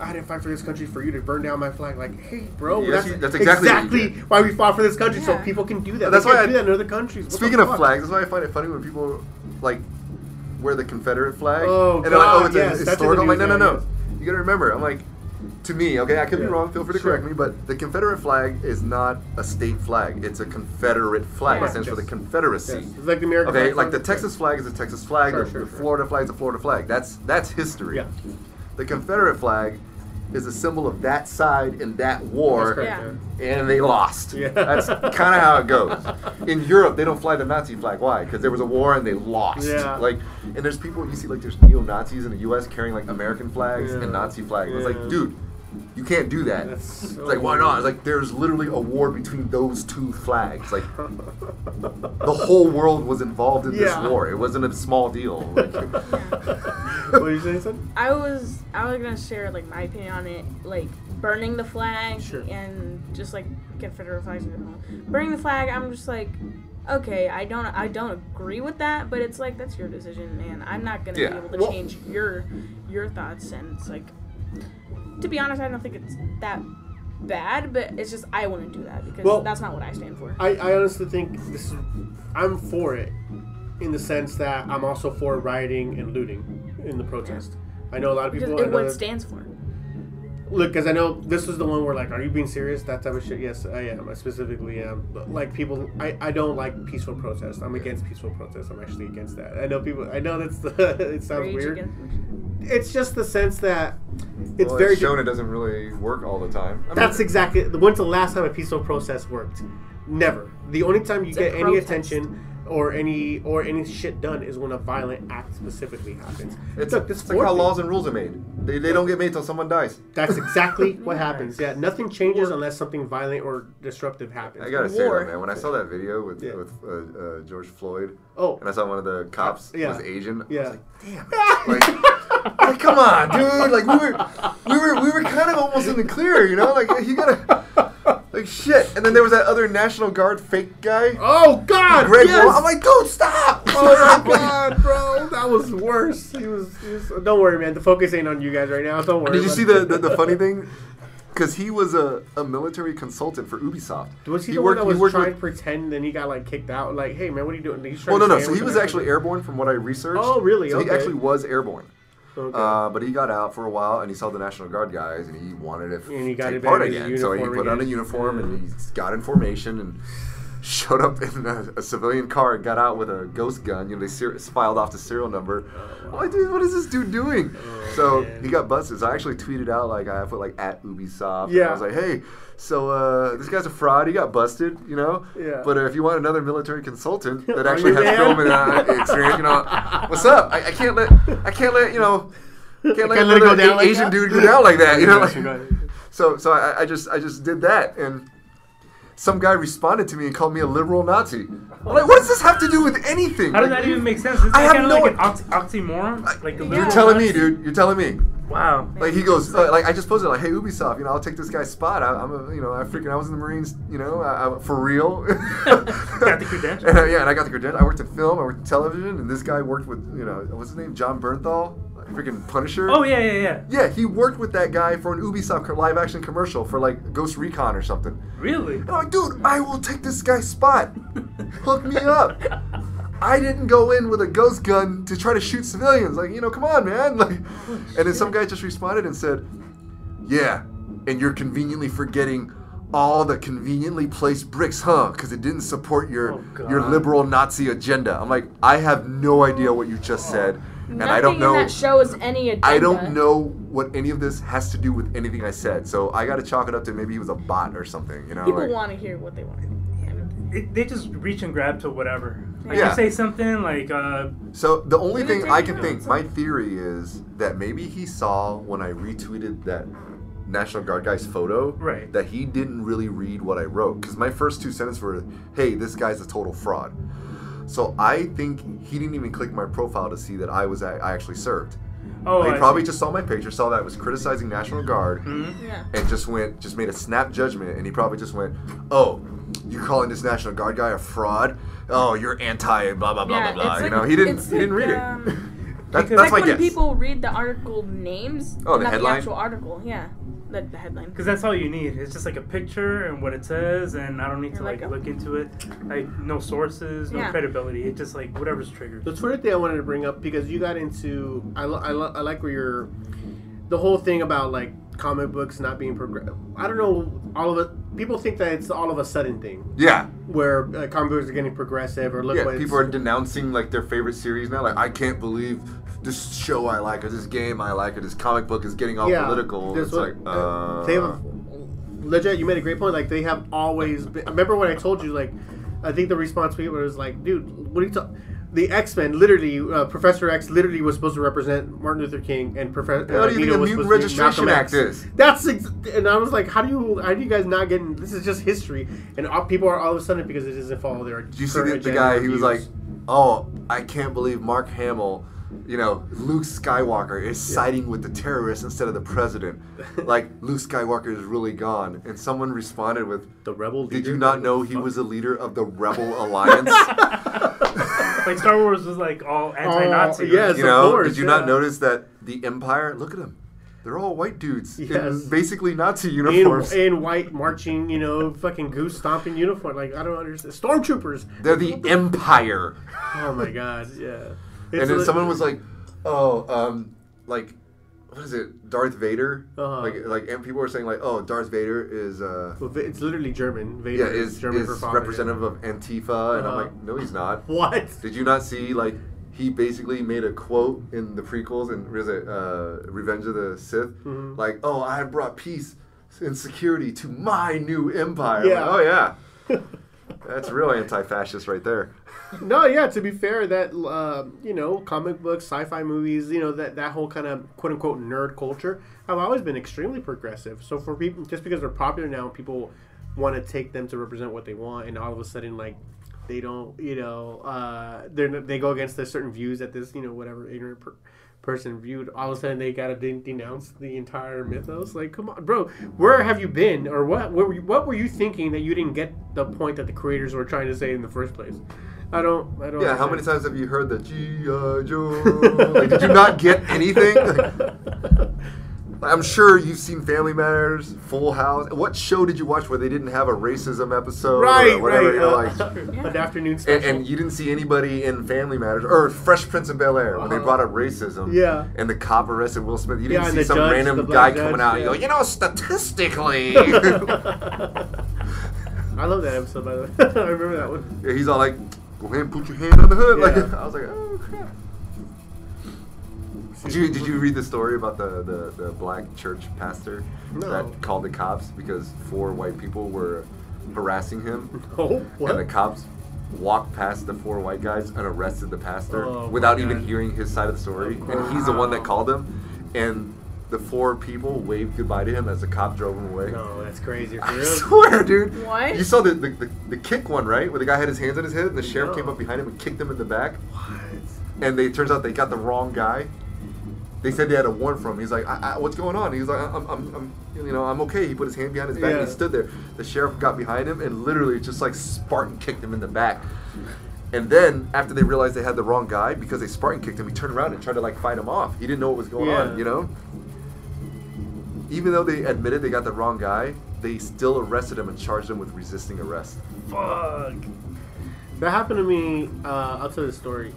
[SPEAKER 1] I didn't fight for this country for you to burn down my flag. Like, hey, bro,
[SPEAKER 3] Yes,
[SPEAKER 1] that's,
[SPEAKER 3] you- that's exactly what you did.
[SPEAKER 1] why we fought for this country, so
[SPEAKER 2] Yeah.
[SPEAKER 1] people can do that.
[SPEAKER 3] That's
[SPEAKER 1] they can't
[SPEAKER 3] why I-
[SPEAKER 1] do that in other countries. What the
[SPEAKER 3] Speaking of
[SPEAKER 1] fuck?
[SPEAKER 3] flags, that's why I find it funny when people like wear the Confederate flag.
[SPEAKER 1] Oh,
[SPEAKER 3] and they're like,
[SPEAKER 1] God,
[SPEAKER 3] it's
[SPEAKER 1] yes,
[SPEAKER 3] a
[SPEAKER 1] that's in the
[SPEAKER 3] historical. I'm like, no,
[SPEAKER 1] news
[SPEAKER 3] no,
[SPEAKER 1] now,
[SPEAKER 3] no. You gotta remember. I'm like, to me, okay, I could
[SPEAKER 1] Yeah.
[SPEAKER 3] be wrong. Feel free to
[SPEAKER 1] Sure.
[SPEAKER 3] correct me, but the Confederate flag is not a state flag. It's a Confederate flag. It
[SPEAKER 2] Yeah.
[SPEAKER 3] stands for the
[SPEAKER 1] Yes.
[SPEAKER 3] Confederacy.
[SPEAKER 1] Yes, It's like the American.
[SPEAKER 3] Okay,
[SPEAKER 1] flag.
[SPEAKER 3] like the Texas flag is a Texas flag.
[SPEAKER 1] Sure,
[SPEAKER 3] the
[SPEAKER 1] sure,
[SPEAKER 3] the
[SPEAKER 1] sure.
[SPEAKER 3] Florida flag is a Florida flag. That's that's history.
[SPEAKER 1] Yeah.
[SPEAKER 3] The Confederate flag is a symbol of that side in that war
[SPEAKER 1] That's correct,
[SPEAKER 2] Yeah.
[SPEAKER 3] and they lost.
[SPEAKER 1] Yeah.
[SPEAKER 3] That's kind of how it goes. In Europe, they don't fly the Nazi flag. Why? Because there was a war and they lost.
[SPEAKER 1] Yeah.
[SPEAKER 3] Like, and there's people you see like there's neo Nazis in the U.S. carrying like American flags
[SPEAKER 1] Yeah.
[SPEAKER 3] and Nazi flags. It's
[SPEAKER 1] Yeah.
[SPEAKER 3] like, dude, you can't do that.
[SPEAKER 1] That's
[SPEAKER 3] it's
[SPEAKER 1] so
[SPEAKER 3] like, why not? It's like there's literally a war between those two flags. Like, the whole world was involved in
[SPEAKER 1] Yeah.
[SPEAKER 3] this war. It wasn't a small deal. Like,
[SPEAKER 1] what are you saying, son?
[SPEAKER 2] I was I was gonna share like my opinion on it, like burning the flag
[SPEAKER 1] Sure.
[SPEAKER 2] and just like Confederate flags in general. Burning the flag, I'm just like, okay, I don't I don't agree with that, but it's like that's your decision, man. I'm not gonna
[SPEAKER 3] Yeah.
[SPEAKER 2] be able to
[SPEAKER 1] Well-
[SPEAKER 2] change your your thoughts and it's like to be honest, I don't think it's that bad, but it's just I wouldn't do that because
[SPEAKER 1] Well-
[SPEAKER 2] that's not what I stand for.
[SPEAKER 1] I, I honestly think this is, I'm for it in the sense that I'm also for rioting and looting in the protest. I know a lot of
[SPEAKER 2] Because
[SPEAKER 1] people. I
[SPEAKER 2] it
[SPEAKER 1] know
[SPEAKER 2] what it
[SPEAKER 1] that-
[SPEAKER 2] stands for.
[SPEAKER 1] Look, because I know this was the one where like, are you being serious? That type of shit. Yes, I am. I specifically am. But, like people, I, I don't like peaceful protest. I'm against peaceful protest. I'm actually against that. I know people. I know that's the. it sounds
[SPEAKER 2] Rage
[SPEAKER 1] weird.
[SPEAKER 2] against-
[SPEAKER 1] It's just the sense that it's
[SPEAKER 3] well,
[SPEAKER 1] very
[SPEAKER 3] it's shown it doesn't really work all the time. I mean,
[SPEAKER 1] That's exactly. When's the last time a peaceful protest worked? Never. The only time you
[SPEAKER 2] It's a
[SPEAKER 1] get any
[SPEAKER 2] protest.
[SPEAKER 1] attention or any or any shit done is when a violent act specifically happens.
[SPEAKER 3] It's,
[SPEAKER 1] Look, this
[SPEAKER 3] it's like how
[SPEAKER 1] Ford-
[SPEAKER 3] laws and rules are made. They, they don't get made till someone dies.
[SPEAKER 1] That's exactly what happens. Yeah, nothing changes unless something violent or disruptive happens.
[SPEAKER 3] I gotta say
[SPEAKER 2] War.
[SPEAKER 3] though, man, when I saw that video with
[SPEAKER 1] Yeah.
[SPEAKER 3] with uh, uh, George Floyd,
[SPEAKER 1] Oh.
[SPEAKER 3] and I saw one of the cops
[SPEAKER 1] Yeah.
[SPEAKER 3] was Asian,
[SPEAKER 1] Yeah.
[SPEAKER 3] I was like, damn, like, like, come on, dude, like we were, we were, we were kind of almost in the clear, you know, like you gotta, like shit. And then there was that other National Guard fake guy,
[SPEAKER 1] Oh God,
[SPEAKER 3] Greg.
[SPEAKER 1] yes!
[SPEAKER 3] Wall. I'm like, dude, stop!
[SPEAKER 1] Oh my God, bro, that was worse. He was, he was. Don't worry, man. The focus ain't on you guys right now. Don't worry.
[SPEAKER 3] Did you
[SPEAKER 1] about
[SPEAKER 3] see
[SPEAKER 1] it.
[SPEAKER 3] the, the, the funny thing? Because he was a, a military consultant for Ubisoft.
[SPEAKER 1] Was he,
[SPEAKER 3] he
[SPEAKER 1] the
[SPEAKER 3] worked,
[SPEAKER 1] one
[SPEAKER 3] he
[SPEAKER 1] that was
[SPEAKER 3] worked
[SPEAKER 1] trying
[SPEAKER 3] with
[SPEAKER 1] to pretend? Then he got like kicked out. Like, hey man, what are you doing? He's
[SPEAKER 3] Well,
[SPEAKER 1] trying
[SPEAKER 3] no,
[SPEAKER 1] to
[SPEAKER 3] no.
[SPEAKER 1] stay
[SPEAKER 3] So he
[SPEAKER 1] with
[SPEAKER 3] was
[SPEAKER 1] the-
[SPEAKER 3] actually airborne, from what I researched.
[SPEAKER 1] Oh, really?
[SPEAKER 3] So he
[SPEAKER 1] Okay.
[SPEAKER 3] actually was airborne.
[SPEAKER 1] Okay.
[SPEAKER 3] Uh, but he got out for a while, and he saw the National Guard guys, and he wanted to
[SPEAKER 1] And he got
[SPEAKER 3] take
[SPEAKER 1] it
[SPEAKER 3] part
[SPEAKER 1] back in his
[SPEAKER 3] again. So he
[SPEAKER 1] uniform
[SPEAKER 3] put on a
[SPEAKER 1] again.
[SPEAKER 3] uniform, and he got in formation, and showed up in a, a civilian car and got out with a ghost gun. You know, they ser- filed off the serial number.
[SPEAKER 1] Oh,
[SPEAKER 3] I'm
[SPEAKER 1] wow.
[SPEAKER 3] like, dude, what is this dude doing?
[SPEAKER 1] Oh,
[SPEAKER 3] so
[SPEAKER 4] man.
[SPEAKER 3] he got busted. So I actually tweeted out like I put like at Ubisoft. and I
[SPEAKER 1] Yeah.
[SPEAKER 3] was like, hey, so uh, this guy's a fraud. He got busted. You know.
[SPEAKER 1] Yeah.
[SPEAKER 3] But uh, if you want another military consultant that
[SPEAKER 1] Are
[SPEAKER 3] actually
[SPEAKER 1] you
[SPEAKER 3] has
[SPEAKER 1] there?
[SPEAKER 3] film and uh, experience, you know, what's up? I, I can't let I can't let you know. Can't let,
[SPEAKER 1] Can't let it go
[SPEAKER 3] another
[SPEAKER 1] down like
[SPEAKER 3] Asian
[SPEAKER 1] that?
[SPEAKER 3] dude go down like that, you know. like-
[SPEAKER 1] Right.
[SPEAKER 3] so so I, I just I just did that and some guy responded to me and called me a liberal Nazi. I'm like, what does this have to do with anything?
[SPEAKER 4] How does
[SPEAKER 3] Like,
[SPEAKER 4] that even make sense? Isn't
[SPEAKER 3] I
[SPEAKER 4] that
[SPEAKER 3] have
[SPEAKER 4] kind of
[SPEAKER 3] no-
[SPEAKER 4] like an oxy- oxymoron? Like the
[SPEAKER 2] You're
[SPEAKER 3] You're
[SPEAKER 4] liberal
[SPEAKER 3] telling me,
[SPEAKER 4] left?
[SPEAKER 3] dude. You're telling me.
[SPEAKER 4] Wow.
[SPEAKER 3] Like he goes, uh, like I just posted, like, hey Ubisoft, you know, I'll take this guy's spot. I, I'm, a, you know, I freaking, I was in the Marines, you know, I, I, for real.
[SPEAKER 4] Got the credentials.
[SPEAKER 3] And, uh, yeah, and I got the credentials. I worked in film, I worked in television, and this guy worked with, you know, what's his name, John Bernthal, freaking Punisher.
[SPEAKER 4] Oh yeah, yeah, yeah.
[SPEAKER 3] Yeah, he worked with that guy for an Ubisoft co- live action commercial for like Ghost Recon or something.
[SPEAKER 4] Really?
[SPEAKER 3] And I'm like, Oh, dude, I will take this guy's spot. Hook me up. I didn't go in with a ghost gun to try to shoot civilians. Like, you know, come on, man. Like, and then some guy just responded and said, "Yeah, and you're conveniently forgetting all the conveniently placed bricks, huh? Because it didn't support your
[SPEAKER 4] Oh, God.
[SPEAKER 3] your liberal Nazi agenda." I'm like, I have no idea what you just said, and
[SPEAKER 2] Nothing
[SPEAKER 3] I don't know.
[SPEAKER 2] in that show is any agenda.
[SPEAKER 3] I don't know what any of this has to do with anything I said, so I gotta chalk it up to maybe he was a bot or something, you know?
[SPEAKER 2] People
[SPEAKER 3] like-
[SPEAKER 2] want to hear what they want.
[SPEAKER 4] It, they just reach and grab to whatever. Like
[SPEAKER 3] Yeah.
[SPEAKER 4] you say something like, uh,
[SPEAKER 3] So the only
[SPEAKER 2] Did it
[SPEAKER 3] thing
[SPEAKER 2] take
[SPEAKER 3] I
[SPEAKER 2] you
[SPEAKER 3] can
[SPEAKER 2] out
[SPEAKER 3] think,
[SPEAKER 2] some-
[SPEAKER 3] my theory is that maybe he saw when I retweeted that National Guard guy's photo,
[SPEAKER 4] Right.
[SPEAKER 3] that he didn't really read what I wrote because my first two sentences were, "Hey, this guy's a total fraud." So I think he didn't even click my profile to see that I was I I actually served.
[SPEAKER 4] oh,
[SPEAKER 3] he
[SPEAKER 4] I
[SPEAKER 3] probably just saw my picture, saw that I was criticizing National Guard,
[SPEAKER 4] Mhm.
[SPEAKER 2] Yeah.
[SPEAKER 3] and just went just made a snap judgment and he probably just went oh you calling this national guard guy a fraud oh you're anti blah blah blah
[SPEAKER 2] yeah,
[SPEAKER 3] blah blah
[SPEAKER 2] it's
[SPEAKER 3] you
[SPEAKER 2] like-
[SPEAKER 3] know he didn't
[SPEAKER 2] it's
[SPEAKER 3] he didn't
[SPEAKER 2] like,
[SPEAKER 3] read it
[SPEAKER 2] um,
[SPEAKER 3] that's,
[SPEAKER 4] because-
[SPEAKER 3] that's
[SPEAKER 2] It's
[SPEAKER 3] my
[SPEAKER 2] like when
[SPEAKER 3] guess
[SPEAKER 2] people read the article names.
[SPEAKER 3] Oh, the
[SPEAKER 2] not
[SPEAKER 3] headline?
[SPEAKER 2] The actual article, yeah. The, the headline.
[SPEAKER 4] Because that's all you need. It's just like a picture and what it says, and I don't need to
[SPEAKER 2] And
[SPEAKER 4] like
[SPEAKER 2] like a-
[SPEAKER 4] look into it. Like no sources, no
[SPEAKER 2] Yeah.
[SPEAKER 4] credibility. It's just like whatever's triggered.
[SPEAKER 1] The Twitter thing I wanted to bring up because you got into I, lo- I, lo- I like where you're the whole thing about like comic books not being progressive. I don't know all of it. People think that it's the all of a sudden thing
[SPEAKER 3] yeah
[SPEAKER 1] where uh, comic books are getting progressive or look
[SPEAKER 3] yeah
[SPEAKER 1] what it's-
[SPEAKER 3] people are denouncing like their favorite series now like i can't believe this show i like or this game i like or this comic book is getting all
[SPEAKER 1] yeah,
[SPEAKER 3] political
[SPEAKER 1] this
[SPEAKER 3] it's
[SPEAKER 1] one-
[SPEAKER 3] like uh,
[SPEAKER 1] they have legit. You made a great point. Like they have always. Been, remember when I told you? Like I think the response we was like, dude, what are you talking? The X Men, literally, uh, Professor X, literally was supposed to represent Martin Luther King, and uh, Professor.
[SPEAKER 3] How do you think the Mutant Registration Act is?
[SPEAKER 1] That's ex- and I was like, how do you how do you guys not get? This is just history, and all, people are all of a sudden because it doesn't follow their.
[SPEAKER 3] Did you see the, the guy? He was like, "Oh, I can't believe Mark Hamill, you know, Luke Skywalker is siding with the terrorists instead of the president. like Luke Skywalker is really gone." And someone responded with,
[SPEAKER 1] the rebel.
[SPEAKER 3] "Did
[SPEAKER 1] leader?
[SPEAKER 3] you not know he was a leader of the Rebel Alliance?"
[SPEAKER 4] like Star Wars was like
[SPEAKER 3] Oh,
[SPEAKER 4] all anti-Nazi. right?
[SPEAKER 1] yes.
[SPEAKER 3] you
[SPEAKER 1] of
[SPEAKER 3] know,
[SPEAKER 1] course,
[SPEAKER 3] did you
[SPEAKER 1] yeah.
[SPEAKER 3] not notice that the Empire? Look at them. They're all white dudes
[SPEAKER 1] Yes.
[SPEAKER 3] in basically Nazi
[SPEAKER 1] in,
[SPEAKER 3] uniforms.
[SPEAKER 1] in white marching, you know, fucking goose stomping uniform. Like I don't understand. Stormtroopers.
[SPEAKER 3] They're the Empire.
[SPEAKER 1] Oh my god, yeah.
[SPEAKER 3] and then
[SPEAKER 1] li-
[SPEAKER 3] someone was like, "Oh, um, like, what is it? Darth Vader?
[SPEAKER 1] Uh-huh.
[SPEAKER 3] Like, like, and people were saying like, oh, Darth Vader is, uh,
[SPEAKER 1] Well, Va- it's literally German. Vader
[SPEAKER 3] yeah, is
[SPEAKER 1] German for
[SPEAKER 3] is
[SPEAKER 1] father.
[SPEAKER 3] representative of Antifa," and I'm
[SPEAKER 1] Uh-huh.
[SPEAKER 3] like, "No, he's not.
[SPEAKER 1] What?
[SPEAKER 3] Did you not see like?" He basically made a quote in the prequels and was it uh, Revenge of the Sith,
[SPEAKER 1] Mm-hmm.
[SPEAKER 3] like, "Oh, I have brought peace and security to my new empire." Like,
[SPEAKER 1] Yeah.
[SPEAKER 3] oh yeah, that's real anti-fascist right there.
[SPEAKER 1] No, yeah. To be fair, that um, you know, comic books, sci-fi movies, you know, that that whole kind of quote unquote nerd culture have always been extremely progressive. So for people, just because they're popular now, people want to take them to represent what they want, and all of a sudden, like. They don't, you know, uh, they're, n- they go against the certain views that this, you know, whatever ignorant per- person viewed. All of a sudden, they gotta de- denounce the entire mythos. Like, come on, bro, where have you been, or what? What were you, what were you thinking that you didn't get the point that the creators were trying to say in the first place? I don't. I don't.
[SPEAKER 3] Yeah, how many times have you heard the G.I. Joe? like, did you not get anything? Like, I'm sure you've seen Family Matters, Full House. What show did you watch where they didn't have a racism episode
[SPEAKER 1] Right,
[SPEAKER 3] or whatever?
[SPEAKER 1] right. uh,
[SPEAKER 3] You're like,
[SPEAKER 1] An afternoon
[SPEAKER 3] and,
[SPEAKER 1] special.
[SPEAKER 3] and you didn't see anybody in Family Matters or Fresh Prince of Bel Air when they
[SPEAKER 1] Uh-huh.
[SPEAKER 3] brought up racism.
[SPEAKER 1] Yeah.
[SPEAKER 3] And the cop arrested Will Smith. You
[SPEAKER 1] Yeah,
[SPEAKER 3] didn't
[SPEAKER 1] and
[SPEAKER 3] see
[SPEAKER 1] the
[SPEAKER 3] some
[SPEAKER 1] judge, the
[SPEAKER 3] random guy
[SPEAKER 1] black
[SPEAKER 3] coming
[SPEAKER 1] judge,
[SPEAKER 3] out. and
[SPEAKER 1] yeah.
[SPEAKER 3] go, you know, statistically.
[SPEAKER 1] I love that episode, by the way. I remember that one.
[SPEAKER 3] Yeah, he's all like, go ahead and put your hand on the hood. Like,
[SPEAKER 1] Yeah.
[SPEAKER 3] I was like, oh, crap. Did you, did you read the story about the, the, the black church pastor
[SPEAKER 1] No.
[SPEAKER 3] that called the cops because four white people were harassing him?
[SPEAKER 1] Oh,
[SPEAKER 3] And the
[SPEAKER 1] what?
[SPEAKER 3] cops walked past the four white guys and arrested the pastor
[SPEAKER 1] Oh,
[SPEAKER 3] without
[SPEAKER 1] my
[SPEAKER 3] even
[SPEAKER 1] God.
[SPEAKER 3] hearing his side of the story.
[SPEAKER 1] Of
[SPEAKER 3] and he's the one that
[SPEAKER 1] course.
[SPEAKER 3] called them. And the four people waved goodbye to him as the cop drove him away.
[SPEAKER 1] No, that's crazy. For
[SPEAKER 3] I
[SPEAKER 1] real?
[SPEAKER 3] swear, dude.
[SPEAKER 2] What?
[SPEAKER 3] You saw the, the, the, the kick one, right? Where the guy had his hands on his head and the sheriff
[SPEAKER 1] No.
[SPEAKER 3] came up behind him and kicked him in the back.
[SPEAKER 1] What?
[SPEAKER 3] And they turns out they got the wrong guy. They said they had a warrant for him. He's like, I, I, "What's going on?" He's like, I'm, "I'm, I'm, you know, I'm okay." He put his hand behind his back. and
[SPEAKER 1] Yeah.
[SPEAKER 3] He stood there. The sheriff got behind him and literally just like Spartan kicked him in the back. And then after they realized they had the wrong guy because they Spartan kicked him, he turned around and tried to like fight him off. He didn't know what was going
[SPEAKER 1] Yeah.
[SPEAKER 3] on, you know. Even though they admitted they got the wrong guy, they still arrested him and charged him with resisting arrest.
[SPEAKER 1] Fuck. That happened to me. Uh, I'll tell you the story.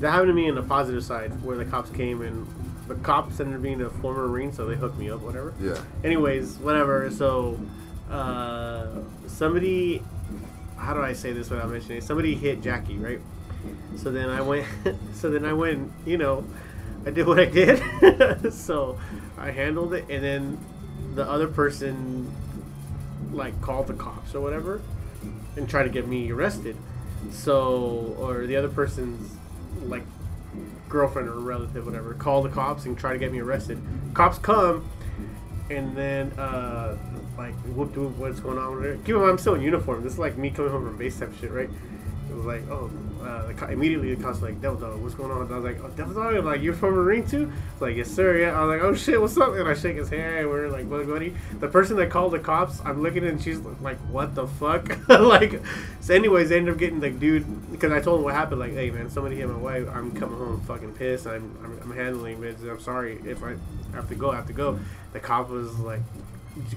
[SPEAKER 1] That happened to me on the positive side, where the cops came and the cops ended up being a former Marine, so they hooked me up, whatever.
[SPEAKER 3] Yeah.
[SPEAKER 1] Anyways, whatever. So, uh, somebody, how do I say this without mentioning? it? Somebody hit Jackie, right? So then I went. so then I went. You know, I did what I did. so I handled it, and then the other person like called the cops or whatever and tried to get me arrested. So, or the other person's like girlfriend or relative, whatever, called the cops and tried to get me arrested. Cops come, and then uh, like whoop de whoop, what's going on? Whatever. Keep in mind, I'm still in uniform. This is like me coming home from base type shit, right? It was like, oh, uh, the co- immediately the cops were like, Devil Dog, what's going on? And I was like, oh, Devil Dog, I'm like, you're from Marine too? It's like, yes, sir, yeah. I was like, oh shit, what's up? And I shake his hand, and we're like, buddy, buddy. The person that called the cops, I'm looking and she's like, what the fuck? like, so anyways, they ended up getting like, dude, because I told him what happened, like, hey man, somebody hit my wife. I'm coming home fucking pissed. I'm, I'm, I'm handling it. I'm sorry if I have to go, I have to go. The cop was like,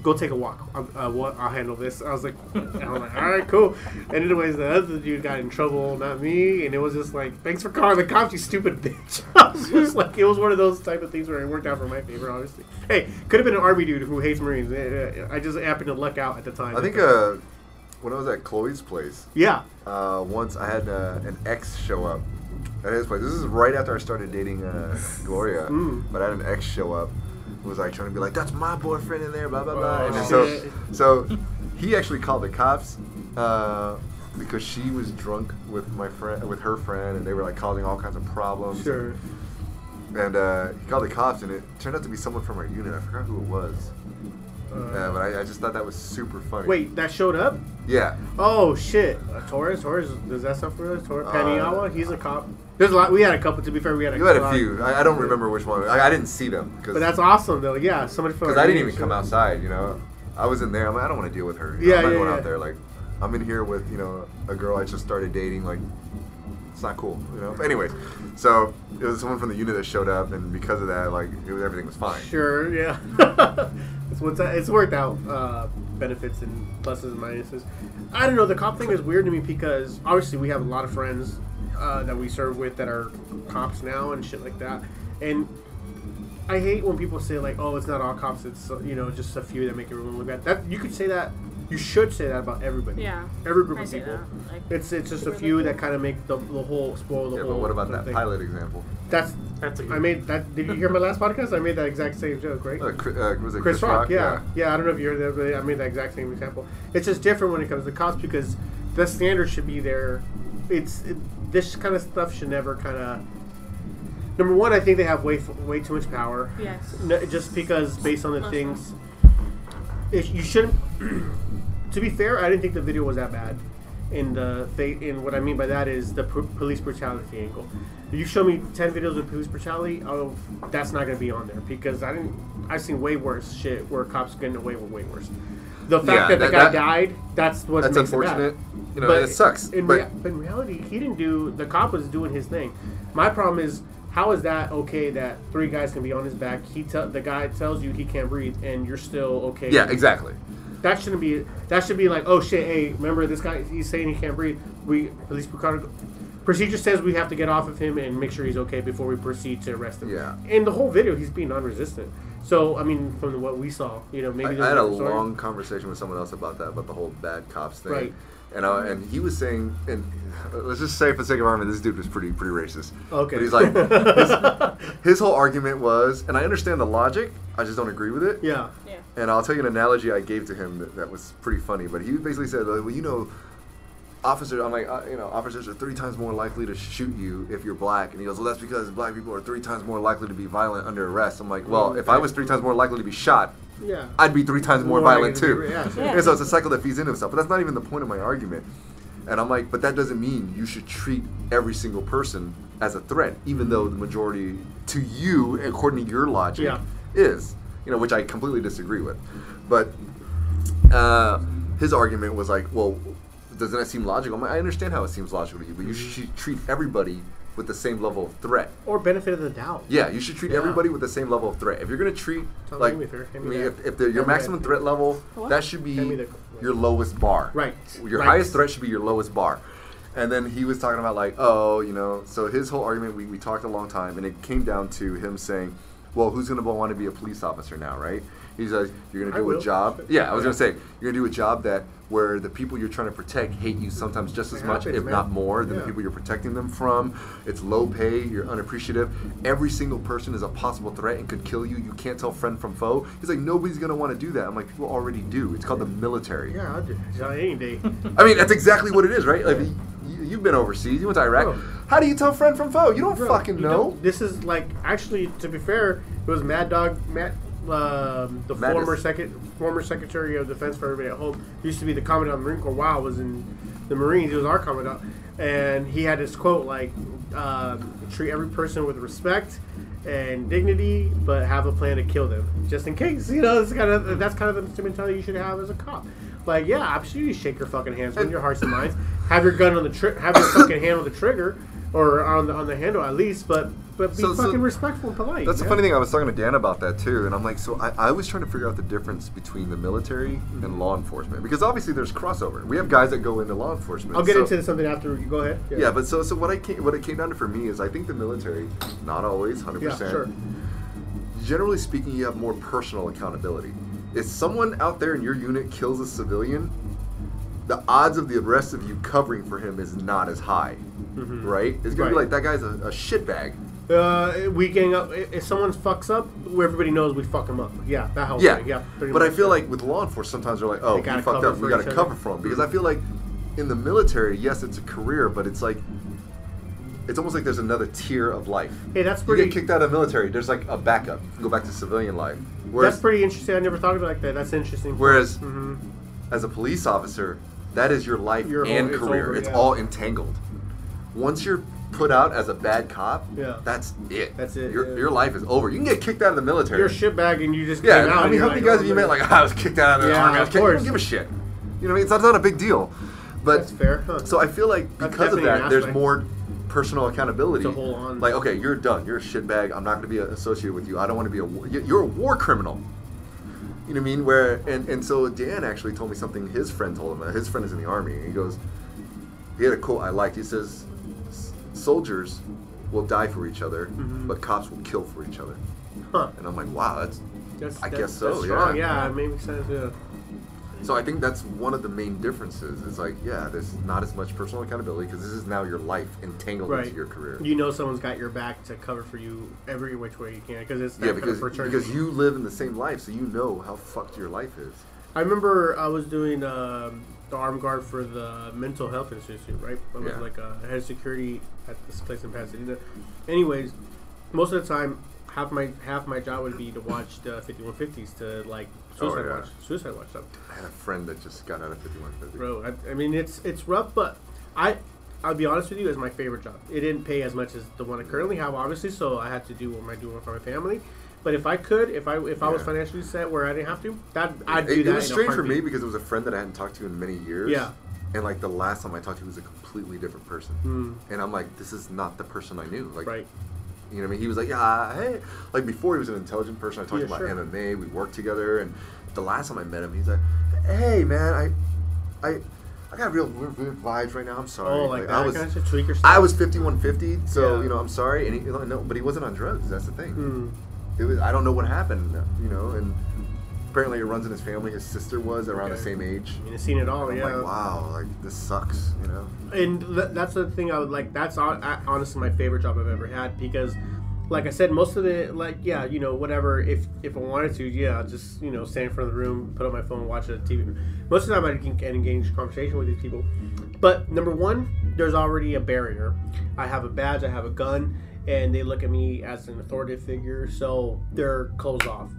[SPEAKER 1] go take a walk. I, uh, what? I'll handle this. I was like, and I'm like, all right, cool. And anyways, the other dude got in trouble, not me. And it was just like, thanks for calling the cops, you stupid bitch. I was just like, it was one of those type of things where it worked out for my favor, obviously. Hey, could have been an army dude who hates Marines. Uh, uh, I just happened to luck out at the time.
[SPEAKER 3] I think uh, when I was at Chloe's place,
[SPEAKER 1] yeah.
[SPEAKER 3] uh, once I had uh, an ex show up at his place. This is right after I started dating uh, Gloria,
[SPEAKER 1] Mm.
[SPEAKER 3] but I had an ex show up who was like trying to be like, "That's my boyfriend in there," blah blah blah.
[SPEAKER 1] Oh,
[SPEAKER 3] and then so,
[SPEAKER 1] shit.
[SPEAKER 3] so he actually called the cops uh, because she was drunk with my friend, with her friend, and they were like causing all kinds of problems.
[SPEAKER 1] Sure.
[SPEAKER 3] And uh, he called the cops, and it turned out to be someone from our unit. I forgot who it was, uh, but I, I just thought that was super funny.
[SPEAKER 1] Wait, that showed up?
[SPEAKER 3] Yeah.
[SPEAKER 1] Oh shit, uh, Torres. Torres does that stuff for us? Torres
[SPEAKER 3] Uh,
[SPEAKER 1] Paniagua. He's a cop. There's a lot. We had a couple. To be fair, we had a.
[SPEAKER 3] You had a
[SPEAKER 1] lot.
[SPEAKER 3] few. I, I don't remember which one. I, I didn't see them
[SPEAKER 1] But
[SPEAKER 3] because
[SPEAKER 1] that's awesome though. Yeah, somebody from.
[SPEAKER 3] I didn't
[SPEAKER 1] Marines,
[SPEAKER 3] even come
[SPEAKER 1] sure.
[SPEAKER 3] outside. You know, I was in there. I'm like, I don't want to deal with her. you know,
[SPEAKER 1] Yeah,
[SPEAKER 3] I'm not
[SPEAKER 1] yeah,
[SPEAKER 3] going
[SPEAKER 1] yeah.
[SPEAKER 3] out there. Like, I'm in here with you know a girl I just started dating. Like, it's not cool. You know. But anyways, so it was someone from the unit that showed up, and because of that, like, it was, everything was fine.
[SPEAKER 1] Sure, yeah. it's what's it's worked out uh, benefits and pluses and minuses. I don't know. The cop thing is weird to me because obviously we have a lot of friends uh, that we serve with that are cops now and shit like that. And I hate when people say like, "Oh, it's not all cops. It's uh, you know just a few that make everyone look bad." That you could say that. You should say that about everybody.
[SPEAKER 2] Yeah.
[SPEAKER 1] Every group
[SPEAKER 2] I
[SPEAKER 1] of
[SPEAKER 2] say
[SPEAKER 1] people.
[SPEAKER 2] that, like-
[SPEAKER 1] It's it's just a few that kind of make the, the whole spoil the
[SPEAKER 3] Yeah,
[SPEAKER 1] whole.
[SPEAKER 3] but what about that
[SPEAKER 1] thing.
[SPEAKER 3] pilot example?
[SPEAKER 1] That's
[SPEAKER 4] That's a good
[SPEAKER 1] I made that. Did you hear my last podcast? I made that exact same joke, right?
[SPEAKER 3] Uh, Chris, uh, was it
[SPEAKER 1] Oh, Chris, Rock, yeah. yeah, I don't know if you're there, but I made that exact same example. It's just different when it comes to cops because the standard should be there. It's it, this kind of stuff should never kind of. Number one, I think they have way f- way too much power.
[SPEAKER 2] Yes.
[SPEAKER 1] No, just because based on the
[SPEAKER 2] Uh-huh.
[SPEAKER 1] things, if you shouldn't. to be fair, I didn't think the video was that bad. And the they and what I mean by that is the pr- police brutality angle. If you show me ten videos of police brutality, oh, that's not gonna be on there because I didn't. I've seen way worse shit where cops getting away with way worse. The fact
[SPEAKER 3] Yeah,
[SPEAKER 1] that, the
[SPEAKER 3] that-
[SPEAKER 1] guy
[SPEAKER 3] that-
[SPEAKER 1] died, that's what
[SPEAKER 3] That's
[SPEAKER 1] makes it bad.
[SPEAKER 3] unfortunate. You know, it sucks.
[SPEAKER 1] In,
[SPEAKER 3] but
[SPEAKER 1] rea- but in reality, he didn't do. The cop was doing his thing. My problem is how is that okay that three guys can be on his back? He tell the guy tells you he can't breathe, and you're still okay.
[SPEAKER 3] Yeah, exactly.
[SPEAKER 1] That shouldn't be. That should be like, oh shit, hey, remember this guy? He's saying he can't breathe. We police precaution. Procedure says we have to get off of him and make sure he's okay before we proceed to arrest him.
[SPEAKER 3] Yeah.
[SPEAKER 1] In the whole video, he's being non-resistant. So I mean, from what we saw, you know, maybe
[SPEAKER 3] I,
[SPEAKER 1] there's
[SPEAKER 3] I had a
[SPEAKER 1] different story.
[SPEAKER 3] long conversation with someone else about that, about the whole bad cops thing.
[SPEAKER 1] Right.
[SPEAKER 3] And, I, and he was saying, and let's just say for the sake of argument, this dude was pretty pretty racist.
[SPEAKER 1] Okay.
[SPEAKER 3] But he's like, his, his whole argument was, and I understand the logic, I just don't agree with it.
[SPEAKER 1] Yeah.
[SPEAKER 2] Yeah.
[SPEAKER 3] And I'll tell you an analogy I gave to him that, that was pretty funny. But he basically said, like, "Well, you know, officers, I'm like, uh, you know, officers are three times more likely to shoot you if you're black." And he goes, "Well, that's because black people are three times more likely to be violent under arrest." I'm like, "Well, if I was three times more likely to be shot,
[SPEAKER 1] Yeah.
[SPEAKER 3] I'd be three times more
[SPEAKER 1] More
[SPEAKER 3] violent
[SPEAKER 1] likely to
[SPEAKER 3] too."
[SPEAKER 1] be- yeah, sure.
[SPEAKER 2] Yeah.
[SPEAKER 3] And so it's a cycle that feeds into itself. But that's not even the point of my argument. And I'm like, "But that doesn't mean you should treat every single person as a threat, even though the majority to you, according to your logic."
[SPEAKER 1] Yeah.
[SPEAKER 3] is, you know, which I completely disagree with. But uh, his argument was like, well, doesn't that seem logical? I'm like, I understand how it seems logical to you, but you
[SPEAKER 1] Mm-hmm.
[SPEAKER 3] should treat everybody with the same level of threat.
[SPEAKER 1] Or benefit of the doubt.
[SPEAKER 3] Yeah, you should treat
[SPEAKER 1] Yeah.
[SPEAKER 3] everybody with the same level of threat. If you're gonna treat
[SPEAKER 1] Tell
[SPEAKER 3] like,
[SPEAKER 1] me with her.
[SPEAKER 3] I
[SPEAKER 1] Hand me
[SPEAKER 3] mean,
[SPEAKER 1] that.
[SPEAKER 3] if, if the, your
[SPEAKER 1] Hand me
[SPEAKER 3] maximum
[SPEAKER 1] that.
[SPEAKER 3] threat level,
[SPEAKER 2] What?
[SPEAKER 3] that should be
[SPEAKER 1] Hand me the-
[SPEAKER 3] your lowest bar.
[SPEAKER 1] Right.
[SPEAKER 3] Your
[SPEAKER 1] Right.
[SPEAKER 3] highest threat should be your lowest bar. And then he was talking about like, oh, you know. So his whole argument, we, we talked a long time, and it came down to him saying, well, who's gonna want to be a police officer now, right? He's like, you're gonna
[SPEAKER 1] I
[SPEAKER 3] do
[SPEAKER 1] will.
[SPEAKER 3] a job. Yeah, I was
[SPEAKER 1] Yeah.
[SPEAKER 3] gonna say you're gonna do a job that where the people you're trying to protect hate you sometimes just as
[SPEAKER 1] It
[SPEAKER 3] much,
[SPEAKER 1] happens,
[SPEAKER 3] if
[SPEAKER 1] man.
[SPEAKER 3] not more, than the
[SPEAKER 1] Yeah.
[SPEAKER 3] people you're protecting them from. It's low pay. You're unappreciative. Every single person is a possible threat and could kill you. You can't tell friend from foe. He's like, nobody's gonna want to do that. I'm like, people already do. It's called the military.
[SPEAKER 1] Yeah, I'll do it. Any day.
[SPEAKER 3] I mean, that's exactly what it is, right? Like, you, you've been overseas. You went to Iraq.
[SPEAKER 1] Bro.
[SPEAKER 3] How do you tell friend from foe? You don't
[SPEAKER 1] Bro,
[SPEAKER 3] fucking
[SPEAKER 1] you
[SPEAKER 3] know.
[SPEAKER 1] don't- This is like actually, to be fair, it was Mad Dog Matt, um, the
[SPEAKER 3] Mattis.
[SPEAKER 1] former second former Secretary of Defense for everybody at home. He used to be the commandant of the Marine Corps. Wow, was in the Marines. He was our commandant, and he had this quote like, um, "Treat every person with respect." And dignity, but have a plan to kill them just in case. You know, it's kind of that's kind of the mentality you should have as a cop. Like, yeah, absolutely, shake your fucking hands with your hearts and minds. Have your gun on the tri- have your fucking hand on the trigger, or on the on the handle at least, but but be
[SPEAKER 3] So- so-
[SPEAKER 1] fucking respectful and polite.
[SPEAKER 3] That's
[SPEAKER 1] yeah.
[SPEAKER 3] the funny thing. I was talking to Dan about that too, and I'm like, so I, I was trying to figure out the difference between the military and law enforcement because obviously there's crossover. We have guys that go into law enforcement.
[SPEAKER 1] I'll get
[SPEAKER 3] so-
[SPEAKER 1] into something after. You go ahead.
[SPEAKER 3] Yeah, but so so what I came what it came down to for me is I think the military, not always, hundred
[SPEAKER 1] yeah,
[SPEAKER 3] percent.
[SPEAKER 1] sure.
[SPEAKER 3] Generally speaking, you have more personal accountability. If someone out there in your unit kills a civilian, the odds of the rest of you covering for him is not as high, right? It's gonna be
[SPEAKER 1] Mm-hmm. Right.
[SPEAKER 3] like that guy's a, a shitbag.
[SPEAKER 1] Uh, we gang up. i- If someone fucks up, where everybody knows we fuck them up. Yeah, that helps.
[SPEAKER 3] Yeah,
[SPEAKER 1] yeah. pretty
[SPEAKER 3] But I
[SPEAKER 1] much.
[SPEAKER 3] feel like with law enforcement, sometimes they're like, "Oh,
[SPEAKER 1] They
[SPEAKER 3] we
[SPEAKER 1] gotta
[SPEAKER 3] fucked
[SPEAKER 1] cover
[SPEAKER 3] up.
[SPEAKER 1] for
[SPEAKER 3] We got
[SPEAKER 1] each
[SPEAKER 3] to
[SPEAKER 1] other. Mm-hmm.
[SPEAKER 3] cover for him." Because I feel like in the military, yes, it's a career, but it's like it's almost like there's another tier of life.
[SPEAKER 1] Hey, that's
[SPEAKER 3] you
[SPEAKER 1] pretty-
[SPEAKER 3] get kicked out of the military. There's like a backup. You can go back to civilian life. Whereas,
[SPEAKER 1] that's pretty interesting. I never thought of it like that. That's interesting.
[SPEAKER 3] Whereas
[SPEAKER 1] Mhm.
[SPEAKER 3] as a police officer, that is your life
[SPEAKER 1] Your whole-
[SPEAKER 3] and
[SPEAKER 1] it's
[SPEAKER 3] career.
[SPEAKER 1] over,
[SPEAKER 3] it's
[SPEAKER 1] yeah.
[SPEAKER 3] all entangled. Once you're put out as a bad cop,
[SPEAKER 1] Yeah.
[SPEAKER 3] that's it.
[SPEAKER 1] That's it,
[SPEAKER 3] Your,
[SPEAKER 1] yeah.
[SPEAKER 3] your life is over. You can get kicked out of the military.
[SPEAKER 1] you're a shitbag and you just
[SPEAKER 3] Yeah,
[SPEAKER 1] came out.
[SPEAKER 3] I
[SPEAKER 1] and
[SPEAKER 3] mean,
[SPEAKER 1] you're
[SPEAKER 3] how
[SPEAKER 1] like,
[SPEAKER 3] many guys
[SPEAKER 1] oh,
[SPEAKER 3] have you met? Like, "Ah, I was kicked out of the
[SPEAKER 1] Yeah,
[SPEAKER 3] army. I was
[SPEAKER 1] of
[SPEAKER 3] kicked. I don't
[SPEAKER 1] course.
[SPEAKER 3] give a shit. You know what I mean? It's not, it's not a big deal. But
[SPEAKER 1] That's fair, huh.
[SPEAKER 3] So I feel like
[SPEAKER 1] That's
[SPEAKER 3] because of
[SPEAKER 1] definitely an
[SPEAKER 3] that, there's
[SPEAKER 1] aspect.
[SPEAKER 3] more personal accountability.
[SPEAKER 1] To hold on.
[SPEAKER 3] Like, okay, you're done. You're a shitbag. I'm not going to be associated with you. I don't want to be a. war- you- You're a war criminal. You know what I mean? Where and and so Dan actually told me something his friend told him. His friend is in the army, and he goes, he had a quote I liked. He says, "S- "Soldiers will die for each other,
[SPEAKER 1] Mm-hmm.
[SPEAKER 3] but cops will kill for each other."
[SPEAKER 1] huh.
[SPEAKER 3] And I'm like, wow, that's
[SPEAKER 1] That's,
[SPEAKER 3] I
[SPEAKER 1] that's-
[SPEAKER 3] guess so,
[SPEAKER 1] that's strong.
[SPEAKER 3] yeah.
[SPEAKER 1] Yeah, it makes sense. Yeah.
[SPEAKER 3] So I think that's one of the main differences. Is like, yeah, there's not as much personal accountability because this is now your life entangled
[SPEAKER 1] Right.
[SPEAKER 3] into your career.
[SPEAKER 1] You know someone's got your back to cover for you every which way you can because it's that
[SPEAKER 3] yeah,
[SPEAKER 1] kind of
[SPEAKER 3] because
[SPEAKER 1] fraternity.
[SPEAKER 3] because you live in the same life, so you know how fucked your life is.
[SPEAKER 1] I remember I was doing um, the armed guard for the Mental Health Institute, right? I was
[SPEAKER 3] Yeah.
[SPEAKER 1] like a head of security at this place in Pasadena. Anyways, most of the time, half my half my job would be to watch the 5150s to like suicide
[SPEAKER 3] Oh, yeah.
[SPEAKER 1] watch, suicide watch stuff.
[SPEAKER 3] I had a friend that just got out of 5150.
[SPEAKER 1] Bro, I, I mean it's it's rough, but I I'll be honest with you, it's my favorite job. It didn't pay as much as the one I currently have, obviously, so I had to do what am I doing for my family. But if I could, if I if I was
[SPEAKER 3] Yeah.
[SPEAKER 1] financially set where I didn't have to, that I'd do
[SPEAKER 3] It, it
[SPEAKER 1] that.
[SPEAKER 3] was
[SPEAKER 1] in a
[SPEAKER 3] strange for me
[SPEAKER 1] heartbeat.
[SPEAKER 3] because it was a friend that I hadn't talked to in many years.
[SPEAKER 1] Yeah.
[SPEAKER 3] And like the last time I talked to, he was a completely different person. And I'm like, this is not the person I knew. Like,
[SPEAKER 1] Hmm. Right.
[SPEAKER 3] You know what I mean? He was like, yeah, hey. Like before, he was an intelligent person. I talked
[SPEAKER 1] Yeah,
[SPEAKER 3] about
[SPEAKER 1] sure.
[SPEAKER 3] MMA. We worked together, and the last time I met him, he's like, hey, man, I, I, I got real weird, weird vibes right now. I'm sorry.
[SPEAKER 1] Oh, like, that.
[SPEAKER 3] I was,
[SPEAKER 1] kind of tweaker stuff.
[SPEAKER 3] I was 5150, so
[SPEAKER 1] Yeah.
[SPEAKER 3] you know, I'm sorry. And he, no, but he wasn't on drugs. That's the thing.
[SPEAKER 1] Hmm.
[SPEAKER 3] It was, I don't know what happened. You know, and apparently it runs in his family. His sister was around the
[SPEAKER 1] Okay.
[SPEAKER 3] same age.
[SPEAKER 1] I mean, I've seen it all.
[SPEAKER 3] I'm
[SPEAKER 1] yeah.
[SPEAKER 3] like, wow, like this sucks. You know.
[SPEAKER 1] and th- that's the thing I would like. That's hon- I- honestly my favorite job I've ever had because, like I said, most of the like yeah you know whatever if if I wanted to yeah I'll just you know stand in front of the room, put up my phone, watch a TV. Most of the time I can can engage in conversation with these people, but number one, there's already a barrier. I have a badge, I have a gun, and they look at me as an authoritative figure, so they're closed off.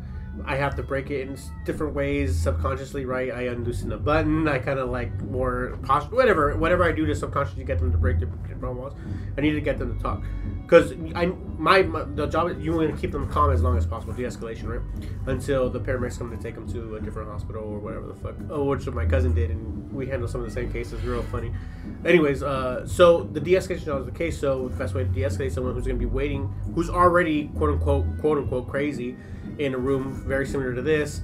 [SPEAKER 1] I have to break it in s- different ways, subconsciously, right? I unloosen a button. I kind of like more posture, whatever, whatever I do to subconsciously get them to break their their brown walls. I need to get them to talk, because I my, my the job is- you want to keep them calm as long as possible, de-escalation, right? Until the paramedics come to take them to a different hospital or whatever the fuck. Oh, which my cousin did, and we handled some of the same cases. Real funny. Anyways, uh, so the de-escalation job is the case. So the best way to de-escalate someone who's going to be waiting, who's already quote unquote quote unquote crazy, in a room very similar to this,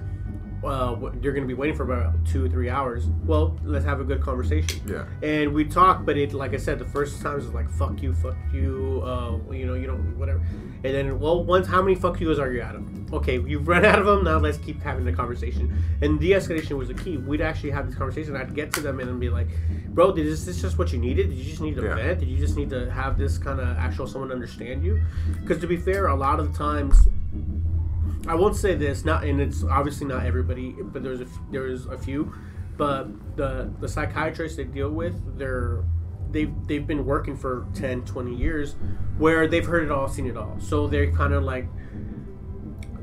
[SPEAKER 1] uh, wh- you're going to be waiting for about two or three hours. Well, let's have a good conversation.
[SPEAKER 3] Yeah.
[SPEAKER 1] And we talk, but it, like I said, the first times was like fuck you, fuck you, uh, you know, you don't, whatever. And then, well, once how many fuck yous are you out of? Okay, you've run out of them. Now let's keep having the conversation. And de-escalation was the key. We'd actually have this conversation. I'd get to them and then be like, bro, did this, this just what you needed? Did you just need to
[SPEAKER 3] Yeah.
[SPEAKER 1] vent? Did you just need to have this kind of actual someone understand you? Because to be fair, a lot of times I won't say this, not and it's obviously not everybody, but there's a f- there's a few, but the the psychiatrists they deal with, they're they've they've been working for 10, 20 years, where they've heard it all, seen it all, so they're kind of like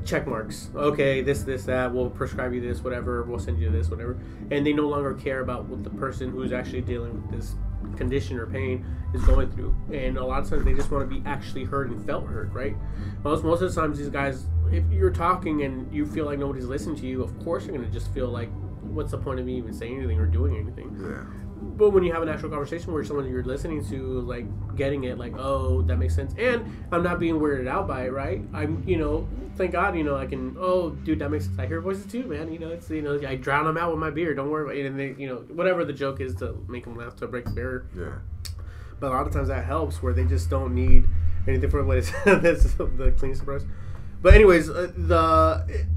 [SPEAKER 1] check marks. Okay, this, this, that. We'll prescribe you this, whatever. We'll send you this, whatever. And they no longer care about what the person who's actually dealing with this condition or pain is going through. And a lot of times they just want to be actually heard and felt heard, right? Most most of the times these guys, if you're talking and you feel like nobody's listening to you, of course you're gonna just feel like, what's the point of me even saying anything or doing anything?
[SPEAKER 3] Yeah.
[SPEAKER 1] But when you have an actual conversation where someone you're listening to, like getting it, like oh that makes sense, and I'm not being weirded out by it, right? I'm, you know, thank God, you know, I can. Oh, dude, that makes sense. I hear voices too, man. You know, it's you know, I drown them out with my beer. Don't worry about it. And they, you know, whatever the joke is to make them laugh to break the barrier.
[SPEAKER 3] Yeah.
[SPEAKER 1] But a lot of times that helps where they just don't need anything for what is that's the cleanest brush. But anyways, uh, the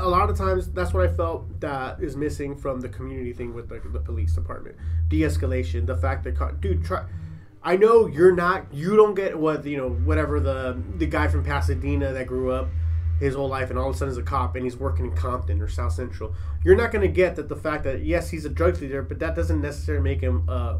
[SPEAKER 1] a lot of times that's what I felt that is missing from the community thing with the, the police department, de-escalation, the fact that co- dude try. I know you're not. You don't get what you know. Whatever the the guy from Pasadena that grew up his whole life, and all of a sudden is a cop, and he's working in Compton or South Central. You're not going to get that the fact that yes, he's a drug dealer, but that doesn't necessarily make him uh,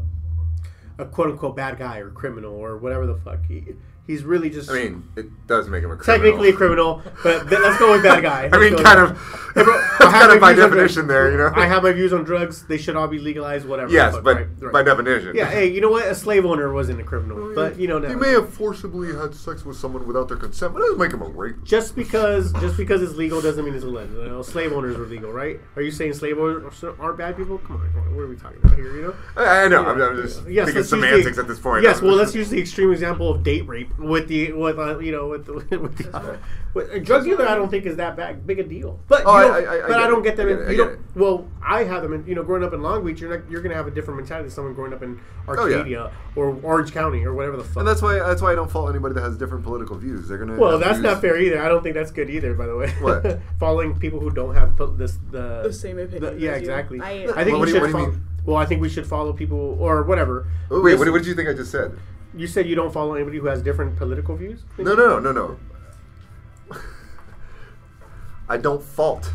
[SPEAKER 1] a quote unquote bad guy or criminal or whatever the fuck. He, he's really just
[SPEAKER 3] I mean, it does make him a criminal.
[SPEAKER 1] technically a criminal, but th- let's go with bad guy.
[SPEAKER 3] I
[SPEAKER 1] Let's
[SPEAKER 3] mean,
[SPEAKER 1] go
[SPEAKER 3] kind
[SPEAKER 1] with-
[SPEAKER 3] of.
[SPEAKER 1] Hey, bro,
[SPEAKER 3] that's
[SPEAKER 1] I have
[SPEAKER 3] kind of
[SPEAKER 1] my
[SPEAKER 3] by
[SPEAKER 1] views on drugs.
[SPEAKER 3] definition there, you know.
[SPEAKER 1] I have my views on drugs. They should all be legalized, whatever. the
[SPEAKER 3] yes,
[SPEAKER 1] fuck,
[SPEAKER 3] but
[SPEAKER 1] right, right.
[SPEAKER 3] by definition.
[SPEAKER 1] yeah, hey, you know what? A slave owner wasn't a criminal, but you know,
[SPEAKER 3] he
[SPEAKER 1] no.
[SPEAKER 3] may have forcibly had sex with someone without their consent, but it doesn't make him a rapist.
[SPEAKER 1] just because just because it's legal doesn't mean it's illegal. You know, slave owners were legal, right? Are you saying slave owners aren't bad people? Come on, come on, what are we talking about here? You know.
[SPEAKER 3] I, I know. I'm, I'm just
[SPEAKER 1] Uh, Yes,
[SPEAKER 3] thinking
[SPEAKER 1] let's use the-
[SPEAKER 3] semantics at this point.
[SPEAKER 1] Yes, well, let's use the extreme example of date rape with the with uh, you know with the, with, the, with a drug dealer. I don't think is that bad, big a deal, but
[SPEAKER 3] Oh,
[SPEAKER 1] you
[SPEAKER 3] I-
[SPEAKER 1] don't-
[SPEAKER 3] I- I- I
[SPEAKER 1] but I,
[SPEAKER 3] get
[SPEAKER 1] don't
[SPEAKER 3] it.
[SPEAKER 1] get them.
[SPEAKER 3] I
[SPEAKER 1] in-
[SPEAKER 3] get it, I
[SPEAKER 1] you
[SPEAKER 3] get
[SPEAKER 1] don't.
[SPEAKER 3] it.
[SPEAKER 1] Well, I have them. In, you know, growing up in Long Beach, you're not, you're gonna have a different mentality than someone growing up in
[SPEAKER 3] Oh, yeah.
[SPEAKER 1] Arcadia or Orange County or whatever the fuck.
[SPEAKER 3] And that's why that's why I don't fault anybody that has different political views. They're gonna.
[SPEAKER 1] well,
[SPEAKER 3] have
[SPEAKER 1] that's
[SPEAKER 3] views-
[SPEAKER 1] not fair either. I don't think that's good either. By the way,
[SPEAKER 3] What?
[SPEAKER 1] following people who don't have po- this the
[SPEAKER 2] The same opinion
[SPEAKER 1] yeah,
[SPEAKER 2] as you.
[SPEAKER 1] exactly.
[SPEAKER 2] I-
[SPEAKER 1] I,
[SPEAKER 2] Well,
[SPEAKER 1] think we
[SPEAKER 3] what do
[SPEAKER 1] should.
[SPEAKER 3] you- what do you
[SPEAKER 1] Follow,
[SPEAKER 3] mean?
[SPEAKER 1] well, I think we should follow people or whatever.
[SPEAKER 3] Oh, wait,
[SPEAKER 1] This-
[SPEAKER 3] what, what did you think I just said?
[SPEAKER 1] You said you don't follow anybody who has different political views.
[SPEAKER 3] No, no, no, no, no. I don't fault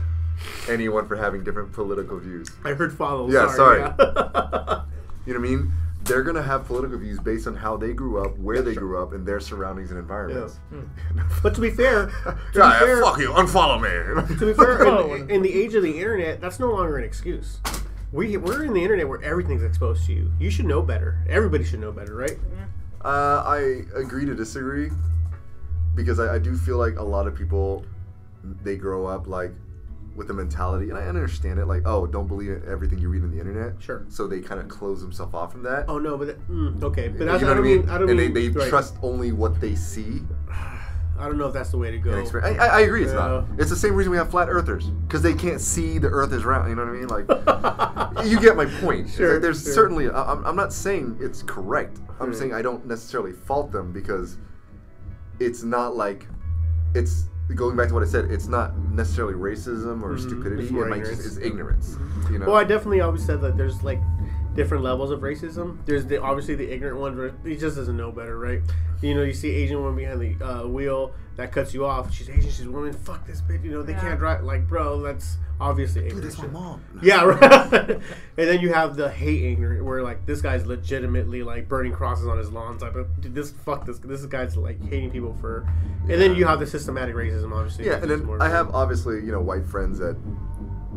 [SPEAKER 3] anyone for having different political views.
[SPEAKER 1] I heard follow.
[SPEAKER 3] Yeah,
[SPEAKER 1] sorry.
[SPEAKER 3] sorry.
[SPEAKER 1] yeah.
[SPEAKER 3] You know what I mean? They're gonna have political views based on how they grew up, where they grew up, and their surroundings and environments.
[SPEAKER 1] but to be fair, to
[SPEAKER 3] Yeah,
[SPEAKER 1] be fair,
[SPEAKER 3] fuck you, unfollow me.
[SPEAKER 1] to be fair,
[SPEAKER 4] Oh,
[SPEAKER 1] in, in the age of the internet, that's no longer an excuse. We we're in the internet where everything's exposed to you. You should know better. Everybody should know better, right?
[SPEAKER 3] Uh, I agree to disagree because I, I do feel like a lot of people they grow up like with the mentality, and I understand it. Like, oh, don't believe everything you read on the internet.
[SPEAKER 1] Sure.
[SPEAKER 3] So they kind of close themselves off from that.
[SPEAKER 1] Oh no, but that, mm, okay, but
[SPEAKER 3] You
[SPEAKER 1] that's,
[SPEAKER 3] know
[SPEAKER 1] I
[SPEAKER 3] what
[SPEAKER 1] don't mean. I don't
[SPEAKER 3] and
[SPEAKER 1] mean.
[SPEAKER 3] they, they
[SPEAKER 1] right.
[SPEAKER 3] trust only what they see
[SPEAKER 1] I don't know if that's the way to
[SPEAKER 3] and
[SPEAKER 1] go.
[SPEAKER 3] experience. I, I, I agree. It's not.
[SPEAKER 1] Yeah.
[SPEAKER 3] It's the same reason we have flat earthers because they can't see the Earth is round. You know what I mean? Like, you get my point. It's
[SPEAKER 1] Sure,
[SPEAKER 3] like there's
[SPEAKER 1] sure.
[SPEAKER 3] certainly. I, I'm, I'm not saying it's correct. I'm
[SPEAKER 1] Right.
[SPEAKER 3] saying I don't necessarily fault them because it's not like it's going back to what I said. It's not necessarily racism or
[SPEAKER 1] Mhm,
[SPEAKER 3] stupidity.
[SPEAKER 1] it's
[SPEAKER 3] It
[SPEAKER 1] more
[SPEAKER 3] might just
[SPEAKER 1] ignorance. Mm-hmm.
[SPEAKER 3] is ignorance. You know.
[SPEAKER 1] Well, I definitely always said that there's like different levels of racism. There's the obviously the ignorant one where he just doesn't know better, right? You know, you see Asian woman behind the uh, wheel that cuts you off. She's Asian, she's a woman. Fuck this bitch. You know, they
[SPEAKER 2] Yeah.
[SPEAKER 1] can't drive. Like, bro, that's obviously ignorant.
[SPEAKER 3] Dude, that's my
[SPEAKER 1] shit.
[SPEAKER 3] mom.
[SPEAKER 1] Yeah, right. and then you have the hate ignorant, where like this guy's legitimately like burning crosses on his lawn type of dude, this fuck this this guy's like hating people for, and then
[SPEAKER 3] Yeah.
[SPEAKER 1] you have the systematic racism, obviously.
[SPEAKER 3] Yeah,
[SPEAKER 1] which
[SPEAKER 3] and
[SPEAKER 1] is
[SPEAKER 3] then
[SPEAKER 1] more-
[SPEAKER 3] I have obviously you know white friends that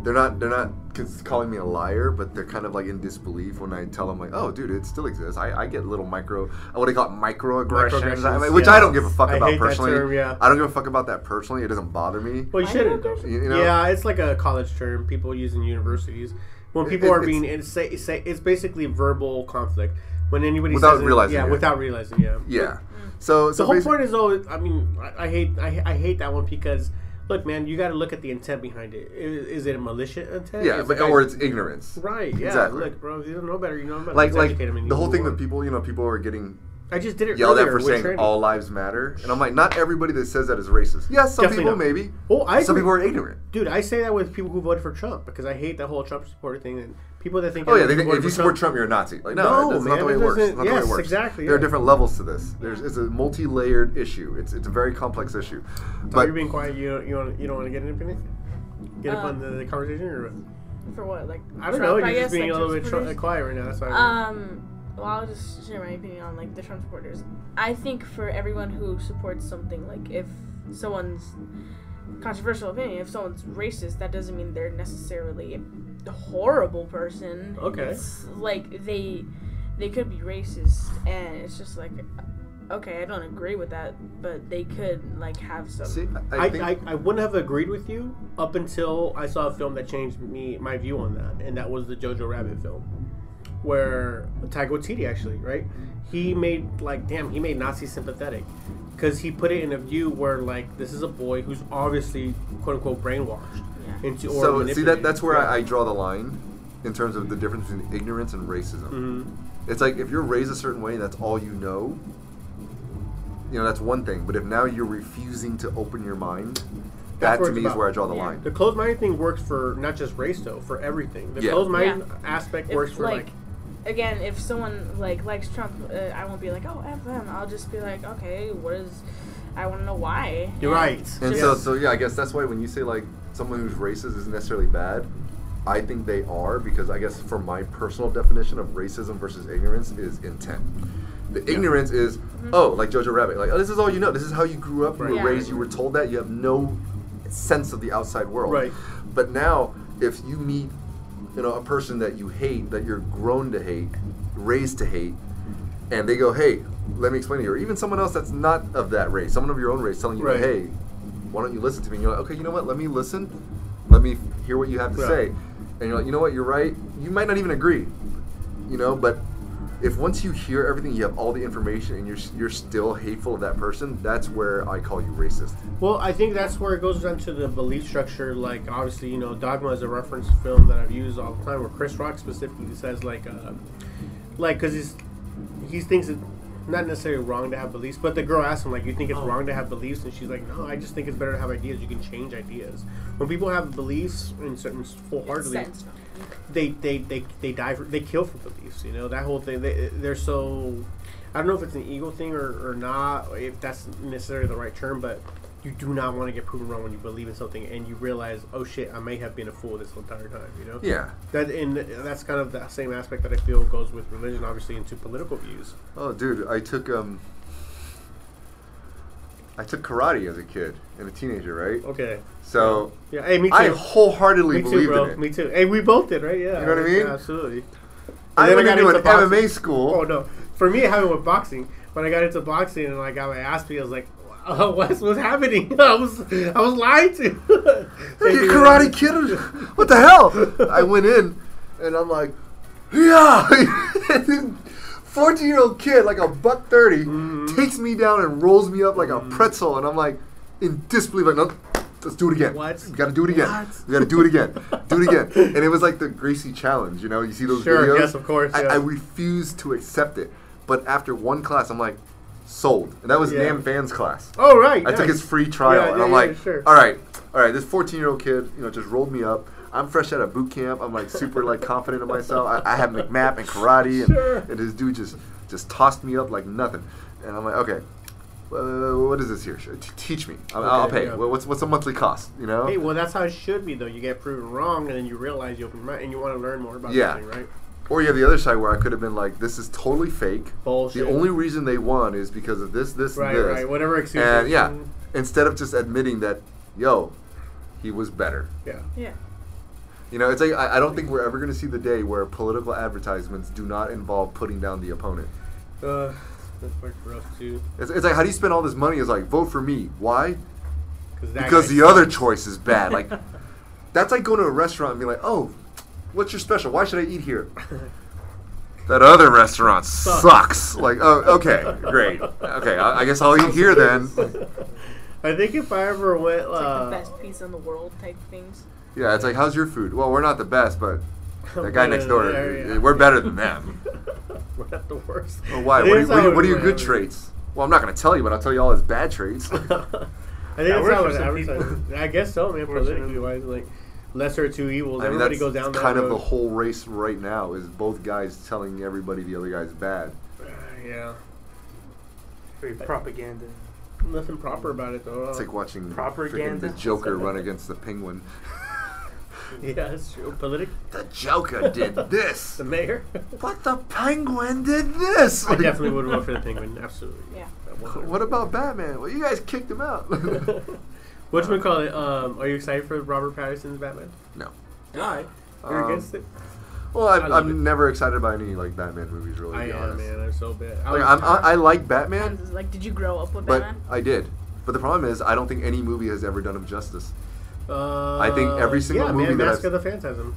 [SPEAKER 3] they're not they're not cons- calling me a liar, but they're kind of like in disbelief when I tell them like, oh, dude, it still exists. I, I get little micro what do they call it microaggressions, I mean,
[SPEAKER 1] Microaggressions,
[SPEAKER 3] which
[SPEAKER 1] yeah.
[SPEAKER 3] I don't give a fuck
[SPEAKER 1] I
[SPEAKER 3] about
[SPEAKER 1] hate that
[SPEAKER 3] personally.
[SPEAKER 1] term, yeah.
[SPEAKER 3] I don't give a fuck about that personally. It doesn't bother me.
[SPEAKER 1] Well, you shouldn't. though.
[SPEAKER 3] You, you know?
[SPEAKER 1] Yeah, it's like a college term people use in universities. When
[SPEAKER 3] It-
[SPEAKER 1] people
[SPEAKER 3] it-
[SPEAKER 1] are
[SPEAKER 3] it's-
[SPEAKER 1] being and say, say it's basically verbal conflict. When anybody
[SPEAKER 3] Without
[SPEAKER 1] says it-
[SPEAKER 3] realizing
[SPEAKER 1] yeah,
[SPEAKER 3] it.
[SPEAKER 1] without realizing, yeah.
[SPEAKER 3] Yeah. So
[SPEAKER 1] The
[SPEAKER 3] so
[SPEAKER 1] whole
[SPEAKER 3] basi-
[SPEAKER 1] point is though. I mean, I, I hate I, I hate that one because look, man, you got to look at the intent behind it. I- Is, it a malicious intent?
[SPEAKER 3] yeah,
[SPEAKER 1] Is
[SPEAKER 3] but,
[SPEAKER 1] the guy-
[SPEAKER 3] or it's ignorance.
[SPEAKER 1] right. Yeah,
[SPEAKER 3] Exactly.
[SPEAKER 1] look, bro, if you don't know better. You know better.
[SPEAKER 3] Like
[SPEAKER 1] Let's
[SPEAKER 3] like
[SPEAKER 1] educate him and
[SPEAKER 3] the
[SPEAKER 1] you
[SPEAKER 3] whole
[SPEAKER 1] move
[SPEAKER 3] thing
[SPEAKER 1] on.
[SPEAKER 3] that people you know people are getting
[SPEAKER 1] I just did it
[SPEAKER 3] yelled at
[SPEAKER 1] earlier
[SPEAKER 3] for
[SPEAKER 1] with
[SPEAKER 3] saying
[SPEAKER 1] training.
[SPEAKER 3] all lives matter, and I'm like, not everybody that says that is racist. Yes, some
[SPEAKER 1] Definitely
[SPEAKER 3] people
[SPEAKER 1] not.
[SPEAKER 3] maybe.
[SPEAKER 1] Oh, I
[SPEAKER 3] some
[SPEAKER 1] agree.
[SPEAKER 3] people are ignorant.
[SPEAKER 1] Dude, I say that with people who voted for Trump because I hate that whole Trump supporter thing and people that think
[SPEAKER 3] Oh yeah, they
[SPEAKER 1] everyone
[SPEAKER 3] think
[SPEAKER 1] who voted
[SPEAKER 3] if you
[SPEAKER 1] for
[SPEAKER 3] support Trump, you're a Nazi. Like no,
[SPEAKER 1] No,
[SPEAKER 3] that's
[SPEAKER 1] man,
[SPEAKER 3] not the way
[SPEAKER 1] it
[SPEAKER 3] it works. That's
[SPEAKER 1] doesn't-
[SPEAKER 3] not the way
[SPEAKER 1] yes,
[SPEAKER 3] it works.
[SPEAKER 1] exactly,
[SPEAKER 3] There are
[SPEAKER 1] yeah.
[SPEAKER 3] different levels to this. There's it's a multi-layered issue. It's it's a very complex issue.
[SPEAKER 1] But
[SPEAKER 3] But
[SPEAKER 1] you're being quiet. You don't, you don't, you don't want to get an opinion. Get up
[SPEAKER 2] Uh,
[SPEAKER 1] on the, the conversation, or
[SPEAKER 2] For what? Like
[SPEAKER 1] I don't
[SPEAKER 2] Trump,
[SPEAKER 1] know. You're
[SPEAKER 2] I
[SPEAKER 1] just
[SPEAKER 2] guess,
[SPEAKER 1] being
[SPEAKER 2] like,
[SPEAKER 1] a little bit
[SPEAKER 2] Trump's
[SPEAKER 1] tr-
[SPEAKER 2] produced-
[SPEAKER 1] quiet right now. That's why. I'm-
[SPEAKER 2] Um, well, I'll just share my opinion on like the Trump supporters. I think for everyone who supports something, like if someone's controversial opinion, if someone's racist, that doesn't mean they're necessarily a horrible person.
[SPEAKER 1] Okay.
[SPEAKER 2] It's like they they could be racist, and it's just like okay, I don't agree with that, but they could like have some.
[SPEAKER 3] see, I,
[SPEAKER 1] I,
[SPEAKER 3] think
[SPEAKER 1] I, I wouldn't have agreed with you up until I saw a film that changed me my view on that, and that was the Jojo Rabbit film, where Taika Waititi actually right, he made like damn he made Nazi sympathetic, because he put it in a view where like this is a boy who's obviously quote unquote brainwashed
[SPEAKER 2] Yeah.
[SPEAKER 1] into or
[SPEAKER 3] so. See that
[SPEAKER 1] manipulated.
[SPEAKER 3] that's where
[SPEAKER 1] Yeah.
[SPEAKER 3] I, I draw the line in terms of the difference between ignorance and racism.
[SPEAKER 1] Mhm.
[SPEAKER 3] It's like if you're raised a certain way, and that's all you know. You know that's one thing, but if now you're refusing to open your mind, that
[SPEAKER 1] That's where it's
[SPEAKER 3] to me is
[SPEAKER 1] about-
[SPEAKER 3] where I draw the
[SPEAKER 2] Yeah.
[SPEAKER 3] line.
[SPEAKER 1] The closed minded thing works for not just race though, for everything. The
[SPEAKER 3] Yeah.
[SPEAKER 1] closed minded
[SPEAKER 2] Yeah.
[SPEAKER 1] aspect
[SPEAKER 2] If,
[SPEAKER 1] works for like,
[SPEAKER 2] again if someone like likes trump uh, i won't be like oh f them i'll just be like okay what is i want to know why
[SPEAKER 1] You're right.
[SPEAKER 3] And
[SPEAKER 1] Yeah.
[SPEAKER 3] so, so yeah, I guess that's why when you say like someone who's racist isn't necessarily bad, I think they are because I guess for my personal definition of racism versus ignorance is intent. The ignorance is oh, like Jojo Rabbit, like oh, this is all you know. This is how you grew up. You
[SPEAKER 1] Right.
[SPEAKER 3] were
[SPEAKER 2] Yeah.
[SPEAKER 3] raised. You were told that. You have no sense of the outside world.
[SPEAKER 1] Right.
[SPEAKER 3] But now, if you meet, you know, a person that you hate, that you're grown to hate, raised to hate, and they go, hey, let me explain to you, or even someone else that's not of that race, someone of your own race, telling you,
[SPEAKER 1] Right.
[SPEAKER 3] hey, why don't you listen to me? And you're like, okay, you know what? Let me listen. Let me hear what you have to
[SPEAKER 1] Right.
[SPEAKER 3] say. And you're like, you know what? You're right. You might not even agree, you know, but. If once you hear everything, you have all the information, and you're you're still hateful of that person, that's where I call you racist.
[SPEAKER 1] Well, I think that's where it goes down to the belief structure. Like, obviously, you know, Dogma is a reference film that I've used all the time, where Chris Rock specifically says, like, uh, like, because he's he thinks it's not necessarily wrong to have beliefs, but the girl asked him, like, you think it's wrong to have beliefs? And she's like, no, I just think it's better to have ideas. You can change ideas. When people have beliefs in certain full heartedly,
[SPEAKER 2] Sense.
[SPEAKER 1] they they they they die for, they kill for beliefs. You know that whole thing. They, they're so I don't know if it's an ego thing or, or not. If that's necessarily the right term, but you do not want to get proven wrong when you believe in something and you realize, oh shit, I may have been a fool this entire time. You know.
[SPEAKER 3] Yeah.
[SPEAKER 1] That and that's kind of the same aspect that I feel goes with religion, obviously, into political views.
[SPEAKER 3] Oh, dude, I took um, I took karate as a kid and a teenager, right?
[SPEAKER 1] Okay.
[SPEAKER 3] So
[SPEAKER 1] Yeah. Hey, me too.
[SPEAKER 3] I wholeheartedly
[SPEAKER 1] me
[SPEAKER 3] believed
[SPEAKER 1] too, bro.
[SPEAKER 3] in it.
[SPEAKER 1] Me too. Hey, we both did, right? Yeah.
[SPEAKER 3] You know what I mean?
[SPEAKER 1] Yeah, absolutely. And
[SPEAKER 3] I
[SPEAKER 1] then
[SPEAKER 3] went
[SPEAKER 1] I got
[SPEAKER 3] into an
[SPEAKER 1] into boxing.
[SPEAKER 3] MMA school.
[SPEAKER 1] Oh no! For me, it happened with boxing. When I got into boxing and I got my ass beat, I was like, uh, what's what's happening? I was I was lied to.
[SPEAKER 3] You karate kid? What the hell? I went in and I'm like, yeah. 14 year old kid, like a buck 30,
[SPEAKER 1] Mhm.
[SPEAKER 3] takes me down and rolls me up like
[SPEAKER 1] Mm-hmm.
[SPEAKER 3] a pretzel. And I'm like, in disbelief, like, no, let's do it again.
[SPEAKER 1] What?
[SPEAKER 3] We gotta do it again.
[SPEAKER 1] What?
[SPEAKER 3] We gotta do it again. do it again. And it was like the Gracie challenge, you know? You see those
[SPEAKER 1] Sure,
[SPEAKER 3] videos?
[SPEAKER 1] yes, of course,
[SPEAKER 3] I,
[SPEAKER 1] yeah.
[SPEAKER 3] I refuse to accept it. But after one class, I'm like, sold. And that was
[SPEAKER 1] Yeah.
[SPEAKER 3] Nam Van's class.
[SPEAKER 1] Oh right.
[SPEAKER 3] I took
[SPEAKER 1] nice.
[SPEAKER 3] his free trial,
[SPEAKER 1] Yeah,
[SPEAKER 3] and
[SPEAKER 1] yeah,
[SPEAKER 3] I'm
[SPEAKER 1] yeah,
[SPEAKER 3] like,
[SPEAKER 1] sure.
[SPEAKER 3] all right, all right. This 14 year old kid, you know, just rolled me up. I'm fresh out of boot camp. I'm like super like confident in myself. I, I have McMap and karate, and,
[SPEAKER 1] Sure.
[SPEAKER 3] and this dude just just tossed me up like nothing. And I'm like, okay, uh, what is this here? Sure, T- teach me. I'll, I'll
[SPEAKER 1] Okay,
[SPEAKER 3] pay.
[SPEAKER 1] yeah.
[SPEAKER 3] Wha- What's what's a monthly cost? You know?
[SPEAKER 1] Hey, well, that's how it should be, though. You get proven wrong, and then you realize you open your mind, and you want to learn more about
[SPEAKER 3] Yeah.
[SPEAKER 1] something, right?
[SPEAKER 3] Or you have the other side where I could have been like, this is totally fake.
[SPEAKER 1] Bullshit.
[SPEAKER 3] The only reason they won is because of this, this,
[SPEAKER 1] right,
[SPEAKER 3] and this.
[SPEAKER 1] right, whatever Mm-hmm. excuse.
[SPEAKER 3] And
[SPEAKER 1] is-
[SPEAKER 3] yeah, instead of just admitting that, yo, he was better.
[SPEAKER 1] yeah.
[SPEAKER 2] Yeah.
[SPEAKER 3] You know, it's like I, I don't think we're ever going to see the day where political advertisements do not involve putting down the opponent.
[SPEAKER 1] Uh, that's fucking rough too.
[SPEAKER 3] It's, it's like how do you spend all this money? It's like vote for me. Why?
[SPEAKER 1] Cause that
[SPEAKER 3] Because
[SPEAKER 1] guy-
[SPEAKER 3] the other choice is bad. Like that's like going to a restaurant and being like, oh, what's your special? Why should I eat here? That other restaurant
[SPEAKER 1] Sucks.
[SPEAKER 3] sucks. Like, oh, okay, great. Okay, I, I guess I'll eat here then.
[SPEAKER 1] I think if I ever went,
[SPEAKER 2] It's like the
[SPEAKER 1] uh,
[SPEAKER 2] best pizza in the world type things.
[SPEAKER 3] Yeah, it's like, how's your food? Well, we're not the best, but that guy next door,
[SPEAKER 1] Better than-
[SPEAKER 3] we're better than them.
[SPEAKER 1] we're not the worst.
[SPEAKER 3] Well,
[SPEAKER 1] I
[SPEAKER 3] why? What
[SPEAKER 1] think
[SPEAKER 3] are, you,
[SPEAKER 1] that's
[SPEAKER 3] what,
[SPEAKER 1] how
[SPEAKER 3] are, you-
[SPEAKER 1] it
[SPEAKER 3] what are your
[SPEAKER 1] would
[SPEAKER 3] good
[SPEAKER 1] be.
[SPEAKER 3] traits? Well, I'm not going to tell you, but I'll tell you all his bad traits.
[SPEAKER 1] I think
[SPEAKER 4] Yeah,
[SPEAKER 1] that's
[SPEAKER 4] we're
[SPEAKER 1] how
[SPEAKER 4] for
[SPEAKER 1] it
[SPEAKER 4] some people.
[SPEAKER 1] advertises. I guess so, man. Politically
[SPEAKER 4] Fortunately.
[SPEAKER 1] wise, like lesser of two evils.
[SPEAKER 3] I mean,
[SPEAKER 1] Everybody
[SPEAKER 3] that's
[SPEAKER 1] goes down that
[SPEAKER 3] kind of
[SPEAKER 1] road.
[SPEAKER 3] the whole race right now is both guys telling everybody the other guy's bad.
[SPEAKER 1] Uh, yeah,
[SPEAKER 4] Very propaganda.
[SPEAKER 1] nothing proper about it though.
[SPEAKER 3] It's like watching freaking
[SPEAKER 4] Propaganda.
[SPEAKER 3] the Joker run against the Penguin.
[SPEAKER 1] yeah, that's true. Politic,
[SPEAKER 3] The Joker did this,
[SPEAKER 1] the mayor.
[SPEAKER 3] but the Penguin did this.
[SPEAKER 1] I definitely would vote for the penguin. Absolutely.
[SPEAKER 2] Yeah.
[SPEAKER 3] What about Batman? Well, you guys kicked him out.
[SPEAKER 1] What's we call it? Um, are you excited for Robert Pattinson's Batman?
[SPEAKER 3] no.
[SPEAKER 1] Why? You're
[SPEAKER 3] Um,
[SPEAKER 1] against it.
[SPEAKER 3] Well, I'm,
[SPEAKER 1] love
[SPEAKER 3] I'm
[SPEAKER 1] it.
[SPEAKER 3] never excited about any like Batman movies. Really, to
[SPEAKER 1] I
[SPEAKER 3] be
[SPEAKER 1] am,
[SPEAKER 3] honest.
[SPEAKER 1] man. I'm so bad.
[SPEAKER 3] Like, I'm, I, I like
[SPEAKER 2] And
[SPEAKER 3] Batman,
[SPEAKER 2] it's like, did you grow up with
[SPEAKER 3] but
[SPEAKER 2] Batman?
[SPEAKER 3] I did. But the problem is, I don't think any movie has ever done him justice.
[SPEAKER 1] uh,
[SPEAKER 3] I think every single
[SPEAKER 1] yeah,
[SPEAKER 3] movie
[SPEAKER 1] man,
[SPEAKER 3] that
[SPEAKER 1] Mask
[SPEAKER 3] I've-
[SPEAKER 1] of the Phantasm.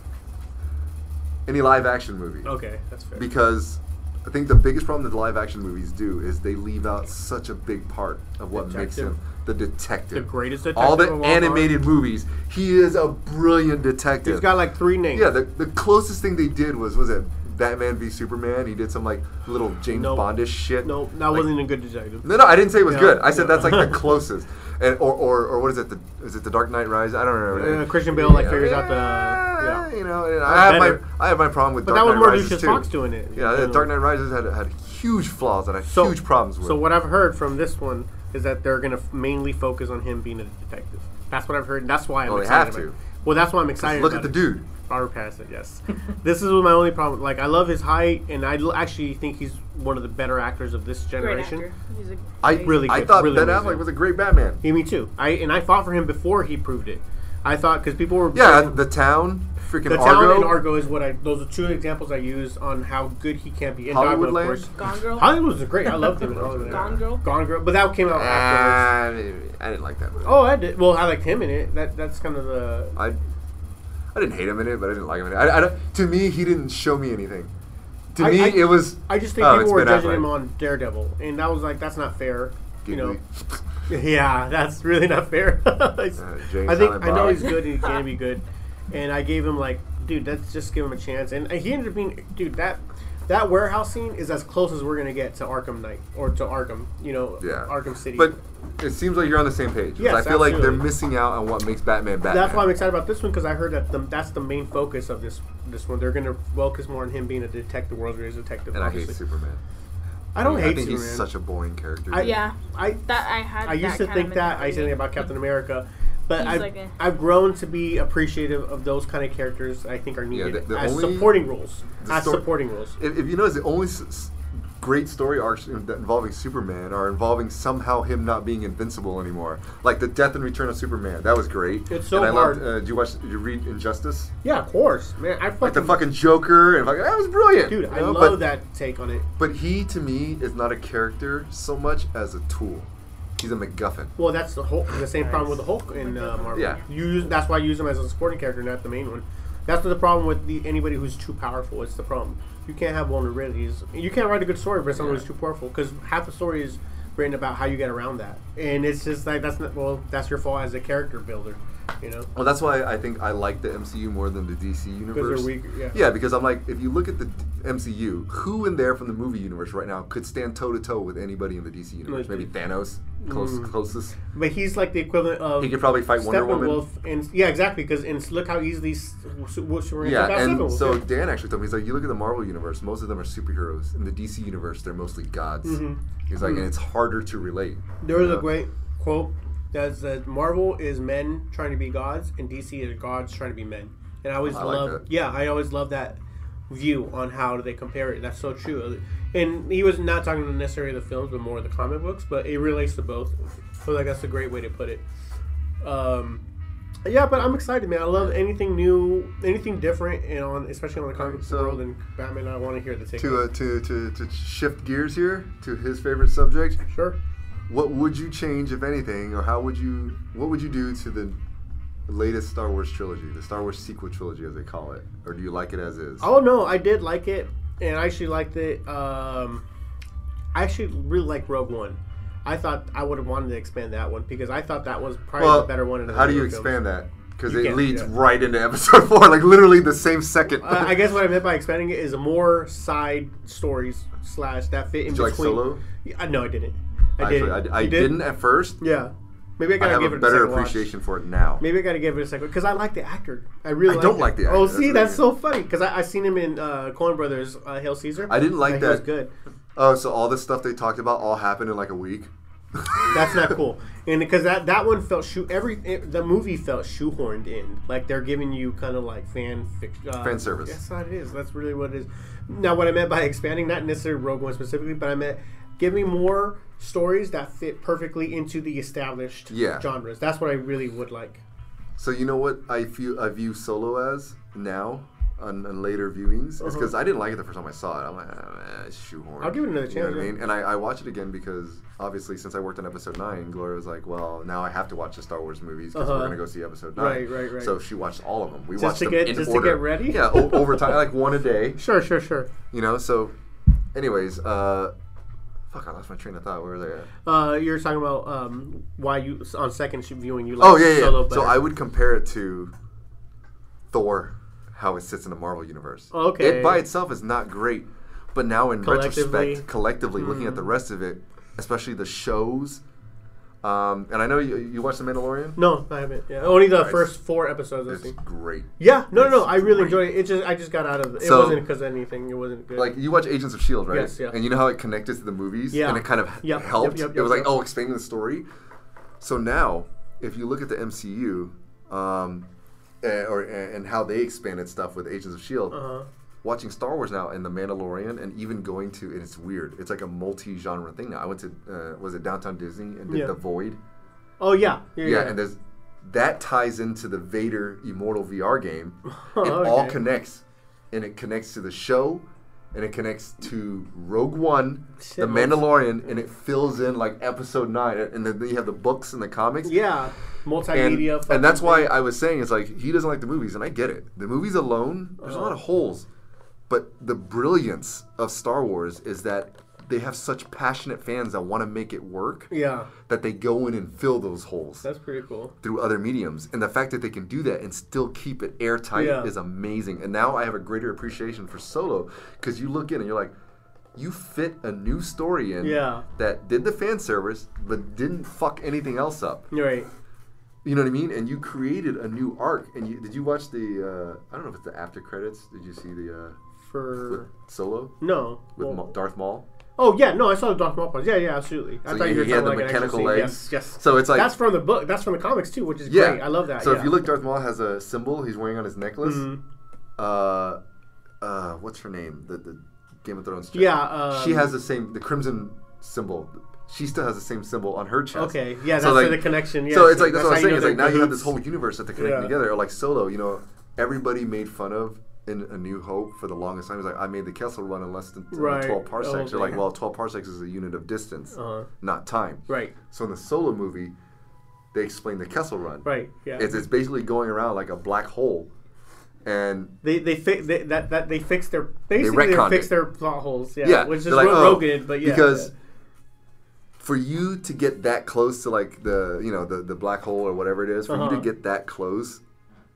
[SPEAKER 3] Any live action movie.
[SPEAKER 1] Okay, that's fair.
[SPEAKER 3] Because I think the biggest problem that live action movies do is they leave out such a big part of what makes
[SPEAKER 1] Detective.
[SPEAKER 3] him the detective.
[SPEAKER 1] the greatest detective.
[SPEAKER 3] All the
[SPEAKER 1] of time.
[SPEAKER 3] animated movies, he is a brilliant detective.
[SPEAKER 1] He's got like three names.
[SPEAKER 3] yeah, the, the closest thing they did was was it Batman v Superman? He did some like little James
[SPEAKER 1] Nope.
[SPEAKER 3] Bondish shit.
[SPEAKER 1] no, that
[SPEAKER 3] Like,
[SPEAKER 1] wasn't a good detective.
[SPEAKER 3] No, no, I didn't say it was
[SPEAKER 1] No,
[SPEAKER 3] good. I said
[SPEAKER 1] no.
[SPEAKER 3] that's like the closest, and or, or or what is it? The is it the Dark Knight Rise? I don't remember.
[SPEAKER 1] Uh, Christian Bale, like, figures out the- yeah.
[SPEAKER 3] you know. And I have
[SPEAKER 1] better.
[SPEAKER 3] my I have my problem with
[SPEAKER 1] But
[SPEAKER 3] Dark
[SPEAKER 1] that was
[SPEAKER 3] Knight
[SPEAKER 1] more
[SPEAKER 3] Rises
[SPEAKER 1] Lucius
[SPEAKER 3] too.
[SPEAKER 1] Fox doing it.
[SPEAKER 3] Yeah,
[SPEAKER 1] You
[SPEAKER 3] the
[SPEAKER 1] know?
[SPEAKER 3] Dark Knight Rises had had huge flaws and I had
[SPEAKER 1] So-
[SPEAKER 3] huge problems with.
[SPEAKER 1] So
[SPEAKER 3] it.
[SPEAKER 1] what I've heard from this one is that they're gonna f- mainly focus on him being a detective. That's what I've heard. and That's why I'm
[SPEAKER 3] Well, they
[SPEAKER 1] excited.
[SPEAKER 3] have
[SPEAKER 1] about
[SPEAKER 3] to.
[SPEAKER 1] it. Well, that's why I'm excited.
[SPEAKER 3] Look at
[SPEAKER 1] about
[SPEAKER 3] the
[SPEAKER 1] it.
[SPEAKER 3] dude.
[SPEAKER 1] Robert Pattinson, yes. this is my only problem. Like, I love his height, and I l- actually think he's one of the better actors of this
[SPEAKER 2] Great
[SPEAKER 1] generation.
[SPEAKER 2] actor. He's a
[SPEAKER 3] I
[SPEAKER 2] great-
[SPEAKER 1] Really
[SPEAKER 3] I
[SPEAKER 1] good,
[SPEAKER 3] thought
[SPEAKER 1] really
[SPEAKER 3] Ben
[SPEAKER 1] amazing.
[SPEAKER 3] Affleck was a great Batman.
[SPEAKER 1] Yeah, me too. I and I fought for him before he proved it. I thought because people were
[SPEAKER 3] Yeah, the town, freaking
[SPEAKER 1] the
[SPEAKER 3] Argo,
[SPEAKER 1] town and Argo is what I. Those are two examples I use on how good he can be. And Dogma,
[SPEAKER 3] Hollywood
[SPEAKER 1] of
[SPEAKER 3] Land?
[SPEAKER 1] course.
[SPEAKER 2] Gone Girl.
[SPEAKER 1] Hollywood was great. I loved him. in Hollywood Land.
[SPEAKER 2] Gone Girl?
[SPEAKER 1] Gone Girl, but that came out afterwards.
[SPEAKER 3] Ah, I didn't like that movie.
[SPEAKER 1] Oh, I did. Well, I liked him in it. That that's kind of the.
[SPEAKER 3] I I didn't hate him in it, but I didn't like him in it. I, I don't- to me, he didn't show me anything. To
[SPEAKER 1] I-
[SPEAKER 3] me,
[SPEAKER 1] I-
[SPEAKER 3] it was.
[SPEAKER 1] I just think
[SPEAKER 3] oh, it's
[SPEAKER 1] people were
[SPEAKER 3] Ben
[SPEAKER 1] judging
[SPEAKER 3] Affleck.
[SPEAKER 1] him on Daredevil, and that was like that's not fair. You
[SPEAKER 3] Did
[SPEAKER 1] know.
[SPEAKER 3] we?
[SPEAKER 1] Yeah, that's really not fair.
[SPEAKER 3] James
[SPEAKER 1] I think
[SPEAKER 3] Allen
[SPEAKER 1] I know
[SPEAKER 3] Bond.
[SPEAKER 1] he's good and he can be good, and I gave him like, dude, let's just give him a chance, and uh, he ended up being, dude, that that warehouse scene is as close as we're gonna get to Arkham Knight or to Arkham, you know,
[SPEAKER 3] Yeah.
[SPEAKER 1] Arkham City.
[SPEAKER 3] But it seems like you're on the same page. 'cause
[SPEAKER 1] Yes,
[SPEAKER 3] I feel like they're
[SPEAKER 1] absolutely.
[SPEAKER 3] missing out on what makes Batman Batman.
[SPEAKER 1] that's why I'm excited about this one because I heard that the, that's the main focus of this this one. They're gonna focus more on him being a detective, world's greatest detective.
[SPEAKER 3] and I hate
[SPEAKER 1] obviously.
[SPEAKER 3] Superman.
[SPEAKER 1] I don't hate
[SPEAKER 3] think
[SPEAKER 1] Superman.
[SPEAKER 3] he's such a boring character.
[SPEAKER 1] I-
[SPEAKER 2] Yeah.
[SPEAKER 1] I-
[SPEAKER 2] that I had.
[SPEAKER 1] I used
[SPEAKER 2] that
[SPEAKER 1] to
[SPEAKER 2] kind
[SPEAKER 1] think
[SPEAKER 2] of
[SPEAKER 1] that. I used to think
[SPEAKER 2] mentality.
[SPEAKER 1] about Captain America. But
[SPEAKER 2] He's
[SPEAKER 1] I've,
[SPEAKER 2] like a-
[SPEAKER 1] I've grown to be appreciative of those kind of characters I think are needed
[SPEAKER 3] the- the
[SPEAKER 1] as
[SPEAKER 3] only-
[SPEAKER 1] supporting roles.
[SPEAKER 3] the
[SPEAKER 1] As
[SPEAKER 3] stor-
[SPEAKER 1] supporting roles.
[SPEAKER 3] if, if you notice, the only s- s- great story arcs in- that involving Superman are involving somehow him not being invincible anymore. Like the death and return of Superman. That was great.
[SPEAKER 1] It's so
[SPEAKER 3] and I
[SPEAKER 1] hard.
[SPEAKER 3] Loved, uh, do you watch? Did you read Injustice?
[SPEAKER 1] Yeah, of course. Man, I fucking,
[SPEAKER 3] Like the fucking Joker and fucking that was brilliant.
[SPEAKER 1] Dude,
[SPEAKER 3] you
[SPEAKER 1] I
[SPEAKER 3] know?
[SPEAKER 1] love
[SPEAKER 3] But-
[SPEAKER 1] that take on it.
[SPEAKER 3] But he to me is not a character so much as a tool. He's a MacGuffin.
[SPEAKER 1] Well, that's the Hulk. The same problem with the Hulk in uh, Marvel.
[SPEAKER 3] Yeah.
[SPEAKER 1] You use, that's why you use him as a supporting character, not the main one. That's the problem with the, anybody who's too powerful. It's the problem. You can't have vulnerabilities. You can't write a good story for someone who's too powerful because half the story is written about how you get around that, and it's just like that's not well. That's your fault as a character builder, you know.
[SPEAKER 3] Well, that's why I think I like the MCU more than the DC universe.
[SPEAKER 1] Because they're weak. Yeah.
[SPEAKER 3] Yeah, because I'm like, if you look at the MCU, who in there from the movie universe right now could stand toe to toe with anybody in the DC universe? Maybe Thanos, close, closest.
[SPEAKER 1] But he's like the equivalent of
[SPEAKER 3] He could probably fight Wonder Woman.
[SPEAKER 1] Mm. Steppenwolf and yeah, exactly. Because and look how easily S- Su- Su- Su-
[SPEAKER 3] Yeah, and
[SPEAKER 1] Steppenwolf,
[SPEAKER 3] so
[SPEAKER 1] yeah.
[SPEAKER 3] Dan actually told me he's like, you look at the Marvel universe, most of them are superheroes. In the DC universe, they're mostly gods.
[SPEAKER 1] Mm-hmm.
[SPEAKER 3] He's like, and it's harder to relate.
[SPEAKER 1] There was
[SPEAKER 3] you
[SPEAKER 1] a
[SPEAKER 3] know?
[SPEAKER 1] great quote that said, "Marvel is men trying to be gods, and DC is gods trying to be men." And I always
[SPEAKER 3] I like
[SPEAKER 1] love,
[SPEAKER 3] that.
[SPEAKER 1] yeah, I always love that view on how do they compare it. That's so true. And he was not talking necessarily the films, but more the comic books. But it relates to both. So like that's a great way to put it. Um, yeah, but I'm excited, man. I love anything new, anything different, and on especially on the comic book
[SPEAKER 3] So-
[SPEAKER 1] world and Batman. I want to hear the take.
[SPEAKER 3] To, uh, to, to, to shift gears here to his favorite subject,
[SPEAKER 1] sure.
[SPEAKER 3] what would you change, if anything, or how would you, what would you do to the latest Star Wars trilogy, the Star Wars sequel trilogy, as they call it? Or do you like it as is?
[SPEAKER 1] Oh no, I did like it, and I actually liked it. Um, I actually really like Rogue One. I thought I would have wanted to expand that one because I thought that was probably the better one. in the
[SPEAKER 3] How do you
[SPEAKER 1] Lego films.
[SPEAKER 3] expand that? Because
[SPEAKER 1] You
[SPEAKER 3] it
[SPEAKER 1] can't,
[SPEAKER 3] leads
[SPEAKER 1] yeah.
[SPEAKER 3] right into episode four, like literally the same second.
[SPEAKER 1] Uh, I guess what I meant by expanding it is more side stories slash that fit in
[SPEAKER 3] Did you like
[SPEAKER 1] between.
[SPEAKER 3] Solo?
[SPEAKER 1] Yeah, I- no, I didn't. I
[SPEAKER 3] Actually,
[SPEAKER 1] didn't.
[SPEAKER 3] I, I
[SPEAKER 1] You did?
[SPEAKER 3] didn't at first.
[SPEAKER 1] Yeah, maybe I
[SPEAKER 3] I
[SPEAKER 1] gotta
[SPEAKER 3] have
[SPEAKER 1] give
[SPEAKER 3] a
[SPEAKER 1] it
[SPEAKER 3] better
[SPEAKER 1] second watch.
[SPEAKER 3] appreciation for it now.
[SPEAKER 1] Maybe I gotta give it a second because I like the actor. I really.
[SPEAKER 3] I don't
[SPEAKER 1] him.
[SPEAKER 3] like the
[SPEAKER 1] Oh,
[SPEAKER 3] actor.
[SPEAKER 1] see,
[SPEAKER 3] That's
[SPEAKER 1] that's,
[SPEAKER 3] really-
[SPEAKER 1] so funny because I, I seen him in uh, Coen Brothers, uh, Hail Caesar.
[SPEAKER 3] I didn't like
[SPEAKER 1] and he was
[SPEAKER 3] that-
[SPEAKER 1] good.
[SPEAKER 3] Oh, so all the stuff they talked about all happened in like a week.
[SPEAKER 1] That's not cool. And because that that one felt shoe every it- the movie felt shoehorned in. Like they're giving you kind of like fan fic, uh,
[SPEAKER 3] Fan service.
[SPEAKER 1] That's not it is. That's really what it is. Now, what I meant by expanding, not necessarily Rogue One specifically, but I meant give me more stories that fit perfectly into the established
[SPEAKER 3] Yeah.
[SPEAKER 1] genres. That's what I really would like.
[SPEAKER 3] So you know what I feel I view Solo as now on, on later viewings is because I didn't like it the first time I saw it. I'm like, ah, eh, it's shoehorn.
[SPEAKER 1] Uh-huh. I'll give it another
[SPEAKER 3] You know what
[SPEAKER 1] chance,
[SPEAKER 3] I
[SPEAKER 1] yeah.
[SPEAKER 3] mean? And I, I watch it again because obviously since I worked on Episode Nine, Gloria was like, well, now I have to watch the Star Wars movies because we're
[SPEAKER 1] Uh-huh.
[SPEAKER 3] gonna go see Episode Nine.
[SPEAKER 1] Right, right, right.
[SPEAKER 3] So she watched all of them. We
[SPEAKER 1] Just
[SPEAKER 3] watched
[SPEAKER 1] to
[SPEAKER 3] them
[SPEAKER 1] get-
[SPEAKER 3] in
[SPEAKER 1] just to
[SPEAKER 3] order.
[SPEAKER 1] get ready?
[SPEAKER 3] Yeah, o- over time, like one a day.
[SPEAKER 1] Sure, sure, sure.
[SPEAKER 3] You know. So, anyways, uh, fuck, I lost my train of thought. Where were they at?
[SPEAKER 1] Uh, you're talking about um, why you on second viewing you like
[SPEAKER 3] Oh yeah, yeah.
[SPEAKER 1] Solo
[SPEAKER 3] yeah.
[SPEAKER 1] better.
[SPEAKER 3] So I would compare it to Thor, how it sits in the Marvel universe.
[SPEAKER 1] Oh, Okay.
[SPEAKER 3] It by itself is not great, but now in
[SPEAKER 1] Collectively. Mm-hmm.
[SPEAKER 3] retrospect, collectively looking at the rest of it, especially the shows, um, and I know you, you watched The Mandalorian.
[SPEAKER 1] no, I haven't. Yeah, only the
[SPEAKER 3] Christ.
[SPEAKER 1] first four episodes I've
[SPEAKER 3] It's
[SPEAKER 1] seen.
[SPEAKER 3] great.
[SPEAKER 1] Yeah, no, no, no.
[SPEAKER 3] It's
[SPEAKER 1] I really enjoyed
[SPEAKER 3] great.
[SPEAKER 1] it. It just, I just got out of it. It
[SPEAKER 3] So-
[SPEAKER 1] wasn't because of anything. It wasn't good.
[SPEAKER 3] Like you watch Agents of Shield, E right?
[SPEAKER 1] Yes, yeah.
[SPEAKER 3] And you know how it connected to the movies,
[SPEAKER 1] Yeah.
[SPEAKER 3] and it kind of h-
[SPEAKER 1] Yep,
[SPEAKER 3] helped.
[SPEAKER 1] yep, yep,
[SPEAKER 3] it was
[SPEAKER 1] yep,
[SPEAKER 3] like,
[SPEAKER 1] yep.
[SPEAKER 3] oh, expanding the story. So now, if you look at the MCU, um, eh, or eh, and how they expanded stuff with Agents of Shield,
[SPEAKER 1] Uh-huh.
[SPEAKER 3] E watching Star Wars now and The Mandalorian, and even going to and it's weird. It's like a multi-genre thing now. I went to uh, was it Downtown Disney and did
[SPEAKER 1] Yeah.
[SPEAKER 3] The Void.
[SPEAKER 1] oh yeah, yeah,
[SPEAKER 3] Yeah,
[SPEAKER 1] yeah.
[SPEAKER 3] and there's that ties into the Vader Immortal VR game. it
[SPEAKER 1] okay.
[SPEAKER 3] all connects, and it connects to the show, and it connects to Rogue One, The
[SPEAKER 1] Shit, man.
[SPEAKER 3] Mandalorian, and it fills in like Episode Nine, and then you have the books and the comics.
[SPEAKER 1] yeah,
[SPEAKER 3] And,
[SPEAKER 1] multimedia. fucking
[SPEAKER 3] and that's why
[SPEAKER 1] thing.
[SPEAKER 3] I was saying it's like he doesn't like the movies, and I get it. The movies alone, there's a lot of holes, but the brilliance of Star Wars is that they have such passionate fans that want to make it work
[SPEAKER 1] Yeah,
[SPEAKER 3] that they go in and fill those holes
[SPEAKER 1] that's pretty cool.
[SPEAKER 3] through other mediums. And the fact that they can do that and still keep it airtight
[SPEAKER 1] Yeah.
[SPEAKER 3] is amazing. And now I have a greater appreciation for solo because you look in and you're like, you fit a new story in
[SPEAKER 1] Yeah.
[SPEAKER 3] that did the fan service but didn't fuck anything else up.
[SPEAKER 1] You're right.
[SPEAKER 3] You know what I mean? And you created a new arc. And you, did you watch the? Uh, I don't know if it's the after credits. Did you see the uh, with
[SPEAKER 1] For
[SPEAKER 3] Solo
[SPEAKER 1] no.
[SPEAKER 3] with
[SPEAKER 1] Well-
[SPEAKER 3] Ma- Darth Maul?
[SPEAKER 1] oh yeah, no, I saw the Darth Maul parts. Yeah, yeah, absolutely. I
[SPEAKER 3] So
[SPEAKER 1] thought
[SPEAKER 3] he-
[SPEAKER 1] you were
[SPEAKER 3] he
[SPEAKER 1] talking
[SPEAKER 3] had
[SPEAKER 1] like
[SPEAKER 3] the
[SPEAKER 1] an actual
[SPEAKER 3] mechanical
[SPEAKER 1] scene.
[SPEAKER 3] legs.
[SPEAKER 1] Yes, yes.
[SPEAKER 3] So it's like-
[SPEAKER 1] that's from the book. That's from the comics too, which is
[SPEAKER 3] Yeah,
[SPEAKER 1] great. I love that.
[SPEAKER 3] So
[SPEAKER 1] yeah. Mm-hmm.
[SPEAKER 3] if you look, Darth Maul has a symbol he's wearing on his necklace. Uh, uh, what's her name? The, the Game of Thrones. chick.
[SPEAKER 1] Yeah, um,
[SPEAKER 3] she has the same the crimson symbol. She still has the same symbol on her chest.
[SPEAKER 1] Okay, yeah,
[SPEAKER 3] So,
[SPEAKER 1] that's the connection, yeah,
[SPEAKER 3] so it's
[SPEAKER 1] so
[SPEAKER 3] like that's,
[SPEAKER 1] that's
[SPEAKER 3] what I'm
[SPEAKER 1] how
[SPEAKER 3] saying.
[SPEAKER 1] you know
[SPEAKER 3] It's like
[SPEAKER 1] they're
[SPEAKER 3] now you have this
[SPEAKER 1] cahoots.
[SPEAKER 3] whole universe that they're connecting
[SPEAKER 1] Yeah.
[SPEAKER 3] together. Or like Solo, you know, everybody made fun of in A New Hope for the longest time. He's like, I made the Kessel run in less than
[SPEAKER 1] Right.
[SPEAKER 3] 12 parsecs.
[SPEAKER 1] Oh,
[SPEAKER 3] You're like,
[SPEAKER 1] yeah.
[SPEAKER 3] well, 12 parsecs is a unit of distance,
[SPEAKER 1] Uh-huh.
[SPEAKER 3] not time.
[SPEAKER 1] Right.
[SPEAKER 3] So in the solo movie, they explain the Kessel run.
[SPEAKER 1] Right. Yeah.
[SPEAKER 3] It's, it's basically going around like a black hole. And
[SPEAKER 1] they they, fi- they that that they fixed their basically they,
[SPEAKER 3] retconned
[SPEAKER 1] fixed
[SPEAKER 3] it.
[SPEAKER 1] their plot holes. Yeah.
[SPEAKER 3] yeah,
[SPEAKER 1] Which is
[SPEAKER 3] they're like,
[SPEAKER 1] what
[SPEAKER 3] oh,
[SPEAKER 1] Rogan, but yeah.
[SPEAKER 3] because
[SPEAKER 1] yeah.
[SPEAKER 3] for you to get that close to like the you know the, the black hole or whatever it is, for you
[SPEAKER 1] Uh-huh.
[SPEAKER 3] to get that close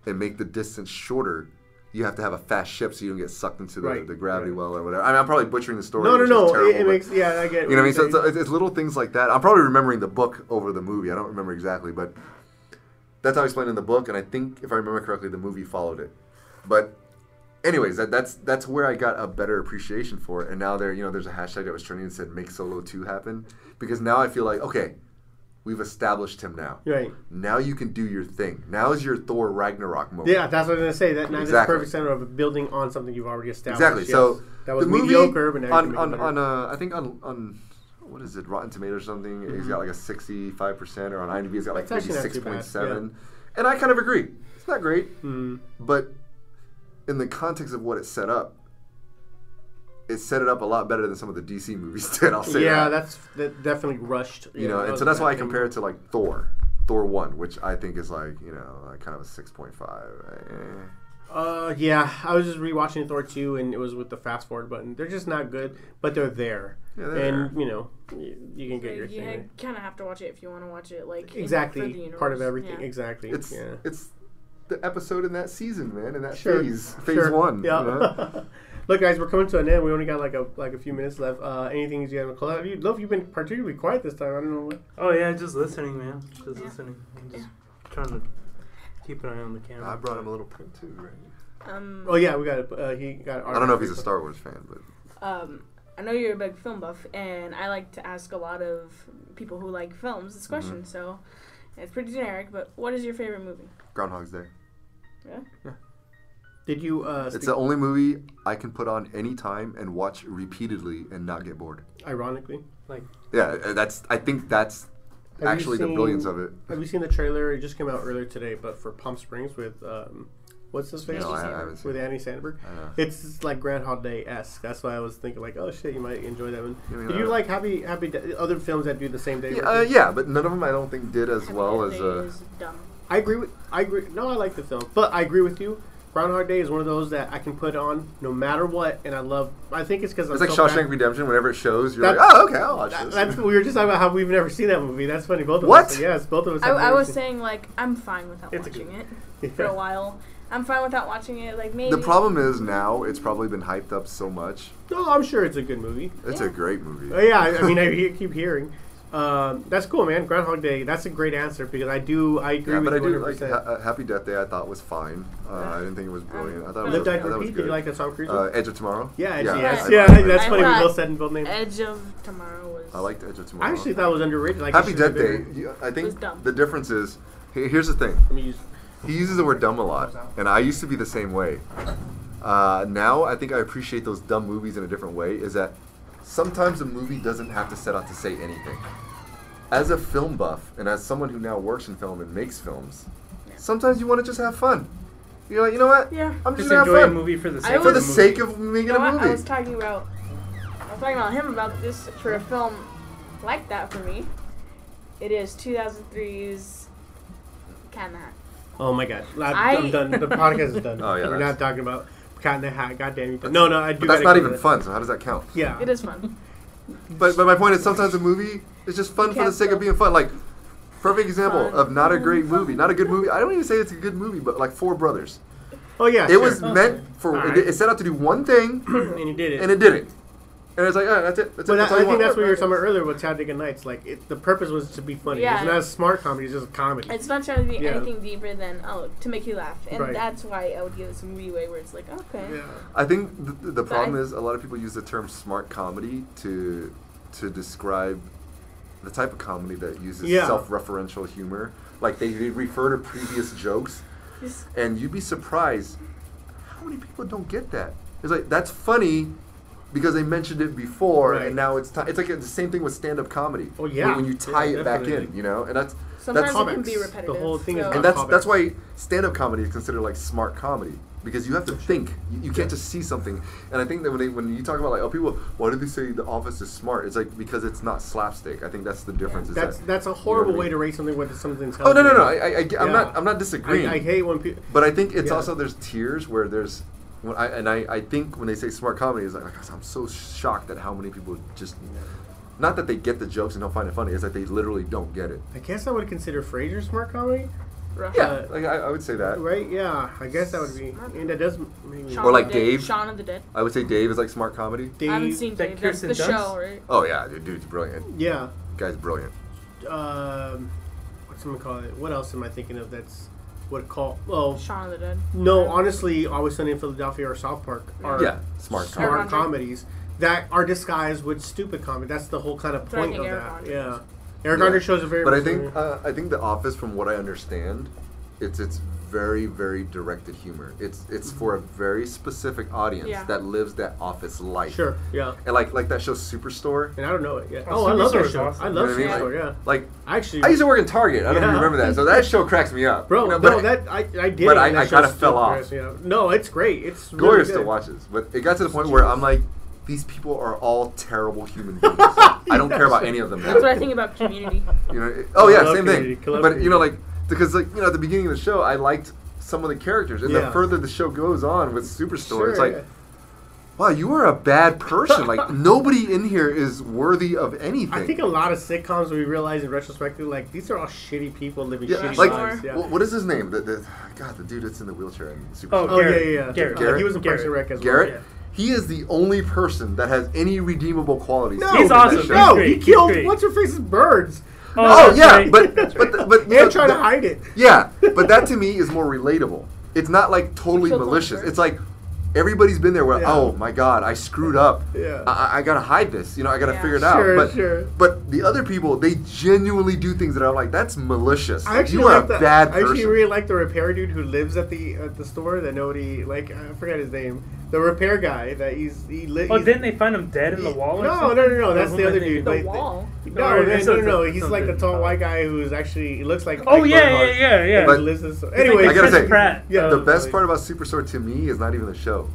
[SPEAKER 3] and make the distance shorter, you have to have a fast ship so you don't get sucked into the,
[SPEAKER 1] Right,
[SPEAKER 3] the gravity
[SPEAKER 1] right.
[SPEAKER 3] well or whatever. I mean, I'm probably butchering the story.
[SPEAKER 1] no, no,
[SPEAKER 3] which is
[SPEAKER 1] no. it,
[SPEAKER 3] terrible,
[SPEAKER 1] it
[SPEAKER 3] but-
[SPEAKER 1] makes yeah. I get.
[SPEAKER 3] You know what I mean? So
[SPEAKER 1] you're
[SPEAKER 3] it's,
[SPEAKER 1] saying.
[SPEAKER 3] it's, it's little things like that. I'm probably remembering the book over the movie. I don't remember exactly, but that's how I explained in the book. And I think, if I remember correctly, the movie followed it. But, anyways, that, that's that's where I got a better appreciation for it. And now there, you know, there's a hashtag that was trending that said "Make Solo 2 happen," because now I feel like okay, we've established him now.
[SPEAKER 1] right.
[SPEAKER 3] Now you can do your thing. Now is your Thor Ragnarok moment.
[SPEAKER 1] Yeah, that's what I was gonna say. That now this
[SPEAKER 3] Exactly.
[SPEAKER 1] perfect center of building on something you've already established.
[SPEAKER 3] Exactly.
[SPEAKER 1] yes.
[SPEAKER 3] So
[SPEAKER 1] that was
[SPEAKER 3] the movie
[SPEAKER 1] mediocre, but now you can
[SPEAKER 3] on
[SPEAKER 1] make it
[SPEAKER 3] on,
[SPEAKER 1] better.
[SPEAKER 3] on uh, I think on on what is it Rotten Tomatoes or something?
[SPEAKER 1] Mm-hmm.
[SPEAKER 3] It's got like a sixty five percent, or on IMDb it's got like
[SPEAKER 1] It's actually
[SPEAKER 3] maybe
[SPEAKER 1] not
[SPEAKER 3] six
[SPEAKER 1] too bad,
[SPEAKER 3] point seven. And I kind of agree. It's not great,
[SPEAKER 1] Mm-hmm.
[SPEAKER 3] but in the context of what it set up, it set it up a lot better than some of the DC movies did. I'll say
[SPEAKER 1] yeah,
[SPEAKER 3] that.
[SPEAKER 1] that's that definitely rushed.
[SPEAKER 3] you know, and so that's why I compare it to like Thor. Thor one, which I think is like you know like kind of a six point five. Eh.
[SPEAKER 1] Uh, yeah, I was just rewatching Thor two, and it was with the fast forward button. They're just not good, but they're there,
[SPEAKER 3] Yeah, they're
[SPEAKER 1] and you know, you, you can get your
[SPEAKER 2] you
[SPEAKER 1] thing. right.
[SPEAKER 2] kind of have to watch it if you want to watch it. Like in- for the
[SPEAKER 1] Exactly,
[SPEAKER 2] universe.
[SPEAKER 1] part of everything.
[SPEAKER 2] Yeah.
[SPEAKER 1] Exactly.
[SPEAKER 3] It's
[SPEAKER 1] yeah.
[SPEAKER 3] it's the episode in that season, man, in that
[SPEAKER 1] Sure.
[SPEAKER 3] phase, phase
[SPEAKER 1] Sure.
[SPEAKER 3] one.
[SPEAKER 1] Yeah.
[SPEAKER 3] you know?
[SPEAKER 1] Look, guys, we're coming to an end. We only got like a like a few minutes left. Uh, anything you guys want to call out? You, Love, you've been particularly quiet this time. I don't know. What,
[SPEAKER 4] Oh yeah, just listening, man. Just
[SPEAKER 2] Yeah.
[SPEAKER 4] listening. I'm just trying to keep an eye on the camera.
[SPEAKER 3] I brought him a little print too, right?
[SPEAKER 2] Um,
[SPEAKER 1] oh yeah, we got. A, uh, he got.
[SPEAKER 3] I don't know if he's a Star Wars fan, but
[SPEAKER 2] um, I know you're a big film buff, and I like to ask a lot of people who like films
[SPEAKER 3] Mm-hmm.
[SPEAKER 2] this question. So it's pretty generic, but what is your favorite movie?
[SPEAKER 3] Groundhog's Day.
[SPEAKER 1] Did you? Uh,
[SPEAKER 3] It's
[SPEAKER 1] speak,
[SPEAKER 3] the only movie I can put on any time and watch repeatedly and not get bored.
[SPEAKER 1] ironically,
[SPEAKER 3] Yeah, uh, that's. I think that's
[SPEAKER 1] you
[SPEAKER 3] actually the
[SPEAKER 1] seen-
[SPEAKER 3] brilliance of it.
[SPEAKER 1] have you seen the trailer? It just came out earlier today, but for Palm Springs with um, what's his face?
[SPEAKER 3] No, I, I haven't seen.
[SPEAKER 1] with
[SPEAKER 3] It.
[SPEAKER 1] Annie Sandberg.
[SPEAKER 3] I know.
[SPEAKER 1] It's like Groundhog Day esque. That's why I was thinking like, oh shit, you might enjoy that one.
[SPEAKER 3] Give me
[SPEAKER 1] Did you
[SPEAKER 3] that.
[SPEAKER 1] like Happy Happy Day, other films that do the same day?
[SPEAKER 3] uh, Yeah,
[SPEAKER 1] routine?
[SPEAKER 3] uh, yeah, but none of them I don't think did as well as. Uh,
[SPEAKER 2] Is dumb.
[SPEAKER 1] I agree with I agree. No, I like the film, but I agree with you. Groundhog Day is one of those that I can put on no matter what, and I love. I think it's because I'm
[SPEAKER 3] it's like
[SPEAKER 1] so
[SPEAKER 3] Shawshank
[SPEAKER 1] bad-
[SPEAKER 3] Redemption. Whenever it shows, you're
[SPEAKER 1] That-
[SPEAKER 3] like, oh, okay, I'll watch
[SPEAKER 1] That-
[SPEAKER 3] this.
[SPEAKER 1] That's we were just talking about how we've never seen that movie. That's funny. Both of
[SPEAKER 3] What?
[SPEAKER 1] us. Yes, both of us.
[SPEAKER 2] I,
[SPEAKER 1] have
[SPEAKER 2] I
[SPEAKER 1] never
[SPEAKER 2] was
[SPEAKER 1] seen-
[SPEAKER 2] saying like I'm fine without
[SPEAKER 4] It's a
[SPEAKER 2] watching it
[SPEAKER 1] Yeah.
[SPEAKER 2] for a while. I'm fine without watching it. Like maybe
[SPEAKER 3] the problem is now it's probably been hyped up so much.
[SPEAKER 1] No, Oh, I'm sure it's a good movie.
[SPEAKER 3] It's
[SPEAKER 2] Yeah.
[SPEAKER 3] a great movie.
[SPEAKER 1] Oh, yeah, I, I mean, I he- keep hearing. Um, that's cool, man. Groundhog Day. That's a great answer because I do. I agree
[SPEAKER 3] Yeah,
[SPEAKER 1] with
[SPEAKER 3] but I do
[SPEAKER 1] you
[SPEAKER 3] like
[SPEAKER 1] 100%.
[SPEAKER 3] ha- uh, Happy Death Day. I thought was fine. Uh, I didn't think it was brilliant. I thought it was,
[SPEAKER 1] Live, Die,
[SPEAKER 3] I thought it was
[SPEAKER 1] Repeat. Did
[SPEAKER 3] good.
[SPEAKER 1] you like that Tom Cruise?
[SPEAKER 3] uh,
[SPEAKER 1] one?
[SPEAKER 3] Edge of Tomorrow.
[SPEAKER 1] yeah, it's-
[SPEAKER 2] yes.
[SPEAKER 1] yes,
[SPEAKER 3] I-
[SPEAKER 1] yeah.
[SPEAKER 3] I,
[SPEAKER 1] that's
[SPEAKER 2] I
[SPEAKER 1] funny. We
[SPEAKER 2] thought-
[SPEAKER 1] both said in both names.
[SPEAKER 2] Edge of Tomorrow was.
[SPEAKER 3] I liked Edge of Tomorrow.
[SPEAKER 1] I actually thought it was underrated. Like it
[SPEAKER 3] Happy
[SPEAKER 1] should have
[SPEAKER 3] Death Day.
[SPEAKER 1] been-
[SPEAKER 3] you- I
[SPEAKER 2] was
[SPEAKER 3] think
[SPEAKER 2] dumb.
[SPEAKER 3] the difference is he- here's the thing.
[SPEAKER 1] Let me use.
[SPEAKER 3] He uses the word dumb a lot, and I used to be the same way. Uh, now I think I appreciate those dumb movies in a different way. Is that sometimes a movie doesn't have to set out to say anything. As a film buff, and as someone who now works in film and makes films, sometimes you want to just have fun. You're like, you know what?
[SPEAKER 2] Yeah.
[SPEAKER 3] I'm just,
[SPEAKER 4] Just
[SPEAKER 3] gonna
[SPEAKER 4] enjoy
[SPEAKER 3] have
[SPEAKER 4] a
[SPEAKER 3] fun.
[SPEAKER 4] movie for the
[SPEAKER 2] I
[SPEAKER 4] sake
[SPEAKER 3] for
[SPEAKER 4] of
[SPEAKER 3] the
[SPEAKER 4] the
[SPEAKER 2] was-
[SPEAKER 4] movie.
[SPEAKER 3] sake of making
[SPEAKER 2] You know
[SPEAKER 3] a
[SPEAKER 2] what?
[SPEAKER 3] movie.
[SPEAKER 2] I was talking about. I was talking about him about this for a film like that for me. It is 2003's Cat in the Hat.
[SPEAKER 1] Oh my god, I'm,
[SPEAKER 2] I-
[SPEAKER 1] I'm done. The podcast is done.
[SPEAKER 3] Oh, yeah,
[SPEAKER 1] we're
[SPEAKER 3] that's-
[SPEAKER 1] not talking about Cat in the Hat. God damn you! No, no, I do.
[SPEAKER 3] but that's
[SPEAKER 1] gotta
[SPEAKER 3] not
[SPEAKER 1] go
[SPEAKER 3] even
[SPEAKER 1] with it.
[SPEAKER 3] fun. So how does that count?
[SPEAKER 1] Yeah,
[SPEAKER 2] It is fun.
[SPEAKER 3] But but my point is sometimes a movie is just fun for the
[SPEAKER 2] can't
[SPEAKER 3] sake of
[SPEAKER 2] stop.
[SPEAKER 3] being fun. Like perfect example
[SPEAKER 2] Fun. Mm-hmm.
[SPEAKER 3] of not a great movie, not a good movie. I don't even say it's a good movie, but like Four Brothers.
[SPEAKER 1] Oh yeah,
[SPEAKER 3] It
[SPEAKER 1] sure.
[SPEAKER 3] was meant for.
[SPEAKER 1] Alright.
[SPEAKER 3] It, it set out to do one thing,
[SPEAKER 1] and he did it.
[SPEAKER 3] and it didn't. And it's like, all right, that's it. That's
[SPEAKER 1] but that,
[SPEAKER 3] it. That's all
[SPEAKER 1] I
[SPEAKER 3] you
[SPEAKER 1] think
[SPEAKER 3] want.
[SPEAKER 1] that's what you were talking about earlier with Talladega Nights. Like it, the purpose was to be funny.
[SPEAKER 2] Yeah.
[SPEAKER 1] It's not a smart comedy. It's just a comedy.
[SPEAKER 2] It's not trying to be
[SPEAKER 1] Yeah.
[SPEAKER 2] anything deeper than oh to make you laugh, and
[SPEAKER 1] Right.
[SPEAKER 2] that's why I would give it some leeway where it's like okay.
[SPEAKER 1] yeah.
[SPEAKER 3] I think the, the problem
[SPEAKER 2] I-
[SPEAKER 3] is a lot of people use the term smart comedy to to describe the type of comedy that uses
[SPEAKER 1] Yeah.
[SPEAKER 3] self-referential humor. Like they, they refer to previous jokes,
[SPEAKER 2] Just-
[SPEAKER 3] and you'd be surprised how many people don't get that. It's like that's funny, because they mentioned it before,
[SPEAKER 1] Right.
[SPEAKER 3] and now it's ti it's like the same thing with stand up comedy.
[SPEAKER 1] Oh, yeah.
[SPEAKER 3] when, when you tie
[SPEAKER 1] Yeah,
[SPEAKER 3] it back in,
[SPEAKER 1] definitely.
[SPEAKER 3] you know, and that's
[SPEAKER 2] Sometimes
[SPEAKER 3] that's
[SPEAKER 2] it can be
[SPEAKER 1] comics.
[SPEAKER 2] repetitive.
[SPEAKER 1] The whole thing is
[SPEAKER 2] so-
[SPEAKER 1] about
[SPEAKER 3] and that's
[SPEAKER 1] comics.
[SPEAKER 3] that's why stand up comedy is considered like smart comedy because you have to think. You, you can't just see something. And I think that when they, when you talk about like oh people, why do they say the office is smart? It's like because it's not slapstick. I think that's the difference. is
[SPEAKER 1] That's
[SPEAKER 3] that-
[SPEAKER 1] that's a
[SPEAKER 3] you know what I
[SPEAKER 1] horrible
[SPEAKER 3] mean?
[SPEAKER 1] way to rate something with something.
[SPEAKER 3] Oh no no no! I,
[SPEAKER 1] intelligent.
[SPEAKER 3] I, I, am
[SPEAKER 1] Yeah.
[SPEAKER 3] not I'm not disagreeing.
[SPEAKER 1] I, I hate when people.
[SPEAKER 3] But I think it's
[SPEAKER 1] Yeah.
[SPEAKER 3] also there's tiers where there's, when I, and I, I think when they say smart comedy, it's like oh I'm so shocked at how many people just, not that they get the jokes and don't find it funny, it's that they literally don't get it.
[SPEAKER 1] I guess I would consider Frasier smart comedy,
[SPEAKER 2] Right.
[SPEAKER 3] Yeah,
[SPEAKER 1] Uh,
[SPEAKER 3] like I, I would say that.
[SPEAKER 1] right? Yeah, I guess that would be. And that does make me.
[SPEAKER 2] Shaun
[SPEAKER 3] Or
[SPEAKER 2] of
[SPEAKER 3] like
[SPEAKER 2] the Dead-
[SPEAKER 3] Dave.
[SPEAKER 2] Shaun of the Dead.
[SPEAKER 3] I would say Dave is like smart comedy.
[SPEAKER 1] Dave,
[SPEAKER 2] I haven't seen
[SPEAKER 4] that
[SPEAKER 2] Dave. That's the
[SPEAKER 4] Kirsten Dunst?
[SPEAKER 2] show, right?
[SPEAKER 3] Oh yeah, dude, dude's brilliant.
[SPEAKER 1] Yeah.
[SPEAKER 3] Guy's brilliant.
[SPEAKER 1] Um, what's gonna call it? What else am I thinking of? That's what call. Well,
[SPEAKER 2] Shaun of the Dead.
[SPEAKER 1] no, honestly, Always Sunny in Philadelphia or South Park are
[SPEAKER 3] Yeah, smart
[SPEAKER 1] smart
[SPEAKER 3] comedy.
[SPEAKER 2] Comedy.
[SPEAKER 1] comedies that are disguised with stupid comedy. That's the whole kind of
[SPEAKER 2] So I
[SPEAKER 1] point
[SPEAKER 2] think
[SPEAKER 1] of
[SPEAKER 2] Eric
[SPEAKER 1] that.
[SPEAKER 2] Andre
[SPEAKER 1] Yeah, Eric Andre shows a very.
[SPEAKER 3] But I think uh, I think The Office, from what I understand, it's it's very very directed humor. It's it's
[SPEAKER 1] Mm-hmm.
[SPEAKER 3] for a very specific audience
[SPEAKER 2] Yeah.
[SPEAKER 3] that lives that office life.
[SPEAKER 1] sure, yeah,
[SPEAKER 3] And like like that show Superstore.
[SPEAKER 1] and I don't know it yet. Oh,
[SPEAKER 4] Oh,
[SPEAKER 1] I love
[SPEAKER 4] Superstore
[SPEAKER 1] that
[SPEAKER 4] is
[SPEAKER 1] show.
[SPEAKER 4] awesome.
[SPEAKER 1] I
[SPEAKER 3] You know
[SPEAKER 1] love
[SPEAKER 3] what I mean?
[SPEAKER 1] Superstore.
[SPEAKER 3] Like-
[SPEAKER 1] Yeah,
[SPEAKER 3] Like
[SPEAKER 1] I actually,
[SPEAKER 3] I used to work in Target. I don't even
[SPEAKER 1] Yeah.
[SPEAKER 3] remember that. So that show cracks me up.
[SPEAKER 1] bro,
[SPEAKER 3] You
[SPEAKER 1] no,
[SPEAKER 3] know, but
[SPEAKER 1] that I, I did.
[SPEAKER 3] but
[SPEAKER 1] it,
[SPEAKER 3] I-
[SPEAKER 1] and
[SPEAKER 3] I
[SPEAKER 1] that
[SPEAKER 3] kinda
[SPEAKER 1] show's
[SPEAKER 3] fell
[SPEAKER 1] still
[SPEAKER 3] off.
[SPEAKER 1] gross, Yeah. No, it's great. It's
[SPEAKER 3] Gloria
[SPEAKER 1] really
[SPEAKER 3] still
[SPEAKER 1] good.
[SPEAKER 3] watches. But it got to the point where I'm like, these people are all terrible human beings. I don't care about any of them.
[SPEAKER 2] That's what
[SPEAKER 3] now.
[SPEAKER 2] I think about Community.
[SPEAKER 3] You know, it- oh yeah,
[SPEAKER 1] Love
[SPEAKER 3] same
[SPEAKER 1] Community,
[SPEAKER 3] thing.
[SPEAKER 1] love
[SPEAKER 3] But you know, like because like you know, at the beginning of the show, I liked some of the characters, and the
[SPEAKER 1] Yeah.
[SPEAKER 3] further the show goes on with Superstore,
[SPEAKER 1] Sure,
[SPEAKER 3] it's like.
[SPEAKER 1] yeah.
[SPEAKER 3] Wow, you are a bad person. Like nobody in here is worthy of anything.
[SPEAKER 1] I think a lot of sitcoms we realize in retrospective, like these are all shitty people living
[SPEAKER 3] yeah,
[SPEAKER 1] shitty
[SPEAKER 3] like
[SPEAKER 1] lives. Yeah.
[SPEAKER 3] wh- what is his name? The, the, God, the dude that's in the wheelchair in Superstore.
[SPEAKER 1] oh yeah,
[SPEAKER 4] Garrett.
[SPEAKER 1] yeah, yeah.
[SPEAKER 4] Garrett.
[SPEAKER 1] Uh, he was in
[SPEAKER 4] Garrett.
[SPEAKER 1] Parks and Rec as well.
[SPEAKER 3] Garrett.
[SPEAKER 4] Yeah.
[SPEAKER 3] He is the only person that has any redeemable qualities.
[SPEAKER 1] No,
[SPEAKER 3] to
[SPEAKER 4] He's
[SPEAKER 3] him in
[SPEAKER 4] awesome.
[SPEAKER 3] this show.
[SPEAKER 1] No,
[SPEAKER 4] He's
[SPEAKER 1] he
[SPEAKER 4] great.
[SPEAKER 1] killed
[SPEAKER 4] He's great.
[SPEAKER 1] what's her face's birds.
[SPEAKER 3] Oh,
[SPEAKER 4] that's
[SPEAKER 3] yeah,
[SPEAKER 4] right.
[SPEAKER 3] but
[SPEAKER 4] That's
[SPEAKER 3] but
[SPEAKER 4] right.
[SPEAKER 3] the- but you know,
[SPEAKER 1] And trying to
[SPEAKER 3] the-
[SPEAKER 1] hide it.
[SPEAKER 3] Yeah, but that to me is more relatable. It's not like totally
[SPEAKER 2] Killed
[SPEAKER 3] malicious.
[SPEAKER 2] Oliver.
[SPEAKER 3] It's like everybody's been there. Where
[SPEAKER 1] Yeah.
[SPEAKER 3] oh my god, I screwed up.
[SPEAKER 1] Yeah.
[SPEAKER 3] I, I gotta hide this. You know, I gotta
[SPEAKER 2] Yeah.
[SPEAKER 3] figure it out.
[SPEAKER 1] Sure,
[SPEAKER 3] but
[SPEAKER 1] sure.
[SPEAKER 3] but the other people, they genuinely do things that I'm like, that's malicious.
[SPEAKER 1] I actually
[SPEAKER 3] you are
[SPEAKER 1] like
[SPEAKER 3] a
[SPEAKER 1] the,
[SPEAKER 3] bad
[SPEAKER 1] I actually
[SPEAKER 3] person.
[SPEAKER 1] really like the repair dude who lives at the at the store that nobody like. I forgot his name. The repair guy that he's he lives.
[SPEAKER 4] Oh, didn't they find him dead in the wall? or
[SPEAKER 1] No, no,
[SPEAKER 4] something?
[SPEAKER 1] no, no.
[SPEAKER 4] Or
[SPEAKER 1] That's
[SPEAKER 4] who
[SPEAKER 1] the
[SPEAKER 4] am I
[SPEAKER 1] other
[SPEAKER 4] thinking?
[SPEAKER 1] dude.
[SPEAKER 2] The
[SPEAKER 1] Wait,
[SPEAKER 2] wall?
[SPEAKER 1] No,
[SPEAKER 4] No,
[SPEAKER 1] no,
[SPEAKER 4] that's
[SPEAKER 1] no, no,
[SPEAKER 4] something-
[SPEAKER 1] He's like the
[SPEAKER 4] something.
[SPEAKER 1] tall white guy who's actually he looks like.
[SPEAKER 4] Oh
[SPEAKER 1] like
[SPEAKER 4] yeah,
[SPEAKER 1] Bernhard.
[SPEAKER 4] yeah, yeah, yeah.
[SPEAKER 1] But
[SPEAKER 3] But-
[SPEAKER 1] lives in, so,
[SPEAKER 4] It's
[SPEAKER 1] anyway,
[SPEAKER 3] I gotta
[SPEAKER 4] Chris
[SPEAKER 3] say,
[SPEAKER 4] Pratt.
[SPEAKER 1] yeah,
[SPEAKER 3] the
[SPEAKER 4] of-
[SPEAKER 3] best part about Superstore to me is not even the show;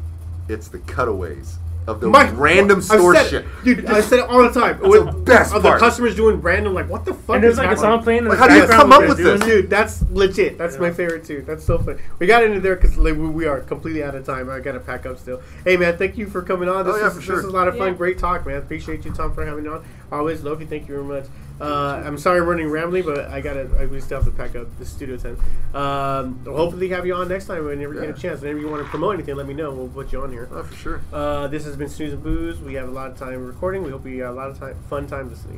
[SPEAKER 3] it's the cutaways of the
[SPEAKER 1] Mike,
[SPEAKER 3] random
[SPEAKER 1] I've
[SPEAKER 3] store
[SPEAKER 1] said it.
[SPEAKER 3] shit.
[SPEAKER 1] dude. I said it all the time.
[SPEAKER 3] That's the best
[SPEAKER 1] of
[SPEAKER 3] part.
[SPEAKER 1] the customers doing random like what the fuck.
[SPEAKER 4] And there's
[SPEAKER 1] is
[SPEAKER 4] like a
[SPEAKER 1] happening?
[SPEAKER 4] song playing in
[SPEAKER 3] Like,
[SPEAKER 4] the
[SPEAKER 3] how do you
[SPEAKER 4] background
[SPEAKER 3] come up
[SPEAKER 4] when
[SPEAKER 3] with
[SPEAKER 4] they're
[SPEAKER 3] this?
[SPEAKER 4] doing it.
[SPEAKER 1] Dude, that's legit. That's my
[SPEAKER 4] Yeah.
[SPEAKER 1] favorite too. That's so funny. We got into there because like, we- we are completely out of time. I gotta pack up still. Hey man, thank you for coming on.
[SPEAKER 3] Oh,
[SPEAKER 1] This,
[SPEAKER 3] yeah,
[SPEAKER 1] is,
[SPEAKER 3] for
[SPEAKER 1] this
[SPEAKER 3] sure.
[SPEAKER 1] is a lot of fun.
[SPEAKER 2] Yeah.
[SPEAKER 1] Great talk, man. Appreciate you, Tom, for having me on. Always love you. Thank you very much. Uh, I'm sorry I'm running rambly, but I gotta. I, we still have to pack up the studio time. Um, we'll hopefully have you on next time whenever you get a
[SPEAKER 3] Yeah.
[SPEAKER 1] chance. Whenever you want to promote anything, let me know. We'll put you on here.
[SPEAKER 3] Oh, for sure.
[SPEAKER 1] Uh, this has been Snooze and Booze. We have a lot of time recording. We hope you got a lot of time, fun time listening.